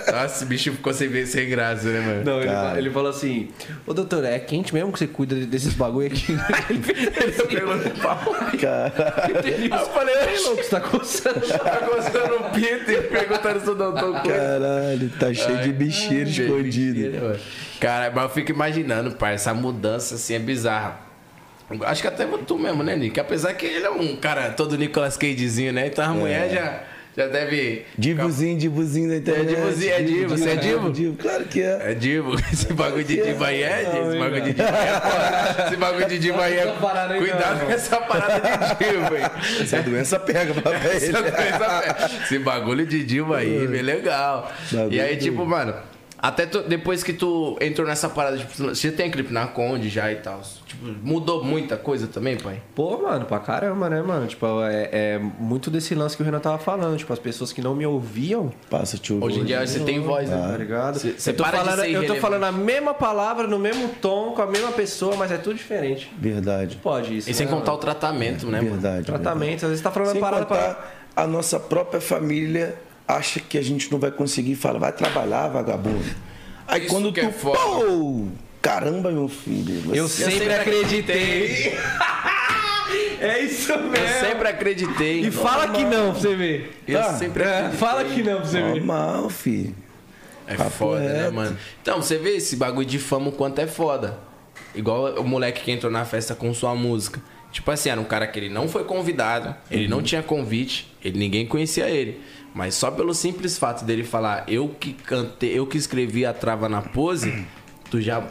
Speaker 2: Nossa, esse bicho ficou sem, ver- sem graça, né, mano?
Speaker 1: Não, ele, fala, ele fala assim: Ô doutor, é quente mesmo que você cuida desses bagulho aqui? ele fez assim,
Speaker 2: Pegou no pau.
Speaker 3: Cara,
Speaker 2: Aí Eu falei,
Speaker 1: "Ei,
Speaker 2: "Oxe,
Speaker 1: louco, você tá coçando.
Speaker 2: tá gostando do pinto e perguntando se eu não tô com
Speaker 3: caralho, tá cheio de bicheiro escondido.
Speaker 2: Cara, mas eu fico imaginando, pai, essa mudança assim é bizarra. Acho que até tu mesmo, né, Nick? Apesar que ele é um cara todo Nicolas Cagezinho, né? Então a mulher já, já deve.
Speaker 3: Divozinho, divozinho da internet.
Speaker 2: divozinho, é divo, você é divo?
Speaker 3: Claro que é.
Speaker 2: É divo, esse bagulho de diva aí é, esse bagulho de diva é, foda. Esse bagulho de diva aí é.
Speaker 1: Essa parada aí não,
Speaker 2: Cuidado com
Speaker 1: não.
Speaker 2: essa parada de diva, hein?
Speaker 3: Essa doença pega pra
Speaker 2: Essa
Speaker 3: ele.
Speaker 2: coisa- Esse bagulho de Dilma aí, bem legal.
Speaker 3: Bagulho
Speaker 2: E aí,
Speaker 3: doido.
Speaker 2: tipo, mano, até tu- depois que tu entrou nessa parada, tipo, você tem clipe na Conde já e tal. Tipo, mudou muita coisa também, pai?
Speaker 1: Pô, mano, pra caramba, né, mano? Tipo, é, é muito desse lance que o Renan tava falando. Tipo, as pessoas que não me ouviam.
Speaker 3: Passa, tio.
Speaker 2: Hoje em dia você tem voz,
Speaker 1: Tá
Speaker 2: né?
Speaker 1: ligado?
Speaker 2: Cê- cê
Speaker 1: eu tô,
Speaker 2: para de
Speaker 1: falando, eu
Speaker 2: ser
Speaker 1: tô
Speaker 2: irrelevante.
Speaker 1: falando a mesma palavra, no mesmo tom, com a mesma pessoa, mas é tudo diferente.
Speaker 3: Verdade.
Speaker 1: Pode isso.
Speaker 2: E sem
Speaker 1: né,
Speaker 2: contar o
Speaker 1: mano?
Speaker 2: tratamento, né, mano?
Speaker 3: Verdade.
Speaker 1: tratamento. Às vezes você tá falando
Speaker 3: Sem
Speaker 1: uma parada pra.
Speaker 3: contar, a nossa própria família acha que a gente não vai conseguir fala, vai trabalhar, vagabundo. Aí
Speaker 2: Isso
Speaker 3: quando
Speaker 2: que
Speaker 3: tu.
Speaker 2: é foda.
Speaker 3: Pô, caramba, meu filho. você-
Speaker 1: Eu sempre acreditei. É isso
Speaker 2: Eu
Speaker 1: mesmo.
Speaker 2: sempre acreditei.
Speaker 1: E fala que não pra você ver.
Speaker 2: Eu
Speaker 1: Tá?
Speaker 2: sempre
Speaker 1: É,
Speaker 2: acreditei.
Speaker 1: Fala que não pra você ver.
Speaker 3: Normal, filho.
Speaker 2: É
Speaker 3: Papo
Speaker 2: foda, né,
Speaker 3: reto.
Speaker 2: mano? Então, você vê esse bagulho de fama o quanto é foda. Igual o moleque que entrou na festa com sua música. Tipo assim, era um cara que ele não foi convidado, ele
Speaker 3: Uhum.
Speaker 2: não tinha convite, ele, ninguém conhecia ele. Mas só pelo simples fato dele falar, eu que cantei, eu que escrevi a trava na pose, tu já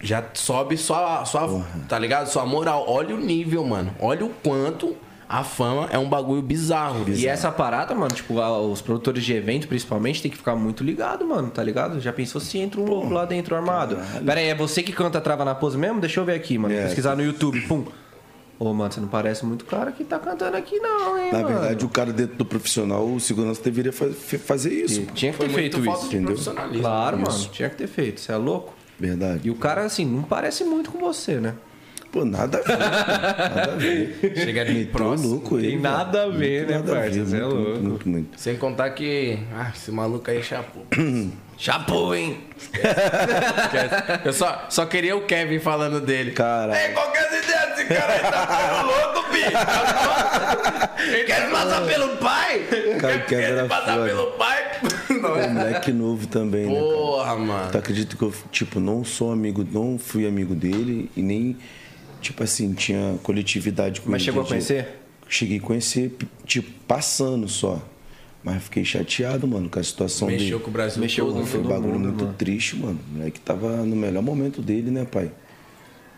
Speaker 2: já sobe sua, sua tá ligado? Sua moral. Olha o nível, mano. Olha o quanto a fama é um bagulho bizarro.
Speaker 1: E essa parada, mano, tipo, a- os produtores de evento, principalmente, tem que ficar muito ligado, mano, tá ligado? Já pensou se entra um louco lá dentro armado? Pera aí, é você que canta trava na pose mesmo? Deixa eu ver aqui, mano.
Speaker 3: É.
Speaker 1: Pesquisar no YouTube, pum. Ô, mano, você não parece muito cara que tá cantando aqui, não, hein,
Speaker 3: Na
Speaker 1: mano?
Speaker 3: verdade, o cara dentro do profissional, o segurança deveria fa- fe- fazer isso. pô.
Speaker 1: Tinha que ter feito
Speaker 2: falta
Speaker 1: isso.
Speaker 2: de
Speaker 3: entendeu?
Speaker 2: profissionalismo.
Speaker 1: Claro, mano, tinha que ter feito. Você é louco?
Speaker 3: Verdade.
Speaker 1: E o cara, assim, não parece muito com você, né?
Speaker 3: Pô, nada a ver. pô. Nada a ver.
Speaker 2: Chega ali
Speaker 3: Metrô
Speaker 2: próximo.
Speaker 3: louco ele.
Speaker 1: tem
Speaker 3: cara.
Speaker 1: nada a ver,
Speaker 3: Muito
Speaker 1: né,
Speaker 3: nada a ver,
Speaker 1: parça? Cê é
Speaker 3: muito, muito,
Speaker 1: louco.
Speaker 3: Muito, muito.
Speaker 2: Sem contar que. Ah, esse maluco aí é chapou. chapou, hein? Eu só, só queria o Kevin falando dele.
Speaker 3: Caralho.
Speaker 2: Ei, qual que é essa ideia desse cara aí? Tá ficando louco, bicho. Ele quer passar pelo pai?
Speaker 3: Cara,
Speaker 2: Quer-
Speaker 3: Kevin
Speaker 2: quer
Speaker 3: era
Speaker 2: passar
Speaker 3: foda.
Speaker 2: pelo pai? Não,
Speaker 3: É moleque novo também, né? cara?
Speaker 2: Porra, mano.
Speaker 3: Tu acredita que eu, tipo, não sou amigo, não fui amigo dele e nem, tipo assim, tinha coletividade com
Speaker 1: Mas
Speaker 3: ele,
Speaker 1: chegou a
Speaker 3: entendi?
Speaker 1: conhecer?
Speaker 3: Cheguei a conhecer, p- tipo, passando só. Mas fiquei chateado, mano, com a situação dele.
Speaker 2: Mexeu com o Brasil
Speaker 1: Mexeu
Speaker 2: todo.
Speaker 1: com-
Speaker 3: Foi um
Speaker 1: todo
Speaker 3: bagulho
Speaker 1: mundo,
Speaker 3: muito
Speaker 1: mano.
Speaker 3: triste, mano. O moleque tava no melhor momento dele, né, pai?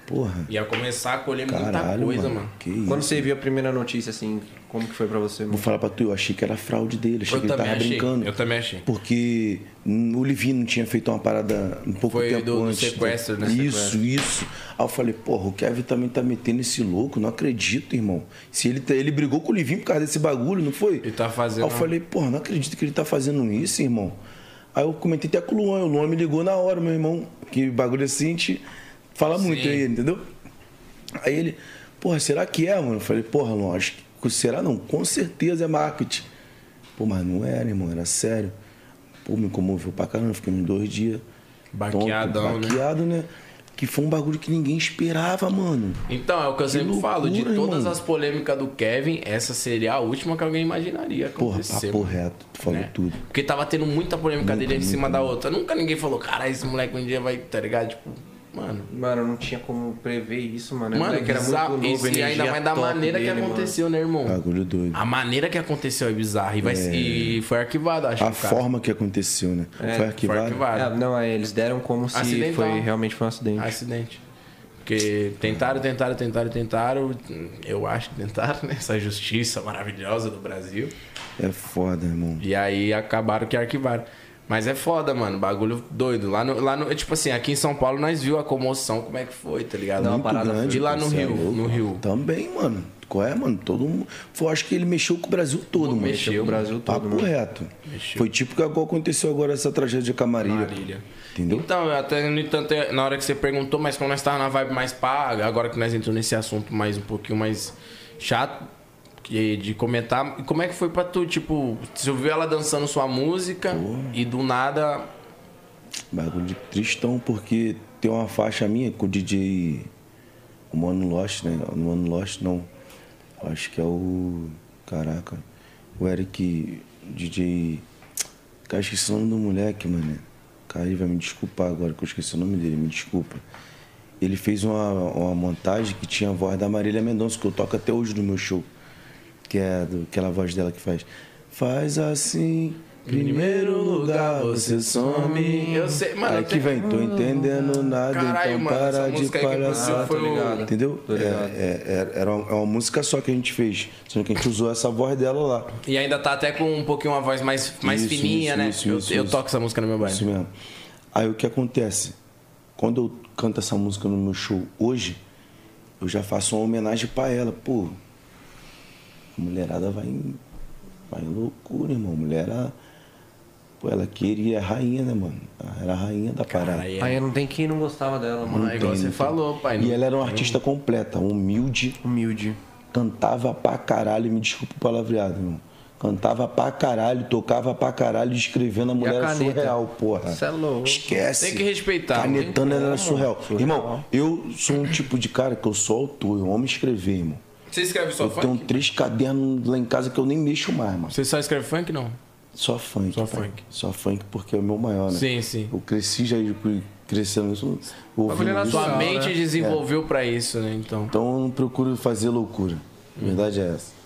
Speaker 3: Porra,
Speaker 2: Ia começar a colher muita
Speaker 3: caralho,
Speaker 2: coisa,
Speaker 3: mano.
Speaker 2: mano.
Speaker 3: Que isso.
Speaker 1: Quando você viu a primeira notícia, assim, como que foi pra você,
Speaker 3: Hum. Vou
Speaker 1: mano?
Speaker 3: falar pra tu, eu achei que era fraude dele. Achei
Speaker 2: Eu
Speaker 3: que ele
Speaker 2: também
Speaker 3: tava
Speaker 2: achei,
Speaker 3: brincando.
Speaker 2: eu também achei.
Speaker 3: Porque hum, o Livinho não tinha feito uma parada um pouco
Speaker 2: Foi
Speaker 3: tempo
Speaker 2: do- do
Speaker 3: antes.
Speaker 2: sequestro, né?
Speaker 3: Isso,
Speaker 2: Sequestro.
Speaker 3: isso. Aí eu falei, porra, o Kevin também tá metendo esse louco, não acredito, irmão. Se ele, tá- ele brigou com o Livinho por causa desse bagulho, não foi?
Speaker 2: Ele tá fazendo-
Speaker 3: Aí eu falei, porra, não acredito que ele tá fazendo isso, irmão. Aí eu comentei até com o Luan, o Luan me ligou na hora, meu irmão. Que bagulho assim, a gente fala muito aí, entendeu? Aí ele, porra, será que é, mano? Eu falei, porra, não, acho que será não, com certeza é marketing. Pô, mas não era, irmão, era sério. Pô, me comoveu pra caramba, fiquei uns dois dias.
Speaker 2: Baqueadão, né?
Speaker 3: baqueado, né? Que foi um bagulho que ninguém esperava, mano.
Speaker 2: Então, é o que eu sempre
Speaker 3: loucura,
Speaker 2: falo. De
Speaker 3: hein,
Speaker 2: todas
Speaker 3: mano?
Speaker 2: as polêmicas do Kevin, essa seria a última que alguém imaginaria
Speaker 3: Porra,
Speaker 2: acontecer.
Speaker 3: papo reto, tu falou
Speaker 2: né?
Speaker 3: tudo.
Speaker 2: Porque tava tendo muita polêmica dele em cima da outra. Nunca ninguém falou, caralho, esse moleque um dia vai, tá ligado? Tipo, mano.
Speaker 1: Mano, não tinha como prever isso, mano.
Speaker 2: Mano,
Speaker 1: que era
Speaker 2: bizarro.
Speaker 1: muito novo,
Speaker 2: Esse
Speaker 1: energia
Speaker 2: ainda mais da
Speaker 1: top
Speaker 2: maneira
Speaker 1: dele,
Speaker 2: que
Speaker 1: mano.
Speaker 2: aconteceu, né, irmão?
Speaker 3: Bagulho doido.
Speaker 2: A maneira que aconteceu é bizarra. E, vai, e foi arquivado, acho.
Speaker 3: A
Speaker 2: cara.
Speaker 3: forma que aconteceu, né? foi
Speaker 2: Foi
Speaker 3: arquivado.
Speaker 2: arquivado.
Speaker 1: É, não, é, eles deram como se
Speaker 2: Acidental.
Speaker 1: foi realmente foi um acidente.
Speaker 2: Acidente. Porque tentaram, tentaram, tentaram, tentaram. Eu acho que tentaram, né? Essa justiça maravilhosa do Brasil.
Speaker 3: É foda, irmão.
Speaker 2: E aí acabaram que arquivaram. Mas é foda, mano. Bagulho doido. Lá no, lá no, tipo assim, aqui em São Paulo nós viu a comoção, como é que foi, tá ligado?
Speaker 1: Não,
Speaker 2: Muito
Speaker 1: a parada
Speaker 2: grande. E lá no
Speaker 3: Cê é
Speaker 2: Rio,
Speaker 3: louco.
Speaker 2: no Rio.
Speaker 3: Também, mano. Qual é, mano? Todo mundo. Foi, acho que ele mexeu com o Brasil todo, mano.
Speaker 2: Mexeu com o
Speaker 1: Brasil todo,
Speaker 3: Papo
Speaker 1: mano.
Speaker 3: reto. Foi tipo que agora aconteceu agora essa tragédia com a Marília.
Speaker 2: Marília.
Speaker 3: Entendeu?
Speaker 2: Então, eu até no entanto, é- na hora que você perguntou, mas como nós tava na vibe mais paga, agora que nós entramos nesse assunto mais um pouquinho mais chato, que- de comentar. E como é que foi pra tu? Tipo, você ouviu ela dançando sua música e do nada.
Speaker 3: Bagulho de tristão, porque tem uma faixa minha com o DJ. O Mano Lost, né? O Mano Lost não. Acho que é o. Caraca. O Eric. DJ. Cara, esqueci o nome do moleque, mano. Cara, ele vai me desculpar agora que eu esqueci o nome dele, me desculpa. Ele fez uma, uma montagem que tinha a voz da Marília Mendonça, que eu toco até hoje no meu show. Que é do, aquela voz dela que faz. Faz assim. Primeiro lugar, você some.
Speaker 2: Eu sei, mano,
Speaker 3: Aí
Speaker 2: eu um
Speaker 3: que vem, tô entendendo nada,
Speaker 2: Caralho,
Speaker 3: então
Speaker 2: mano, essa
Speaker 3: para de
Speaker 2: música aí que
Speaker 3: palhaçar.
Speaker 2: inclusive foi o-
Speaker 3: ligado? Entendeu? É, é, é- era uma, é uma música só que a gente fez, sendo que a gente usou essa voz dela lá.
Speaker 2: E ainda tá até com um pouquinho uma voz mais, mais
Speaker 3: Isso,
Speaker 2: fininha,
Speaker 3: isso,
Speaker 2: né?
Speaker 3: isso,
Speaker 2: eu,
Speaker 3: isso,
Speaker 2: eu
Speaker 3: isso.
Speaker 2: toco essa música no meu
Speaker 3: Isso
Speaker 2: baile.
Speaker 3: mesmo. Aí o que acontece? Quando eu canto essa música no meu show hoje, eu já faço uma homenagem pra ela. Pô, a mulherada vai em, vai em loucura, irmão. A mulher era. Pô, ela queria a rainha, né, mano? Ela era a rainha da parada.
Speaker 2: Aí,
Speaker 1: Aí não tem quem não gostava dela, mano.
Speaker 2: mano, é igual
Speaker 3: tem,
Speaker 2: você
Speaker 3: não tem.
Speaker 2: falou, pai.
Speaker 3: E ela era uma artista completa, humilde.
Speaker 1: Humilde.
Speaker 3: cantava pra caralho, me desculpa o palavreado, irmão. Cantava pra caralho, tocava pra caralho, escrevendo a mulher era
Speaker 1: caneta?
Speaker 3: surreal, porra.
Speaker 1: Cê é louco.
Speaker 3: Esquece.
Speaker 2: Tem que respeitar,
Speaker 3: Canetando ela era surreal. Irmão, eu sou um tipo de cara que eu sou autor, eu amo escrever, irmão.
Speaker 2: Você escreve só
Speaker 3: é Eu
Speaker 2: funk?
Speaker 3: tenho um três cadernos lá em casa que eu nem mexo mais, mano.
Speaker 2: Você só escreve funk, não?
Speaker 3: Só funk.
Speaker 2: Só
Speaker 3: pai.
Speaker 2: funk.
Speaker 3: Só funk porque é o meu maior, né?
Speaker 2: Sim, sim.
Speaker 3: Eu cresci já fui crescendo isso. ouvindo
Speaker 1: é
Speaker 3: isso.
Speaker 2: Sua
Speaker 1: Não,
Speaker 2: mente
Speaker 1: né?
Speaker 2: desenvolveu pra isso, né? Então.
Speaker 3: Então eu não procuro fazer loucura. A verdade é essa.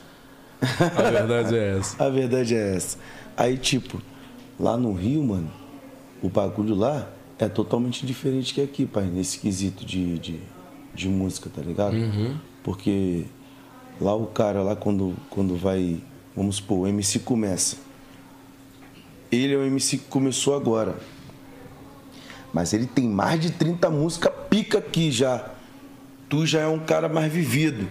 Speaker 4: A verdade é essa.
Speaker 3: A verdade é essa. Aí, tipo, lá no Rio, mano, o bagulho lá é totalmente diferente que aqui, pai, nesse quesito de, de, de música, tá ligado? Porque lá o cara, lá quando, quando vai, vamos supor, o MC começa. Ele é o MC que começou agora. Mas ele tem mais de 30 músicas pica aqui já. Tu já é um cara mais vivido.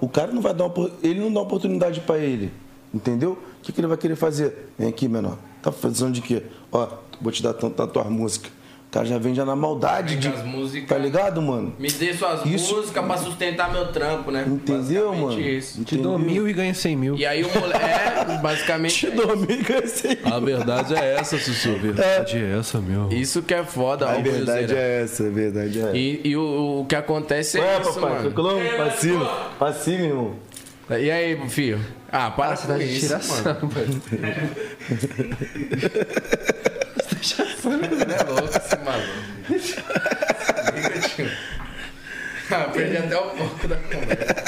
Speaker 3: O cara não vai dar uma, opor- ele não dá oportunidade pra ele, entendeu? O que, que ele vai querer fazer? Vem aqui, menor. Tá fazendo de quê? Ó, vou te dar tanta tua música. O cara já vem já na maldade de,
Speaker 2: Pega as músicas.
Speaker 3: tá ligado, mano?
Speaker 2: Me dê suas
Speaker 3: Isso-
Speaker 2: músicas pra sustentar meu trampo, né?
Speaker 3: Entendeu,
Speaker 2: Basicamente
Speaker 3: mano?
Speaker 2: Isso.
Speaker 1: Te dou
Speaker 3: Entendeu?
Speaker 1: mil e ganha cem mil.
Speaker 2: E aí o moleque. É, basicamente.
Speaker 3: Te dou mil e ganha cem mil.
Speaker 4: A verdade é essa, Sussu.
Speaker 1: verdade é essa, meu.
Speaker 2: Isso que é foda,
Speaker 3: A
Speaker 2: ó,
Speaker 3: verdade
Speaker 2: Cruzeiro.
Speaker 3: é essa, a verdade é essa.
Speaker 2: E, e o, o que acontece é,
Speaker 3: Ué,
Speaker 2: isso,
Speaker 3: papai,
Speaker 2: mano.
Speaker 3: tranquilão? Pra cima, pra cima, irmão.
Speaker 2: E aí, filho? Ah, para
Speaker 3: tá
Speaker 2: com
Speaker 1: de
Speaker 2: isso,
Speaker 1: tiração,
Speaker 2: mano. Não é louco esse maluco. Liga, tio. Ah, perdi até o foco da conversa.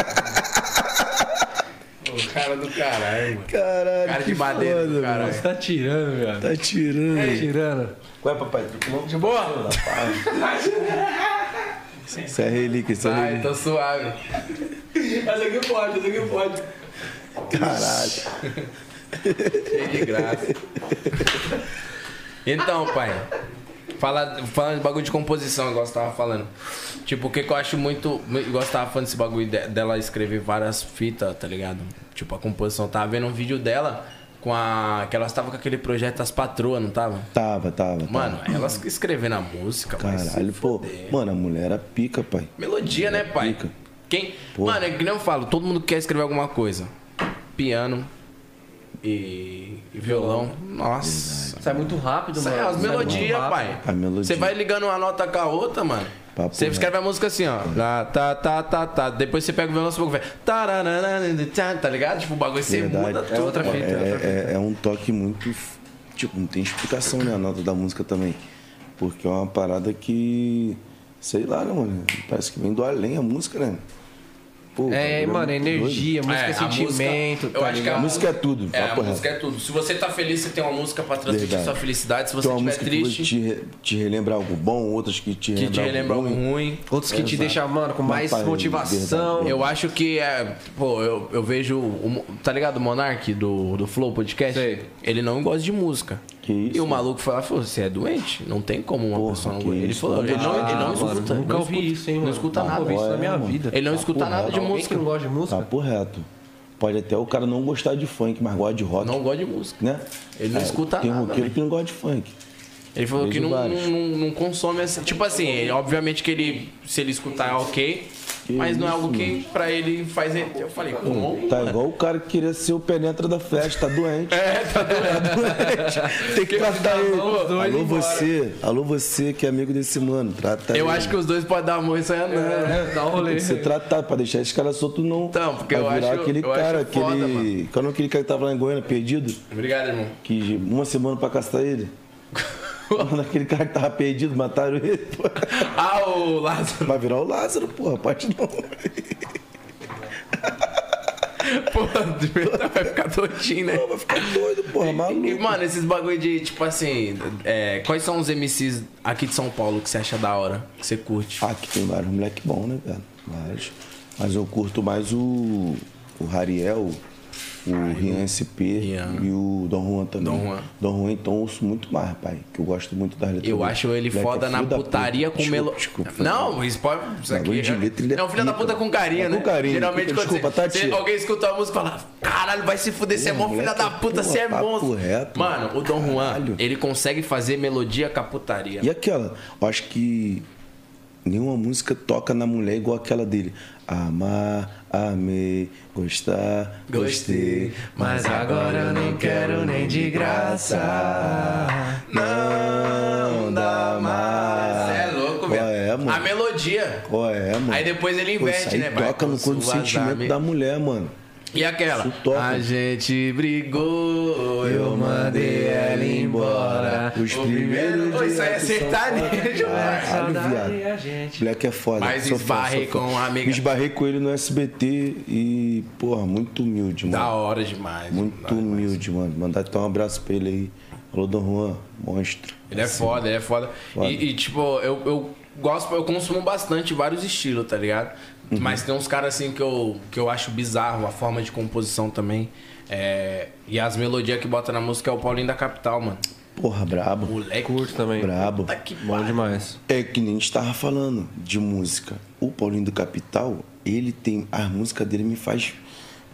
Speaker 2: O cara do caralho, mano.
Speaker 3: Caralho,
Speaker 2: Cara de
Speaker 3: que
Speaker 2: madeira É, do
Speaker 3: foda,
Speaker 2: caralho.
Speaker 1: Você tá tirando, velho.
Speaker 3: Tá tirando.
Speaker 1: Tá tirando.
Speaker 3: Ué, é, papai, tranquilão?
Speaker 2: De boa?
Speaker 3: Isso é relíquia, isso é
Speaker 2: Ai,
Speaker 3: relíquia.
Speaker 2: tô suave. Essa aqui pode, essa aqui pode.
Speaker 3: Caralho.
Speaker 2: Cheio de graça. Então, pai. Fala, falando de bagulho de composição, igual você tava falando. Tipo, o que, que eu acho muito. Igual você tava falando desse bagulho de- dela escrever várias fitas, tá ligado? Tipo, a composição. Tava vendo um vídeo dela com a. Que elas estavam com aquele projeto As Patroas, não tava?
Speaker 3: Tava, tava. tava.
Speaker 2: Mano, elas que escrevendo a música, mas se
Speaker 3: Caralho, pô.
Speaker 2: fuder.
Speaker 3: Mano, a mulher era pica, pai.
Speaker 2: Melodia, né, pai?
Speaker 3: Pica.
Speaker 2: Quem...
Speaker 3: Porra.
Speaker 2: Mano, é que nem eu falo, todo mundo quer escrever alguma coisa. Piano e, e violão. Nossa.
Speaker 1: Sai é muito rápido,
Speaker 2: Sai
Speaker 1: mano.
Speaker 2: é as
Speaker 1: Sai muito
Speaker 2: melodias,
Speaker 1: rápido.
Speaker 2: pai.
Speaker 3: A melodia.
Speaker 2: Você vai ligando uma nota com a outra, mano.
Speaker 3: Papo
Speaker 2: Você
Speaker 3: reto.
Speaker 2: escreve a música assim, ó. Lá, tá, tá, tá, tá. Depois você pega o violão, você pega o violão. tarararana, tá, Tá ligado? Tipo, o bagulho você muda
Speaker 3: Verdade.
Speaker 2: tudo.
Speaker 1: outra
Speaker 3: É,
Speaker 1: fita,
Speaker 3: é- é- é um toque muito. f- Tipo, não tem explicação, né? A nota da música também. Porque é uma parada que. Sei lá, né, mano? Parece que vem do além a música, né? Pô,
Speaker 1: É,
Speaker 3: bagulho
Speaker 1: mano,
Speaker 3: muito doido.
Speaker 1: energia, música,
Speaker 2: É,
Speaker 1: é,
Speaker 2: a
Speaker 1: sentimento.
Speaker 2: música-
Speaker 1: tá
Speaker 2: eu acho que
Speaker 1: ligado?
Speaker 3: A música é tudo,
Speaker 2: É, a
Speaker 3: papo reto.
Speaker 2: música é tudo. Se você tá feliz, você tem uma música pra transmitir
Speaker 3: Verdade.
Speaker 2: sua felicidade. Se você
Speaker 3: Tem uma
Speaker 2: estiver
Speaker 3: música que
Speaker 2: triste,
Speaker 3: te, re- te relembra algo bom, outras que te
Speaker 2: que te
Speaker 3: relembram
Speaker 2: relembra
Speaker 3: algo
Speaker 2: algo
Speaker 3: ruim.
Speaker 2: ruim.
Speaker 1: Outros que te deixam, mano, com mais
Speaker 3: Papai,
Speaker 1: motivação.
Speaker 3: verdade.
Speaker 2: Eu acho que é. Pô, eu, eu vejo. o Mo- tá ligado? O Monark do, do Flow Podcast?
Speaker 1: Sei.
Speaker 2: Ele não gosta de música.
Speaker 3: Que isso?
Speaker 2: E o maluco falou, falou: você é doente? Não tem como uma
Speaker 3: Porra,
Speaker 2: pessoa não
Speaker 3: que
Speaker 2: gostar. Ele
Speaker 3: isso.
Speaker 2: falou: ele não, ele não
Speaker 1: Ah, mano,
Speaker 2: escuta.
Speaker 1: Nunca
Speaker 2: não
Speaker 1: ouvi
Speaker 2: escuta,
Speaker 1: isso, hein,
Speaker 2: não
Speaker 1: mano.
Speaker 2: escuta
Speaker 1: Nunca
Speaker 2: nada.
Speaker 1: ouvi isso na
Speaker 3: É,
Speaker 1: minha
Speaker 3: mano.
Speaker 1: vida.
Speaker 2: Ele não escuta nada de
Speaker 1: Alguém que
Speaker 2: música.
Speaker 1: não gosta de música?
Speaker 3: Papo Tá reto. Pode até o cara não gostar de funk, mas gosta de rock,
Speaker 2: Não gosta de música.
Speaker 3: né?
Speaker 2: Ele não escuta
Speaker 3: tem
Speaker 2: nada,
Speaker 3: Tem roqueiro
Speaker 2: né?
Speaker 3: que não gosta de funk.
Speaker 2: Ele falou
Speaker 3: Vejo
Speaker 2: que não,
Speaker 3: vários.
Speaker 2: não, não consome essa. Tipo assim, ele- obviamente que ele. Se ele escutar é ok. mas não é algo
Speaker 3: isso,
Speaker 2: que pra ele faz. ele- Eu falei, como?
Speaker 3: Tá igual o cara que queria ser o penetra da festa, tá doente.
Speaker 2: É, tá
Speaker 3: doente. Tem que tratar ele. Alô você, alô você que é amigo desse mano, trata
Speaker 2: Eu
Speaker 3: ele.
Speaker 2: acho que os dois podem dar amor isso aí, é não.
Speaker 1: Dá um rolê.
Speaker 3: Tem que ser tratado pra deixar esse cara solto não.
Speaker 2: Então, porque
Speaker 3: Pra
Speaker 2: eu
Speaker 3: virar
Speaker 2: acho-
Speaker 3: aquele
Speaker 2: eu acho
Speaker 3: cara,
Speaker 2: foda,
Speaker 3: aquele. Qual é aquele cara que tava lá em Goiânia perdido?
Speaker 1: É.
Speaker 2: Obrigado, irmão.
Speaker 3: Que uma semana pra caçar ele. Mano, aquele cara que tava perdido, mataram ele. pô.
Speaker 2: Ah, o Lázaro.
Speaker 3: Vai virar o Lázaro, porra, parte não. Então
Speaker 2: Porra, de verdade, vai ficar todinho, né?
Speaker 3: Vai ficar doido, porra, maluco.
Speaker 2: E, mano, esses bagulho de, tipo assim, é, quais são os MCs aqui de São Paulo que você acha da hora, que você curte?
Speaker 3: Ah, que tem vários moleque bom, né, cara? Vários. Mas eu curto mais o. O Rariel, o Rian SP
Speaker 2: Rian.
Speaker 3: e o Dom Juan também.
Speaker 2: Dom Juan.
Speaker 3: Dom Juan, então, eu ouço muito mais, rapaz. Que eu gosto muito das letras.
Speaker 2: Eu
Speaker 3: dele.
Speaker 2: acho ele
Speaker 3: Moleque é
Speaker 2: foda na
Speaker 3: filho da puta.
Speaker 2: putaria com
Speaker 3: Desculpa,
Speaker 2: melo.
Speaker 3: Desculpa.
Speaker 2: Não, isso pode. Isso aqui.
Speaker 3: Bagulho de letra, ele é
Speaker 2: é um filho da
Speaker 3: pica.
Speaker 2: puta com carinho,
Speaker 3: É
Speaker 2: né?
Speaker 3: com carinho,
Speaker 2: Geralmente
Speaker 3: puta,
Speaker 2: quando
Speaker 3: desculpa,
Speaker 2: você,
Speaker 3: Tati.
Speaker 2: você- alguém escuta a música e fala: caralho, vai se fuder, você é mó
Speaker 3: moleque,
Speaker 2: filha da puta,
Speaker 3: porra,
Speaker 2: você é
Speaker 3: papo
Speaker 2: monstro.
Speaker 3: reto.
Speaker 2: Mano, o Dom Juan,
Speaker 3: Caralho.
Speaker 2: ele consegue fazer melodia com a putaria.
Speaker 3: E aquela? Eu acho que nenhuma música toca na mulher igual aquela dele. Amar, amei, gostar, gostei.
Speaker 2: mas agora eu não quero nem de graça. Não
Speaker 3: dá mais.
Speaker 2: Você é louco,
Speaker 3: Qual
Speaker 2: velho.
Speaker 3: é, mano?
Speaker 2: A melodia.
Speaker 3: Qual é, mano?
Speaker 2: Aí depois ele
Speaker 3: Pô, isso
Speaker 2: inverte,
Speaker 3: aí
Speaker 2: né, vai?
Speaker 3: toca no
Speaker 2: Com
Speaker 3: no
Speaker 2: suas
Speaker 3: sentimento
Speaker 2: amigas.
Speaker 3: da mulher, mano.
Speaker 2: E aquela?
Speaker 3: Isso toca.
Speaker 2: A gente brigou, eu mandei ela embora.
Speaker 3: Os primeiros
Speaker 2: Pô, Isso aí é
Speaker 3: dias que são
Speaker 2: sertanejo, mano.
Speaker 3: Caralho, viado. Moleque é foda.
Speaker 2: Mas
Speaker 3: sou fã,
Speaker 2: esbarrei
Speaker 3: sou fã.
Speaker 2: com a amiga.
Speaker 3: Esbarrei com ele no SBT e, porra, muito humilde, mano.
Speaker 2: Da hora demais.
Speaker 3: Muito
Speaker 2: mano.
Speaker 3: humilde, mano. Mandar até um abraço pra ele aí. Alô, Dom Juan, monstro.
Speaker 2: Ele é foda, ele é foda.
Speaker 3: Foda.
Speaker 2: E, e, tipo, eu, eu gosto, eu consumo bastante vários estilos, tá ligado?
Speaker 3: Uhum.
Speaker 2: Mas tem uns caras assim que eu, que eu acho bizarro, a forma de composição também. É, e as melodias que bota na música é o Paulinho da Capital, mano.
Speaker 3: Porra, brabo.
Speaker 2: Moleque.
Speaker 1: Curto também.
Speaker 3: Brabo.
Speaker 2: Puta que
Speaker 1: Bom demais.
Speaker 3: É que nem a gente tava falando de música. O Paulinho do Capital, ele tem. A música dele me faz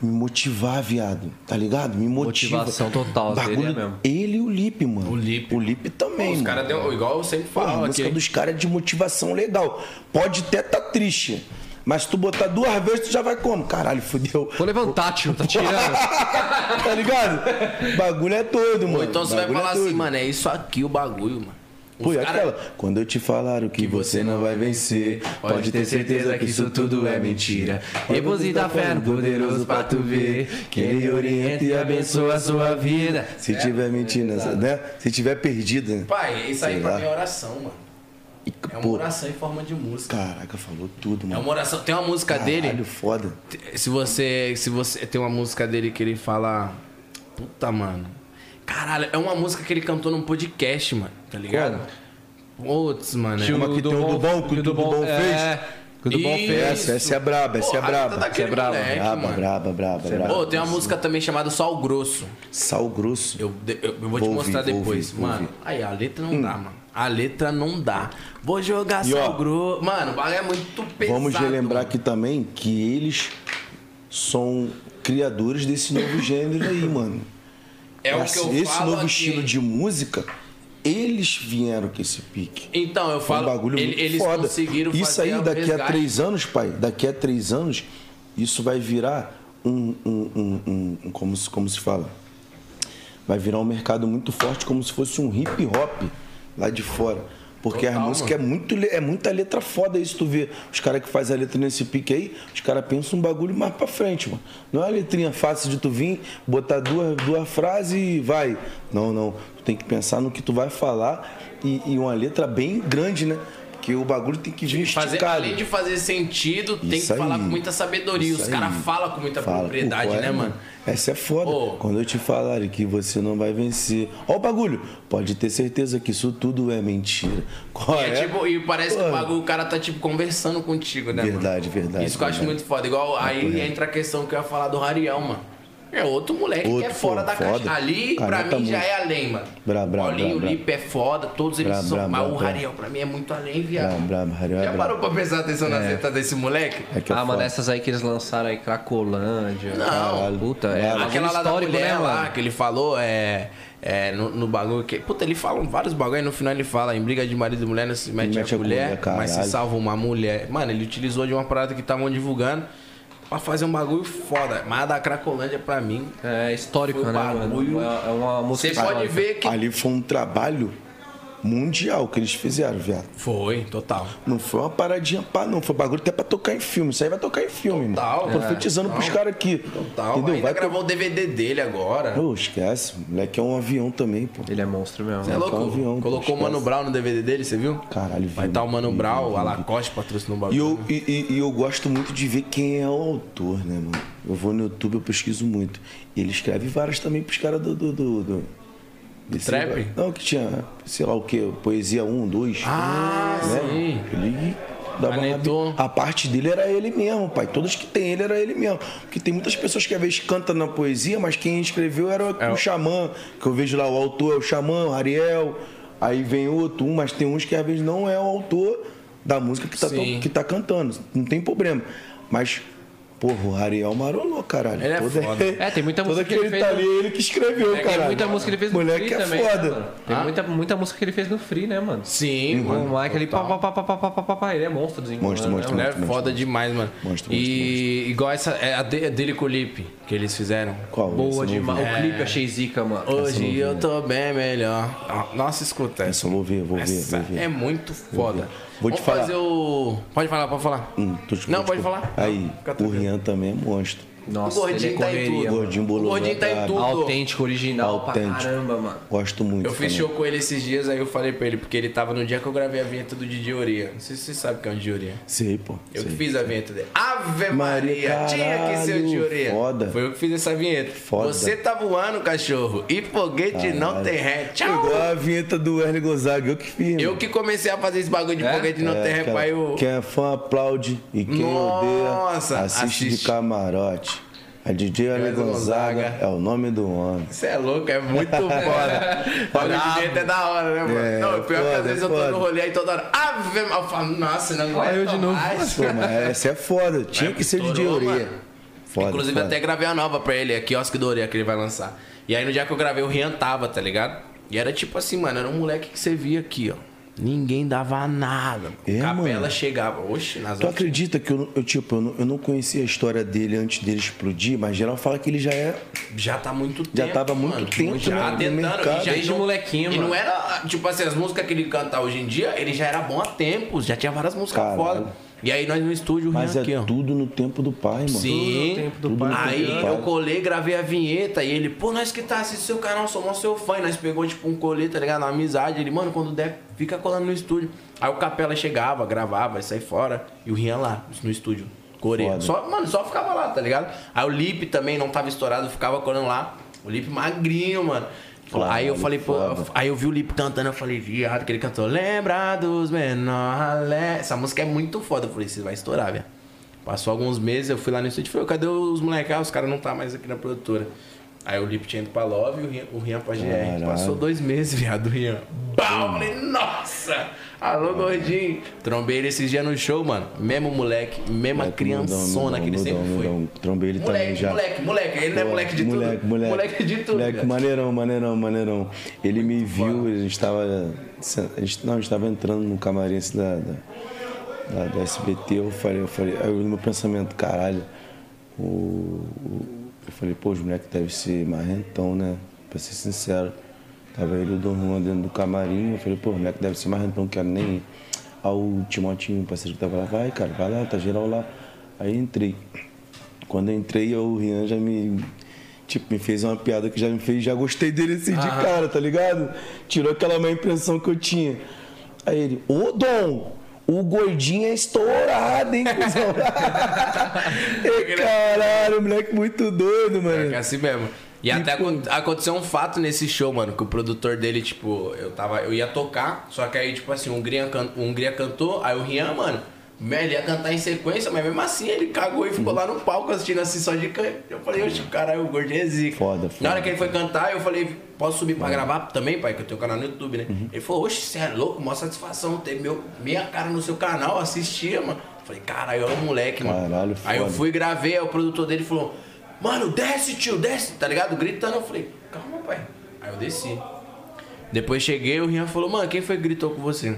Speaker 3: me motivar, viado. Tá ligado? Me motiva.
Speaker 1: Motivação total, dele é mesmo.
Speaker 3: Ele e o Lipe, mano.
Speaker 2: O Lipe.
Speaker 3: O Lipe também.
Speaker 2: Os
Speaker 3: mano.
Speaker 2: caras deu, igual eu sempre
Speaker 3: Porra,
Speaker 2: falo
Speaker 3: a música
Speaker 2: aqui.
Speaker 3: dos caras é de motivação legal. Pode até tá triste. Mas se tu botar duas vezes, tu já vai como? Caralho, fudeu.
Speaker 1: Vou levantar, tio. Tá tirando.
Speaker 3: tá ligado? Bagulho é doido, mano.
Speaker 2: Ou então você vai
Speaker 3: Bagulho é
Speaker 2: falar
Speaker 3: doido.
Speaker 2: assim, mano, é isso aqui o bagulho, mano. Os
Speaker 3: Pô, e
Speaker 2: cara-
Speaker 3: aquela? Quando eu te falaram que, você não vai vencer, pode ter certeza que isso tudo é mentira.
Speaker 1: Deposita fé no tá poderoso pra tu ver. Que ele orienta e abençoa a sua vida.
Speaker 3: Se tiver mentindo, né? Se tiver perdida. né?
Speaker 2: Pai, isso aí
Speaker 3: Sei
Speaker 2: pra
Speaker 3: lá.
Speaker 2: mim é oração, mano.
Speaker 3: E,
Speaker 2: É uma
Speaker 3: pô,
Speaker 2: oração em forma de música.
Speaker 3: Caraca, falou tudo,
Speaker 2: É
Speaker 3: mano.
Speaker 2: uma oração. Tem uma música dele.
Speaker 3: Caralho, foda.
Speaker 2: Se você, se você tem uma música dele que ele fala, puta mano, caralho, é uma música que ele cantou num podcast, mano, tá ligado? Putz, mano. é
Speaker 3: Uma que tem o do bom, que o do bom
Speaker 1: é,
Speaker 3: fez.
Speaker 1: que o do bom
Speaker 2: Ih,
Speaker 1: fez.
Speaker 3: Essa, essa é braba, essa é
Speaker 2: Porra, tá
Speaker 3: braba. Essa
Speaker 2: daquele
Speaker 3: é braba.
Speaker 2: moleque,
Speaker 3: Braba,
Speaker 2: mano.
Speaker 3: braba, braba, braba.
Speaker 2: Pô, tem uma música também chamada Sol Grosso.
Speaker 3: Sal grosso.
Speaker 2: Eu, eu, eu vou, te
Speaker 3: Vou
Speaker 2: mostrar
Speaker 3: ouvir, vou
Speaker 2: depois.
Speaker 3: ouvir, vou
Speaker 2: mano,
Speaker 3: ouvir. Hum.
Speaker 2: aí a letra não dá, mano. A letra não dá. Vou jogar
Speaker 3: E,
Speaker 2: Sol
Speaker 3: ó,
Speaker 2: Grosso. Mano, o bagulho é muito pesado.
Speaker 3: Vamos relembrar
Speaker 2: mano.
Speaker 3: aqui também que eles são criadores desse novo gênero aí, mano.
Speaker 2: É o que
Speaker 3: esse,
Speaker 2: eu
Speaker 3: esse
Speaker 2: falo
Speaker 3: novo
Speaker 2: aqui.
Speaker 3: estilo de música, eles vieram com esse pique.
Speaker 2: Então, eu
Speaker 3: É um
Speaker 2: falo,
Speaker 3: bagulho
Speaker 2: ele-
Speaker 3: muito
Speaker 2: eles
Speaker 3: foda.
Speaker 2: conseguiram
Speaker 3: isso
Speaker 2: fazer
Speaker 3: aí,
Speaker 2: um
Speaker 3: daqui a
Speaker 2: resgate.
Speaker 3: três anos, pai, daqui a três anos, isso vai virar um. um- um- um- um- como, se, como se fala? Vai virar um mercado muito forte, como se fosse um hip hop lá de fora. Porque a
Speaker 2: Total,
Speaker 3: música é, muito, le- é muita letra foda isso, tu vê. Os caras que fazem a letra nesse pique aí, os caras pensam um bagulho mais pra frente, mano. Não é uma letrinha fácil de tu vir, botar duas, duas frases e vai. Não, não. Tu tem que pensar no que tu vai falar e, e uma letra bem grande, né? Porque o bagulho tem que vir
Speaker 2: Fazer,
Speaker 3: esticado.
Speaker 2: além de fazer sentido, tem que
Speaker 3: Isso aí.
Speaker 2: falar com muita sabedoria. Os
Speaker 3: Isso
Speaker 2: caras
Speaker 3: aí.
Speaker 2: falam com muita
Speaker 3: Fala.
Speaker 2: propriedade,
Speaker 3: Pô, qual
Speaker 2: né,
Speaker 3: é,
Speaker 2: mano?
Speaker 3: Essa é foda.
Speaker 2: Ô.
Speaker 3: Quando eu te falarem que você não vai vencer. Ó o bagulho. Pode ter certeza que isso tudo é mentira. Qual
Speaker 2: E, é
Speaker 3: é?
Speaker 2: tipo, e parece que o
Speaker 3: Pô.
Speaker 2: bagulho, o cara tá, tipo, conversando contigo, né,
Speaker 3: Verdade,
Speaker 2: mano?
Speaker 3: verdade,
Speaker 2: Isso que eu acho
Speaker 3: verdade. É
Speaker 2: muito foda. Igual aí entra a questão que eu ia falar do Rariel, mano. É outro moleque que é
Speaker 3: Outro,
Speaker 2: fora da
Speaker 3: pô,
Speaker 2: caixa.
Speaker 3: foda.
Speaker 2: Ali, pra mim,
Speaker 3: Caneta
Speaker 2: já
Speaker 3: muito.
Speaker 2: é além, mano.
Speaker 3: Bra, bra,
Speaker 2: Paulinho,
Speaker 3: bra, bra.
Speaker 2: Lipe é foda, todos eles
Speaker 3: Bra,
Speaker 2: são.
Speaker 3: bra,
Speaker 2: mas
Speaker 3: bra,
Speaker 2: o
Speaker 3: bra.
Speaker 2: Rariel, pra mim, é muito além, viado.
Speaker 3: Bra, bra, É. Rariel é
Speaker 2: já
Speaker 3: brabo.
Speaker 2: parou pra prestar atenção na seta desse moleque?
Speaker 3: É que é
Speaker 1: ah, mano,
Speaker 3: foda.
Speaker 1: essas aí que eles lançaram aí, Cracolândia.
Speaker 2: Não.
Speaker 1: Puta, é
Speaker 3: Caralho.
Speaker 1: bagulho
Speaker 2: Aquela lá da
Speaker 1: histórico,
Speaker 2: mulher
Speaker 1: né,
Speaker 2: lá
Speaker 1: mano?
Speaker 2: que ele falou é. é, no, no bagulho que. Puta, ele fala vários bagulho e no final ele fala, em briga de marido e mulher, não se mete,
Speaker 3: Mete
Speaker 2: a
Speaker 3: a
Speaker 2: colher,
Speaker 3: colher,
Speaker 2: mas se
Speaker 3: caralho.
Speaker 2: salva uma mulher. Mano, ele utilizou de uma parada que estavam divulgando pra fazer um bagulho foda. Mas a da Cracolândia, pra mim,
Speaker 1: É histórico, né,
Speaker 2: Foi bagulho.
Speaker 1: mano? É é uma música
Speaker 2: você pode
Speaker 1: histórica.
Speaker 2: ver que.
Speaker 3: Ali foi um trabalho mundial que eles fizeram, viado.
Speaker 2: Foi, total.
Speaker 3: Não foi uma paradinha pá, não. Foi bagulho até pra tocar em filme. Isso aí vai tocar em filme,
Speaker 2: Total,
Speaker 3: mano. Profetizando
Speaker 2: é,
Speaker 3: pros
Speaker 2: total.
Speaker 3: caras aqui.
Speaker 2: Total.
Speaker 3: Entendeu?
Speaker 2: Ainda
Speaker 3: Vai
Speaker 2: gravou o DVD dele agora.
Speaker 3: Pô, esquece. O moleque é um avião também, pô.
Speaker 1: Ele é monstro mesmo.
Speaker 2: Você é louco?
Speaker 3: tá um avião, pô,
Speaker 2: Colocou o Mano
Speaker 3: esquece.
Speaker 2: Brown no DVD dele, você viu?
Speaker 3: Caralho,
Speaker 2: Vai
Speaker 3: vi,
Speaker 2: estar o
Speaker 3: vi,
Speaker 2: Mano
Speaker 3: vi, vi,
Speaker 2: Brown,
Speaker 3: vi.
Speaker 2: a Lacoste patrocinou o
Speaker 3: E
Speaker 2: bagulho.
Speaker 3: eu, e- e- e eu gosto muito de ver quem é o autor, né, mano? Eu vou no YouTube, eu pesquiso muito. E ele escreve várias também pros caras do. do, do, do- desse-
Speaker 2: trap?
Speaker 3: Não, que tinha, sei lá o quê, poesia 1, 2.
Speaker 2: Ah, sim.
Speaker 3: Ele dava uma
Speaker 2: Canetou.
Speaker 3: rabi- A parte dele era ele mesmo, pai. Todos que tem ele era ele mesmo. Porque tem muitas pessoas que às vezes cantam na poesia, mas quem escreveu era
Speaker 1: É
Speaker 3: o xamã. Que eu vejo lá, o autor é o xamã, o Ariel. Aí vem outro, um, mas tem uns que às vezes não é o autor da música que tá, to-
Speaker 2: Sim.
Speaker 3: que tá cantando. Não tem problema. Mas, porra, o Ariel marolou, caralho.
Speaker 2: Ele é
Speaker 3: Todo-
Speaker 2: foda.
Speaker 1: É, tem muita
Speaker 3: todo
Speaker 1: música que
Speaker 3: aquele
Speaker 1: ele fez
Speaker 3: tá
Speaker 1: no- É,
Speaker 3: ali, ele que escreveu,
Speaker 1: Tem
Speaker 3: caralho.
Speaker 1: muita música que ele fez no
Speaker 3: Moleque
Speaker 1: Free
Speaker 3: é
Speaker 1: também. né,
Speaker 3: foda.
Speaker 1: mano? Tem muita, muita música que ele fez no Free, né, mano?
Speaker 2: Sim,
Speaker 1: O
Speaker 2: mano.
Speaker 1: Mike ali, pá, pá, pá, pá, pá, pá, pá, pá, pá, ele é monstro.
Speaker 3: Monstro, monstro, né?
Speaker 2: Ele é
Speaker 3: monstro.
Speaker 2: foda demais, mano.
Speaker 3: Monstro, monstro,
Speaker 2: e igual essa, é a de- a dele com o Lipe, que eles fizeram.
Speaker 3: Qual? é Esse eu
Speaker 1: Boa
Speaker 3: não vi.
Speaker 1: demais. O clipe eu achei zica, mano.
Speaker 2: Hoje eu tô bem melhor. Ah, Nossa, escuta
Speaker 3: né? Essa
Speaker 2: essa.
Speaker 3: eu vou ver, eu É vou ver,
Speaker 2: Essa
Speaker 3: vou ver.
Speaker 2: é muito foda.
Speaker 3: Vou te
Speaker 2: Vamos
Speaker 3: falar.
Speaker 2: fazer o... Pode falar, pode falar.
Speaker 3: Hum, tô te-
Speaker 2: Não,
Speaker 3: vou
Speaker 2: pode
Speaker 3: te-
Speaker 2: falar.
Speaker 3: Aí,
Speaker 2: Fica
Speaker 3: o
Speaker 2: tranquilo.
Speaker 3: Rian também é monstro.
Speaker 2: o
Speaker 1: Nossa, ele é
Speaker 2: gordinho tá em tudo.
Speaker 1: correria.
Speaker 3: O gordinho
Speaker 2: o
Speaker 3: bolou
Speaker 2: gordinho tá em
Speaker 3: pra
Speaker 2: tudo.
Speaker 3: caralho.
Speaker 1: Autêntico, original pra
Speaker 3: Autêntico.
Speaker 1: caramba, mano.
Speaker 3: Gosto muito.
Speaker 2: Eu fiz
Speaker 3: também.
Speaker 2: show com ele esses dias, aí eu falei pra ele, porque ele tava no dia que eu gravei a vinheta do Didi Oria. Não sei se você sabe o que é um Didi Oria.
Speaker 3: Sei, pô.
Speaker 2: Eu que
Speaker 3: sei.
Speaker 2: fiz a vinheta dele. Ave Maria,
Speaker 3: Maria,
Speaker 2: tinha que ser o
Speaker 3: caralho,
Speaker 2: Didi Oria.
Speaker 3: foda.
Speaker 2: Foi eu que fiz essa vinheta.
Speaker 3: Foda.
Speaker 2: Você tá voando, cachorro, e foguete não tem ré. Tchau!
Speaker 3: Igual a vinheta do Ernie Gonzaga, eu que fiz.
Speaker 2: Eu que comecei a fazer esse bagulho de foguete não tem ré,
Speaker 3: É, aquela-
Speaker 2: pai, eu...
Speaker 3: Quem é fã aplaude e quem
Speaker 2: Nossa,
Speaker 3: odeia assiste,
Speaker 2: assiste.
Speaker 3: de camarote. A DJ Ernie
Speaker 2: Ernie
Speaker 3: Gonzaga,
Speaker 2: Gonzaga.
Speaker 3: é o nome do homem.
Speaker 2: Você é louco, é muito foda. O bagulho de vinheta é da hora, né, mano?
Speaker 3: É,
Speaker 2: não, o pior é que às
Speaker 3: foda,
Speaker 2: vezes eu
Speaker 3: foda.
Speaker 2: tô no rolê aí toda hora. Ave Maria. Eu falo, nossa, não aguento eu de novo. mais.
Speaker 3: Pô, mas essa é foda, tinha que ser DJ
Speaker 2: estourou,
Speaker 3: Oreia.
Speaker 2: mano.
Speaker 3: Foda,
Speaker 2: Inclusive,
Speaker 3: foda.
Speaker 2: até gravei a nova pra ele, a Kiosque do Orelha que ele vai lançar. E aí, no dia que eu gravei, o Rian tava, tá ligado? E era tipo assim, mano, era um moleque que você via aqui, ó. Ninguém dava nada. mano.
Speaker 3: É,
Speaker 2: Capela
Speaker 3: mano.
Speaker 2: chegava, oxe, nas
Speaker 3: Tu
Speaker 2: horas.
Speaker 3: acredita que eu, não- eu, tipo, eu não, eu não conhecia a história dele antes dele explodir, mas geral fala que ele já é
Speaker 2: Já tá há muito tempo.
Speaker 3: Já tava há muito
Speaker 2: mano.
Speaker 3: tempo
Speaker 2: já tá
Speaker 3: no- no
Speaker 2: tentando.
Speaker 3: mercado.
Speaker 2: e já
Speaker 1: Desde
Speaker 2: não-
Speaker 1: molequinho,
Speaker 2: E não
Speaker 1: mano.
Speaker 2: era, tipo assim, as músicas que ele canta hoje em dia, ele já era bom há tempos. Já tinha várias músicas
Speaker 3: Caralho.
Speaker 2: foda. E aí, nós no estúdio, o
Speaker 3: Mas
Speaker 2: Rian
Speaker 3: é
Speaker 2: aqui, ó.
Speaker 3: tudo no tempo do pai, mano.
Speaker 2: Sim.
Speaker 3: Tudo no
Speaker 2: Aí
Speaker 3: tempo do
Speaker 2: eu
Speaker 3: pai.
Speaker 2: colei, gravei a vinheta e ele, pô, nós que tá assistindo seu canal, somos seu fã. E nós pegou, tipo, um colê, tá ligado? Uma amizade. Ele, mano, quando der, fica colando no estúdio. Aí o Capela chegava, gravava, ia sair fora. E o Rian lá, no estúdio, coreia.
Speaker 3: Foda.
Speaker 2: Só, mano, só ficava lá, tá ligado? Aí o Lipe também não tava estourado, ficava colando lá. O Lipe magrinho, mano.
Speaker 3: Claro,
Speaker 2: aí eu falei, pô,
Speaker 3: foda.
Speaker 2: aí eu vi o Lipe cantando, eu falei, viado, que ele cantou Lembra dos menores. Essa música é muito foda. Eu falei, você vai estourar, velho. Passou alguns meses, eu fui lá no estúdio e falei, cadê os moleques? Ah, os caras não tá mais aqui na produtora. Aí o Lipe tinha ido pra Love e o Rian, o Rian pra GR.
Speaker 3: Caralho. Hum.
Speaker 2: Passou dois meses, viado, o Rian. Bau! Eu Falei, nossa! Alô, gordinho! Trombei ele esses dias no show, mano. Mesmo moleque, mesma
Speaker 3: Moleque,
Speaker 2: criançona
Speaker 3: mudão,
Speaker 2: que ele
Speaker 3: mudão,
Speaker 2: sempre foi.
Speaker 3: mudão. Trombei ele também
Speaker 2: Moleque,
Speaker 3: já.
Speaker 2: moleque, moleque. Ele não é moleque de
Speaker 3: moleque,
Speaker 2: tudo.
Speaker 3: Moleque,
Speaker 2: de tudo.
Speaker 3: Moleque,
Speaker 2: viado.
Speaker 3: maneirão, maneirão, maneirão. Ele me viu, a gente tava. a gente- não, a gente tava entrando no camarim assim da, da, da- da SBT, eu falei, eu falei, aí eu no meu pensamento, caralho, o, o- eu falei, pô, os moleques devem ser marrentão, né? Pra ser sincero. Tava ele e o Dom Juan dentro do camarim, eu falei, pô, o moleque deve ser marrentão, não quero nem ir. Aí o Timotinho, o um parceiro que tava lá, vai, cara, vai lá, tá geral lá. Aí entrei. Quando eu entrei, o Rian já me. Tipo, me fez uma piada que já me fez. Já gostei dele assim de cara, tá ligado? Tirou aquela má impressão que eu tinha. Aí ele, ô Dom! O gordinho é estourado, hein, cuzão? Ei, Caralho, moleque muito doido,
Speaker 2: É
Speaker 3: mano.
Speaker 2: assim mesmo. E, até acon- aconteceu um fato nesse show, mano, que o produtor dele, tipo, eu tava. Eu ia tocar, só que aí, tipo assim, o Hungria, can- o Hungria cantou, aí o Rian, mano, ele ia cantar em sequência, mas mesmo assim ele cagou e ficou lá no palco assistindo assim só de canto. Eu falei, oxe, caralho, o gordinho é zica.
Speaker 3: Foda,
Speaker 2: Na
Speaker 3: foda.
Speaker 2: hora que ele foi cantar, eu falei, posso subir pra gravar também, pai, que eu tenho canal no YouTube, né?
Speaker 3: Uhum.
Speaker 2: Ele falou, oxe, você é louco, mó satisfação ter meu, minha cara no seu canal, assistia, mano. Eu Falei, caralho, olha o moleque, mano.
Speaker 3: Caralho,
Speaker 2: Aí eu
Speaker 3: foda.
Speaker 2: fui, gravei, aí o produtor dele falou, mano, desce, tio, desce, tá ligado? Gritando, eu falei, calma, pai. Aí Aí eu desci. Depois cheguei, o Rian falou, mano, quem foi que gritou com você?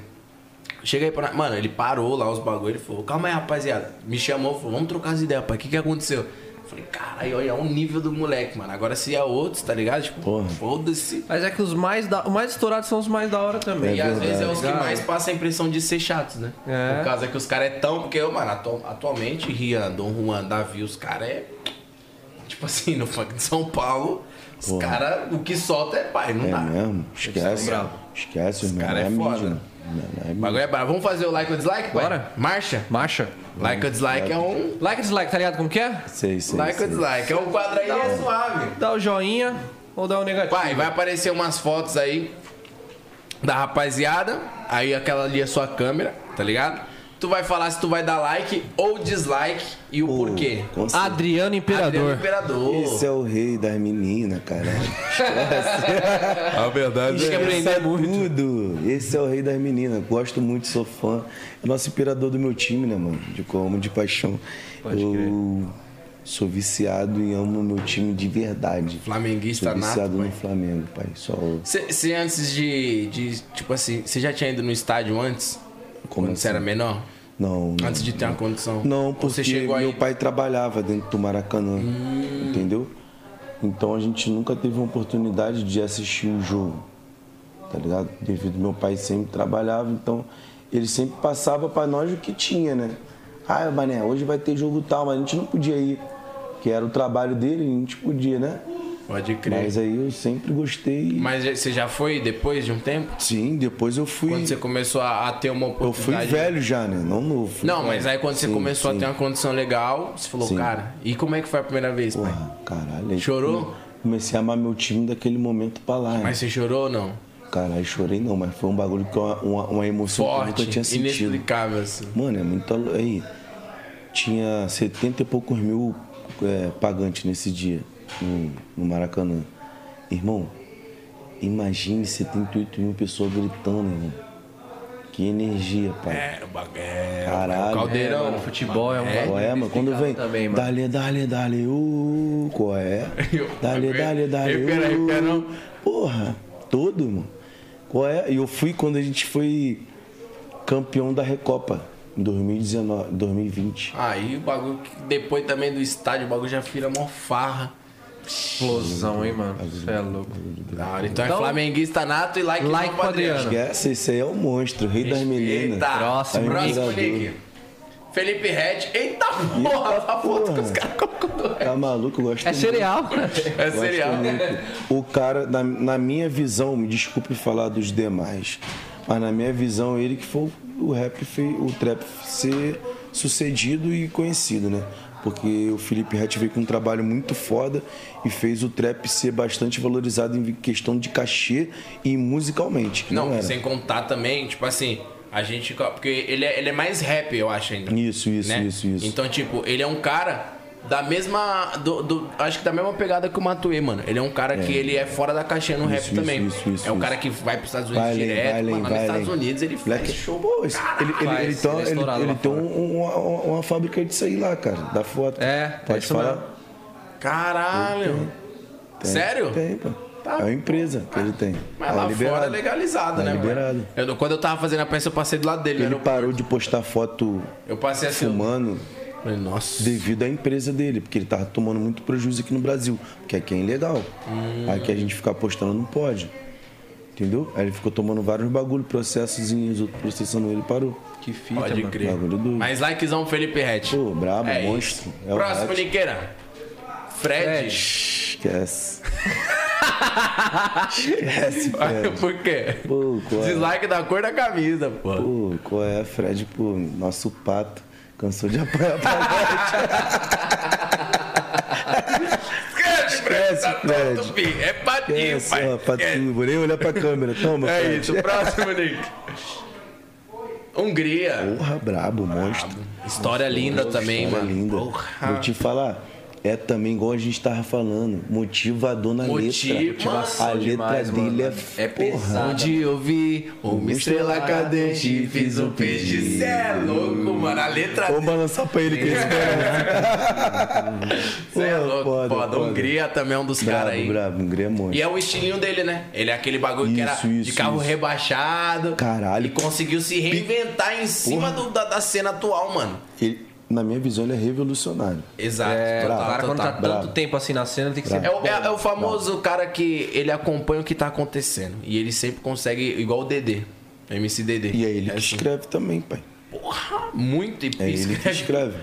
Speaker 2: Cheguei pra. Mano, ele parou lá os bagulho, ele falou, calma aí, rapaziada. Me chamou, falou, vamos trocar as ideias, pai. O que, que aconteceu? Eu Falei, caralho, olha o nível do moleque, mano. Agora se é outro, tá ligado? Tipo,
Speaker 3: Porra.
Speaker 2: foda-se.
Speaker 1: Mas é que os mais da... os mais estourados são os mais da hora também.
Speaker 2: E às vezes é os que
Speaker 1: Cara,
Speaker 2: mais passam a impressão de ser chatos, né?
Speaker 1: É.
Speaker 2: Por causa que os caras é tão. Porque, mano, atu- atualmente, Rian, Dom Juan, Davi, os caras é. Tipo assim, no funk de São Paulo, os
Speaker 3: Porra.
Speaker 2: caras, o que solta é pai, não
Speaker 3: É
Speaker 2: dá.
Speaker 3: mesmo? Esquece.
Speaker 2: estão
Speaker 3: Esquece, irmão.
Speaker 2: cara é
Speaker 3: mídia,
Speaker 2: foda.
Speaker 3: mano. Não, não é
Speaker 2: O bagulho é brabo. Vamos fazer o like ou dislike? pai?
Speaker 1: Bora.
Speaker 2: Marcha?
Speaker 1: Marcha.
Speaker 2: Like ou dislike é um.
Speaker 1: Like e dislike, tá ligado como que é?
Speaker 3: Sei, sei.
Speaker 2: Like
Speaker 3: sei.
Speaker 2: ou dislike? É um quadro aí é suave.
Speaker 1: Dá o joinha ou dá o negativo.
Speaker 2: Pai, vai aparecer umas fotos aí da rapaziada. Aí aquela ali é sua câmera, tá ligado? Tu vai falar se tu vai dar like ou dislike e o
Speaker 3: Pô,
Speaker 2: porquê. Ah,
Speaker 3: com certeza.
Speaker 1: Adriano Imperador.
Speaker 2: Adriano Imperador.
Speaker 3: Esse é o rei das meninas, caralho.
Speaker 2: A verdade
Speaker 4: é
Speaker 3: Esqueça Tudo. Esse é o rei das meninas. Gosto muito, sou fã. É nosso imperador do meu time, né, mano? De como de paixão. eu sou viciado e amo meu time de verdade.
Speaker 2: Flamenguista
Speaker 3: Sou viciado
Speaker 2: nato,
Speaker 3: no Flamengo, pai. Só
Speaker 2: Você antes de, de. Tipo assim, você já tinha ido no estádio antes?
Speaker 3: Como
Speaker 2: quando você era
Speaker 3: assim?
Speaker 2: menor?
Speaker 3: não, não.
Speaker 2: Antes de ter uma condição?
Speaker 3: Não,
Speaker 2: Ou
Speaker 3: porque
Speaker 2: você chegou aí. Hum.
Speaker 3: meu pai trabalhava dentro do Maracanã, entendeu? Então a gente nunca teve uma oportunidade de assistir o jogo, tá ligado? Devido ao meu pai sempre trabalhava, então ele sempre passava pra nós o que tinha, né? Ah, Mané, hoje vai ter jogo tal, mas a gente não podia ir, que era o trabalho dele, a gente podia, né?
Speaker 2: Pode crer.
Speaker 3: Mas é- aí eu sempre gostei.
Speaker 2: É. Mas você já foi depois de um tempo?
Speaker 3: Sim, depois eu fui.
Speaker 2: Quando você começou a, a ter uma
Speaker 3: Eu fui
Speaker 2: oportunidade.
Speaker 3: velho já, né? Não novo.
Speaker 2: Não, mas aí quando você
Speaker 3: Sim,
Speaker 2: começou
Speaker 3: sim.
Speaker 2: a ter uma condição legal, você falou,
Speaker 3: Sim.
Speaker 2: cara, e como é que foi a primeira vez, pai?
Speaker 3: Porra, caralho. aí
Speaker 2: Chorou?
Speaker 3: come- Comecei a amar meu time daquele momento pra lá. né?
Speaker 2: Mas você chorou ou não?
Speaker 3: Caralho, chorei não, mas foi um bagulho que uma, uma, uma emoção é que eu
Speaker 2: Forte,
Speaker 3: nunca tinha sentido.
Speaker 2: inexplicável, assim.
Speaker 3: Mano, é muito. alu- Aí, tinha 70 e poucos mil é, pagantes nesse dia no, no Maracanã. Irmão, imagine 78 mil pessoas gritando, irmão. Que energia, pai.
Speaker 2: É, o bagulho. é,
Speaker 3: Caralho.
Speaker 2: o Caldeirão.
Speaker 1: Mano, futebol é um
Speaker 3: Qual
Speaker 1: bagulho
Speaker 3: é, mano? Quando vem,
Speaker 1: também, mano.
Speaker 3: dale, dale, dale, ô, qual é?
Speaker 2: Eu-
Speaker 3: Dale,
Speaker 2: eu-
Speaker 3: dale, dale,
Speaker 2: eu quero, eu
Speaker 3: ô.
Speaker 2: quero.
Speaker 3: Porra, todo, mano. Qual é? E eu fui quando a gente foi campeão da Recopa, em 2019,
Speaker 1: Ah.
Speaker 3: 2020.
Speaker 2: Aí o bagulho, que- depois também do estádio, o bagulho já vira mó farra.
Speaker 1: Explosão, hein, mano. Você é louco.
Speaker 2: Da hora. Então, é
Speaker 1: Então,
Speaker 2: flamenguista nato e like,
Speaker 1: like
Speaker 2: no
Speaker 1: pro Adriano.
Speaker 3: Esquece, esse aí é o monstro, o rei das meninas. Tá
Speaker 2: Eita,
Speaker 1: Próximo.
Speaker 2: próximo
Speaker 3: Admirador.
Speaker 2: nick. Felipe Red. Eita porra, essa foto que os
Speaker 3: porra.
Speaker 2: caras colocou.
Speaker 3: Tá maluco? Eu gosto
Speaker 1: É
Speaker 3: muito.
Speaker 1: cereal?
Speaker 2: É
Speaker 3: Gosto
Speaker 2: serial.
Speaker 3: muito. O cara, na, na minha visão, me desculpe falar dos demais, mas na minha visão, ele que foi o rap, fe- o trap ser sucedido e conhecido, né? Porque o Felipe Rett veio com um trabalho muito foda e fez o trap ser bastante valorizado em questão de cachê e musicalmente. que
Speaker 2: Não,
Speaker 3: Não, era.
Speaker 2: sem contar também, tipo assim, a gente. Porque ele é, ele é mais rap, eu acho ainda.
Speaker 3: Isso, isso,
Speaker 2: né?
Speaker 3: isso, isso.
Speaker 2: Então, tipo, ele é um cara da mesma. do- do- acho que da mesma pegada que o Matuê, mano. Ele é um cara que ele é fora da caixinha no rap
Speaker 3: isso,
Speaker 2: também.
Speaker 3: isso, isso,
Speaker 2: é um
Speaker 3: isso.
Speaker 2: cara que vai pros Estados Unidos
Speaker 3: Vai além,
Speaker 2: direto,
Speaker 3: vai além,
Speaker 2: mano. Lá
Speaker 3: vai
Speaker 2: nos Estados
Speaker 3: além.
Speaker 2: Unidos ele
Speaker 3: Black
Speaker 2: faz show.
Speaker 3: Pô, esse- ele, ele,
Speaker 1: Faz,
Speaker 3: ele,
Speaker 1: ele
Speaker 3: tem,
Speaker 1: é
Speaker 3: ele-
Speaker 1: estourado
Speaker 3: ele
Speaker 1: lá
Speaker 3: tem
Speaker 1: fora.
Speaker 3: um- uma, uma- uma fábrica disso aí lá, cara, da foto.
Speaker 1: É, é
Speaker 3: pode
Speaker 1: isso
Speaker 3: falar.
Speaker 1: mesmo.
Speaker 2: Caralho. Sério? Tá.
Speaker 3: Tem, pô. É uma empresa que ele tem.
Speaker 2: Mas
Speaker 3: Tá
Speaker 2: lá
Speaker 3: liberado.
Speaker 2: fora é legalizado,
Speaker 3: Tá
Speaker 2: né,
Speaker 3: liberado.
Speaker 2: mano? Eu, quando eu tava fazendo a peça, eu passei do lado dele. né?
Speaker 3: Ele
Speaker 2: Eu,
Speaker 3: parou de postar foto
Speaker 2: eu passei assim. eu-
Speaker 3: fumando
Speaker 2: Falei, Nossa.
Speaker 3: devido à empresa dele, porque ele tava tomando muito prejuízo aqui no Brasil, porque aqui é ilegal.
Speaker 2: Hum.
Speaker 3: Aqui a gente ficar postando não pode. Entendeu? Aí ele ficou tomando vários bagulho, processos e os outros processando ele parou.
Speaker 1: Que fita,
Speaker 2: Pode
Speaker 1: mano.
Speaker 2: crer.
Speaker 3: Bagulho doido.
Speaker 2: Mas likezão Felipe Ret.
Speaker 3: Pô, brabo,
Speaker 2: é
Speaker 3: monstro.
Speaker 2: Isso.
Speaker 3: É o
Speaker 2: Próximo,
Speaker 3: Ret.
Speaker 2: Niqueira. Fred.
Speaker 3: Esquece. Esquece, Fred.
Speaker 2: Por quê?
Speaker 3: Pô, qual é?
Speaker 2: Dislike da cor da camisa, pô.
Speaker 3: Pô, qual é, Fred? Pô, nosso pato. Cansou de apanhar pra
Speaker 2: Esquece, Fred.
Speaker 3: Esquece,
Speaker 2: Tá
Speaker 3: Fred.
Speaker 2: tonto, filho. É patinho,
Speaker 3: Esquece,
Speaker 2: pai.
Speaker 3: assim, ó, patinho, vou nem olhar pra câmera. Toma,
Speaker 2: É
Speaker 3: Fred.
Speaker 2: isso. Próximo, Nick. Hungria.
Speaker 3: Porra, brabo, monstro.
Speaker 2: História É linda também,
Speaker 3: História
Speaker 2: mano.
Speaker 3: linda.
Speaker 2: Porra.
Speaker 3: Vou te falar. é também igual a gente tava falando, motivador na
Speaker 2: Motiva-
Speaker 3: letra.
Speaker 2: Motivação
Speaker 3: a letra
Speaker 1: demais,
Speaker 3: dele
Speaker 1: mano.
Speaker 3: é,
Speaker 1: É pesado.
Speaker 2: Onde eu vi uma estrela cadente fiz um peixe. Cê é louco, mano. A letra
Speaker 3: Vou balançar pra ele que ele espera.
Speaker 2: Cê é louco. Foda,
Speaker 3: Foda, foda.
Speaker 2: Hungria também é um dos
Speaker 3: Brabo,
Speaker 2: caras aí.
Speaker 3: brabo, Hungria é monstro.
Speaker 2: E é o estilinho dele, né? Ele é aquele bagulho que era
Speaker 3: Isso,
Speaker 2: de
Speaker 3: isso,
Speaker 2: carro
Speaker 3: isso.
Speaker 2: rebaixado.
Speaker 3: Caralho.
Speaker 2: E conseguiu se reinventar em cima do- da, da cena atual, mano.
Speaker 3: Ele- na minha visão, ele é revolucionário.
Speaker 2: Exato.
Speaker 1: É, o
Speaker 2: total,
Speaker 1: cara quando tá
Speaker 2: total.
Speaker 1: tanto
Speaker 3: Bravo.
Speaker 1: tempo assim na cena tem que
Speaker 2: É
Speaker 1: ser.
Speaker 2: o, é- é o famoso cara que ele acompanha o que tá acontecendo. E ele sempre consegue, igual o Dedê. MC Dedê.
Speaker 3: E é ele
Speaker 2: É
Speaker 3: que
Speaker 2: assim,
Speaker 3: escreve também, pai.
Speaker 2: Porra, muito e
Speaker 3: É ele que
Speaker 2: escreve.
Speaker 3: escreve.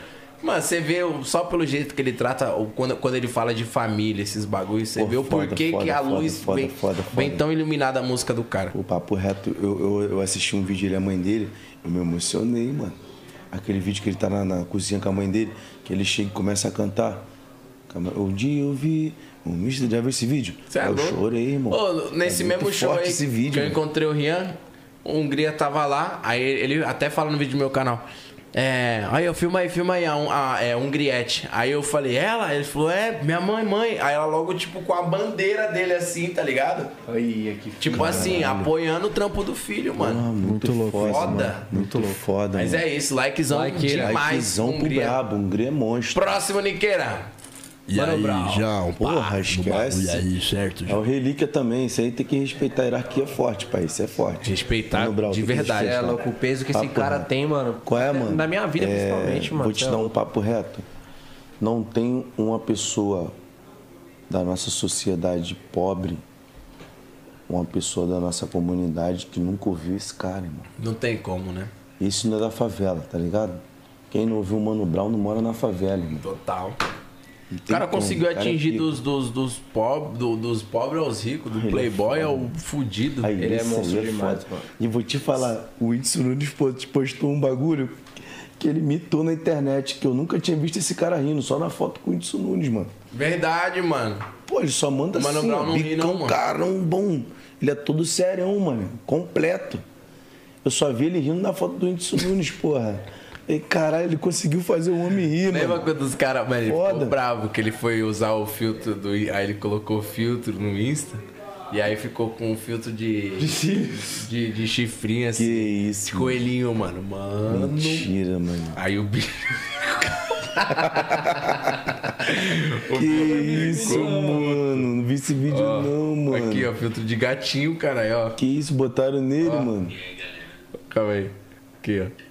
Speaker 2: Mano, você vê o- só pelo jeito que ele trata, ou quando, quando ele fala de família, esses bagulhos, você
Speaker 3: Pô,
Speaker 2: vê o
Speaker 3: foda,
Speaker 2: porquê
Speaker 3: foda,
Speaker 2: que a
Speaker 3: foda,
Speaker 2: luz
Speaker 3: foda,
Speaker 2: vem,
Speaker 3: foda, foda.
Speaker 2: vem tão iluminada a música do cara.
Speaker 3: O papo reto, eu, eu, eu assisti um vídeo ele e a mãe dele, eu me emocionei, mano. Aquele vídeo que ele tá na, na cozinha com a mãe dele, que ele chega e começa a cantar. Calma, Um dia eu vi um misto. Já viu esse vídeo?
Speaker 2: Cê é
Speaker 3: eu
Speaker 2: louco?
Speaker 3: chorei, irmão.
Speaker 2: Ô, nesse
Speaker 3: É muito
Speaker 2: mesmo show
Speaker 3: forte
Speaker 2: aí
Speaker 3: esse
Speaker 2: que
Speaker 3: vídeo.
Speaker 2: eu
Speaker 3: mano.
Speaker 2: encontrei o Rian, o Hungria tava lá, aí ele até fala no vídeo do meu canal. É, aí eu filma aí, filma aí, a, Hun- a, é, Hungriete. Aí eu falei, ela? Ele falou, é, minha mãe, mãe. Aí ela logo, tipo, com a bandeira dele assim, tá ligado?
Speaker 1: Aí, aqui.
Speaker 2: Tipo assim, apoiando o trampo do filho, mano.
Speaker 3: Ah, muito, louco, foda.
Speaker 2: foda.
Speaker 3: mano. Muito foda,
Speaker 2: Mas é isso, likezão demais.
Speaker 3: Likezão pro
Speaker 2: Hungria.
Speaker 3: brabo, Hungria é monstro.
Speaker 2: Próximo, Niqueira.
Speaker 4: E
Speaker 2: Mano
Speaker 4: aí,
Speaker 2: Brown.
Speaker 4: João, pá,
Speaker 3: Porra,
Speaker 4: no
Speaker 3: esquece.
Speaker 4: bagulho aí, certo?
Speaker 3: É o relíquia também, isso aí tem que respeitar. A hierarquia é forte, pai. Isso é forte.
Speaker 2: Respeitar
Speaker 3: Mano Brown,
Speaker 2: de
Speaker 3: tem que
Speaker 2: verdade.
Speaker 1: É
Speaker 3: respeitar.
Speaker 1: louco, o peso que esse
Speaker 3: Papo
Speaker 1: cara
Speaker 3: reto.
Speaker 1: tem, mano.
Speaker 3: Qual é, mano?
Speaker 1: Na minha vida,
Speaker 3: É,
Speaker 1: principalmente, mano.
Speaker 3: Vou te
Speaker 1: Cê é
Speaker 3: dar um
Speaker 1: louco.
Speaker 3: papo reto. Não tem uma pessoa da nossa sociedade pobre, uma pessoa da nossa comunidade que nunca ouviu esse cara, irmão.
Speaker 2: Não tem como, né?
Speaker 3: Isso não é da favela, tá ligado? Quem não ouviu o Mano Brown não mora na favela, irmão.
Speaker 2: Total.
Speaker 3: Não
Speaker 2: O
Speaker 3: tem
Speaker 2: cara
Speaker 3: como,
Speaker 2: conseguiu
Speaker 3: o cara é
Speaker 2: atingir
Speaker 3: pica.
Speaker 2: dos, dos, dos, pob- do- dos pobres aos ricos, do playboy ao fudido.
Speaker 3: Aí,
Speaker 1: Ele é
Speaker 3: é esse aí
Speaker 1: monstro demais,
Speaker 3: foda.
Speaker 1: mano.
Speaker 3: E vou te falar, o Whindersson Nunes pô- postou um bagulho que ele mitou na internet, que eu nunca tinha visto esse cara rindo, só na foto com o Whindersson Nunes, mano.
Speaker 2: Verdade, mano.
Speaker 3: Pô, ele só manda
Speaker 2: Mano
Speaker 3: assim,
Speaker 2: Brown
Speaker 3: ó,
Speaker 2: não ri não,
Speaker 3: bicão,
Speaker 2: mano.
Speaker 3: carão, bom. Ele é todo serião, mano, completo. Eu só vi ele rindo na foto do Whindersson Nunes, porra. E caralho, ele conseguiu fazer o homem rir,
Speaker 2: Lembra
Speaker 3: mano.
Speaker 2: quando os caras, mano, ele ficou
Speaker 3: Foda.
Speaker 2: bravo que ele foi usar o filtro do. Aí ele colocou o filtro no Insta. E aí ficou com um filtro de. De chifres. De, de chifrinha
Speaker 3: Que
Speaker 2: assim.
Speaker 3: isso, mano.
Speaker 2: Coelhinho, mano. Mano.
Speaker 3: Mentira, mano.
Speaker 2: Aí o bicho.
Speaker 3: Que isso, mano. Não vi esse vídeo não, mano.
Speaker 2: Aqui, ó, filtro de gatinho, caralho, ó.
Speaker 3: Que isso, botaram nele, mano.
Speaker 2: Calma aí. Aqui, ó.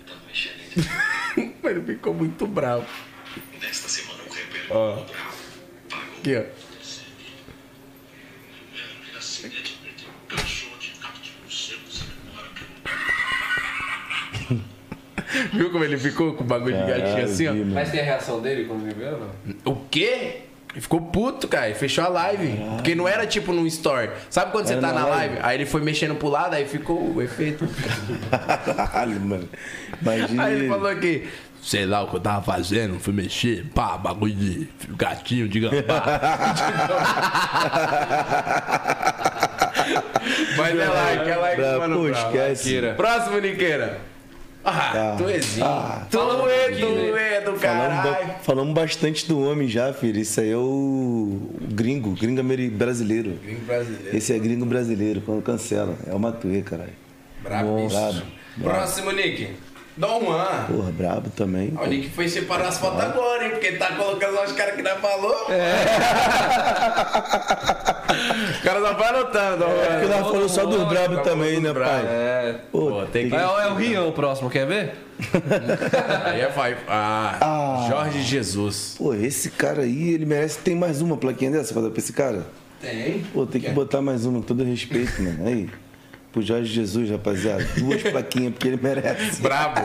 Speaker 2: Ele ficou muito bravo.
Speaker 9: Nesta semana um o rapper
Speaker 2: Ó. Aqui, ó. Viu como ele ficou com o bagulho de gatinho assim, ó?
Speaker 3: vi, mano.
Speaker 1: Mas tem a reação dele quando ele vê ou não?
Speaker 2: O quê? Ele ficou puto, cara. Ele fechou a live. Porque não era tipo num story. Sabe quando você
Speaker 3: Era
Speaker 2: tá
Speaker 3: na
Speaker 2: na live? Aí ele foi mexendo pro lado, aí ficou o efeito.
Speaker 3: Caralho, mano. Imagina
Speaker 2: Aí ele
Speaker 3: ele.
Speaker 2: falou aqui. Sei lá o que eu tava fazendo, fui mexer, pá, bagulho de gatinho de gambá. Mas é like, é like,
Speaker 3: Bravo,
Speaker 2: mano.
Speaker 3: pô,
Speaker 2: bravo.
Speaker 3: esquece.
Speaker 2: Niqueira. Próximo, Niqueira. Ah,
Speaker 3: Tá. né?
Speaker 2: tu existe.
Speaker 3: Ah.
Speaker 2: tu é, tu é do
Speaker 3: Falamos, ba-
Speaker 2: caralho.
Speaker 3: falamos bastante do homem já, filho. Isso aí é o o gringo, gringo ameri- brasileiro.
Speaker 2: Gringo brasileiro.
Speaker 3: Esse é gringo brasileiro, quando cancela. É o Matuê, caralho. Brabo.
Speaker 2: Brabíssimo. Próximo, Nick. um Dom Juan.
Speaker 3: Porra, brabo também.
Speaker 2: O Nick foi separar as fotos agora, hein? Porque tá colocando lá os caras que não falou. É. os caras não vai anotando, Dom Juan.
Speaker 3: Porque nós falamos só do brabo também, né,
Speaker 2: brabo.
Speaker 3: pai?
Speaker 1: É.
Speaker 3: Pô,
Speaker 2: tem que-
Speaker 1: É, o- é o Rian o próximo, quer ver?
Speaker 2: Aí é vai. Ah, Jorge Jesus.
Speaker 3: Pô, esse cara aí, ele merece. Tem mais uma plaquinha dessa pra dar pra esse cara?
Speaker 2: Tem.
Speaker 3: Pô, tem que botar mais uma, com todo respeito, mano. Aí. Pro Jorge Jesus, rapaziada. Duas plaquinhas, porque ele merece.
Speaker 2: Brabo.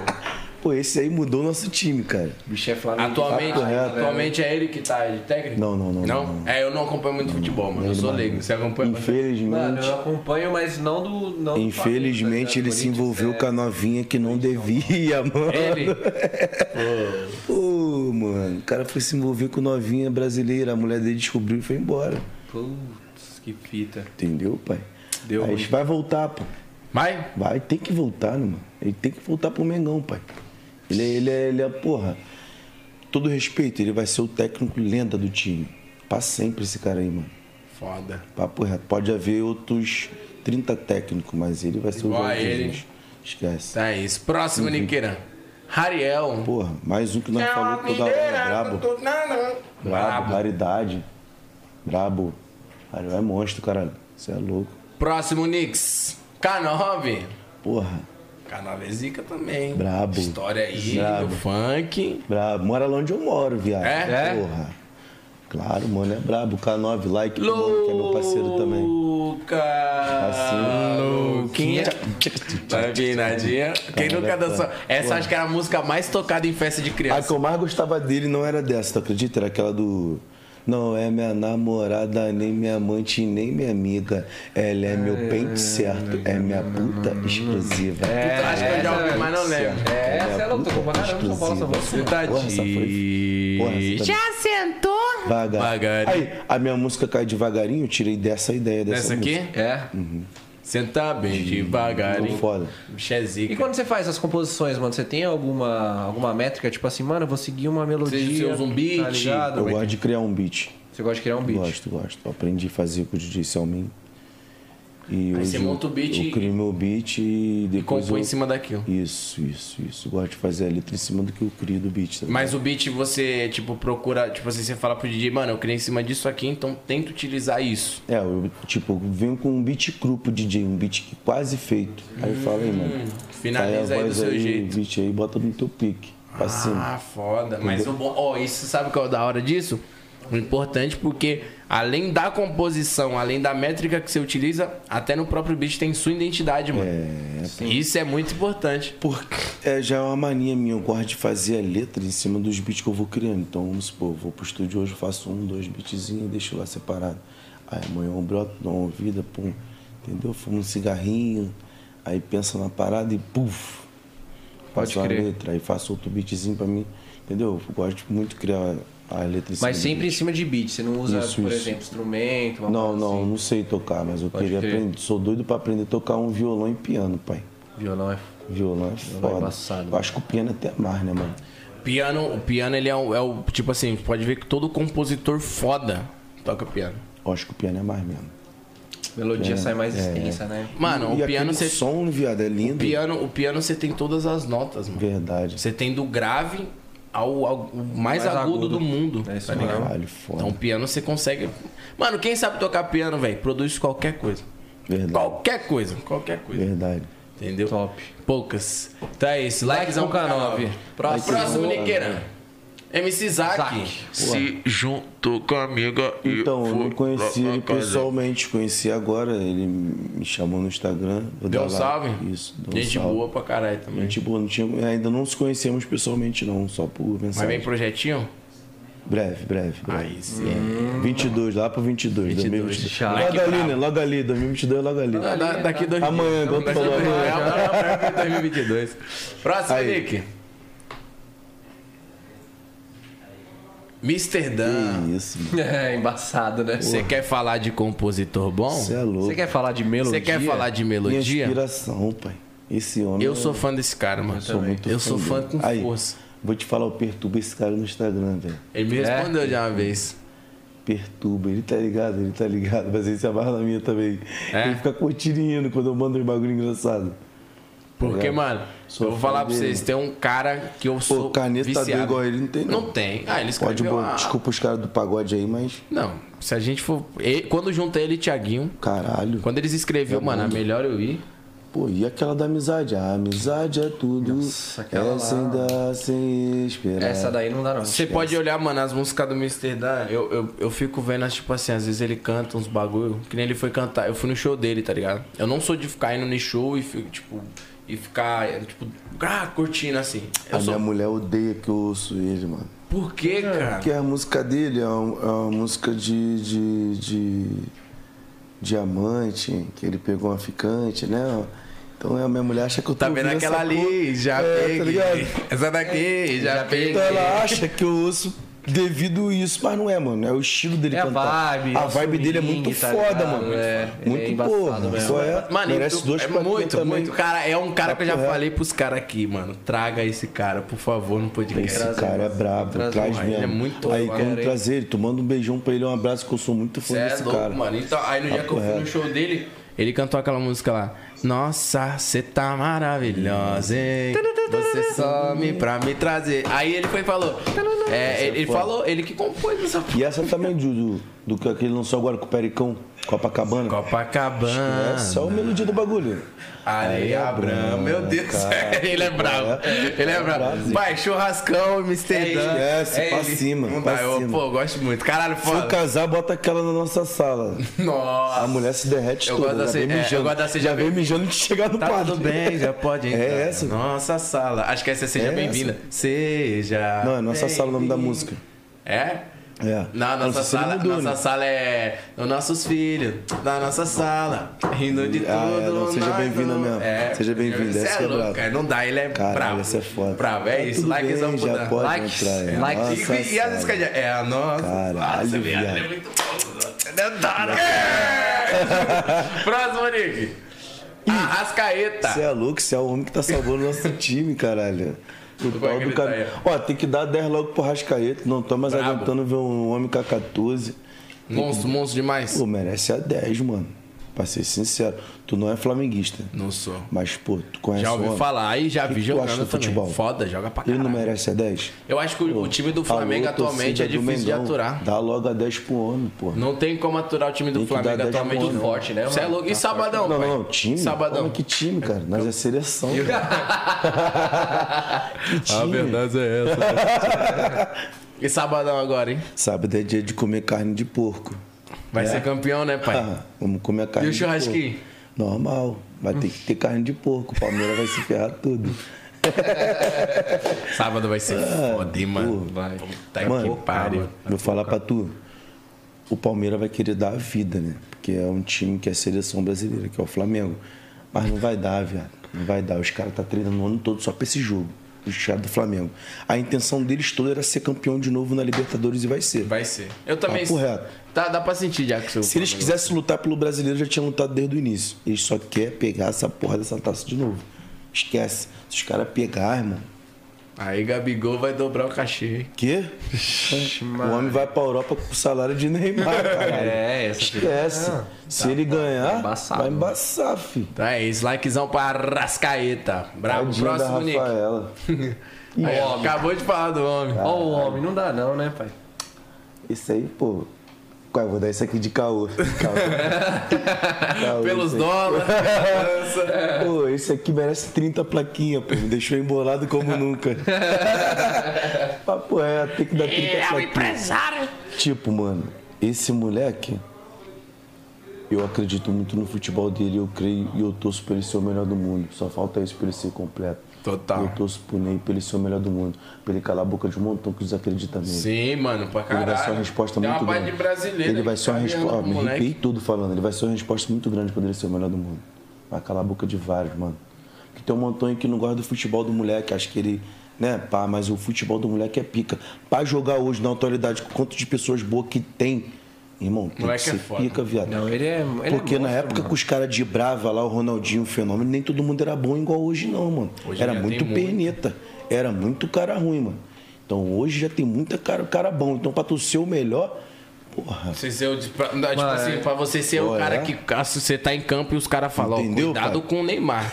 Speaker 3: Pô, esse aí mudou nosso time, cara.
Speaker 1: Bicho é Flamengo.
Speaker 2: Atualmente,
Speaker 3: Papo reto.
Speaker 2: atualmente é ele que tá de técnico?
Speaker 3: Tá Não, não, não,
Speaker 2: Não?
Speaker 3: não, não.
Speaker 2: É, eu não acompanho muito futebol, mano. Eu sou leigo. Você acompanha?
Speaker 1: Mano,
Speaker 3: Infelizmente.
Speaker 1: eu acompanho, mas não do. Não do Flamengo, tá
Speaker 3: Infelizmente, ele
Speaker 1: ligado?
Speaker 3: se envolveu
Speaker 1: É.
Speaker 3: com a novinha que não devia, mano.
Speaker 2: Ele?
Speaker 3: Pô, mano, o cara foi se envolver com novinha brasileira. A mulher dele descobriu e foi embora.
Speaker 1: Putz, que fita.
Speaker 3: Entendeu, pai? Deu. Aí vai voltar, pô.
Speaker 2: Vai?
Speaker 3: Vai, tem que voltar, né, mano? Ele tem que voltar pro Mengão, pai. Ele, é- ele, é, ele é, porra. todo respeito, ele vai ser o técnico lenda do time. Pra sempre esse cara aí, mano.
Speaker 2: Foda.
Speaker 3: Papo reto. Pode haver outros 30 técnicos, mas ele vai ser
Speaker 2: Igual
Speaker 3: o
Speaker 2: a
Speaker 3: Jorge
Speaker 2: ele.
Speaker 3: Jesus. Esquece.
Speaker 2: Tá isso. Próximo, Niqueira. Rariel.
Speaker 3: Porra, mais um que nós falamos toda hora. Brabo. Brabo,
Speaker 2: Brabo.
Speaker 3: raridade. Brabo. Cara, é monstro, caralho. Você é louco.
Speaker 2: Próximo, Nix. K9.
Speaker 3: Porra,
Speaker 2: K9 é zica também.
Speaker 3: Brabo.
Speaker 2: História aí,
Speaker 3: Brabo.
Speaker 2: do funk.
Speaker 3: brabo. Mora lá onde eu moro, viado.
Speaker 2: É?
Speaker 3: Porra. Claro, mano, é brabo. K9 like, que, mano, que é meu parceiro também.
Speaker 2: Lucas.
Speaker 3: Assim.
Speaker 2: Louquinha. Tampinadinha. Quem
Speaker 3: é
Speaker 2: nunca dançou? Essa acho que era a música mais tocada em festa de
Speaker 3: A que
Speaker 2: criança.
Speaker 3: eu mais gostava dele não era dessa, tu acredita? Era aquela do. Não é minha namorada, nem minha amante, nem minha amiga. Ela é meu pente certo, é minha puta explosiva. É,
Speaker 2: Eu acho que eu já ouvi, mas não lembro.
Speaker 1: É, essa é louca, tocou pra caramba, São Paulo, São Paulo.
Speaker 2: Você tá
Speaker 3: Porra, essa foi- porra,
Speaker 2: de...
Speaker 3: essa tá-
Speaker 8: Já sentou?
Speaker 3: Vagar.
Speaker 2: Devagarinho.
Speaker 3: Aí, a minha música cai devagarinho, eu tirei dessa ideia dessa,
Speaker 2: Essa aqui?
Speaker 3: música.
Speaker 1: É.
Speaker 2: Senta bem devagarinho.
Speaker 3: Ficou foda.
Speaker 2: Bicho é zica.
Speaker 1: E quando você faz essas composições, mano, você tem alguma, alguma métrica? Tipo assim, mano, eu vou seguir uma melodia.
Speaker 2: Você usa um beat?
Speaker 1: Tá ligado?
Speaker 3: Eu gosto de criar um beat.
Speaker 1: Você gosta de criar um beat.
Speaker 3: Gosto, gosto. Eu aprendi a fazer com o DJ Selmin. E
Speaker 2: Aí
Speaker 3: hoje
Speaker 2: você monta o beat
Speaker 3: eu,
Speaker 2: e-
Speaker 3: eu crio meu beat e
Speaker 2: E
Speaker 3: depois
Speaker 2: compõe
Speaker 3: eu...
Speaker 2: em cima daquilo.
Speaker 3: Isso, isso, isso. Eu Gosto de fazer a letra em cima do que eu crio do beat. tá
Speaker 2: Mas o beat você, tipo, procura, tipo assim, você fala pro DJ, mano, eu criei em cima disso aqui, então tenta utilizar isso.
Speaker 3: É, eu, tipo, eu venho com um beat cru pro DJ, um beat que quase feito. Aí eu falo, aí, mano.
Speaker 2: finaliza
Speaker 3: sai a
Speaker 2: aí do
Speaker 3: voz
Speaker 2: seu jeito.
Speaker 3: O beat aí, bota no teu pique. Pra cima.
Speaker 2: Ah, foda. Mas o bom. Ó, isso sabe qual é o da hora disso? O importante porque, além da composição, além da métrica que você utiliza, até no próprio beat tem sua identidade, mano. É, isso é muito importante.
Speaker 3: Porque é, já é uma mania minha, eu gosto de fazer a letra em cima dos beats que eu vou criando. Então, vamos supor, eu vou pro estúdio hoje, eu faço um, dois beatzinhos e deixo lá separado. Aí amanhã eu broto, dou uma ouvida, pum, entendeu? Fumo um cigarrinho, aí pensa na parada e puf,
Speaker 1: Pode
Speaker 3: faço a
Speaker 1: crer.
Speaker 3: letra, aí faço outro beatzinho pra mim, entendeu? Eu gosto muito de criar a letra em cima
Speaker 1: Mas
Speaker 3: do
Speaker 1: sempre em
Speaker 3: beat.
Speaker 1: cima de beat. Você não usa,
Speaker 3: Isso,
Speaker 1: por
Speaker 3: isso.
Speaker 1: exemplo, instrumento. uma
Speaker 3: Não,
Speaker 1: coisa
Speaker 3: não,
Speaker 1: assim.
Speaker 3: não sei tocar, mas eu
Speaker 1: Pode
Speaker 3: queria
Speaker 1: crer.
Speaker 3: aprender. Sou doido pra aprender a tocar um violão e piano, pai.
Speaker 1: Violão é.
Speaker 3: Violão é foda.
Speaker 1: embaçado.
Speaker 3: eu acho que o piano até mais, né, mano?
Speaker 2: Piano, o piano ele é o, é o- Tipo assim, pode ver que todo compositor foda toca piano.
Speaker 3: Eu acho que o piano é mais mesmo. É,
Speaker 1: Melodia sai mais extensa, né?
Speaker 2: Mano,
Speaker 3: e
Speaker 2: o piano, você,
Speaker 3: aquele som, viado, é lindo.
Speaker 2: piano, o piano você tem todas as notas, mano.
Speaker 3: Verdade.
Speaker 2: Você tem do grave ao, ao- o
Speaker 1: Mais
Speaker 2: mais, agudo,
Speaker 1: agudo.
Speaker 2: do mundo.
Speaker 1: É isso
Speaker 2: tá
Speaker 1: mesmo.
Speaker 2: ligado?
Speaker 3: Caralho, foda.
Speaker 2: Então piano você consegue. Mano, quem sabe tocar piano, velho, produz qualquer coisa.
Speaker 3: verdade.
Speaker 2: Qualquer coisa. Qualquer coisa.
Speaker 3: Verdade.
Speaker 2: Entendeu?
Speaker 1: Top.
Speaker 2: Poucas. Então é isso. Likezão
Speaker 1: pro K9.
Speaker 2: Próximo, Próximo Niqueira.
Speaker 3: né?
Speaker 2: MC Zac.
Speaker 9: Se juntou com a amiga e
Speaker 3: Então, eu não
Speaker 9: foi
Speaker 3: conheci
Speaker 9: lá pra
Speaker 3: ele
Speaker 9: casa.
Speaker 3: pessoalmente, conheci agora. Ele me chamou no Instagram. Vou
Speaker 2: Deu
Speaker 3: dar
Speaker 2: um
Speaker 3: lá.
Speaker 2: salve.
Speaker 3: Isso, deu um
Speaker 2: Gente
Speaker 3: salve.
Speaker 2: boa pra caralho também.
Speaker 3: Gente boa, não tinha, ainda não nos conhecemos pessoalmente, não, só por
Speaker 2: Mas
Speaker 3: mensagem.
Speaker 2: vem Ah, projetinho? Hum,
Speaker 3: Breve, breve. breve.
Speaker 2: Aí sim. tá.
Speaker 3: 22, lá pro 22, 2022.
Speaker 1: chato.
Speaker 3: Logo ali, né? Logo ali, 2022, logo ali.
Speaker 2: Da- da- daqui dois
Speaker 3: Amanhã, igual tu
Speaker 2: Daqui
Speaker 3: falou
Speaker 2: né? dois dias.
Speaker 3: amanhã.
Speaker 2: Amanhã, 2022. Próximo,
Speaker 3: Aí.
Speaker 2: Nick. Mr. Dan.
Speaker 3: Que isso, mano.
Speaker 1: É, embaçado, né?
Speaker 2: Você
Speaker 1: Você
Speaker 2: quer falar de compositor bom?
Speaker 3: Você é louco.
Speaker 1: quer falar de melodia?
Speaker 2: Você quer falar de
Speaker 3: Minha
Speaker 2: melodia?
Speaker 3: inspiração, pai. Esse homem. é
Speaker 2: Eu sou fã desse cara, mano. Eu sou,
Speaker 3: muito
Speaker 2: fã
Speaker 3: dele.
Speaker 2: com
Speaker 3: Aí,
Speaker 2: força.
Speaker 3: Vou te falar, eu perturbo esse cara no Instagram, velho.
Speaker 2: Ele me
Speaker 3: É?
Speaker 2: respondeu já uma vez.
Speaker 3: Perturba, ele tá ligado, ele tá ligado, mas ele se amarra na minha também.
Speaker 2: É?
Speaker 3: Ele fica curtindo quando eu mando um bagulho engraçado.
Speaker 2: Porque,
Speaker 3: ligado?
Speaker 2: mano,
Speaker 3: Sou
Speaker 2: eu vou
Speaker 3: fã
Speaker 2: falar pra
Speaker 3: dele.
Speaker 2: vocês, tem um cara que eu sou.
Speaker 3: caneta
Speaker 2: viciado.
Speaker 3: dele igual ele não tem, não.
Speaker 2: Não tem. Ah, ele
Speaker 3: Pode,
Speaker 2: escreveu.
Speaker 3: botar-
Speaker 2: a-
Speaker 3: desculpa os caras do pagode aí, mas
Speaker 2: Não, se a gente for. e- Quando junta ele e Thiaguinho,
Speaker 3: caralho.
Speaker 2: Quando eles escreviam, mano, é melhor eu ir.
Speaker 3: Pô, e aquela da amizade? A amizade é tudo.
Speaker 1: aquela
Speaker 3: Essa
Speaker 1: lá.
Speaker 3: ainda sem esperar.
Speaker 1: Essa daí não dá, não.
Speaker 2: Você pode olhar, mano, as músicas do Mr. Dan, eu, eu, eu fico vendo, as, tipo assim, às vezes ele canta uns bagulho, que nem ele foi cantar, eu fui no show dele, tá ligado? Eu não sou de ficar indo no show e, fi- tipo, e ficar, é, tipo, ah, curtindo assim. Eu
Speaker 3: A
Speaker 2: sou,
Speaker 3: minha mulher odeia que eu ouço ele, mano.
Speaker 2: por que, cara?
Speaker 3: É, Porque a música dele é um- é uma, música de, de, de diamante, que ele pegou uma ficante, né? Então a minha mulher acha que eu tô
Speaker 2: Tá vendo
Speaker 3: ouvindo essa
Speaker 2: aquela
Speaker 3: cor.
Speaker 2: ali, já
Speaker 3: É, tá
Speaker 2: peguei.
Speaker 3: ligado?
Speaker 2: Essa daqui, já, peguei.
Speaker 3: Então ela acha que eu ouço devido isso, mas não é, mano. É o estilo dele
Speaker 1: É a
Speaker 3: cantar.
Speaker 1: vibe, é
Speaker 3: a
Speaker 1: o
Speaker 3: vibe dele é
Speaker 1: swing,
Speaker 3: muito
Speaker 1: tá
Speaker 3: foda,
Speaker 1: ligado?
Speaker 3: mano.
Speaker 1: É, ele é
Speaker 3: muito
Speaker 1: embaçado
Speaker 3: boa, mano.
Speaker 1: mesmo.
Speaker 3: Só é,
Speaker 2: Mano,
Speaker 3: merece
Speaker 2: tu-
Speaker 3: dois
Speaker 2: é
Speaker 3: platins
Speaker 2: muito,
Speaker 3: também.
Speaker 2: muito. Cara, é um cara que eu já
Speaker 3: Papo reto.
Speaker 2: falei pros caras aqui, mano. Traga esse cara, por favor, no podcast.
Speaker 3: Esse cara é brabo,
Speaker 1: Traz
Speaker 3: traz
Speaker 2: ele.
Speaker 3: mesmo.
Speaker 2: Ele é muito
Speaker 3: Aí
Speaker 2: foda,
Speaker 3: quando
Speaker 2: hein?
Speaker 3: trazer ele, tu manda um beijão pra ele, um abraço, que eu sou muito fã
Speaker 2: Cê é
Speaker 3: desse
Speaker 2: louco,
Speaker 3: cara.
Speaker 2: mano. Então, aí no dia que eu fui
Speaker 3: Papo
Speaker 2: no show dele, ele cantou aquela música lá. Nossa, você tá maravilhosa, hein? Você some pra me trazer. Aí ele foi e falou. É, ele, ele falou, ele que compôs essa p-
Speaker 3: E essa também, do, do, do que ele lançou agora com o Pericão, Copacabana.
Speaker 2: Copacabana.
Speaker 3: É só o
Speaker 2: né?
Speaker 3: melodia do bagulho. é
Speaker 2: Areia Branca. Meu Deus, ele é bravo. Ele é bravo. Pai, churrascão, Mr. Dan.
Speaker 3: É
Speaker 2: É
Speaker 3: Esquece, pra
Speaker 2: ele.
Speaker 3: cima,
Speaker 2: Não
Speaker 3: pra
Speaker 2: dá, eu,
Speaker 3: cima.
Speaker 2: pô, eu gosto muito. Caralho,
Speaker 3: Se eu
Speaker 2: foda.
Speaker 3: casar, bota aquela na nossa sala.
Speaker 2: Nossa.
Speaker 3: A mulher se derrete
Speaker 2: Eu
Speaker 3: toda.
Speaker 2: gosto da
Speaker 3: já
Speaker 2: ce-
Speaker 3: vem
Speaker 2: é, eu
Speaker 3: mijando.
Speaker 2: gosto da seja
Speaker 3: Já vem
Speaker 2: bem-
Speaker 3: mijando de chegar no
Speaker 2: Tá
Speaker 3: parque.
Speaker 2: tudo bem, já pode entrar.
Speaker 3: É essa.
Speaker 2: Nossa sala. Acho que essa é Seja
Speaker 3: É
Speaker 2: Bem-vinda. Seja.
Speaker 3: Não, é nossa sala o nome da música.
Speaker 2: É?
Speaker 3: É.
Speaker 2: Na
Speaker 3: Não,
Speaker 2: nossa
Speaker 3: se ele
Speaker 2: sala,
Speaker 3: mudou,
Speaker 2: nossa
Speaker 3: né?
Speaker 2: sala é os nossos filhos, na nossa sala, rindo de tudo.
Speaker 3: Ah, é, não, seja
Speaker 2: nós
Speaker 3: bem-vinda
Speaker 2: não-
Speaker 3: mesmo. Seja bem-vinda,
Speaker 2: Você
Speaker 3: essa
Speaker 2: é
Speaker 3: que é
Speaker 2: louco,
Speaker 3: brava.
Speaker 2: cara, não dá, ele é
Speaker 3: Caralho,
Speaker 2: bravo.
Speaker 3: essa é foda.
Speaker 2: Bravo, é
Speaker 3: Tá
Speaker 2: isso, né?
Speaker 3: tudo
Speaker 2: likezão
Speaker 3: bem,
Speaker 2: pro
Speaker 3: já
Speaker 2: Dan.
Speaker 3: pode
Speaker 1: Likes,
Speaker 3: entrar, é
Speaker 1: likes.
Speaker 2: E-
Speaker 3: nossa
Speaker 2: E, às vezes
Speaker 3: sala.
Speaker 2: que é a nossa.
Speaker 3: Caralho,
Speaker 2: nossa, viado,
Speaker 3: viado.
Speaker 2: ele é muito bom. É! Próximo, Nick. Arrascaeta.
Speaker 3: Você é louco, você é o homem que tá salvando o nosso time, caralho. O
Speaker 2: Como é
Speaker 3: pau
Speaker 2: que
Speaker 3: do
Speaker 2: ele
Speaker 3: cara.
Speaker 2: tá
Speaker 3: Ó, tem que dar 10 logo pro Rascaeta. Não tô mais
Speaker 2: Brabo.
Speaker 3: aguentando ver um homem com a 14.
Speaker 2: Monstro, monstro demais.
Speaker 3: Pô, merece a 10, mano. Pra ser sincero, tu não é flamenguista.
Speaker 2: Não sou.
Speaker 3: Mas, pô, tu conhece
Speaker 2: Já
Speaker 3: o
Speaker 2: ouvi
Speaker 3: homem.
Speaker 2: falar, aí já
Speaker 3: Que
Speaker 2: vi
Speaker 3: que tu acha
Speaker 2: jogando
Speaker 3: do
Speaker 2: também.
Speaker 3: futebol?
Speaker 2: Foda, joga pra
Speaker 3: Ele
Speaker 2: caralho.
Speaker 3: não merece a 10?
Speaker 2: Eu acho que o- o time do Flamengo
Speaker 3: Alô,
Speaker 2: atualmente
Speaker 3: torcida
Speaker 2: é
Speaker 3: do
Speaker 2: difícil de
Speaker 3: Mengão,
Speaker 2: aturar.
Speaker 3: Dá logo a 10 pro homem, pô.
Speaker 2: Não tem como aturar o time do
Speaker 3: Tem que dar
Speaker 2: Flamengo
Speaker 3: 10
Speaker 2: atualmente
Speaker 3: pontos,
Speaker 2: forte, né? Você é louco. E sabadão,
Speaker 3: Não,
Speaker 2: pai?
Speaker 3: não, time.
Speaker 2: Sabadão.
Speaker 3: Olha que time, cara. Nós é seleção. Cara. que
Speaker 4: A
Speaker 3: time.
Speaker 4: verdade é essa. né?
Speaker 2: E sabadão agora, hein?
Speaker 3: Sábado é dia de comer carne de porco.
Speaker 2: Vai ser campeão, né, pai?
Speaker 3: É. Ah, vamos comer a carne
Speaker 2: E o
Speaker 3: de
Speaker 2: churrasquinho?
Speaker 3: porco. Normal. Vai ter que ter carne de porco. O Palmeiras vai se ferrar tudo.
Speaker 2: Sábado vai ser foda, hein, mano?
Speaker 3: pô.
Speaker 2: Vai. Puta
Speaker 3: Ah, Mano,
Speaker 2: que pariu.
Speaker 3: vou falar pra tu. O Palmeiras vai querer dar a vida, né? Porque é um time que é seleção brasileira, que é o Flamengo. Mas não vai dar, viado. Não vai dar. Os caras tá treinando o ano todo só pra esse jogo. Os caras do Flamengo. A intenção deles toda era ser campeão de novo na Libertadores e vai ser.
Speaker 2: Vai ser. Eu também.
Speaker 3: Papo reto.
Speaker 2: Tá, dá pra sentir já que seu.
Speaker 3: Se eles quisessem lutar pelo brasileiro, já tinham lutado desde o início. Eles só querem pegar essa porra dessa taça de novo. Esquece. Se os caras pegar, irmão.
Speaker 2: Aí Gabigol vai dobrar o cachê, hein?
Speaker 3: Quê? o homem vai pra Europa com o salário de Neymar, caralho.
Speaker 1: É, essa filha.
Speaker 3: Esquece. Se ele ganhar,
Speaker 1: embaçado.
Speaker 3: vai embaçar, filho.
Speaker 2: Tá, é isso. Likezão pra Rascaeta. Bravo.
Speaker 3: Tadinho da
Speaker 2: Próximo, Nick.
Speaker 3: Rafaela.
Speaker 2: Aí, ó, acabou de falar do homem.
Speaker 3: Ah,
Speaker 1: Ó o homem, não dá não, né, pai?
Speaker 3: Isso aí, pô. Ué, vou dar isso aqui de caô. Caô. Caô,
Speaker 2: Pelos
Speaker 3: isso aí.
Speaker 2: dólares.
Speaker 3: Pô, esse aqui merece 30 plaquinhas, pô. Me deixou embolado como nunca. Papo é, tem que dar 30
Speaker 8: Ele é o
Speaker 3: plaquinhas.
Speaker 8: empresário.
Speaker 3: Tipo, mano, esse moleque, eu acredito muito no futebol dele, eu creio e eu torço pra ele ser o melhor do mundo. Só falta isso pra ele ser completo.
Speaker 2: Total.
Speaker 3: Eu torço pro Ney pra ele ser o melhor do mundo. Pra ele calar a boca de um montão que desacredita nele.
Speaker 2: Sim, mano, pra caralho.
Speaker 3: Ele vai ser uma resposta
Speaker 2: Tem
Speaker 3: muito
Speaker 2: uma parte
Speaker 3: grande.
Speaker 2: brasileira.
Speaker 3: Ele vai ser uma
Speaker 2: italiana
Speaker 3: resposta.
Speaker 2: pro
Speaker 3: Me
Speaker 2: moleque.
Speaker 3: arrepiei tudo falando. Ele vai ser uma resposta muito grande quando ele ser o melhor do mundo. Vai calar a boca de vários, mano. Porque tem um montão aí que não gosta do futebol do moleque. Acho que ele. Né, pá, mas o futebol do moleque é pica. Pra jogar hoje na atualidade, com quanto de pessoas boas que tem. Irmão, tem
Speaker 2: Moleque
Speaker 3: que
Speaker 2: é
Speaker 3: ser
Speaker 2: foda.
Speaker 3: pica, viado.
Speaker 1: Não, ele é- ele é
Speaker 3: Porque na
Speaker 1: monstro,
Speaker 3: época
Speaker 1: mano.
Speaker 3: que os caras de brava lá, o Ronaldinho, o fenômeno, nem todo mundo era bom igual hoje, não, mano.
Speaker 2: Hoje
Speaker 3: era
Speaker 2: já tem
Speaker 3: muito
Speaker 2: muito.
Speaker 3: perneta. Era muito cara ruim, mano. Então hoje já tem muita cara, cara bom. Então pra tu ser o melhor, porra.
Speaker 2: Você ser o de- pra- não, tipo
Speaker 1: Mas-
Speaker 2: assim, pra você ser o
Speaker 3: Olha.
Speaker 2: cara que ah, se você tá em campo e os caras falam, ó,
Speaker 3: é? Entendeu,
Speaker 2: cuidado
Speaker 3: cara?
Speaker 2: com o Neymar.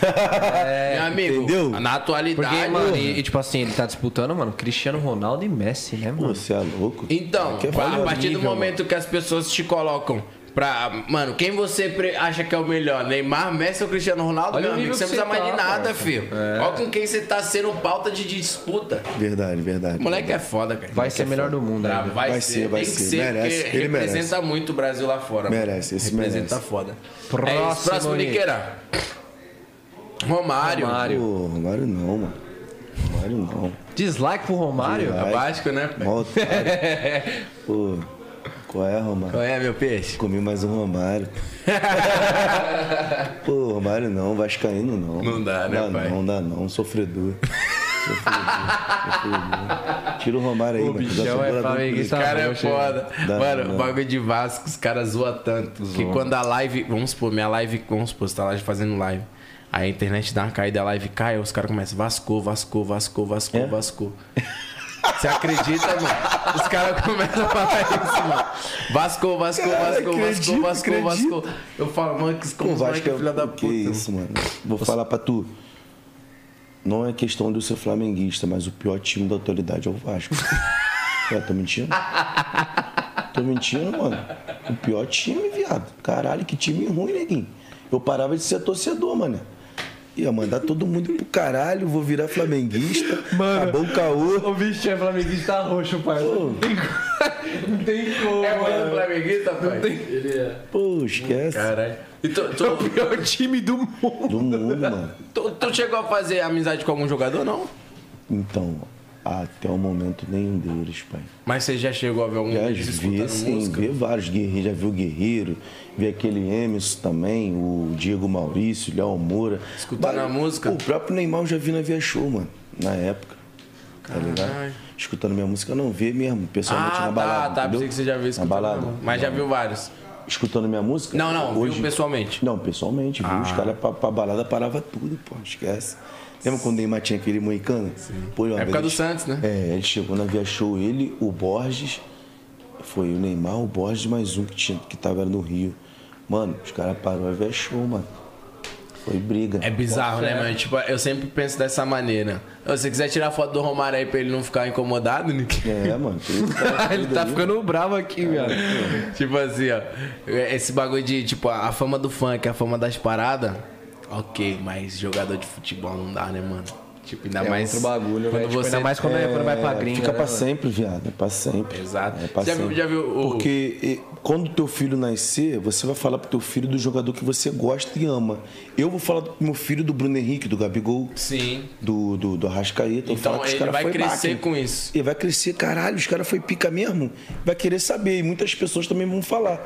Speaker 2: Meu amigo,
Speaker 3: entendeu?
Speaker 2: na atualidade,
Speaker 1: Porque, mano, e, e, tipo assim, ele tá disputando, mano, Cristiano Ronaldo e Messi, né,
Speaker 3: Pô,
Speaker 1: mano?
Speaker 3: Você é louco?
Speaker 2: Então,
Speaker 3: Que é
Speaker 2: a
Speaker 3: valor
Speaker 2: partir do
Speaker 3: nível,
Speaker 2: momento que as pessoas te colocam pra. Mano, quem você pre- acha que é o melhor? Neymar, Messi ou Cristiano Ronaldo?
Speaker 1: Olha
Speaker 2: meu
Speaker 1: o
Speaker 2: amigo,
Speaker 1: nível
Speaker 2: você não
Speaker 1: que
Speaker 2: precisa
Speaker 1: você
Speaker 2: mais de
Speaker 1: tá,
Speaker 2: nada,
Speaker 1: parça.
Speaker 2: filho. Olha com quem você tá sendo pauta de disputa.
Speaker 3: mano. Verdade, verdade.
Speaker 2: O moleque é foda, cara.
Speaker 1: Vai ser melhor do mundo,
Speaker 2: Brabo,
Speaker 1: né?
Speaker 2: vai,
Speaker 3: Vai
Speaker 2: ser,
Speaker 3: ser, vai
Speaker 2: tem que
Speaker 3: ser.
Speaker 2: ser,
Speaker 3: Merece,
Speaker 2: porque
Speaker 3: ele merece.
Speaker 2: representa muito o Brasil lá fora. mano.
Speaker 3: Merece, esse
Speaker 2: Representa
Speaker 3: merece.
Speaker 2: foda.
Speaker 1: Próximo,
Speaker 2: é isso, próximo
Speaker 1: Nick.
Speaker 2: Niqueira. Romário.
Speaker 1: Romário.
Speaker 3: Pô, Romário não, mano. Romário não.
Speaker 1: Dislike pro Romário?
Speaker 2: É Básico, né? pai?
Speaker 3: Mó otário. Pô, qual é, Romário?
Speaker 2: Qual é, meu peixe?
Speaker 3: Comi mais um Romário. Pô, Romário não, Vascaíno não.
Speaker 2: Não dá, né,
Speaker 3: dá
Speaker 2: pai?
Speaker 3: Não, dá não, sofredor. Tira o Romário aí,
Speaker 2: O
Speaker 3: mano. que dá
Speaker 2: bichão
Speaker 3: essa
Speaker 2: é
Speaker 3: bola
Speaker 1: Tá,
Speaker 2: flamenguista.
Speaker 3: dentro
Speaker 2: Cara,
Speaker 1: né,
Speaker 3: dele.
Speaker 2: é foda.
Speaker 3: Dá,
Speaker 2: Mano,
Speaker 3: dá.
Speaker 2: o bagulho de Vasco, os caras zoam tanto. Que quando a live. Vamos supor, minha live. Vamos supor, você tá lá fazendo live. Aí a internet dá uma caída, a live cai, aí os caras começam Vasco, Vasco, Vasco, Vasco,
Speaker 3: É?
Speaker 2: Vasco. Você acredita, mano? Os caras começam a falar isso, mano. Vasco, Vasco, Vasco, Vasco,
Speaker 3: acredito,
Speaker 2: Vasco, Vasco. Eu falo, mano, que como
Speaker 3: Com
Speaker 2: os
Speaker 3: Vasco
Speaker 2: moleques é filha da
Speaker 3: Que
Speaker 2: puta. mano.
Speaker 3: isso, mano. Vou falar pra tu. Não é questão de eu ser flamenguista, mas o pior time da atualidade é o Vasco. Ué, tô mentindo? Tô mentindo, mano. O pior time, viado. Caralho, que time ruim, neguinho. Eu parava de ser torcedor, mano. Ia mandar todo mundo pro caralho, vou virar flamenguista. Mano, acabou o caô.
Speaker 1: O bicho é flamenguista roxo, pai. Não tem como. Não tem como.
Speaker 2: É mãe do Flamenguista, pai?
Speaker 3: Pô, esquece.
Speaker 2: Caralho. E
Speaker 3: Então,
Speaker 2: tu, tu,
Speaker 1: pior time do mundo.
Speaker 3: é Do mundo, mano.
Speaker 2: tu- tu chegou a fazer amizade com algum jogador, não?
Speaker 3: Então, até o momento, nenhum deles, pai.
Speaker 2: Mas você já chegou a ver algum
Speaker 3: Já
Speaker 2: deles
Speaker 3: vi, sim, vi vários guerreiros, já vi o Guerreiro, vi aquele Emerson também, o Diego Maurício, o Léo Moura.
Speaker 2: Escutando
Speaker 3: Vários-
Speaker 2: a música?
Speaker 3: O próprio Neymar eu já vi na Via Show, mano, na época. Tá ligado?
Speaker 2: Caralho.
Speaker 3: Escutando minha música, não vê mesmo, pessoalmente
Speaker 2: Ah,
Speaker 3: na balada.
Speaker 2: tá, tá.
Speaker 3: entendeu?
Speaker 2: Pensei que você já viu
Speaker 3: Na
Speaker 2: escutando.
Speaker 3: balada.
Speaker 2: Mas já viu vários.
Speaker 3: Escutando minha música?
Speaker 2: Não, não, viu
Speaker 3: hoje-
Speaker 2: pessoalmente.
Speaker 3: Não, pessoalmente, viu? Os caras pra, pra balada parava tudo, pô, esquece. Lembra quando o Neymar tinha aquele moicano? Sim. Pô, uma
Speaker 2: Época
Speaker 3: vez
Speaker 2: do
Speaker 3: ele-
Speaker 2: Santos, né?
Speaker 3: É, ele chegou na Via Show, ele, o Borges, foi o Neymar, o Borges mais um que, tinha, que tava era no Rio. Mano, os caras pararam a Via Show, mano. Foi briga.
Speaker 2: É bizarro, né, mano? Tipo, eu sempre penso dessa maneira. Se você quiser tirar foto do Romário aí pra ele não ficar incomodado, né?
Speaker 3: É, mano. por isso que o cara
Speaker 1: Ele
Speaker 3: tudo
Speaker 1: tá
Speaker 3: ali,
Speaker 1: ficando bravo aqui, velho.
Speaker 2: tipo assim, ó. Esse bagulho de, tipo, a a fama do funk, a fama das paradas. Ok, mas jogador de futebol não dá, né, mano? Tipo, ainda
Speaker 1: É
Speaker 2: mais.
Speaker 1: outro bagulho,
Speaker 2: quando
Speaker 3: né?
Speaker 1: velho. Tipo,
Speaker 2: você
Speaker 1: ainda mais quando, é, quando vai pra gringa.
Speaker 3: Fica
Speaker 1: né,
Speaker 3: pra
Speaker 1: mano?
Speaker 3: sempre, viado. É pra sempre.
Speaker 2: Exato.
Speaker 3: É pra
Speaker 2: Já viu-
Speaker 3: sempre.
Speaker 2: já viu o-
Speaker 3: Porque e, quando teu filho nascer, você vai falar pro teu filho do jogador que você gosta e ama. Eu vou falar pro meu filho do Bruno Henrique, do Gabigol,
Speaker 2: Sim.
Speaker 3: do, do, do Arrascaeta. Eu
Speaker 2: Então,
Speaker 3: falo que os
Speaker 2: ele
Speaker 3: cara
Speaker 2: vai
Speaker 3: foi
Speaker 2: crescer
Speaker 3: máquina.
Speaker 2: com isso.
Speaker 3: Ele vai crescer, caralho, os caras foi pica mesmo. Vai querer saber. E muitas pessoas também vão falar.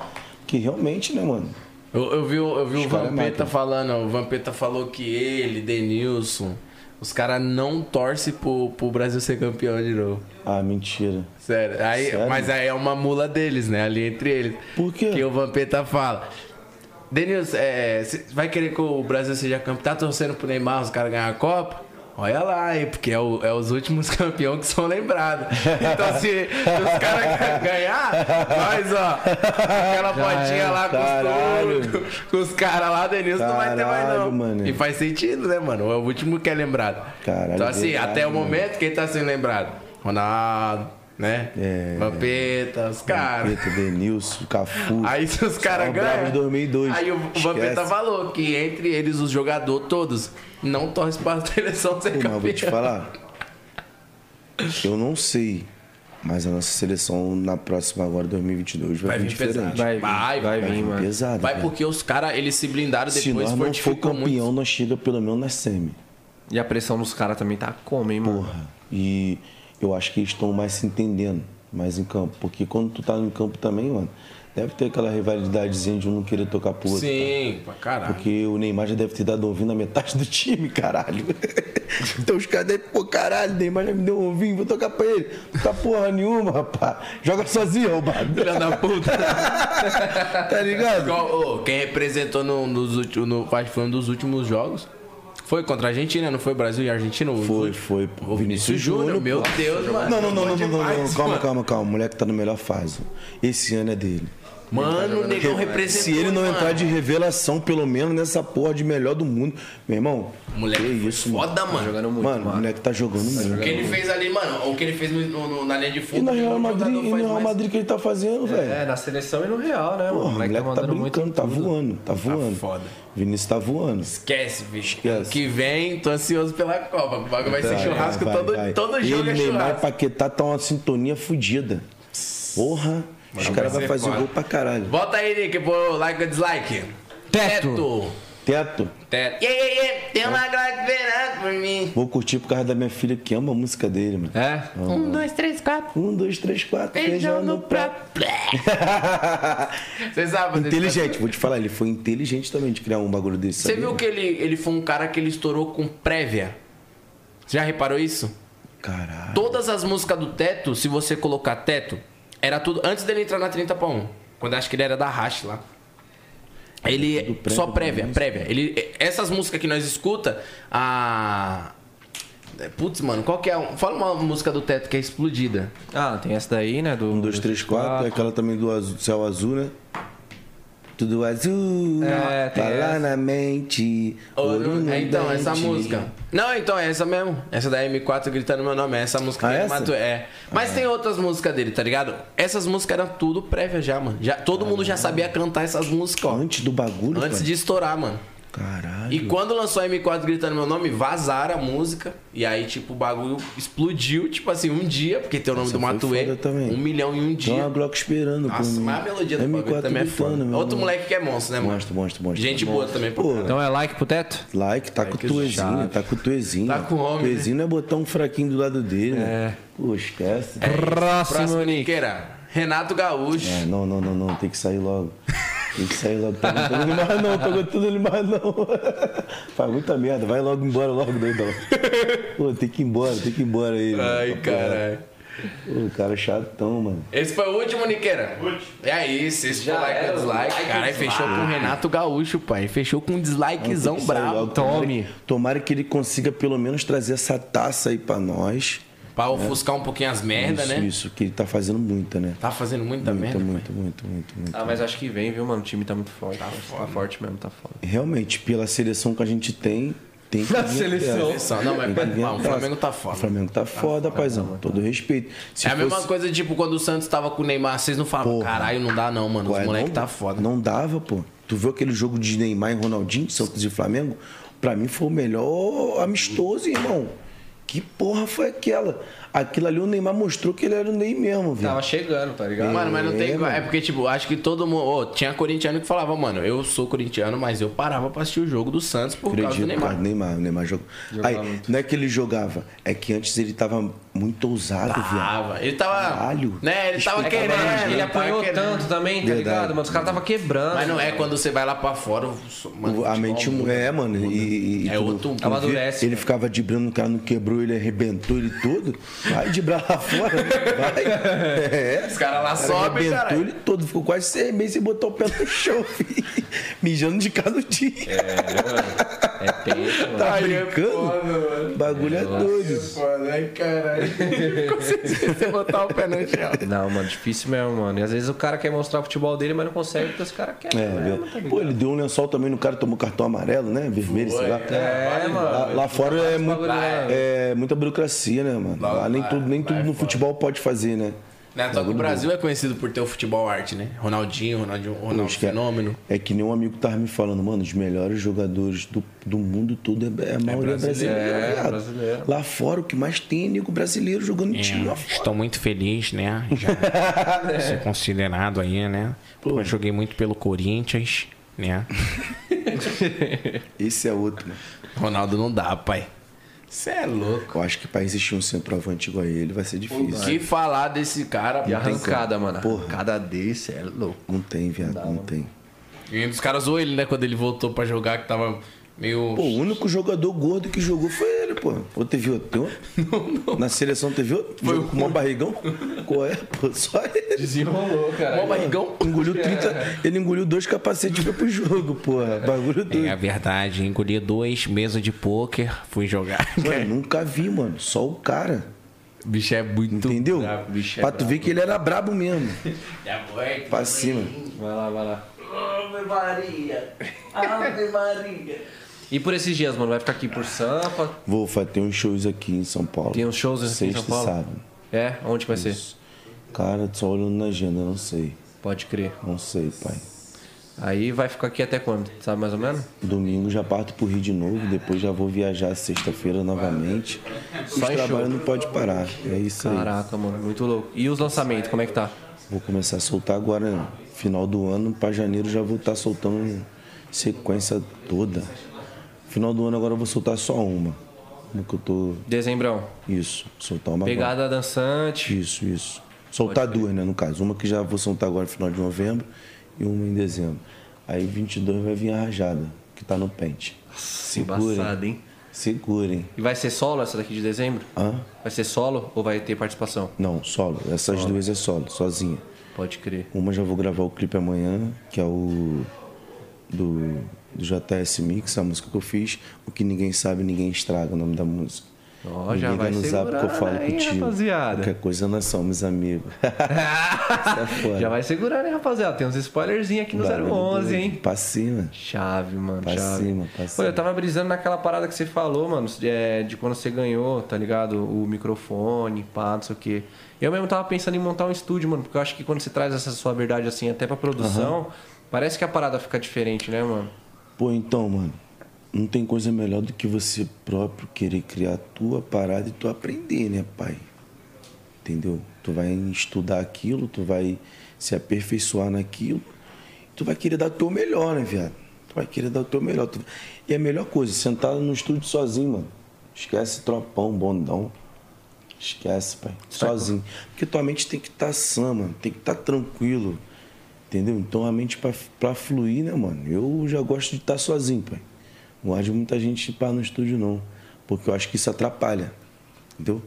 Speaker 3: Que realmente, né, mano?
Speaker 2: Eu, eu vi, o- eu vi o
Speaker 3: caras
Speaker 2: Vampeta
Speaker 3: matam.
Speaker 2: falando, o Vampeta falou que ele, Denilson, os caras não torcem pro, pro Brasil ser campeão de novo.
Speaker 3: Ah, mentira.
Speaker 2: Sério. Aí,
Speaker 3: Sério?
Speaker 2: Mas aí é uma mula deles, né? Ali entre eles.
Speaker 3: Por quê?
Speaker 2: Que o Vampeta fala. Denilson, é, cê vai querer que o Brasil seja campeão? Tá torcendo pro Neymar, os caras ganhar a Copa? Olha lá, aí, porque é, o- é os últimos campeões que são lembrados. Então, se, os caras ganhar, nós, ó, aquela potinha lá
Speaker 3: Caralho.
Speaker 2: com os, tudo, com os caras lá, o Denilson não vai ter mais, não.
Speaker 3: Caralho, mano.
Speaker 2: E faz sentido, né, mano? É o último que é lembrado.
Speaker 3: Caralho,
Speaker 2: então, assim,
Speaker 3: verdade,
Speaker 2: até o
Speaker 3: mano.
Speaker 2: momento, quem tá sendo lembrado? Ronaldo, né?
Speaker 3: É.
Speaker 2: Vampeta, os caras.
Speaker 3: Vampeta, Denilson, Cafu.
Speaker 2: Aí se os caras
Speaker 3: Sobra
Speaker 2: ganham.
Speaker 3: em 2002.
Speaker 2: Aí o
Speaker 3: Esquece.
Speaker 2: Vampeta falou que entre eles, os jogadores todos, não torce para a seleção ser
Speaker 3: Pô, mas eu vou te
Speaker 2: campeã.
Speaker 3: falar. Eu não sei. Mas a nossa seleção na próxima agora, 2022, vai,
Speaker 2: Vai
Speaker 3: vir
Speaker 2: vir pesado.
Speaker 3: é diferente.
Speaker 1: Vai,
Speaker 2: Vai,
Speaker 1: vai, vai
Speaker 3: Vai
Speaker 1: vir,
Speaker 3: vir
Speaker 1: mano.
Speaker 3: pesado.
Speaker 2: Vai
Speaker 3: cara.
Speaker 2: porque os caras, eles se blindaram
Speaker 3: Se
Speaker 2: depois,
Speaker 3: nós não for
Speaker 2: fortificou
Speaker 3: campeão,
Speaker 2: muito.
Speaker 3: nós chega pelo menos na semi.
Speaker 1: E a pressão dos caras também tá como, hein, mano?
Speaker 3: Porra. E eu acho que eles estão mais se entendendo, mais em campo. Porque quando tu tá no campo também, mano, deve ter aquela rivalidadezinha de um não querer tocar pro outro. cara.
Speaker 2: Sim, pra caralho.
Speaker 3: Porque o Neymar já deve ter dado ouvindo na metade do time, caralho. Então os caras devem, pô, caralho, o Neymar já me deu um ouvindo, vou tocar pra ele. Não tá porra nenhuma, rapaz. Joga sozinho, roubado.
Speaker 2: Filha da puta.
Speaker 3: Tá ligado?
Speaker 2: Igual, ô, quem representou no, nos últimos, no, acho que foi um dos últimos jogos. Foi contra a Argentina, não foi Brasil e Argentina? O
Speaker 3: Foi,
Speaker 2: último?
Speaker 3: foi, pô.
Speaker 2: O Vinícius Júnior, meu
Speaker 3: pô.
Speaker 2: Deus, mano.
Speaker 3: Não, não, não, não, não, não,
Speaker 2: Demais,
Speaker 3: não. Calma,
Speaker 2: mano.
Speaker 3: calma, calma. O moleque tá na melhor fase. Esse ano é dele.
Speaker 2: Mano, o negão representou.
Speaker 3: Se ele não
Speaker 2: mano.
Speaker 3: entrar de revelação, pelo menos nessa porra de melhor do mundo, meu irmão.
Speaker 2: Moleque,
Speaker 3: que
Speaker 2: foi
Speaker 3: isso, mano.
Speaker 2: foda, mano.
Speaker 1: Jogando muito,
Speaker 3: Mano, o moleque tá jogando
Speaker 2: O
Speaker 3: muito.
Speaker 2: que ele fez ali, mano, o que ele fez no- no- no- na linha de
Speaker 3: E
Speaker 2: fundo.
Speaker 3: no
Speaker 2: nenhum
Speaker 3: Real
Speaker 2: jogador
Speaker 3: Madrid, e no
Speaker 2: faz
Speaker 3: Real
Speaker 2: mais.
Speaker 3: Madrid que ele tá fazendo, velho.
Speaker 1: É, na seleção e no real, né, mano?
Speaker 3: Porra, o moleque tá
Speaker 1: mandando muito
Speaker 3: brincando, tá
Speaker 1: tudo.
Speaker 3: voando, tá voando.
Speaker 2: foda.
Speaker 3: Vinícius tá voando.
Speaker 2: Esquece, bicho.
Speaker 3: Esquece.
Speaker 2: Que vem, tô ansioso pela Copa. O bagulho vai ser
Speaker 3: Vai,
Speaker 2: churrasco
Speaker 3: vai,
Speaker 2: todo,
Speaker 3: vai.
Speaker 2: todo jogo
Speaker 3: Ele,
Speaker 2: é
Speaker 3: Neymar e
Speaker 2: churrasco.
Speaker 3: Paquetá tá uma sintonia fodida. Porra, os
Speaker 2: vai
Speaker 3: caras vão
Speaker 2: ser
Speaker 3: fazer
Speaker 2: é foda.
Speaker 3: gol pra caralho.
Speaker 2: Bota aí, Nick, pô, like ou dislike. Teto.
Speaker 3: Teto,
Speaker 2: Teto. Yeah, yeah, yeah. Tem
Speaker 3: É.
Speaker 2: uma Glock virando por mim.
Speaker 3: vou curtir por causa da minha filha que ama a música dele, mano.
Speaker 1: É?
Speaker 8: Um, dois, três, quatro.
Speaker 3: Um, dois, três, quatro,
Speaker 8: Feijão no prato.
Speaker 2: Vocês sabem desse
Speaker 3: Inteligente, vou te falar, ele foi inteligente também de criar um bagulho desse.
Speaker 2: Você
Speaker 3: sabia?
Speaker 2: viu que ele, ele foi um cara que ele estourou com prévia? Você já reparou isso?
Speaker 3: Caralho.
Speaker 2: Todas as músicas do Teto, se você colocar Teto, era tudo antes dele entrar na 30 pra 1. Quando eu acho que ele era da Rash lá. Ele
Speaker 3: É prévio né?
Speaker 2: só
Speaker 3: do
Speaker 2: prévia,
Speaker 3: Brasil.
Speaker 2: prévia. Ele essas músicas que nós escuta, a é, Putz, mano, qual que é? um- Fala uma música do Teto que é explodida.
Speaker 1: Ah, tem essa daí, né? Do
Speaker 3: Um, dois, três, quatro. Aquela também do azul- céu azul, né? Tudo azul,
Speaker 1: É, tem
Speaker 3: tá lá
Speaker 1: essa.
Speaker 3: na mente.
Speaker 2: Ou
Speaker 3: ouro
Speaker 2: não-
Speaker 3: no
Speaker 2: é, então, essa
Speaker 3: dente.
Speaker 2: música. Não, então, é essa mesmo. Essa da M4 gritando meu nome. É essa música
Speaker 3: Ah,
Speaker 2: que ele
Speaker 3: essa? Ah.
Speaker 2: matou. É. Mas tem outras músicas dele, tá ligado? Essas músicas eram tudo prévia já, mano. Já, todo
Speaker 3: Ah,
Speaker 2: mundo já sabia cantar essas músicas, ó.
Speaker 3: Antes do bagulho,
Speaker 2: Antes
Speaker 3: pai?
Speaker 2: de estourar, mano.
Speaker 3: Caralho.
Speaker 2: E quando lançou a M4 gritando meu nome, vazaram a música. E aí, tipo, o bagulho explodiu, tipo assim, um dia, porque tem o nome
Speaker 3: Essa
Speaker 2: do
Speaker 3: foi
Speaker 2: Matuê.
Speaker 3: foda também.
Speaker 2: Um milhão em um
Speaker 3: Tem uma
Speaker 2: dia.
Speaker 3: Glock esperando por
Speaker 2: Nossa,
Speaker 3: mim.
Speaker 2: mas a melodia do bagulho
Speaker 3: M4
Speaker 2: também é foda.
Speaker 3: gritando, meu
Speaker 2: Outro
Speaker 3: irmão.
Speaker 2: moleque que é monstro, né, mano?
Speaker 3: Monstro, monstro, monstro.
Speaker 2: Gente boa também, pô.
Speaker 3: Pô,
Speaker 1: Então é like pro teto?
Speaker 3: Like, tá com o Tuezinho, tá com o Tuezinho.
Speaker 2: É, Tá com o homem, É.
Speaker 3: Tuezinho é botar um fraquinho do lado dele, né? Pô, esquece. É.
Speaker 1: Próximo,
Speaker 2: Próximo,
Speaker 1: Nick.
Speaker 2: Niqueira. Renato Gaúcho.
Speaker 3: não, não, não, não, tem que sair logo. Tem que sair logo. Tá aguentando ele mais não, tá aguentando ele mais não. Faz muita merda, vai logo embora, logo, doidão. Pô, tem que ir embora, tem que ir embora aí.
Speaker 2: Ai,
Speaker 3: mano.
Speaker 2: caralho.
Speaker 3: Pô, o cara é chatão, mano.
Speaker 2: Esse foi o último, Niqueira? Último. É isso, esse foi like ou dislike. Caralho, fechou com o Renato Gaúcho, pai. Fechou com um dislikezão
Speaker 3: Tem que sair
Speaker 2: brabo.
Speaker 3: logo. Tomara, tomara que ele consiga pelo menos trazer essa taça aí pra nós.
Speaker 2: Pra ofuscar um pouquinho as merda,
Speaker 3: É. isso,
Speaker 2: né?
Speaker 3: isso, que ele tá fazendo muita, né?
Speaker 2: Tá fazendo muita
Speaker 3: Muita,
Speaker 2: merda.
Speaker 3: muito, muito, muito, muito.
Speaker 1: Ah, mas acho que vem, viu, mano? O time tá muito forte. Tá, forte mesmo, tá foda.
Speaker 3: Realmente, pela seleção que a gente tem, tem que.
Speaker 1: Na
Speaker 3: vir
Speaker 1: seleção.
Speaker 3: atrás.
Speaker 2: Seleção, não, mas-
Speaker 3: Tem que vir
Speaker 2: não, o
Speaker 3: atrás.
Speaker 2: Flamengo tá foda.
Speaker 3: O Flamengo tá foda, paizão. Todo respeito. Se
Speaker 2: é a mesma
Speaker 3: fosse-
Speaker 2: coisa, tipo, quando o Santos tava com o Neymar, vocês não falam,
Speaker 3: Porra.
Speaker 2: caralho, não dá não, mano.
Speaker 3: Ué,
Speaker 2: Os moleque
Speaker 3: não-
Speaker 2: tá foda.
Speaker 3: Não dava, pô. Tu viu aquele jogo de Neymar e Ronaldinho, Santos e Flamengo? Pra mim foi o melhor amistoso, irmão. Que porra foi aquela? Aquilo ali o Neymar mostrou que ele era o Ney mesmo, velho.
Speaker 1: Tava chegando, tá ligado?
Speaker 2: Mano, mas não tem.
Speaker 3: É. mano.
Speaker 2: É porque, tipo, acho que todo mundo. Ô, tinha corintiano que falava, mano, eu sou corintiano, mas eu parava pra assistir o jogo do Santos por causa do
Speaker 3: Acredito,
Speaker 2: Neymar.
Speaker 3: cara, Neymar, Neymar jogou. Aí, não é que ele jogava, é que antes ele tava muito ousado, viado.
Speaker 2: Tava. Ele tava.
Speaker 3: Caralho.
Speaker 2: Né? Ele tava
Speaker 3: Explicava
Speaker 2: querendo.
Speaker 1: Mano, É ele
Speaker 2: tava
Speaker 1: apanhou
Speaker 2: querendo.
Speaker 1: tanto também, tá
Speaker 3: é, Verdade.
Speaker 1: ligado? Mano, os caras tava quebrando.
Speaker 2: Mas não é quando você vai lá pra fora. o- Mano,
Speaker 3: a mente
Speaker 2: muda.
Speaker 3: é, mano. E, e- e
Speaker 2: É
Speaker 3: tudo.
Speaker 2: outro mundo.
Speaker 3: Tu vê,
Speaker 1: Amadurece,
Speaker 3: Ele
Speaker 1: mano.
Speaker 3: ficava dibrando, o cara não quebrou, ele arrebentou ele todo. Vai dibrar lá fora. Vai. É.
Speaker 2: Os caras lá sobem,
Speaker 3: arrebentou
Speaker 2: caralho.
Speaker 3: ele todo. Ficou quase seis meses sem botar o pé no chão, filho. Mijando de cada dia.
Speaker 1: É peixe, mano.
Speaker 3: Tá
Speaker 2: é
Speaker 3: brincando? Bagulho é doido.
Speaker 2: Ai, caralho. Consegui você botar o pé no chão.
Speaker 1: Não, mano, difícil mesmo, mano. E às vezes o cara quer mostrar o futebol dele, mas não consegue porque os caras querem.
Speaker 3: É,
Speaker 1: mesmo,
Speaker 3: velho.
Speaker 1: tá ligado?
Speaker 3: Pô, ele deu um lençol também no cara, tomou cartão amarelo, né? Vermelho, sei lá.
Speaker 1: É,
Speaker 3: Lá,
Speaker 1: mano.
Speaker 3: lá fora é, muito-
Speaker 1: bagulho, né?
Speaker 3: é muita burocracia, né, mano?
Speaker 2: Lá-
Speaker 3: Lá nem
Speaker 2: lá-
Speaker 3: tudo, nem
Speaker 2: lá
Speaker 3: tudo
Speaker 2: é
Speaker 3: no
Speaker 2: foda.
Speaker 3: futebol pode fazer, né?
Speaker 2: Né, só que o Brasil é conhecido por ter o futebol arte, né? Ronaldinho, Ronaldinho, Ronaldo
Speaker 3: Acho que é-
Speaker 2: Fenômeno.
Speaker 3: É, que nem um amigo tava me falando, mano, os melhores jogadores do, do mundo todo é, é a maioria brasileira.
Speaker 1: É,
Speaker 3: viado.
Speaker 1: brasileiro.
Speaker 3: Lá fora o que mais tem é nego brasileiro jogando em time lá fora.
Speaker 10: Estou muito feliz, né? Já ser considerado aí, né? Pô, eu joguei muito pelo Corinthians, né?
Speaker 3: Esse é outro, mano.
Speaker 2: Ronaldo não dá, pai. Você é louco.
Speaker 3: Eu acho que pra existir um centroavante igual a ele vai ser difícil.
Speaker 2: Que falar desse cara,
Speaker 1: E
Speaker 2: não tem
Speaker 1: arrancada, mano.
Speaker 3: Porra.
Speaker 1: Arrancada desse é louco.
Speaker 3: Não tem, viado, não, tem.
Speaker 2: como. E um dos caras zoou ele, né? Quando ele voltou pra jogar, que tava meio.
Speaker 3: Pô, o único jogador gordo que jogou foi ele, pô. Ou teve outro? Tem outro? Na seleção teve outro? Foi com o maior barrigão? Qual é, pô? Só ele.
Speaker 1: Desenrolou, cara.
Speaker 2: Mó barrigão.
Speaker 3: Engoliu 30. Ele engoliu dois capacetes e foi pro jogo, porra. Bagulho doido.
Speaker 10: É a verdade, engoli dois meses de pôquer, fui jogar.
Speaker 3: Mano, nunca vi, mano. Só o cara.
Speaker 2: O bicho é muito.
Speaker 3: Entendeu?
Speaker 1: brabo, bicho é
Speaker 3: pra tu ver que ele era brabo mesmo.
Speaker 2: Já foi.
Speaker 3: Pra cima.
Speaker 1: Vai lá, vai lá. Ave Maria. Ave Maria. E por esses dias, mano, vai ficar aqui por Sampa.
Speaker 3: Vou fa- ter uns shows aqui em São Paulo.
Speaker 1: Tem uns shows aqui em
Speaker 3: Sexta
Speaker 1: São Paulo?
Speaker 3: e sábado.
Speaker 1: É? Onde vai ser?
Speaker 3: Cara, só olhando na agenda, não sei.
Speaker 1: Pode crer.
Speaker 3: Não sei, pai.
Speaker 1: Aí vai ficar aqui até quando? Sabe mais ou menos?
Speaker 3: Domingo já parto pro Rio de novo, depois já vou viajar sexta-feira novamente. Os
Speaker 1: Só em show.
Speaker 3: trabalho não pode parar. É isso aí.
Speaker 1: Caraca, mano, muito louco. E os lançamentos, como é que tá?
Speaker 3: Vou começar a soltar agora, né? final do ano, pra janeiro já vou estar soltando sequência toda. Final do ano agora eu vou soltar só uma. No que eu tô. Tá
Speaker 1: Dezembrão.
Speaker 3: Isso, soltar uma agora.
Speaker 1: Pegada dançante.
Speaker 3: Isso, isso. Soltar duas, né, no caso. Uma que já vou soltar agora no final de novembro e uma em dezembro. Aí 22 vai vir a rajada, que tá no pente. Segura.
Speaker 1: Embaçado, hein?
Speaker 3: Segurem.
Speaker 1: E vai ser solo essa daqui de dezembro?
Speaker 3: Hã?
Speaker 1: Vai ser solo ou vai ter participação?
Speaker 3: Não, solo. Essas
Speaker 1: Solo.
Speaker 3: duas é solo, sozinha.
Speaker 1: Pode crer.
Speaker 3: Uma já vou gravar o clipe amanhã, que é o do, do JS Mix, a música que eu fiz. O que ninguém sabe, ninguém estraga o nome da música.
Speaker 1: Ó,
Speaker 3: Ninguém
Speaker 1: já vai
Speaker 3: no zap que eu
Speaker 1: segurando
Speaker 3: falo
Speaker 1: aí,
Speaker 3: contigo.
Speaker 1: rapaziada.
Speaker 3: Qualquer coisa nós somos amigos. é fora.
Speaker 1: Já vai segurando, hein, rapaziada? Tem uns spoilerzinhos aqui no
Speaker 3: Bagulho
Speaker 1: 011,
Speaker 3: doido.
Speaker 1: hein?
Speaker 3: Pra cima.
Speaker 1: Chave, mano.
Speaker 3: Pra
Speaker 1: chave.
Speaker 3: cima, pra cima.
Speaker 1: Olha, eu tava brisando naquela parada que você falou, mano, é, de quando você ganhou, tá ligado? O microfone, pá, não sei o quê. Eu mesmo tava pensando em montar um estúdio, mano, porque eu acho que quando você traz essa sua verdade assim até pra produção, parece que a parada fica diferente, né, mano?
Speaker 3: Pô, então, mano, não tem coisa melhor do que você próprio querer criar a tua parada e tu aprender, né, pai? Entendeu? Tu vai estudar aquilo, tu vai se aperfeiçoar naquilo, tu vai querer dar o teu melhor, né, viado? Tu vai querer dar o teu melhor. tu- E a melhor coisa, sentado no estúdio sozinho, mano. Esquece tropão, bondão. Esquece, pai. Sozinho. Porque tua mente tem que estar sã, mano. Tem que estar tranquilo. Entendeu? Então a mente pra, pra fluir, né, mano? Eu já gosto de estar sozinho, pai. Não gosto de muita gente para no estúdio, não. Porque eu acho que isso atrapalha. Entendeu?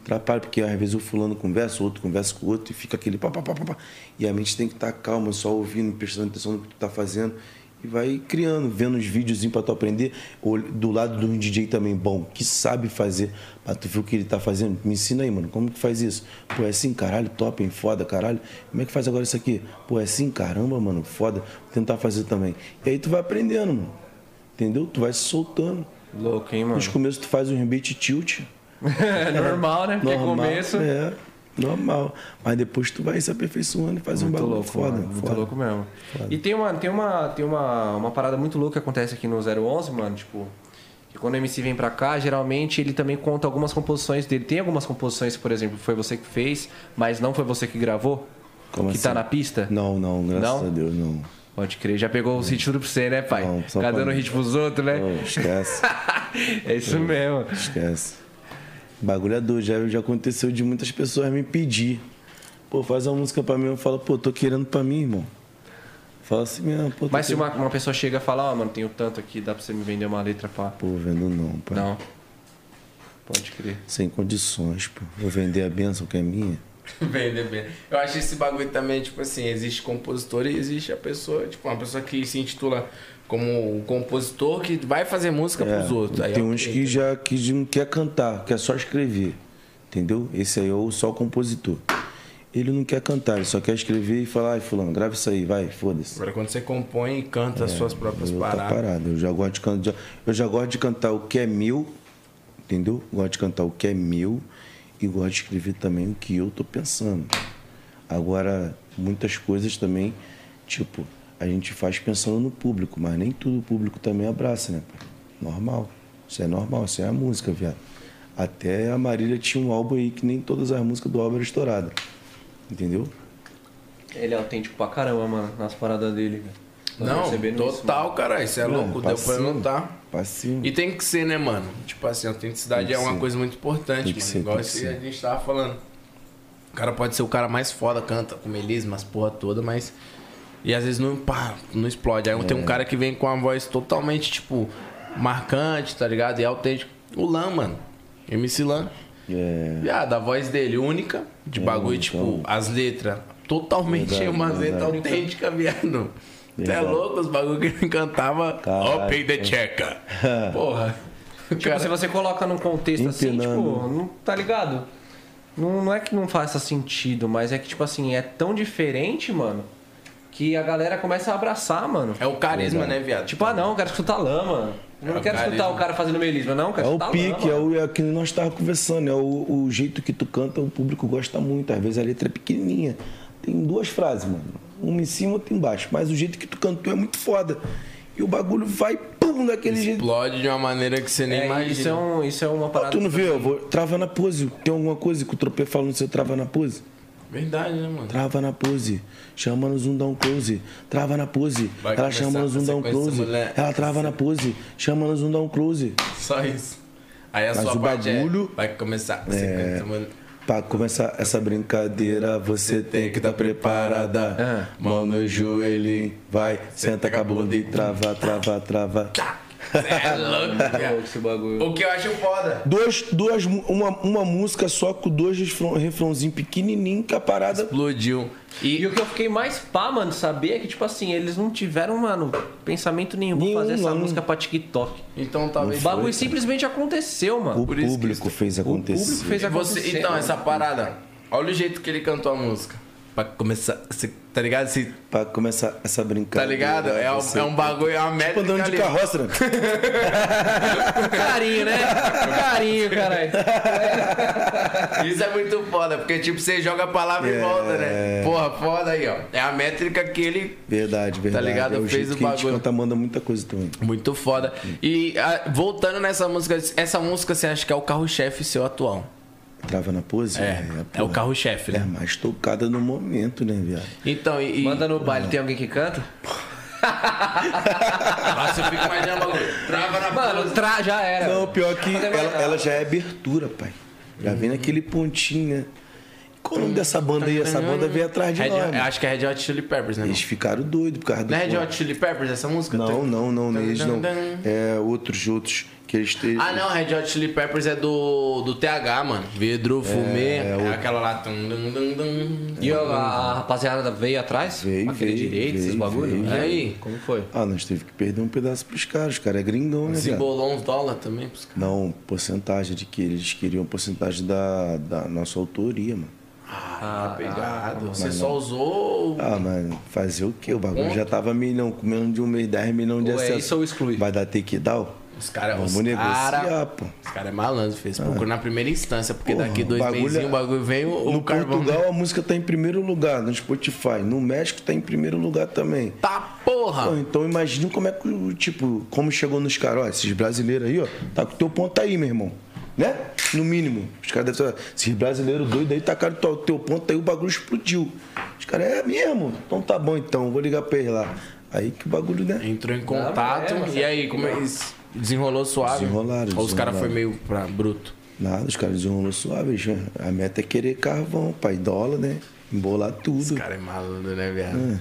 Speaker 3: Atrapalha, porque às vezes o fulano conversa, o outro conversa com o outro e fica aquele pá, pá, pá, pá, pá. E a mente tem que estar calma, só ouvindo, prestando atenção no que tu tá fazendo. E vai criando, vendo os videozinhos pra tu aprender. Ou Do lado de um DJ também bom, que sabe fazer. Pra tu ver o que ele tá fazendo. Me ensina aí, mano. Como que faz isso? Pô, é assim, caralho, top, hein? Foda, caralho. Como é que faz agora isso aqui? Pô, é assim, caramba, mano. Foda. Vou tentar fazer também. E aí tu vai aprendendo, mano. Entendeu? Tu vai se soltando.
Speaker 1: Louco, hein, mano?
Speaker 3: Nos começos tu faz um beat tilt.
Speaker 1: É normal, né? Porque
Speaker 3: Normal,
Speaker 1: começo.
Speaker 3: É, normal. Mas depois tu vai se aperfeiçoando e faz um bagulho foda.
Speaker 1: mano, Muito
Speaker 3: foda.
Speaker 1: louco mesmo. E tem uma, tem uma, tem uma, uma parada muito louca que acontece aqui no 011, mano, tipo, que quando o MC vem pra cá, geralmente ele também conta algumas composições dele. Tem algumas composições, por exemplo, foi você que fez, mas não foi você que gravou?
Speaker 3: Como
Speaker 1: que
Speaker 3: assim?
Speaker 1: tá na pista?
Speaker 3: Não, não, graças
Speaker 1: Não?
Speaker 3: a Deus, não.
Speaker 1: Pode crer, já pegou os hits tudo pra você, né, pai?
Speaker 3: Não, só
Speaker 1: Ficar
Speaker 3: pra
Speaker 1: dando
Speaker 3: mim.
Speaker 1: hit pros outros, né?
Speaker 3: esquece.
Speaker 1: é isso mesmo.
Speaker 3: Esquece. O bagulho é doido. Já, já aconteceu de muitas pessoas me pedir. Pô, faz uma música pra mim. Eu falo, pô, tô querendo pra mim, irmão. Fala assim mesmo, pô. tô
Speaker 1: Mas se
Speaker 3: querendo.
Speaker 1: uma, uma pessoa chega e fala, ó, mano, tenho tanto aqui, dá pra você me vender uma letra pra.
Speaker 3: Pô, vendo não, pai.
Speaker 1: Não. Pode crer.
Speaker 3: Sem condições, pô. Vou vender a benção que é minha.
Speaker 2: Vender bem. Eu acho esse bagulho também, tipo assim, existe compositor e existe a pessoa, tipo, uma pessoa que se intitula como o compositor que vai fazer música
Speaker 3: É,
Speaker 2: pros outros.
Speaker 1: tá
Speaker 2: Aí,
Speaker 3: tem
Speaker 2: ok.
Speaker 3: uns que já que não quer cantar, quer só escrever. Entendeu? Esse aí é o só o compositor. Ele não quer cantar, ele só quer escrever e falar, ai fulano, grava isso aí, vai, foda-se.
Speaker 2: Agora quando você compõe e canta as suas próprias
Speaker 3: É, Eu outra
Speaker 2: paradas.
Speaker 3: parada. tá Eu já gosto de cantar. Eu já gosto de cantar o que é meu, entendeu? Gosto de cantar o que é meu e gosto de escrever também o que eu tô pensando. Agora, muitas coisas também, tipo, a gente faz pensando no público, mas nem tudo o público também abraça, né? pai? Normal. Isso é normal, isso é a música, viado. Até a Marília tinha um álbum aí que nem todas as músicas do álbum eram estouradas. Entendeu?
Speaker 1: Ele é autêntico pra caramba, mano, nas paradas dele, velho. Tô
Speaker 2: Não,
Speaker 1: percebendo isso,
Speaker 2: total, cara, isso é louco, deu pra
Speaker 3: passinho,
Speaker 2: notar.
Speaker 3: passinho.
Speaker 2: E tem que ser, né, mano? Tipo assim, a autenticidade
Speaker 3: Tem
Speaker 2: é
Speaker 3: que
Speaker 2: uma
Speaker 3: ser.
Speaker 2: coisa muito importante,
Speaker 3: Tem
Speaker 2: mano.
Speaker 3: que ser,
Speaker 2: Igual
Speaker 3: tem que
Speaker 2: esse-
Speaker 3: ser.
Speaker 2: a gente tava falando. O cara pode ser o cara mais foda, canta com melisma, as porra toda, mas. E às vezes não, pá, não explode. Aí
Speaker 3: É.
Speaker 2: tem um cara que vem com uma voz totalmente, tipo, marcante, tá ligado? E autêntico. O Lan, mano. MC Lan.
Speaker 3: É.
Speaker 2: Viado, a Ah, voz dele, única, de bagulho, tipo, as letras. Totalmente
Speaker 3: Verdade,
Speaker 2: umas letras
Speaker 3: verdade.
Speaker 2: autênticas, viado. Até é
Speaker 3: Verdade.
Speaker 2: louco os bagulho que ele cantava.
Speaker 3: Caralho.
Speaker 2: Open the checker. Porra.
Speaker 1: Tipo, se você coloca num contexto assim, tipo,
Speaker 3: né?
Speaker 1: não, tá ligado? Não, não é que não faça sentido, mas é que, tipo assim, é tão diferente, mano, que a galera começa a abraçar, mano.
Speaker 2: É o carisma, né, viado?
Speaker 1: Tipo, ah não, eu quero escutar lama. Eu não
Speaker 2: É o
Speaker 1: quero escutar
Speaker 2: carisma.
Speaker 1: o cara fazendo melisma,
Speaker 2: né,
Speaker 1: não, eu
Speaker 3: É
Speaker 1: quero
Speaker 3: o
Speaker 1: escutar
Speaker 3: pique,
Speaker 1: lama.
Speaker 3: é, o, é aquilo que nós estávamos conversando, é o, o jeito que tu canta, o público gosta muito. Às vezes a letra é pequenininha. Tem duas frases, mano. Uma em cima, outra embaixo. Mas o jeito que tu cantou é muito foda. E o bagulho vai, pum, daquele jeito.
Speaker 2: Explode de uma maneira que você nem
Speaker 1: É,
Speaker 2: imagina.
Speaker 1: isso, é um, isso é uma parada.
Speaker 3: Tu não vê, eu vou, trava na pose. Tem alguma coisa que o tropê fala no seu trava na pose?
Speaker 1: um-
Speaker 2: Verdade, né, mano?
Speaker 3: Trava na pose, chama no zoom, dá um close. Trava na pose,
Speaker 2: Vai
Speaker 3: ela
Speaker 2: começar
Speaker 3: chama no
Speaker 2: a
Speaker 3: zoom, dá um
Speaker 2: sequência,
Speaker 3: close.
Speaker 2: mulher.
Speaker 3: Ela trava na pose, chama no zoom, dá um close.
Speaker 2: Só isso. Aí a
Speaker 3: Mas
Speaker 2: sua
Speaker 3: o
Speaker 2: parte é-
Speaker 3: bagulho-
Speaker 2: vai começar.
Speaker 3: É.
Speaker 2: Sequência, mano.
Speaker 3: Pra começar essa brincadeira, você tem que estar tá
Speaker 2: Ah.
Speaker 3: preparada. Mão no joelho, vai, senta com a bunda e trava, trava, trava.
Speaker 2: É louco, cara.
Speaker 1: esse bagulho.
Speaker 2: O que eu acho foda.
Speaker 3: Duas, duas, mu- uma, uma música só com dois refrão- refrãozinhos pequenininho que a parada.
Speaker 2: Explodiu.
Speaker 1: E... o que eu fiquei mais pá, mano, de saber é que, tipo assim, eles não tiveram, mano, pensamento nenhum pra fazer essa
Speaker 3: Nenhum.
Speaker 1: música pra TikTok.
Speaker 2: Então
Speaker 1: O
Speaker 2: talvez.
Speaker 1: bagulho simplesmente aconteceu, mano.
Speaker 3: O público fez acontecer.
Speaker 1: público fez
Speaker 2: E você-
Speaker 1: acontecer.
Speaker 2: então,
Speaker 1: mano.
Speaker 2: essa
Speaker 3: né?
Speaker 2: parada. Olha o jeito que ele cantou a música. Pra começar. se- tá ligado? Se,
Speaker 3: Pra começar essa
Speaker 2: tá
Speaker 3: brincadeira.
Speaker 2: ligado? É, um-
Speaker 3: Você-
Speaker 2: é um bagulho, é uma
Speaker 3: Tipo
Speaker 2: métrica.
Speaker 3: andando de
Speaker 2: ali.
Speaker 3: carroça, né?
Speaker 1: Carinho, né? Carinho, caralho.
Speaker 2: Isso é muito foda, porque tipo, você joga a palavra
Speaker 3: É.
Speaker 2: e volta, né? Porra, foda aí, ó. É a métrica que ele
Speaker 3: Verdade, verdade.
Speaker 2: Tá ligado?
Speaker 3: É o
Speaker 2: Fez
Speaker 3: jeito
Speaker 2: o
Speaker 3: que a gente
Speaker 2: bagulho.
Speaker 3: canta, manda muita coisa também.
Speaker 2: Muito foda. E ah, voltando nessa música, essa música você acha que é o carro-chefe seu atual?
Speaker 3: Trava na pose?
Speaker 2: É, é, o
Speaker 3: porra.
Speaker 2: carro-chefe,
Speaker 3: É a
Speaker 2: né?
Speaker 3: mais tocada no momento, né, viado?
Speaker 2: Então, e. e-
Speaker 1: Manda no baile, tem alguém que canta?
Speaker 2: Nossa, eu fico imaginando o bagulho. Trava na
Speaker 1: Mano, tra... já
Speaker 2: É.
Speaker 1: era.
Speaker 3: Não, pior que
Speaker 1: Não tem
Speaker 3: ela,
Speaker 1: mais nada.
Speaker 3: ela já é abertura, pai. Já vem naquele pontinho, né? Qual o nome dessa banda aí? Essa banda veio atrás de
Speaker 2: Red,
Speaker 3: nós.
Speaker 2: eu
Speaker 3: mano.
Speaker 2: acho que é Red Hot Chili Peppers, né?
Speaker 3: Eles
Speaker 2: Não,
Speaker 3: ficaram doidos por causa do.
Speaker 2: não é Red
Speaker 3: ponto.
Speaker 2: Hot Chili Peppers essa música?
Speaker 3: Não, não, não, não, eles não.
Speaker 2: Tan,
Speaker 3: É outros, outros que eles têm.
Speaker 2: Ah, não, Red Hot Chili Peppers é do, do TH, mano. Vidro, fumê. É, aquela lá. Tum, dum, dum, dum.
Speaker 1: E ó, a, a rapaziada veio atrás?
Speaker 3: Veio,
Speaker 1: Aquele
Speaker 3: veio,
Speaker 1: direito, esses
Speaker 3: veio,
Speaker 1: bagulho?
Speaker 3: veio.
Speaker 1: E aí? Como foi?
Speaker 3: Ah, nós teve que perder um pedaço pros caras. Os caras é gringão, né, viado?
Speaker 2: Desembolou uns dólar também pros caras.
Speaker 3: Não, porcentagem de que eles queriam porcentagem da, da nossa autoria, mano.
Speaker 2: Ah, pegado. Você só usou.
Speaker 3: Ah, mano, fazer o quê? O bagulho já tava milhão, com menos de um mês, 10 milhões de
Speaker 1: Ou é
Speaker 3: acesso.
Speaker 1: isso ou exclui?
Speaker 3: Vai dar takedown?
Speaker 2: Os caras.
Speaker 3: Vamos
Speaker 2: Os
Speaker 3: negociar,
Speaker 2: cara,
Speaker 3: pô.
Speaker 2: os cara é malandro, fez. Procura na primeira instância, porque
Speaker 3: Porra,
Speaker 2: daqui dois
Speaker 3: o bagulho
Speaker 2: meses
Speaker 3: é-
Speaker 2: o bagulho vem o,
Speaker 3: No
Speaker 2: o carvão.
Speaker 3: Portugal a música tá em primeiro lugar, no Spotify. No México tá em primeiro lugar também.
Speaker 2: Tá
Speaker 3: Pô,
Speaker 2: porra!
Speaker 3: então imagina como é que, o- tipo, como chegou nos caras, ó, esses brasileiros aí, ó, tá com o teu ponto aí, meu irmão. Né? No mínimo. Os caras devem estar. Esses brasileiros doidos aí tacaram o teu ponto aí, o bagulho explodiu. Os caras, é mesmo? Então tá bom então, vou ligar pra eles lá. Aí que o bagulho, né?
Speaker 2: Entrou em
Speaker 1: é,
Speaker 2: contato. e aí, como é isso? Desenrolou suave?
Speaker 3: Desenrolaram,
Speaker 2: Ou os caras
Speaker 3: desenrolaram.
Speaker 2: foi meio pra bruto?
Speaker 3: Nada, os caras desenrolou suave. já. A meta é querer carvão, pai, dólar, né? Embolar tudo.
Speaker 2: Os cara é malandro, né, viado?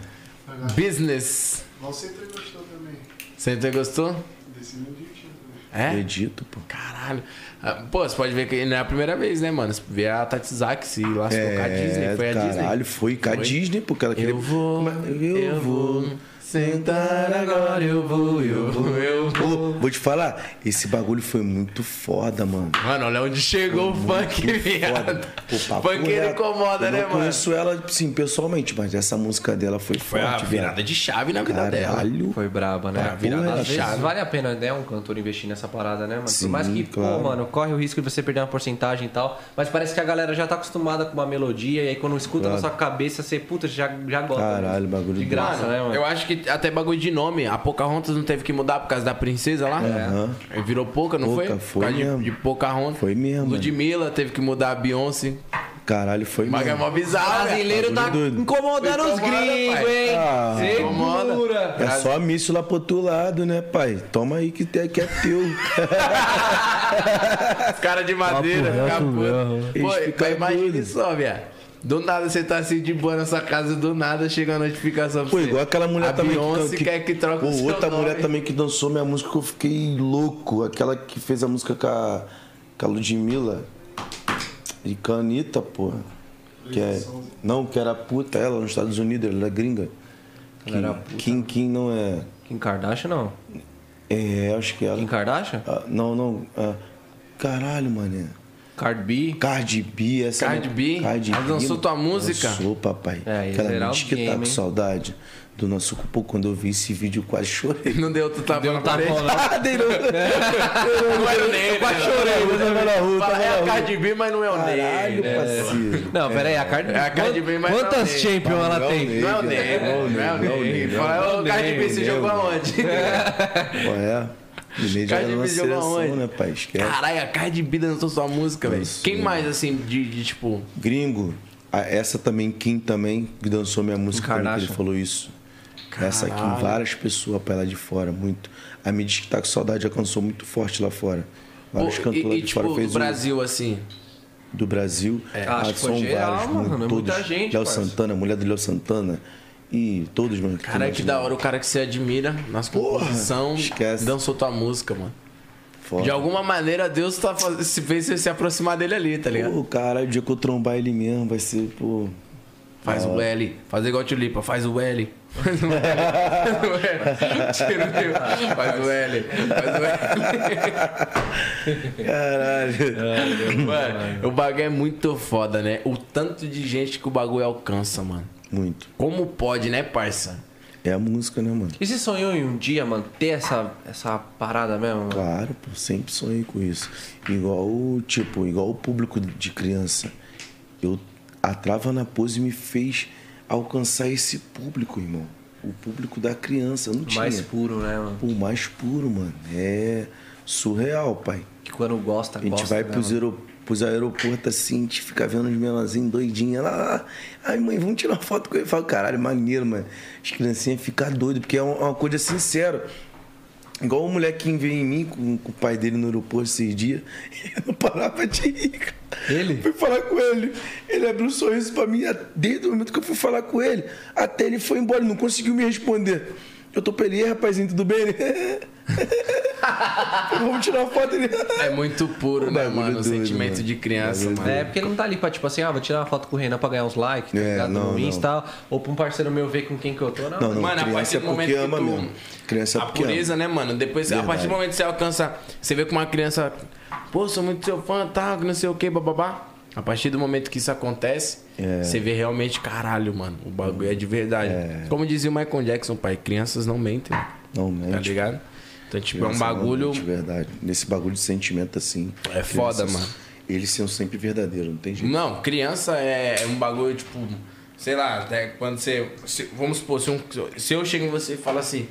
Speaker 3: É.
Speaker 2: Business.
Speaker 6: Nós sempre gostou também.
Speaker 2: Você até gostou?
Speaker 6: Desse mundinho tinha também.
Speaker 2: É?
Speaker 3: Acredito, pô.
Speaker 2: Caralho. Ah, Pô, você pode ver que não é a primeira vez, né, mano? Você vê a Tatizaki se lascou com a Disney. Foi a
Speaker 3: É, caralho,
Speaker 2: Disney.
Speaker 3: foi com a
Speaker 2: Foi?
Speaker 3: Disney, porque ela queria.
Speaker 2: Eu vou,
Speaker 3: Mas- eu, vou.
Speaker 2: sentar agora, eu vou, eu vou, eu vou.
Speaker 3: Pô, vou te falar, esse bagulho foi muito foda, mano.
Speaker 2: Mano, olha onde chegou o funk, viado.
Speaker 3: Foda. Pô, papo
Speaker 2: funk ele
Speaker 3: reto.
Speaker 2: incomoda,
Speaker 3: eu
Speaker 2: né,
Speaker 3: não
Speaker 2: mano?
Speaker 3: conheço ela, sim, pessoalmente, mas essa música dela foi
Speaker 2: Foi a
Speaker 3: forte,
Speaker 2: virada de chave na vida dela.
Speaker 3: Caralho.
Speaker 1: Foi braba, né?
Speaker 2: Tá, virada
Speaker 1: Às
Speaker 2: na
Speaker 1: vezes
Speaker 2: chave.
Speaker 1: vale a pena, né, um cantor investir nessa parada, né, mano?
Speaker 3: Sim,
Speaker 1: Por mais que,
Speaker 3: claro.
Speaker 1: pô, mano, corre o risco de você perder uma porcentagem e tal. Mas parece que a galera já tá acostumada com uma melodia, e aí quando escuta na sua cabeça, você, puta, já, já gosta.
Speaker 3: Caralho,
Speaker 1: né?
Speaker 3: bagulho
Speaker 1: De
Speaker 3: doido.
Speaker 1: graça, né, mano?
Speaker 2: Eu acho que até bagulho de nome. A Pocahontas não teve que mudar por causa da princesa lá?
Speaker 3: Aham.
Speaker 2: Aí Virou Poca, não foi?
Speaker 3: Poca, foi
Speaker 2: por causa de-
Speaker 3: mesmo.
Speaker 2: de, Pocahontas.
Speaker 3: Foi mesmo, mano.
Speaker 2: Ludmilla teve que mudar a Beyoncé.
Speaker 3: Caralho, foi
Speaker 2: Mas é
Speaker 3: mesmo.
Speaker 2: mó bizarro, velho.
Speaker 1: brasileiro tá
Speaker 3: Bagulho doido.
Speaker 1: incomodando os
Speaker 2: Incomoda,
Speaker 1: gringos,
Speaker 2: pai.
Speaker 1: hein?
Speaker 3: Ah,
Speaker 1: Segura!
Speaker 3: É só a míssula pro outro lado, né, pai? Toma aí que, te- que é teu.
Speaker 2: Os caras de madeira,
Speaker 4: reto
Speaker 2: caputo.
Speaker 4: mesmo.
Speaker 2: Pô,
Speaker 3: Eles ficam
Speaker 2: imagina
Speaker 3: doidos.
Speaker 2: só, viado. Do nada você tá assim de boa na sua casa, do nada chega a notificação pra
Speaker 3: Pô,
Speaker 2: você.
Speaker 3: igual aquela mulher
Speaker 2: a
Speaker 3: também
Speaker 2: Beyoncé quer que troque o
Speaker 3: Pô,
Speaker 2: seu
Speaker 3: outra
Speaker 2: nome.
Speaker 3: mulher também que dançou minha música que eu fiquei louco. Aquela que fez a música com a, com a Ludmilla e com a Anitta, porra. Que é, não, que era puta ela nos Estados Unidos, ela era gringa. Kim,
Speaker 1: era puta.
Speaker 3: Kim, Kim não é.
Speaker 1: Kim Kardashian, não.
Speaker 3: É, acho que ela.
Speaker 1: Kim Kardashian?
Speaker 3: Ah, não, não. ah, caralho, mané.
Speaker 1: Card B.
Speaker 3: Cardi B, essa.
Speaker 2: Cardi B?
Speaker 3: Cardi
Speaker 2: Ela dançou tua música?
Speaker 3: Dançou, papai.
Speaker 1: É, esse
Speaker 3: Aquela
Speaker 1: era
Speaker 3: música que
Speaker 1: alguém,
Speaker 3: tá com
Speaker 1: hein?
Speaker 3: saudade do nosso cupom. Quando eu vi esse vídeo, eu quase chorei.
Speaker 2: Não deu, tu tava na
Speaker 1: Tá
Speaker 2: parede.
Speaker 1: bom, né?
Speaker 3: Dei no-
Speaker 2: Eu quase
Speaker 3: chorei, eu tava na rua,
Speaker 2: Fala,
Speaker 3: tava
Speaker 2: é
Speaker 3: na
Speaker 2: a
Speaker 3: rua.
Speaker 2: Cardi B, mas não é o
Speaker 3: Caralho,
Speaker 2: Ney.
Speaker 3: parceiro.
Speaker 1: Não, pera aí, a Cardi B.
Speaker 2: É a Cardi B, mas não
Speaker 1: Quantas
Speaker 2: tem.
Speaker 1: champion ela
Speaker 3: Não
Speaker 1: tem?
Speaker 2: Não é o Ney,
Speaker 3: Não,
Speaker 2: não é o Ney. Fala, ô Cardi B, você jogou aonde?
Speaker 3: Qual é? Mineiro já
Speaker 2: Cardi
Speaker 3: era
Speaker 2: B
Speaker 3: uma
Speaker 2: jogou
Speaker 3: seleção,
Speaker 2: aonde?
Speaker 3: né, pai? Esquece.
Speaker 2: Caralho, a Cardi B dançou sua música, velho.
Speaker 3: Dançou.
Speaker 2: Quem mais, assim, de, de, tipo...
Speaker 3: Gringo. Ah, Essa também, Kim também, que dançou minha música também, que ele
Speaker 1: Kardashian.
Speaker 3: falou isso. Essa aqui, várias pessoas pra lá de fora, muito. A me diz que tá com saudade alcançou muito forte lá fora. Vários
Speaker 2: pô,
Speaker 3: cantores
Speaker 2: e,
Speaker 3: lá
Speaker 2: e,
Speaker 3: de
Speaker 2: tipo,
Speaker 3: fora
Speaker 2: do
Speaker 3: fez um-
Speaker 2: Brasil, assim...
Speaker 3: do Brasil.
Speaker 1: acho que Ah, foi geral, mano, é muita gente,
Speaker 3: Léo
Speaker 1: parça.
Speaker 3: Santana, mulher do Léo Santana. E todos, mano.
Speaker 2: Cara, que da hora o cara que você admira nas composição dançou tua música, mano.
Speaker 3: Foda.
Speaker 2: De alguma maneira, Deus tá faz- se fez você se aproximar dele ali, tá ligado?
Speaker 3: Pô, caralho, o dia que eu trombar ele mesmo vai ser, pô.
Speaker 2: Faz
Speaker 3: da
Speaker 2: o
Speaker 3: hora.
Speaker 2: L, faz igual o Tulipa, faz o L. Faz o L. Tira o teu. Faz o L. Caralho. Mano, o bagulho é muito foda, né? O tanto de gente que o bagulho alcança, mano.
Speaker 3: Muito.
Speaker 2: Como pode, né, parça?
Speaker 3: É a música, né, mano?
Speaker 1: E você sonhou em um dia, mano, ter essa, essa parada mesmo? mano?
Speaker 3: Claro, pô, sempre sonhei com isso. Igual, o- tipo, igual o público de criança. Eu, a trava na pose me fez alcançar esse público, irmão. O público da criança, eu não tinha.
Speaker 1: Mais puro, né, mano?
Speaker 3: O mais puro, mano. É surreal, pai.
Speaker 1: Que quando gosta,
Speaker 3: A gente
Speaker 1: gosta,
Speaker 3: vai
Speaker 1: né,
Speaker 3: pros,
Speaker 1: mano?
Speaker 3: aero, pros aeroportos assim, a gente fica vendo os melanzinhos doidinhos. Lá, lá, lá. Ai, mãe, vamos tirar uma foto com ele. Eu falo, caralho, maneiro, mano. As criancinhas ficam doidas, porque é uma, uma coisa sincera. Igual o molequinho veio em mim com, com o pai dele no aeroporto esses dias, ele não parava de rir. Ele? Fui falar com ele. Ele abriu um sorriso pra mim desde o momento que eu fui falar com ele. Até ele foi embora, ele não conseguiu me responder. Eu tô pra ele, "E aí, rapazinho, tudo bem? Ele, Vamos tirar foto dele.
Speaker 2: É muito puro, né, mano?
Speaker 3: é
Speaker 2: O sentimento de criança, mano.
Speaker 1: É, porque ele não tá ali pra, tipo assim, ah, vou tirar uma foto com o Renan pra ganhar uns likes, tá ligado?
Speaker 3: É, não,
Speaker 1: no
Speaker 3: não.
Speaker 1: Insta, ou pra um parceiro meu ver com quem que eu tô, não.
Speaker 3: Não, não,
Speaker 2: Mano, a partir
Speaker 3: criança é
Speaker 2: do
Speaker 3: porque
Speaker 2: momento que
Speaker 3: ama
Speaker 2: tu-
Speaker 3: mesmo. Criança é
Speaker 2: A
Speaker 3: porque ama.
Speaker 2: pureza, né, mano? Depois, a partir
Speaker 3: Verdade.
Speaker 2: do momento que você alcança, você vê que uma criança, pô, sou muito seu fã, tá, que não sei o que, bababá. A partir do momento que isso acontece,
Speaker 3: É.
Speaker 2: você vê realmente, caralho, mano, o bagulho é de verdade. Como dizia o Michael Jackson, pai, crianças não mentem.
Speaker 3: Não mente.
Speaker 2: Tá ligado? Então, tipo, é um
Speaker 3: Criança ama
Speaker 2: bagulho.
Speaker 3: muito, De verdade. Nesse bagulho de sentimento assim.
Speaker 2: É foda, mano.
Speaker 3: Eles são sempre verdadeiros, não tem jeito.
Speaker 2: Não, criança é é um bagulho, tipo, sei lá, até quando você. se- vamos supor, se, um- se eu chego em você e falo assim,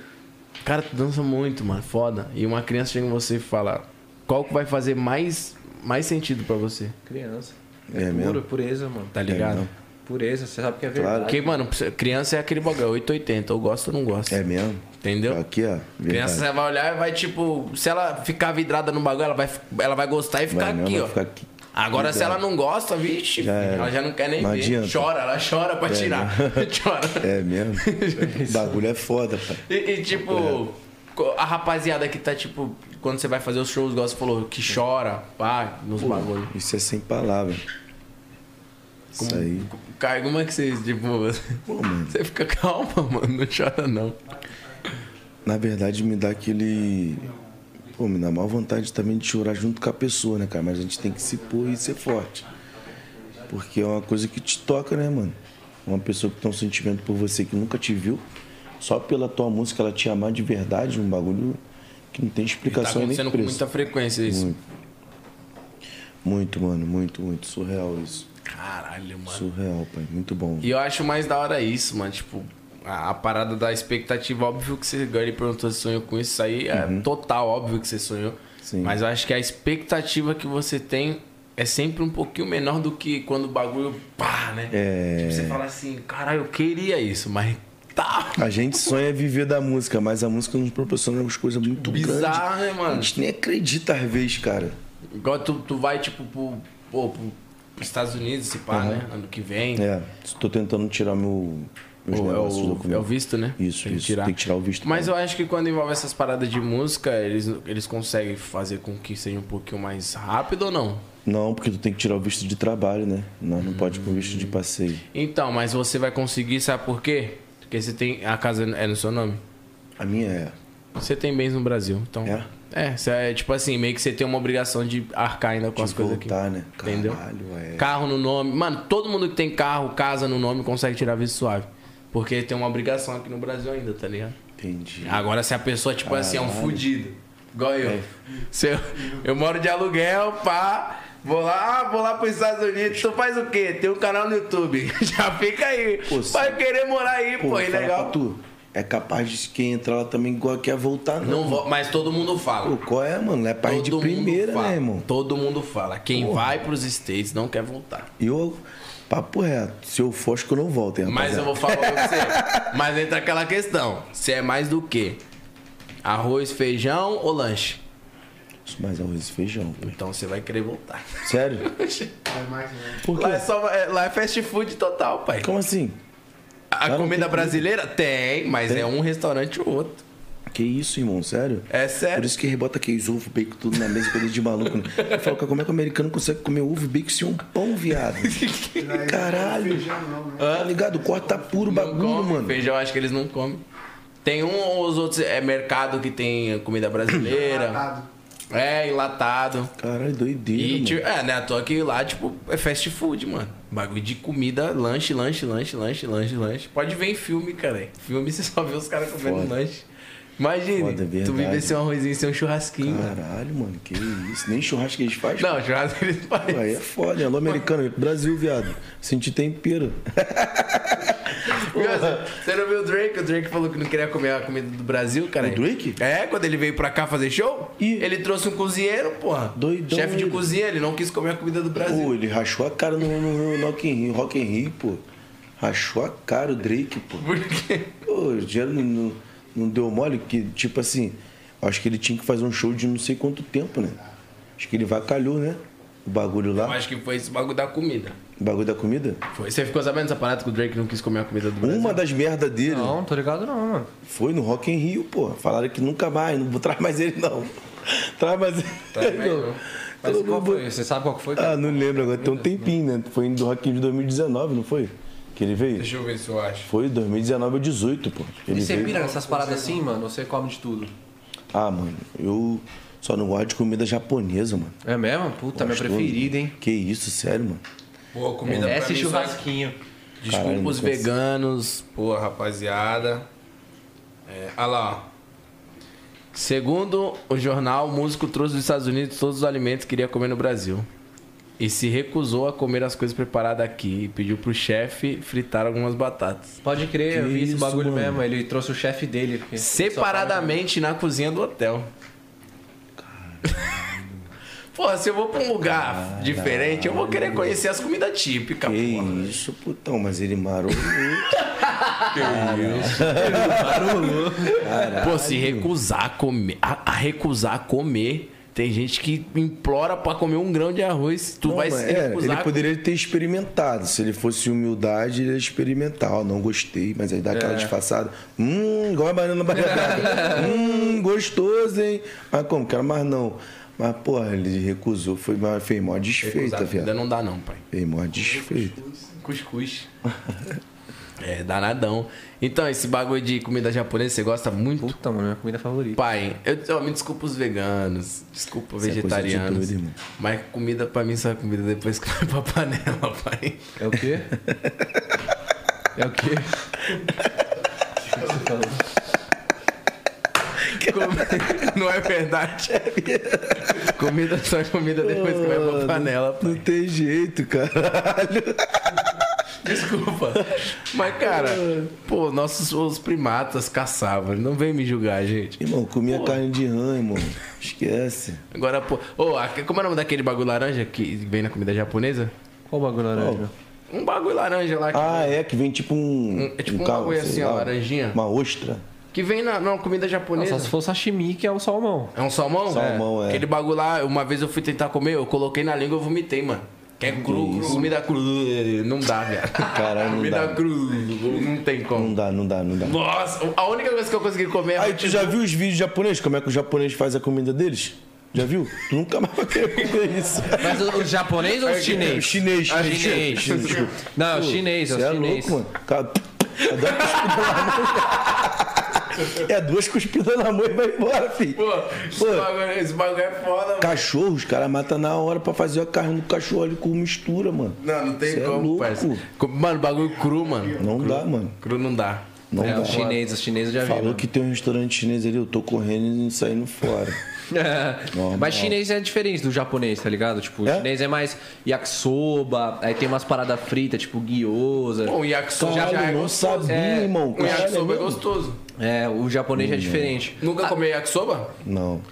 Speaker 2: cara, tu dança muito, mano, foda. E uma criança chega em você e fala, qual que vai fazer mais, mais sentido pra você?
Speaker 1: Criança.
Speaker 3: É
Speaker 1: puro,
Speaker 3: mesmo?
Speaker 1: pureza, mano.
Speaker 2: Tá ligado?
Speaker 3: mesmo?
Speaker 1: Pureza, você sabe que é verdade.
Speaker 2: Porque, mano, criança é aquele bagulho, 880, eu gosto ou não gosto.
Speaker 3: É mesmo?
Speaker 2: Entendeu?
Speaker 3: Aqui, ó.
Speaker 2: Criança,
Speaker 3: Verdade.
Speaker 2: você vai olhar e vai, tipo, se ela ficar vidrada no bagulho, ela vai, ela vai gostar e ficar
Speaker 3: Vai mesmo,
Speaker 2: aqui,
Speaker 3: vai
Speaker 2: ó.
Speaker 3: ficar aqui.
Speaker 2: Agora, se
Speaker 3: Vidrada.
Speaker 2: ela não gosta, vixe,
Speaker 3: Já era.
Speaker 2: ela já não quer nem
Speaker 3: Não
Speaker 2: ver.
Speaker 3: adianta.
Speaker 2: Chora, ela chora pra tirar. chora.
Speaker 3: É mesmo? O bagulho é foda, pai.
Speaker 2: E, e, tipo, co- a rapaziada que tá, tipo, quando você vai fazer os shows, gosta, falou que chora, pá, nos bagulhos.
Speaker 3: Isso é sem palavra. Isso aí.
Speaker 2: Cara, como é que vocês, tipo, você fica calma, mano, não chora não.
Speaker 3: Tá Na verdade, me dá aquele. Pô, me dá mal vontade também de chorar junto com a pessoa, né, cara? Mas a gente tem que se pôr e ser forte. Porque é uma coisa que te toca, né, mano? Uma pessoa que tem um sentimento por você que nunca te viu, só pela tua música ela te amar de verdade, um bagulho que não tem
Speaker 2: Tá
Speaker 3: explicação e nem
Speaker 2: acontecendo com
Speaker 3: preço.
Speaker 2: muita frequência isso.
Speaker 3: Muito. Muito, mano, muito, muito. Surreal isso.
Speaker 2: Caralho, mano.
Speaker 3: Surreal, pai. Muito bom.
Speaker 2: E eu acho mais da hora isso, mano. Tipo, a, a parada da expectativa, óbvio que você agora ele perguntou se sonhou com isso aí. É total, óbvio que você sonhou.
Speaker 3: Uhum. Sim.
Speaker 2: Mas eu acho que a expectativa que você tem é sempre um pouquinho menor do que quando o bagulho pá, né?
Speaker 3: É.
Speaker 2: Tipo, você fala assim, caralho, eu queria isso, mas tá.
Speaker 3: A gente sonha viver da música, mas a música nos proporciona umas coisas muito
Speaker 2: Bizarro,
Speaker 3: grandes.
Speaker 2: né, mano?
Speaker 3: A gente nem acredita às vezes, cara.
Speaker 2: Igual tu, tu vai, tipo, pro, pô, pro pros Estados Unidos, se pá, né? Ano que vem.
Speaker 3: É, tô tentando tirar meu, meus
Speaker 2: Pô, é,
Speaker 3: negócios do
Speaker 2: o,
Speaker 3: documento.
Speaker 2: é o visto, né?
Speaker 3: Isso,
Speaker 2: Tem que
Speaker 3: isso. Tem que tirar o visto. né?
Speaker 2: Mas eu acho que quando envolve essas paradas de música, eles, eles conseguem fazer com que seja um pouquinho mais rápido ou não?
Speaker 3: Não, porque tu tem que tirar o visto de trabalho, né? Nós não pode ir com visto de
Speaker 2: Hum.
Speaker 3: passeio.
Speaker 2: Então, mas você vai conseguir, sabe por quê? Porque você tem. A casa é no seu nome?
Speaker 3: A minha é.
Speaker 2: Você tem bens no Brasil, então.
Speaker 3: É?
Speaker 2: É, você é tipo assim, meio que você tem uma obrigação de arcar ainda com as coisas aqui.
Speaker 3: voltar, né?
Speaker 2: Entendeu?
Speaker 3: Caralho, é.
Speaker 2: Carro no nome. Mano, todo mundo que tem carro, casa no nome, consegue tirar visto suave. Porque tem uma obrigação aqui no Brasil ainda, tá ligado?
Speaker 3: Entendi.
Speaker 2: Agora, se a pessoa, tipo assim, é um fudido, igual eu.
Speaker 3: É.
Speaker 2: Se eu, eu moro de aluguel, pá, vou lá, ah, vou lá pros Estados Unidos, tu faz o quê? Tem um canal no YouTube, já fica aí.
Speaker 3: Pô,
Speaker 2: Vai
Speaker 3: sim.
Speaker 2: querer morar aí, pô,
Speaker 3: vou
Speaker 2: é
Speaker 3: falar
Speaker 2: legal.
Speaker 3: pra tu, é capaz de quem entrar lá também igual quer voltar, não.
Speaker 2: Não vou, mas todo mundo fala.
Speaker 3: Pô, qual é, mano? É parte de
Speaker 2: Todo mundo
Speaker 3: primeira,
Speaker 2: fala.
Speaker 3: né, irmão?
Speaker 2: Todo mundo fala. Quem vai pros States não quer voltar.
Speaker 3: Eu, papo reto, se eu for, acho que eu não volto, hein,
Speaker 2: Mas eu vou falar pra você. Mas entra aquela questão. Você é mais do que? Arroz, feijão ou lanche?
Speaker 3: vou... Mais arroz e feijão, pai.
Speaker 2: Então você vai querer voltar.
Speaker 3: Sério?
Speaker 2: Lá é, só, é- lá é fast food total, pai.
Speaker 3: Como assim?
Speaker 2: A comida brasileira tem, mas
Speaker 3: Tem?
Speaker 2: é um restaurante ou outro.
Speaker 3: Que isso, irmão, sério?
Speaker 2: É sério.
Speaker 3: Por isso que rebota queijo, ovo, bacon, tudo na mesa, coisa de maluco. Né? Eu falo, cara, como é que o americano consegue comer ovo, bacon sem um pão, viado? né? Caralho. Tá ligado? Corta puro o bagulho, mano.
Speaker 2: Feijão, acho que eles não comem. Tem um ou os outros é mercado que tem comida brasileira.
Speaker 6: Enlatado.
Speaker 2: É, enlatado.
Speaker 3: Caralho, doideira,
Speaker 2: E,
Speaker 3: mano.
Speaker 2: tipo, é, né? Tô aqui lá, tipo, é fast food, mano. Bagulho de comida, lanche, lanche, lanche, lanche, lanche, lanche. Pode ver em filme, cara. Filme você só vê os caras comendo
Speaker 3: Foda.
Speaker 2: lanche. Imagine,
Speaker 3: Foda, é
Speaker 2: tu
Speaker 3: verdade.
Speaker 2: viver sem um arrozinho, sem um churrasquinho. mano.
Speaker 3: Caralho, mano, que isso. Nem churrasco que eles fazem.
Speaker 2: Não, churrasco eles fazem.
Speaker 3: Aí é foda, hein? alô americano, vem pro Brasil, viado. Senti tempero.
Speaker 2: Meu, Você não viu o Drake? O Drake falou que não queria comer a comida do Brasil, cara.
Speaker 3: O Drake?
Speaker 2: É, quando ele veio pra cá fazer show, ele trouxe um cozinheiro, porra.
Speaker 3: Doidão
Speaker 2: Chefe de
Speaker 3: ele.
Speaker 2: cozinha, ele não quis comer a comida do Brasil.
Speaker 3: Pô, ele rachou a cara no, no, no Rock in Rio, Rock in Rio, pô. Rachou a cara o Drake, pô.
Speaker 2: Por quê?
Speaker 3: Pô, o dinheiro não, não, não deu mole, que tipo assim, acho que ele tinha que fazer um show de não sei quanto tempo, né? Acho que ele vacalhou, né? O bagulho
Speaker 2: Eu
Speaker 3: lá,
Speaker 2: acho que foi esse bagulho da comida.
Speaker 3: o bagulho da comida.
Speaker 2: Foi. Você ficou sabendo dessa parada que o Drake não quis comer a comida do Brasil?
Speaker 3: Uma das merdas dele
Speaker 1: Não, tô ligado não, mano.
Speaker 3: foi no Rock in Rio, pô. Falaram que nunca mais, não vou traz mais ele não. Traz mais ele.
Speaker 2: Traz mais
Speaker 3: não.
Speaker 2: não.
Speaker 1: Tá, Mas
Speaker 3: Eu
Speaker 1: qual
Speaker 3: não
Speaker 1: foi? Você sabe qual que foi?
Speaker 3: Ah, não lembro agora, tem um tempinho, né? Foi do Rock in Rio de 2019, não foi? Que ele veio?
Speaker 2: Deixa eu ver se eu acho.
Speaker 3: Foi 2019 ou 18, pô. Ele
Speaker 1: E você
Speaker 3: veio.
Speaker 1: pira nessas paradas assim, mano? Você come de tudo.
Speaker 3: Ah, mano, eu só não gosto de comida japonesa, mano.
Speaker 1: É mesmo? Puta, minha
Speaker 3: Gosto,
Speaker 1: preferida,
Speaker 3: mano.
Speaker 1: hein?
Speaker 3: Que isso, sério, mano.
Speaker 2: Pô,
Speaker 1: É
Speaker 2: comida pra
Speaker 1: Essa e
Speaker 2: mim só-
Speaker 1: churrasquinho.
Speaker 2: Desculpa
Speaker 3: Caralho,
Speaker 2: os
Speaker 3: não consigo.
Speaker 2: veganos, pô, rapaziada. É, olha lá, ó. Segundo o jornal, o músico trouxe dos Estados Unidos todos os alimentos que iria comer no Brasil. E se recusou a comer as coisas preparadas aqui e pediu pro chefe fritar algumas batatas.
Speaker 1: Pode crer, eu vi esse
Speaker 3: isso,
Speaker 1: bagulho
Speaker 3: mano.
Speaker 1: mesmo. Ele trouxe o chefe dele. porque-
Speaker 2: Separadamente na cozinha do hotel. Porra, se eu vou pra um lugar diferente, eu vou querer conhecer as comidas típicas,
Speaker 3: Que
Speaker 2: porra.
Speaker 3: isso, putão, mas ele marou muito.
Speaker 2: Pô, se recusar a comer, a, a recusar a comer, tem gente que implora pra comer um grão de arroz, tu
Speaker 3: Não,
Speaker 2: vai
Speaker 3: mas
Speaker 2: se
Speaker 3: é,
Speaker 2: recusar.
Speaker 3: ele
Speaker 2: a
Speaker 3: poderia ter experimentado. Se ele fosse humildade, ele ia experimentar. Ó, não gostei, mas
Speaker 2: É.
Speaker 3: aí dá aquela disfarçada. Hum, igual a banana barrigada. hum, gostoso, hein? Mas como? Quero mais não. Mas, porra, ele recusou. Foi, mas fez mó desfeita,
Speaker 2: recusar comida
Speaker 3: viado.
Speaker 2: não dá não, pai.
Speaker 3: Fez mó desfeita.
Speaker 2: Cuscuz. é, danadão. Então, esse bagulho de comida japonesa, você gosta muito?
Speaker 1: Puta, mano, minha comida favorita.
Speaker 2: Pai, eu, ó, me desculpa os veganos, desculpa
Speaker 3: Isso é coisa de
Speaker 2: vegetarianos,
Speaker 3: doido, irmão.
Speaker 2: mas comida pra mim só é comida depois que vai pra panela, pai.
Speaker 1: É o quê? É o quê?
Speaker 2: Comi- Não é verdade? comida só é comida depois que vai pra panela, pai.
Speaker 3: Não tem jeito, cara.
Speaker 2: Desculpa. Mas, cara, pô, nossos os primatas caçavam. Não vem me julgar, gente.
Speaker 3: Irmão, comia carne de rã, irmão. Esquece.
Speaker 2: Agora, pô. Ô, aque- como é o nome daquele bagulho laranja que vem na comida japonesa?
Speaker 1: Qual o bagulho laranja?
Speaker 2: Um bagulho laranja lá que,
Speaker 3: Ah, é, que vem tipo um.
Speaker 2: Um- é tipo um
Speaker 3: caldo,
Speaker 2: bagulho
Speaker 3: sei
Speaker 2: assim, ó, laranjinha.
Speaker 3: Uma ostra.
Speaker 2: que vem na, na comida
Speaker 1: Não,
Speaker 2: japonesa.
Speaker 1: só se for sashimi, que é o salmão.
Speaker 2: É um salmão?
Speaker 3: Salmão, é.
Speaker 2: Aquele bagulho lá, uma vez eu fui tentar comer, eu coloquei na língua e vomitei, mano. Que é cru, cru, comida cru. Não dá, velho.
Speaker 3: Caralho, não
Speaker 2: Comida
Speaker 3: dá.
Speaker 2: cru. Não tem
Speaker 3: Não
Speaker 2: como.
Speaker 3: dá, não dá, não dá.
Speaker 2: Nossa, a única coisa que eu consegui comer é
Speaker 3: Aí tu já viu os vídeos japoneses? Como é que o japonês faz a comida deles? Já viu? Tu nunca mais vai querer comer isso.
Speaker 1: Mas o, o japonês ou o
Speaker 3: É O
Speaker 1: chinês?
Speaker 3: chinês,
Speaker 1: Ah,
Speaker 3: chinês,
Speaker 1: chinês.
Speaker 3: chinês, desculpa.
Speaker 1: Não, o chinês, é
Speaker 3: Você é
Speaker 1: o chinês.
Speaker 3: louco, mano. Cara, é duas cuspidas na mão. É duas cuspidas na mão e vai embora, filho.
Speaker 2: Pô, esse bagulho, esse bagulho é foda, mano.
Speaker 3: Cachorro, os caras matam na hora pra fazer a carne do cachorro ali com mistura, mano.
Speaker 2: Não, não tem
Speaker 3: Cê é
Speaker 2: como,
Speaker 3: louco.
Speaker 2: parceiro. Mano, bagulho cru, mano.
Speaker 3: Não dá, mano.
Speaker 2: Cru não dá.
Speaker 3: Não
Speaker 1: É,
Speaker 3: dá.
Speaker 1: o chinês, o chinês eu já vi.
Speaker 3: Falou
Speaker 1: mano.
Speaker 3: que tem um restaurante chinês ali, eu tô correndo e saindo fora. Normal.
Speaker 1: Mas chinês é diferente do japonês, tá ligado? Tipo,
Speaker 3: É?
Speaker 1: o chinês é mais yakisoba, aí tem umas paradas fritas, tipo gyoza.
Speaker 2: Bom, o yakisoba
Speaker 3: Caralho,
Speaker 2: já é
Speaker 3: não
Speaker 2: gostoso.
Speaker 3: sabia,
Speaker 1: É,
Speaker 3: irmão.
Speaker 2: O
Speaker 3: Caralho,
Speaker 2: yakisoba é
Speaker 3: mesmo?
Speaker 2: gostoso.
Speaker 1: É, o
Speaker 3: Hum,
Speaker 1: japonês é diferente.
Speaker 2: Nunca comeu yakisoba?
Speaker 3: Não.
Speaker 1: O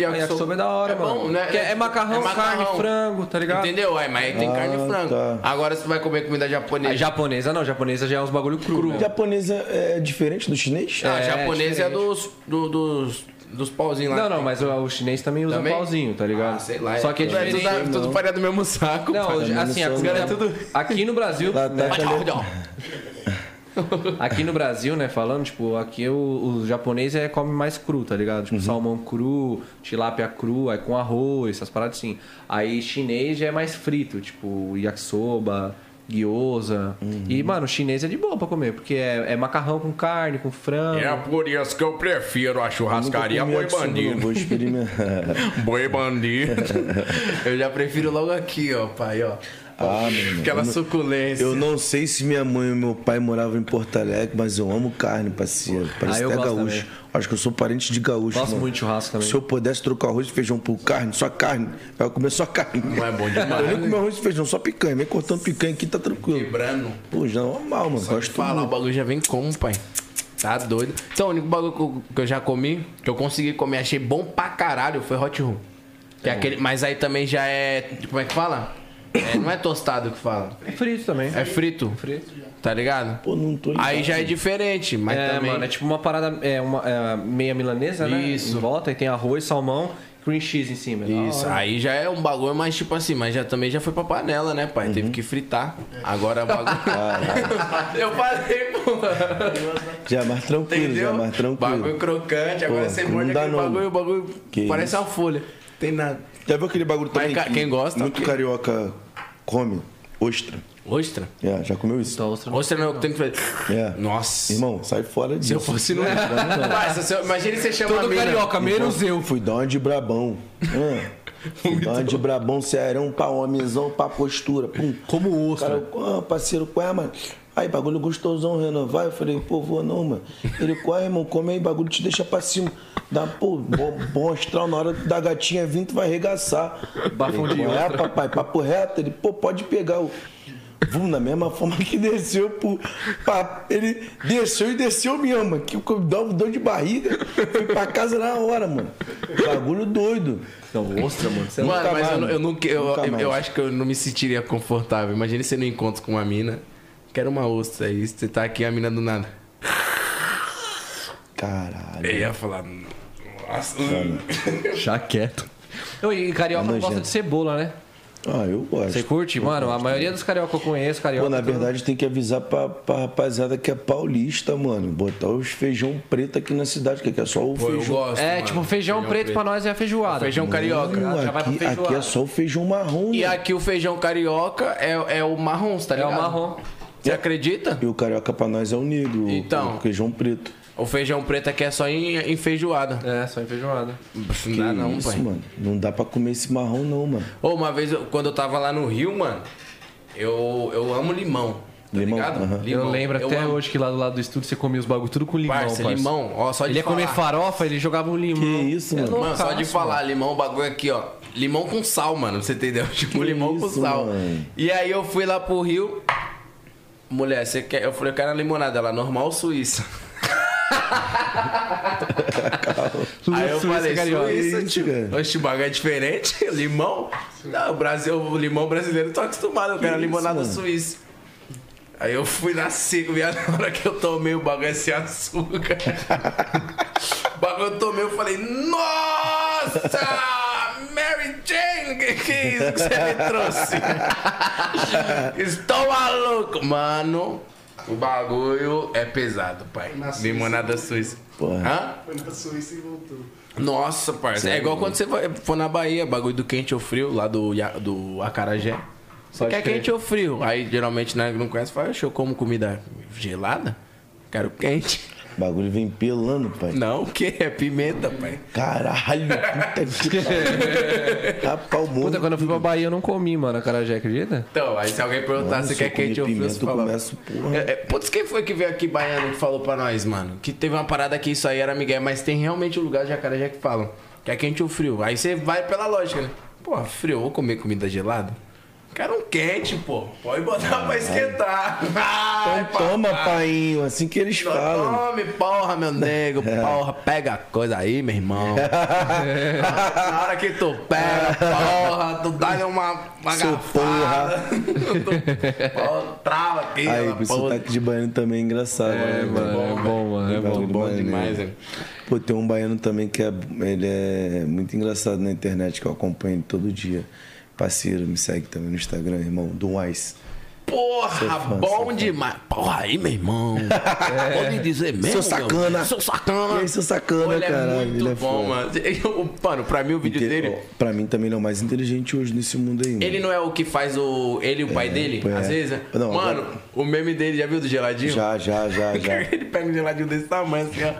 Speaker 1: yakisoba é da hora,
Speaker 2: é
Speaker 1: mano.
Speaker 2: bom, né?
Speaker 1: Porque é macarrão, carne, frango, tá ligado?
Speaker 2: Entendeu? Aí, mas aí tem
Speaker 3: Ah,
Speaker 2: carne e frango.
Speaker 3: tá.
Speaker 2: Agora se tu vai comer comida
Speaker 1: A
Speaker 2: japonesa.
Speaker 1: É, japonesa não, a japonesa já é uns bagulho cru.
Speaker 3: O
Speaker 1: né?
Speaker 3: japonês é é diferente do chinês?
Speaker 2: Ah,
Speaker 1: É,
Speaker 2: japonesa é
Speaker 1: diferente.
Speaker 2: dos, do- dos, dos pauzinhos lá.
Speaker 1: Não,
Speaker 2: que
Speaker 1: não,
Speaker 2: tem.
Speaker 1: mas o, o chinês também usa
Speaker 2: Também?
Speaker 1: pauzinho, tá ligado?
Speaker 2: Ah, sei lá.
Speaker 1: Só que é
Speaker 2: tudo,
Speaker 1: diferente.
Speaker 2: tudo, tudo, faria do mesmo saco,
Speaker 1: Não,
Speaker 2: pai.
Speaker 1: assim, é a
Speaker 3: sou
Speaker 1: comida-
Speaker 2: não.
Speaker 1: aqui no Brasil,
Speaker 3: Lá tá
Speaker 1: né,
Speaker 3: aquela-
Speaker 1: Aqui no Brasil, né, falando, tipo, aqui o, o japonês é, come mais cru, tá ligado? Tipo, salmão cru, tilápia cru, aí com arroz, essas paradas assim. Aí chinês já é mais frito, tipo, yakisoba, gyoza. E, mano, chinês é de boa pra comer, porque é, é macarrão com carne, com frango.
Speaker 9: É por isso que eu prefiro a churrascaria
Speaker 3: Nunca
Speaker 9: Boi
Speaker 3: comi yakisoba, não, Vou
Speaker 9: Bandido.
Speaker 3: experimentar.
Speaker 9: Boi Bandido.
Speaker 2: Eu já prefiro logo aqui, ó, pai, ó.
Speaker 3: Ah, meu irmão,
Speaker 2: Aquela
Speaker 3: eu não-
Speaker 2: suculência.
Speaker 3: Eu não sei se minha mãe e meu pai moravam em Porto Alegre, mas eu amo carne, parceiro.
Speaker 2: Ah,
Speaker 3: Parece
Speaker 1: eu
Speaker 3: até
Speaker 1: gosto
Speaker 3: gaúcho.
Speaker 1: também.
Speaker 3: Acho que eu sou parente de gaúcho.
Speaker 1: Gosto
Speaker 3: mano.
Speaker 1: muito de churrasco também.
Speaker 3: Se eu pudesse trocar arroz e feijão por carne, só carne, eu ia comer só carne.
Speaker 2: Não é bom demais,
Speaker 3: Eu nem
Speaker 2: né?
Speaker 3: comer arroz e feijão, só picanha. Vem cortando picanha aqui, tá tranquilo.
Speaker 2: Lembrando.
Speaker 3: Pô, já é normal, mano.
Speaker 2: Só de
Speaker 3: Gosto
Speaker 2: falar, o
Speaker 3: muito.
Speaker 2: bagulho já vem como, pai? Tá doido. Então, o único bagulho que eu- que eu já comi, que eu consegui comer, achei bom pra caralho, foi hot room. Que é
Speaker 3: Hum.
Speaker 2: aquele, mas aí também já é. Como é que fala? É, não é tostado que fala.
Speaker 1: É frito também.
Speaker 2: É frito. Frito, Tá ligado?
Speaker 3: Pô, não tô
Speaker 2: Aí
Speaker 3: ligado.
Speaker 2: já é diferente, mas
Speaker 1: É,
Speaker 2: também.
Speaker 1: mano, é tipo uma parada, é uma é meia milanesa, né?
Speaker 2: Isso.
Speaker 1: Em volta, aí tem arroz, salmão, cream cheese em cima.
Speaker 2: Isso, aí já é um bagulho mais tipo assim, mas já também já foi pra panela, né, pai?
Speaker 3: Uhum.
Speaker 2: Teve que fritar. Agora o bagulho. eu falei, pô.
Speaker 3: Já é mais tranquilo, já é
Speaker 2: Entendeu?
Speaker 3: mais tranquilo.
Speaker 2: Bagulho crocante, agora
Speaker 3: Pô,
Speaker 2: você
Speaker 3: não
Speaker 2: morde
Speaker 3: dá
Speaker 2: aquele
Speaker 3: não.
Speaker 2: bagulho, o bagulho
Speaker 3: Que
Speaker 2: parece
Speaker 3: isso.
Speaker 2: uma folha. Tem nada.
Speaker 3: Já viu aquele bagulho também?
Speaker 2: ca-
Speaker 3: que
Speaker 2: quem gosta,
Speaker 3: Muito
Speaker 2: ok.
Speaker 3: carioca come. Ostra.
Speaker 2: Ostra?
Speaker 3: É, já comeu isso?
Speaker 2: Ostra não é o que tem que fazer.
Speaker 3: É.
Speaker 2: Nossa.
Speaker 3: Irmão, sai fora disso.
Speaker 2: Se eu fosse no. Parça, se eu- Imagina você chamar
Speaker 1: Todo carioca, menos eu.
Speaker 3: Fui dono de Brabão. É. Fui dono de Brabão, serão, pra homenzão, pra postura. Pum.
Speaker 4: Como
Speaker 3: O cara,
Speaker 4: ostra.
Speaker 3: ah, parceiro, qual é, mano? Aí, bagulho gostosão, renovar. Eu falei, pô, vou não, mano. Ele, qual é, irmão? Come aí, bagulho te deixa pra cima. Dá, pô, bom, bom astral, na hora da gatinha vir, tu vai arregaçar.
Speaker 1: Bafão de
Speaker 3: Ele, qual é,
Speaker 1: ostra.
Speaker 3: papai, papo reto. Ele, pô, pode pegar o... Vum, na mesma forma que desceu, pô. Pá, ele desceu e desceu mesmo, mano. Que eu dou dor de barriga. Fui pra casa na hora, mano. Bagulho doido.
Speaker 1: Então, ostra, mano. Você
Speaker 2: Mano,
Speaker 3: Nunca
Speaker 2: mas eu,
Speaker 3: mais.
Speaker 2: não- eu, nunca- eu,
Speaker 3: Nunca
Speaker 2: eu,
Speaker 3: mais.
Speaker 2: eu acho que eu não me sentiria confortável. Imagina você no encontro com uma mina. Quero uma ostra. Aí você tá aqui a mina do nada.
Speaker 3: Caralho.
Speaker 2: Eu ia falar. Nossa.
Speaker 1: Já quieto. Eu, e carioca não gosta
Speaker 3: nojento.
Speaker 1: de cebola, né?
Speaker 3: Ah, eu gosto.
Speaker 1: é Você curte? Mano, a maioria dos carioca que eu conheço, carioca.
Speaker 3: Pô, na
Speaker 1: tudo-
Speaker 3: verdade tem que avisar pra, pra rapaziada que é paulista, mano. Botar os feijão preto aqui na cidade, que aqui é só o
Speaker 2: Pô, eu
Speaker 3: feijão.
Speaker 2: gosto.
Speaker 1: É,
Speaker 2: mano.
Speaker 1: tipo, feijão, preto, pra nós é a feijoada.
Speaker 2: Feijão carioca.
Speaker 3: Não,
Speaker 1: já vai pra
Speaker 3: aqui,
Speaker 1: feijoada.
Speaker 3: aqui é só o feijão marrom.
Speaker 2: E
Speaker 3: mano.
Speaker 2: aqui o feijão carioca é, é o marrom, tá
Speaker 1: É
Speaker 2: ligado?
Speaker 1: o marrom.
Speaker 2: Você acredita?
Speaker 3: E o carioca pra nós é o negro, o-
Speaker 2: Então.
Speaker 3: o feijão preto.
Speaker 2: O feijão preto aqui é só em, em feijoada.
Speaker 1: É, só em feijoada.
Speaker 2: Não dá não,
Speaker 3: isso,
Speaker 2: pai.
Speaker 3: mano. Não dá pra comer esse marrom, não, mano.
Speaker 2: Ô, uma vez, eu- quando eu tava lá no Rio, mano, eu, eu amo limão. Tá
Speaker 3: Limão,
Speaker 2: ligado?
Speaker 3: aham.
Speaker 1: eu lembro até
Speaker 2: amo.
Speaker 1: hoje que lá do lado do estúdio você comia os bagulho tudo com limão,
Speaker 2: Parça,
Speaker 1: parça.
Speaker 2: limão. Ó, só de
Speaker 1: Ele ia
Speaker 2: falar.
Speaker 1: comer farofa, ele jogava um limão.
Speaker 3: Que isso, mano?
Speaker 2: Mano, só de
Speaker 1: Loucaço,
Speaker 2: falar limão, o bagulho aqui, ó. Limão com sal, mano. Você entendeu? Tipo, limão com
Speaker 3: isso,
Speaker 2: sal.
Speaker 3: mano?
Speaker 2: E aí eu fui lá pro Rio. Mulher, você quer. Eu falei, eu quero a limonada. Ela, normal suíça. aí eu falei,
Speaker 1: carioca.
Speaker 2: suíça,
Speaker 3: Isso,
Speaker 2: tipo,
Speaker 3: cara.
Speaker 2: oxe, o bagulho é diferente. Limão? Não, o, Brasil, o limão brasileiro eu tô acostumado. Eu quero a
Speaker 3: isso,
Speaker 2: limonada
Speaker 3: mano?
Speaker 2: suíça. Aí eu fui na seco, viado, na hora que eu tomei o bagulho é sem açúcar. o bagulho eu tomei, eu falei, nossa! Mary Jane, que que é isso que você me trouxe? Estou maluco! Mano, o bagulho é pesado, pai. Limonada suíça.
Speaker 3: Porra.
Speaker 2: Hã?
Speaker 6: Foi na Suíça e voltou.
Speaker 2: Nossa, parça. É igual quando você vai- for na Bahia, bagulho do quente ou frio, lá do, ia- do Acarajé. Você quer quente ou frio? Aí geralmente né, não conhece, fala, "Oxe, eu como comida gelada? Quero quente.
Speaker 3: O bagulho vem pelando, pai.
Speaker 2: Não, o quê? É pimenta, pai.
Speaker 3: Caralho, puta que pariu. Tapa o mundo.
Speaker 1: Puta, quando eu fui pra Bahia eu não comi, mano, a carajé, acredita?
Speaker 2: Então, aí se alguém perguntar
Speaker 3: Mano,
Speaker 2: se
Speaker 3: se
Speaker 2: quer
Speaker 3: eu comer
Speaker 2: quente ou frio,
Speaker 3: pimenta,
Speaker 2: você
Speaker 3: eu
Speaker 2: fala.
Speaker 3: começo, porra.
Speaker 2: É, é, putz, quem foi que veio aqui baiano que falou pra nós, mano? Que teve uma parada que isso aí era Miguel, mas tem realmente um lugar de Acarajé que falam que é quente ou frio. Aí você vai pela lógica, né? Pô, frio, eu vou comer comida gelada? Quero um quente, pô. Pode botar pra esquentar. Ai,
Speaker 3: Então toma,
Speaker 2: papai.
Speaker 3: painho. Assim que eles falam.
Speaker 2: Tome, porra, meu nego,
Speaker 3: É.
Speaker 2: porra, pega a coisa aí, meu irmão. Na hora que tu pega, porra, tu dá-lhe uma, uma
Speaker 3: Seu
Speaker 2: garfada. tu, porra, trava aqui,
Speaker 3: Aí,
Speaker 2: ela,
Speaker 3: o sotaque de baiano também é engraçado. né, mano?
Speaker 1: é bom, mano, é
Speaker 3: Bagulho
Speaker 1: bom.
Speaker 3: maneiro.
Speaker 2: hein?
Speaker 3: Pô, tem um baiano também que é, ele é muito engraçado na internet, que eu acompanho ele todo dia. Parceiro, me segue também no Instagram, irmão, do Wise.
Speaker 2: Porra, bom demais. Porra, aí, meu irmão. Pode dizer mesmo.
Speaker 3: Seu
Speaker 2: meu?
Speaker 3: É. sacana.
Speaker 2: Seu sacana.
Speaker 3: E aí, seu sacana,
Speaker 2: Olha, É
Speaker 3: caralho,
Speaker 2: muito
Speaker 3: ele é
Speaker 2: bom,
Speaker 3: foda.
Speaker 2: mano. Eu- mano, pra mim o vídeo
Speaker 3: Inte-
Speaker 2: dele.
Speaker 3: ó, Pra mim também ele é o mais inteligente hoje nesse mundo aí. Mano.
Speaker 2: Ele não é o que faz o. Ele e o pai dele?
Speaker 3: pô, é.
Speaker 2: Às vezes. né?
Speaker 3: Não,
Speaker 2: mano,
Speaker 3: agora-
Speaker 2: o meme dele, já viu do geladinho?
Speaker 3: Já, já, já, já.
Speaker 2: Ele pega um geladinho desse tamanho, assim, ó.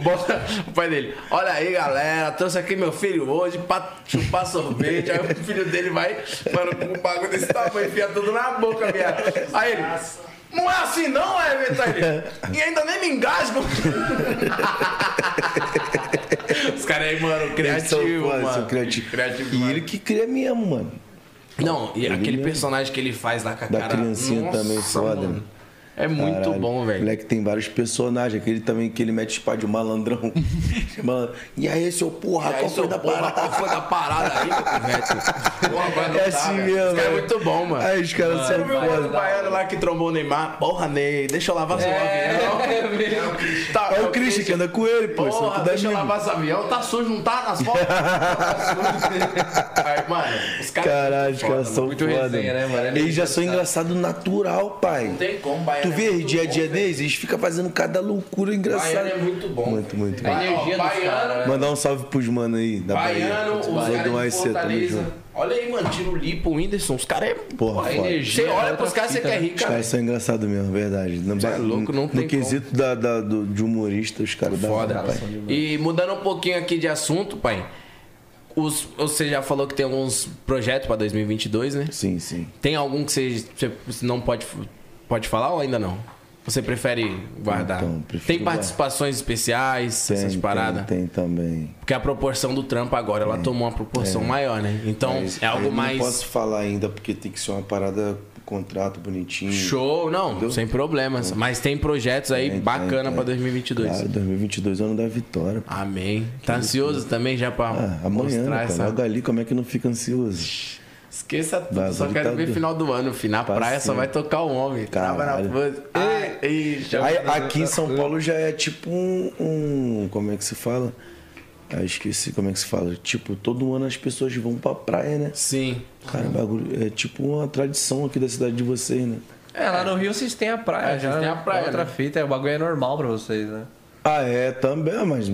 Speaker 2: Bota o pai dele. Olha aí, galera, trouxe aqui meu filho hoje pra chupar sorvete. Aí o filho dele vai, mano, com um bagulho desse tamanho, enfia tudo na boca, viado. Aí ele. Não é assim não, é, Vitor? E ainda nem me engasgo. Os caras aí, mano,
Speaker 3: Eles são
Speaker 2: criativo,
Speaker 3: foda, são
Speaker 2: mano.
Speaker 3: criativos.
Speaker 2: Criativo,
Speaker 3: E
Speaker 2: mano.
Speaker 3: ele que cria mesmo, mano.
Speaker 2: Não, e
Speaker 3: Ele
Speaker 2: aquele
Speaker 3: mesmo.
Speaker 2: personagem que ele faz lá com a
Speaker 3: Da
Speaker 2: cara.
Speaker 3: criancinha
Speaker 2: Nossa,
Speaker 3: também, foda.
Speaker 2: mano. É muito
Speaker 3: Caralho.
Speaker 2: bom,
Speaker 3: O
Speaker 2: velho.
Speaker 3: moleque tem vários personagens. Aquele também que ele mete espada de malandrão. Malandro. E aí, seu porra,
Speaker 2: E aí,
Speaker 3: qual foi
Speaker 2: seu
Speaker 3: da
Speaker 2: porra,
Speaker 3: parada?
Speaker 2: Qual foi da parada aí, meu pivete? Porra, vai não
Speaker 3: tá? É
Speaker 2: dá,
Speaker 3: assim
Speaker 2: velho.
Speaker 3: mesmo,
Speaker 2: Esse cara é
Speaker 3: velho.
Speaker 2: muito bom, mano.
Speaker 3: Aí os caras
Speaker 2: Mano,
Speaker 3: são
Speaker 2: o meu
Speaker 3: foda.
Speaker 2: mano baiano lá que trombou o Neymar. Porra, Ney, deixa eu lavar seu avião. Tá,
Speaker 3: É o Christian que anda com ele, pô. isso é
Speaker 2: Porra,
Speaker 3: tudo
Speaker 2: deixa eu
Speaker 3: amigo.
Speaker 2: lavar seu avião. Tá sujo, não tá nas fotos? Tá sujo. Aí, mano, os caras.
Speaker 3: Caralho, os
Speaker 2: são muito
Speaker 3: caras são
Speaker 1: muito
Speaker 3: foda.
Speaker 1: resenha, né, mano? Ele
Speaker 3: Eles já são engraçado natural, pai.
Speaker 2: É Não tem como, Baiano
Speaker 3: Tu
Speaker 2: é
Speaker 3: vê
Speaker 2: muito
Speaker 3: dia a
Speaker 2: bom,
Speaker 3: dia deles, eles ficam fazendo cada loucura engraçada.
Speaker 2: Baiano é muito bom.
Speaker 3: Muito, muito.
Speaker 2: A energia do baiano. né?
Speaker 3: Mandar um salve pros mano aí da
Speaker 2: Baiano, os
Speaker 3: Bahia.
Speaker 2: caras de
Speaker 3: mais cedo, tamo
Speaker 2: Fortaleza.
Speaker 3: junto.
Speaker 2: Olha aí, mano, tiro lipo, o Whindersson, os caras é...
Speaker 3: Porra,
Speaker 2: a
Speaker 3: foda.
Speaker 2: energia. é Você olha pros caras, você quer rir,
Speaker 3: Os
Speaker 2: cara.
Speaker 3: caras são engraçados mesmo, verdade. No,
Speaker 2: é louco, não
Speaker 3: no
Speaker 2: tem
Speaker 3: quesito da, da- do- de humorista, os caras da
Speaker 2: Foda.
Speaker 3: pai.
Speaker 2: E mudando um pouquinho aqui de assunto, pai. Os, você já falou que tem alguns projetos pra 2022, né?
Speaker 3: Sim, sim.
Speaker 2: Tem algum que você, você não pode, pode falar ou ainda não? Você prefere guardar?
Speaker 3: Então,
Speaker 2: tem
Speaker 3: prefiro
Speaker 2: participações especiais, essas
Speaker 3: Tem,
Speaker 2: paradas?
Speaker 3: Tem, tem também.
Speaker 2: Porque a proporção do trampo agora, ela tomou uma proporção maior, né? Então,
Speaker 3: É. Mas
Speaker 2: é algo
Speaker 3: eu
Speaker 2: mais...
Speaker 3: Não posso falar ainda, porque tem que ser uma parada, contrato bonitinho.
Speaker 2: Show, não, sem problemas. Mas tem projetos aí
Speaker 3: Tem, tem,
Speaker 2: bacana
Speaker 3: tem.
Speaker 2: pra 2022.
Speaker 3: Claro, 2022 é o ano da vitória. pô.
Speaker 2: Amém. Tá ansioso também já pra
Speaker 3: Ah, amanhã,
Speaker 2: mostrar
Speaker 3: né,
Speaker 2: essa.
Speaker 3: cara? Logo ali, como é que não fica ansioso?
Speaker 2: Esqueça tudo,
Speaker 3: Bagulho
Speaker 2: só quero
Speaker 3: tá
Speaker 2: ver
Speaker 3: doido.
Speaker 2: final do ano. Fim na praia só
Speaker 3: cima.
Speaker 2: vai tocar o homem. Trava na
Speaker 3: Caralho.
Speaker 2: força. Ai, ih, já-
Speaker 3: Ah, Aí, aqui em São Paulo já é tipo um. um- como é que se fala? Ah, esqueci como é que se fala. Tipo, todo ano as pessoas vão pra praia, né?
Speaker 2: Sim.
Speaker 3: Cara, o bagulho é tipo uma tradição aqui da cidade de vocês, né?
Speaker 1: É, lá no Rio vocês têm a praia
Speaker 2: É,
Speaker 1: já.
Speaker 2: vocês têm a
Speaker 1: né?
Speaker 2: praia,
Speaker 1: É outra
Speaker 2: né?
Speaker 1: fita, é, o bagulho é normal pra vocês, né?
Speaker 3: Ah, é, também, mas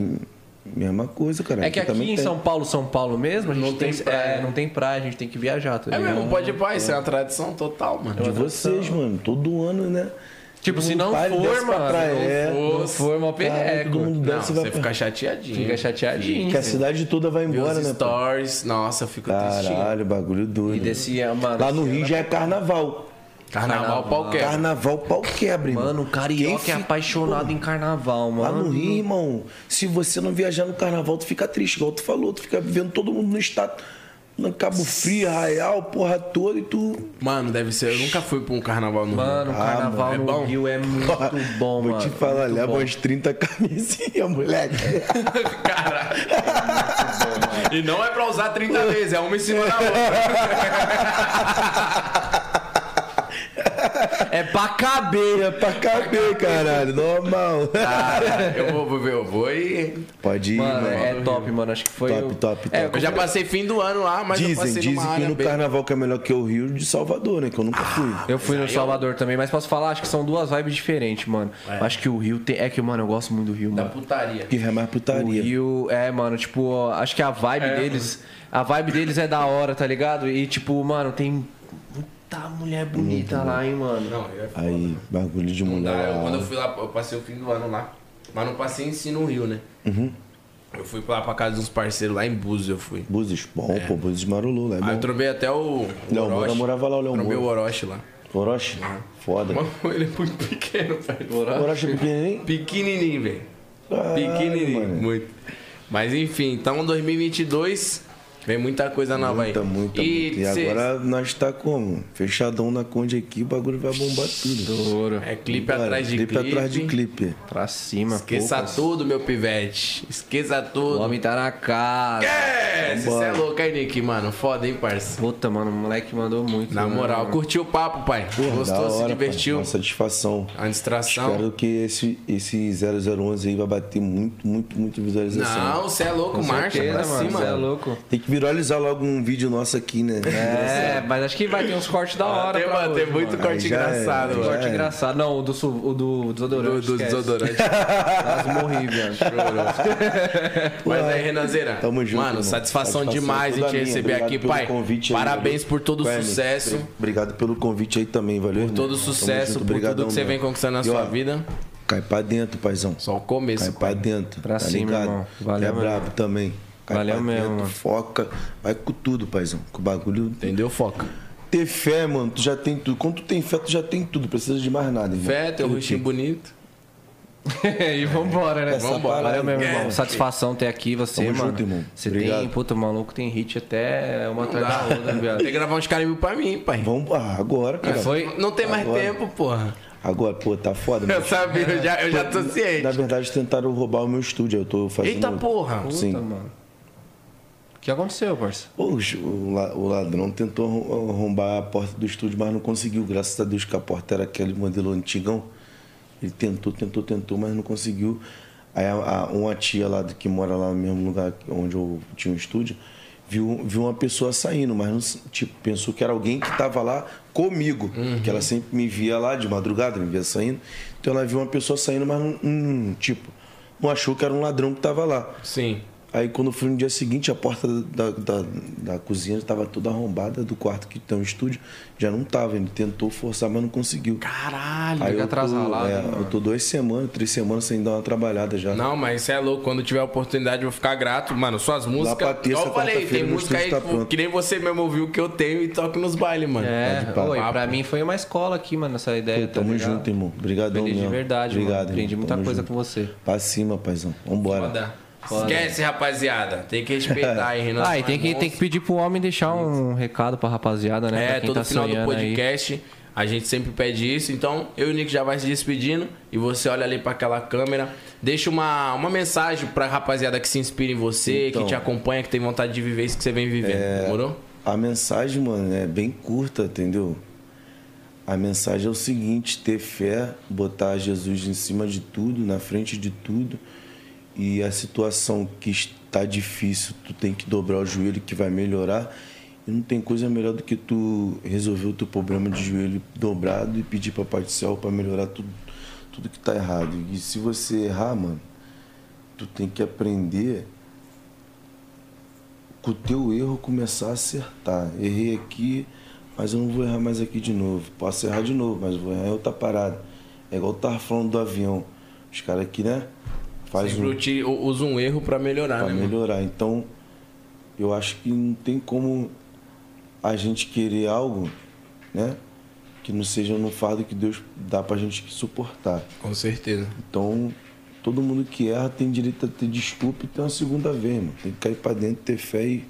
Speaker 3: mesma coisa, cara.
Speaker 1: É que aqui
Speaker 3: também
Speaker 1: em
Speaker 3: tem.
Speaker 1: São Paulo, São Paulo mesmo, a gente
Speaker 2: Não
Speaker 1: tem,
Speaker 2: tem praia,
Speaker 1: é,
Speaker 2: né?
Speaker 1: não tem praia, a gente tem que viajar, tá
Speaker 2: É
Speaker 1: ligado?
Speaker 2: mesmo, pode ir pra isso. É uma tradição total,
Speaker 3: De
Speaker 2: mano.
Speaker 3: vocês, mano. Todo ano, né?
Speaker 1: é Tipo,
Speaker 3: Todo
Speaker 1: se
Speaker 3: mundo
Speaker 1: não
Speaker 3: para e
Speaker 1: for,
Speaker 3: desce pra
Speaker 1: mano,
Speaker 3: praia.
Speaker 1: não
Speaker 3: É.
Speaker 1: for, não for, mó
Speaker 3: Caralho,
Speaker 1: perreco.
Speaker 3: todo mundo
Speaker 2: Não,
Speaker 3: desce e
Speaker 2: você
Speaker 3: vai pra-
Speaker 2: fica chateadinho.
Speaker 1: Fica chateadinho.
Speaker 3: Que a cidade toda vai
Speaker 2: Vê
Speaker 3: embora,
Speaker 2: os
Speaker 3: né? pô?
Speaker 2: stories. Nossa, eu fico tristinho.
Speaker 3: Caralho, bagulho doido.
Speaker 1: E desse, é, mano,
Speaker 3: Lá no
Speaker 1: esse
Speaker 3: Rio
Speaker 1: ano-
Speaker 3: já é carnaval.
Speaker 2: Carnaval, pau quebra.
Speaker 3: Carnaval pau quebra, irmão.
Speaker 1: Mano, o
Speaker 3: Quem
Speaker 1: carioca
Speaker 3: fica-
Speaker 1: é apaixonado em carnaval,
Speaker 3: Lá
Speaker 1: mano.
Speaker 3: no Rio, irmão, se você não viajar no carnaval, tu fica triste, igual tu falou, tu fica vendo todo mundo no estado, no Cabo Frio, Arraial, porra toda, e tu.
Speaker 2: Mano, deve ser. Eu nunca fui pra um carnaval no
Speaker 1: Mano,
Speaker 3: Ah,
Speaker 1: o
Speaker 2: Rio.
Speaker 1: carnaval
Speaker 2: mano, é
Speaker 1: no
Speaker 2: bom?
Speaker 1: Rio é muito bom,
Speaker 3: Vou
Speaker 1: mano.
Speaker 3: te falar, é
Speaker 1: muito
Speaker 3: leva
Speaker 1: bom.
Speaker 3: umas 30 camisinhas, moleque.
Speaker 2: E não é pra usar 30 vezes, é uma em cima da outra.
Speaker 1: É pra caber.
Speaker 3: É pra caber, caralho, normal.
Speaker 2: Eu vou, vou ver, eu vou e.
Speaker 3: Pode ir,
Speaker 1: Mano,
Speaker 3: mano.
Speaker 1: é top, mano. Acho que foi.
Speaker 3: Top,
Speaker 1: o-
Speaker 3: top,
Speaker 1: É,
Speaker 3: top.
Speaker 2: Eu já passei fim do ano lá, mas eu
Speaker 3: Dizem,
Speaker 2: passei numa
Speaker 3: dizem que
Speaker 2: área
Speaker 3: no
Speaker 2: bem-
Speaker 3: carnaval que é melhor que o Rio de Salvador, né? Que eu nunca fui.
Speaker 1: Eu fui no Salvador também, mas posso falar, acho que são duas vibes diferentes, mano. Acho que o Rio tem. É que, mano, eu gosto muito do Rio,
Speaker 2: da
Speaker 1: mano.
Speaker 2: putaria.
Speaker 3: Que é mais
Speaker 1: O
Speaker 3: putaria.
Speaker 1: Rio, é, mano, tipo, ó, acho que a vibe
Speaker 2: É.
Speaker 1: deles. A vibe deles é da hora, tá ligado? E, tipo, mano, tem muita mulher bonita lá, hein, mano.
Speaker 2: Não, eu,
Speaker 3: Aí, bagulho de
Speaker 2: não dá.
Speaker 3: mulher.
Speaker 2: Eu-
Speaker 3: lá.
Speaker 2: quando eu fui lá, eu passei o fim do ano lá. Mas não passei em si no Rio, né?
Speaker 3: Uhum.
Speaker 2: Eu fui lá pra casa de uns parceiros lá em Búzios, eu fui.
Speaker 3: Búzios, bom, pô, Búzios marolou, lá é
Speaker 2: Aí eu
Speaker 3: bom.
Speaker 2: trombei até o. o
Speaker 3: Léo Moura
Speaker 2: Orochi.
Speaker 3: morava lá, o Léo
Speaker 2: Trombei o
Speaker 3: Moura.
Speaker 2: Orochi lá.
Speaker 3: Orochi?
Speaker 2: Ah.
Speaker 3: Foda.
Speaker 2: Mano, ele é muito pequeno, velho.
Speaker 3: Orochi é pequenininho?
Speaker 2: Pequenininho, velho.
Speaker 3: Caralho,
Speaker 2: Pequenininho,
Speaker 3: mano.
Speaker 2: muito. Mas enfim, então 2022 vem muita coisa nova
Speaker 3: Muita,
Speaker 2: aí.
Speaker 3: muita,
Speaker 2: e
Speaker 3: muita. E
Speaker 2: cê-
Speaker 3: agora nós tá como? Fechadão na Conde aqui, o bagulho vai bombar tudo.
Speaker 2: é clipe
Speaker 3: Cara,
Speaker 2: atrás de clipe.
Speaker 3: clipe atrás de clipe.
Speaker 1: Pra cima.
Speaker 2: Esqueça
Speaker 1: poucas.
Speaker 2: tudo, meu pivete. Esqueça
Speaker 1: O
Speaker 2: tudo.
Speaker 1: homem tá na casa.
Speaker 2: É, você é
Speaker 3: Bora.
Speaker 2: louco, hein, Nick, mano? Foda, hein, parça?
Speaker 1: Puta, mano, o moleque mandou muito.
Speaker 2: Na
Speaker 1: né,
Speaker 2: moral,
Speaker 1: mano?
Speaker 2: curtiu o papo, pai? Então-
Speaker 3: Porra,
Speaker 2: Gostou,
Speaker 3: da
Speaker 2: se
Speaker 3: hora,
Speaker 2: divertiu?
Speaker 3: pai. Uma satisfação.
Speaker 2: A distração.
Speaker 3: Espero que esse, esse 011 aí vai bater muito, muito, muito visualização.
Speaker 2: Não, você é louco,
Speaker 1: Com
Speaker 2: marcha
Speaker 1: certeza,
Speaker 2: pra
Speaker 1: mano,
Speaker 2: cima.
Speaker 1: cê é louco.
Speaker 3: Tem que viralizar logo um vídeo nosso aqui, né?
Speaker 1: É, mas acho que vai ter uns cortes da hora.
Speaker 3: tem,
Speaker 1: pra
Speaker 3: mano,
Speaker 1: hoje,
Speaker 3: tem muito
Speaker 1: mano.
Speaker 3: corte Aí já é, engraçado, já
Speaker 1: Tem Corte
Speaker 3: é.
Speaker 1: engraçado. Não, o do, su- o do desodorante.
Speaker 2: Do- do
Speaker 1: esquece.
Speaker 2: desodorante.
Speaker 1: Quase morri, velho.
Speaker 2: Mas aí, Renanzeira.
Speaker 3: Tamo junto,
Speaker 2: mano,
Speaker 3: irmão.
Speaker 2: satisfação, demais em
Speaker 3: toda
Speaker 2: te
Speaker 3: minha.
Speaker 2: receber
Speaker 3: Obrigado
Speaker 2: aqui,
Speaker 3: pelo
Speaker 2: pai.
Speaker 3: convite aí,
Speaker 2: Parabéns
Speaker 3: valeu.
Speaker 2: por todo o
Speaker 3: Ken,
Speaker 2: sucesso.
Speaker 3: bri- Obrigado pelo convite aí também, valeu. Por
Speaker 2: todo o sucesso, por tudo que você vem conquistando na sua vida.
Speaker 3: Cai pra dentro, paizão.
Speaker 2: Só um o começo.
Speaker 3: Cai pra dentro.
Speaker 1: Pra
Speaker 3: tá
Speaker 1: cima,
Speaker 3: ligado?
Speaker 1: irmão.
Speaker 3: Tu
Speaker 1: Valeu
Speaker 3: é
Speaker 1: mesmo.
Speaker 3: brabo também. Cai
Speaker 1: Valeu
Speaker 3: pra
Speaker 1: mesmo,
Speaker 3: dentro,
Speaker 1: mano.
Speaker 3: Foca. Vai com tudo, paizão. Com o bagulho.
Speaker 2: Entendeu? Foca.
Speaker 3: Ter fé, mano, tu já tem tudo. Quando tu tem fé, tu já tem tudo. Precisa de mais nada, irmão. tipo,
Speaker 2: Fé, teu rostinho bonito.
Speaker 1: e vambora, né?
Speaker 3: Essa
Speaker 1: vambora.
Speaker 3: parada.
Speaker 1: Valeu mesmo,
Speaker 3: É,
Speaker 1: irmão.
Speaker 3: filho.
Speaker 1: Satisfação ter aqui você,
Speaker 3: Tamo
Speaker 1: mano.
Speaker 3: junto, irmão.
Speaker 1: Você tem,
Speaker 3: Obrigado.
Speaker 1: puta, o maluco tem hit até uma atrás da outra,
Speaker 2: Tem que
Speaker 1: velho.
Speaker 2: gravar uns carimbos pra mim, pai.
Speaker 3: Vamos ah, agora, cara.
Speaker 1: É, Foi?
Speaker 2: Não tem mais
Speaker 3: Agora.
Speaker 2: tempo, porra.
Speaker 3: Agora, pô, tá foda,
Speaker 2: Eu
Speaker 3: mano.
Speaker 2: sabia, eu já, eu já tô ciente.
Speaker 3: Na verdade, tentaram roubar o meu estúdio. Eu tô fazendo.
Speaker 2: Eita porra.
Speaker 1: Puta,
Speaker 3: Sim.
Speaker 1: mano. O que aconteceu, parça?
Speaker 3: Pô, o la- o ladrão tentou arrom- arrombar a porta do estúdio, mas não conseguiu. Graças a Deus que a porta era aquele modelo antigão. Ele tentou, tentou, tentou, mas não conseguiu. Aí a- a- uma tia lá do- que mora lá no mesmo lugar que- onde eu tinha um estúdio, viu, viu uma pessoa saindo, mas não s- tipo, pensou que era alguém que estava lá comigo. Porque ela sempre me via lá de madrugada, me via saindo. Então ela viu uma pessoa saindo, mas não, hum, tipo, não achou que era um ladrão que estava lá.
Speaker 2: Sim.
Speaker 3: Aí quando eu fui no dia seguinte, a porta da, da, da cozinha estava toda arrombada do quarto que tem o estúdio. Já não tava, ele tentou forçar, mas não conseguiu.
Speaker 2: Caralho.
Speaker 1: Fica
Speaker 3: Aí eu tô,
Speaker 1: atrasalado,
Speaker 3: é,
Speaker 1: hein, mano?
Speaker 3: eu tô duas semanas, três semanas sem dar uma trabalhada já.
Speaker 2: Não, mas você é louco. Quando tiver oportunidade, eu vou ficar grato. Mano, suas músicas.
Speaker 3: pra terça,
Speaker 2: Igual eu falei, tem
Speaker 3: quarta-feira, meu
Speaker 2: música aí
Speaker 3: estúdio tá
Speaker 2: tipo,
Speaker 3: pronto.
Speaker 2: que nem você mesmo ouviu que eu tenho e toco nos bailes, mano. Tá
Speaker 1: É,
Speaker 3: papo.
Speaker 1: oi, pra mim foi uma escola aqui, mano, essa ideia. tá
Speaker 3: Tamo
Speaker 1: ligado?
Speaker 3: junto, irmão. Obrigadão,
Speaker 1: Feliz de
Speaker 3: mesmo.
Speaker 1: verdade,
Speaker 3: Obrigado,
Speaker 1: mano. Aprendi
Speaker 3: irmão.
Speaker 1: muita
Speaker 3: Tamo
Speaker 1: coisa
Speaker 3: junto.
Speaker 1: com você.
Speaker 3: Pra cima, paizão. Vambora.
Speaker 2: Foda.
Speaker 1: Foda.
Speaker 2: Esquece, rapaziada. Tem que respeitar aí, Renan.
Speaker 1: Ah, e tem que, tem que pedir pro homem deixar um recado pra rapaziada, né? pra
Speaker 2: É,
Speaker 1: quem
Speaker 2: todo
Speaker 1: tá
Speaker 2: final do
Speaker 1: sonhando aí.
Speaker 2: podcast. A gente sempre pede isso, então eu e o Nick já vai se despedindo e você olha ali pra aquela câmera, deixa uma, uma mensagem pra rapaziada que se inspira em você,
Speaker 3: Então. É,
Speaker 2: que te acompanha, que tem vontade de viver isso que você vem vivendo. É, Demorou?
Speaker 3: A mensagem, mano, é bem curta, entendeu? A mensagem é o seguinte: ter fé, botar Jesus em cima de tudo, na frente de tudo. E a situação que está difícil, tu tem que dobrar o joelho que vai melhorar. E não tem coisa melhor do que tu resolver o teu problema de joelho dobrado e pedir para Pai do Céu para melhorar tudo, tudo que tá errado. E se você errar, mano, tu tem que aprender com o teu erro começar a acertar. Errei aqui, mas eu não vou errar mais aqui de novo. Posso errar de novo, mas vou errar em outra parada. É igual eu tava falando do avião. Os caras aqui, né? Faz
Speaker 2: Sempre
Speaker 3: um,
Speaker 2: uti- u- usa um erro pra melhorar,
Speaker 3: pra
Speaker 2: né? mano?
Speaker 3: melhorar. Então, eu acho que não tem como a gente querer algo, né? Que não seja no fardo que Deus dá pra gente suportar.
Speaker 2: Com certeza.
Speaker 3: Então, todo mundo que erra tem direito a ter desculpa e ter uma segunda vez, mano. Tem que cair pra dentro, ter fé e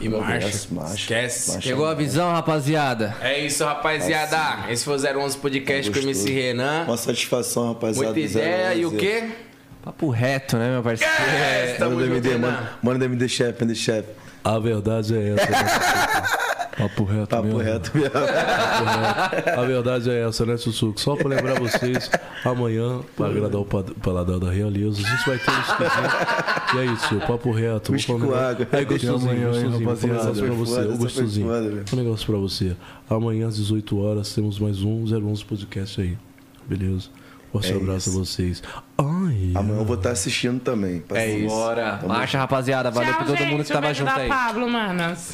Speaker 2: E marcha. Esquece.
Speaker 1: Pegou a visão, rapaziada?
Speaker 2: É isso, rapaziada. Esse foi o 011 Podcast com o MC Renan.
Speaker 3: Uma satisfação, rapaziada.
Speaker 2: Ah. Muita ideia e o
Speaker 3: 011.
Speaker 2: quê?
Speaker 1: Papo reto, né, meu parceiro?
Speaker 2: É,
Speaker 3: Mano
Speaker 2: tamo
Speaker 3: do
Speaker 2: junto,
Speaker 3: MD, mano.
Speaker 2: Renan.
Speaker 3: Mano do MD Chef, MD Chef.
Speaker 4: A verdade é essa. né? Papo reto
Speaker 3: Papo
Speaker 4: mesmo.
Speaker 3: reto mesmo.
Speaker 4: A verdade é essa, né, Sussuco? Só pra lembrar vocês, amanhã, pra agradar o pad- paladar da Realeza, a gente vai ter um esquisito. E é isso, papo reto.
Speaker 3: Whisky com água.
Speaker 4: Aí, É gostosinho,
Speaker 3: Até amanhã, hein,
Speaker 4: gostosinho. Vou falar um
Speaker 3: rapaziada.
Speaker 4: negócio pra
Speaker 3: Foi foda,
Speaker 4: você, ô
Speaker 3: essa foi
Speaker 4: gostosinho.
Speaker 3: foda, velho.
Speaker 4: Um negócio pra você. Amanhã, às 18 horas, temos mais um 011 Podcast aí. Beleza? Forte abraço a vocês. Ai,
Speaker 3: É Amanhã eu vou estar assistindo também. É
Speaker 1: Bora. Marcha, rapaziada. Valeu
Speaker 8: Tchau,
Speaker 1: pra todo tá
Speaker 8: gente,
Speaker 1: mundo que
Speaker 8: um
Speaker 1: tava
Speaker 8: beijo
Speaker 1: junto
Speaker 8: da
Speaker 1: aí.
Speaker 8: Pablo, manas.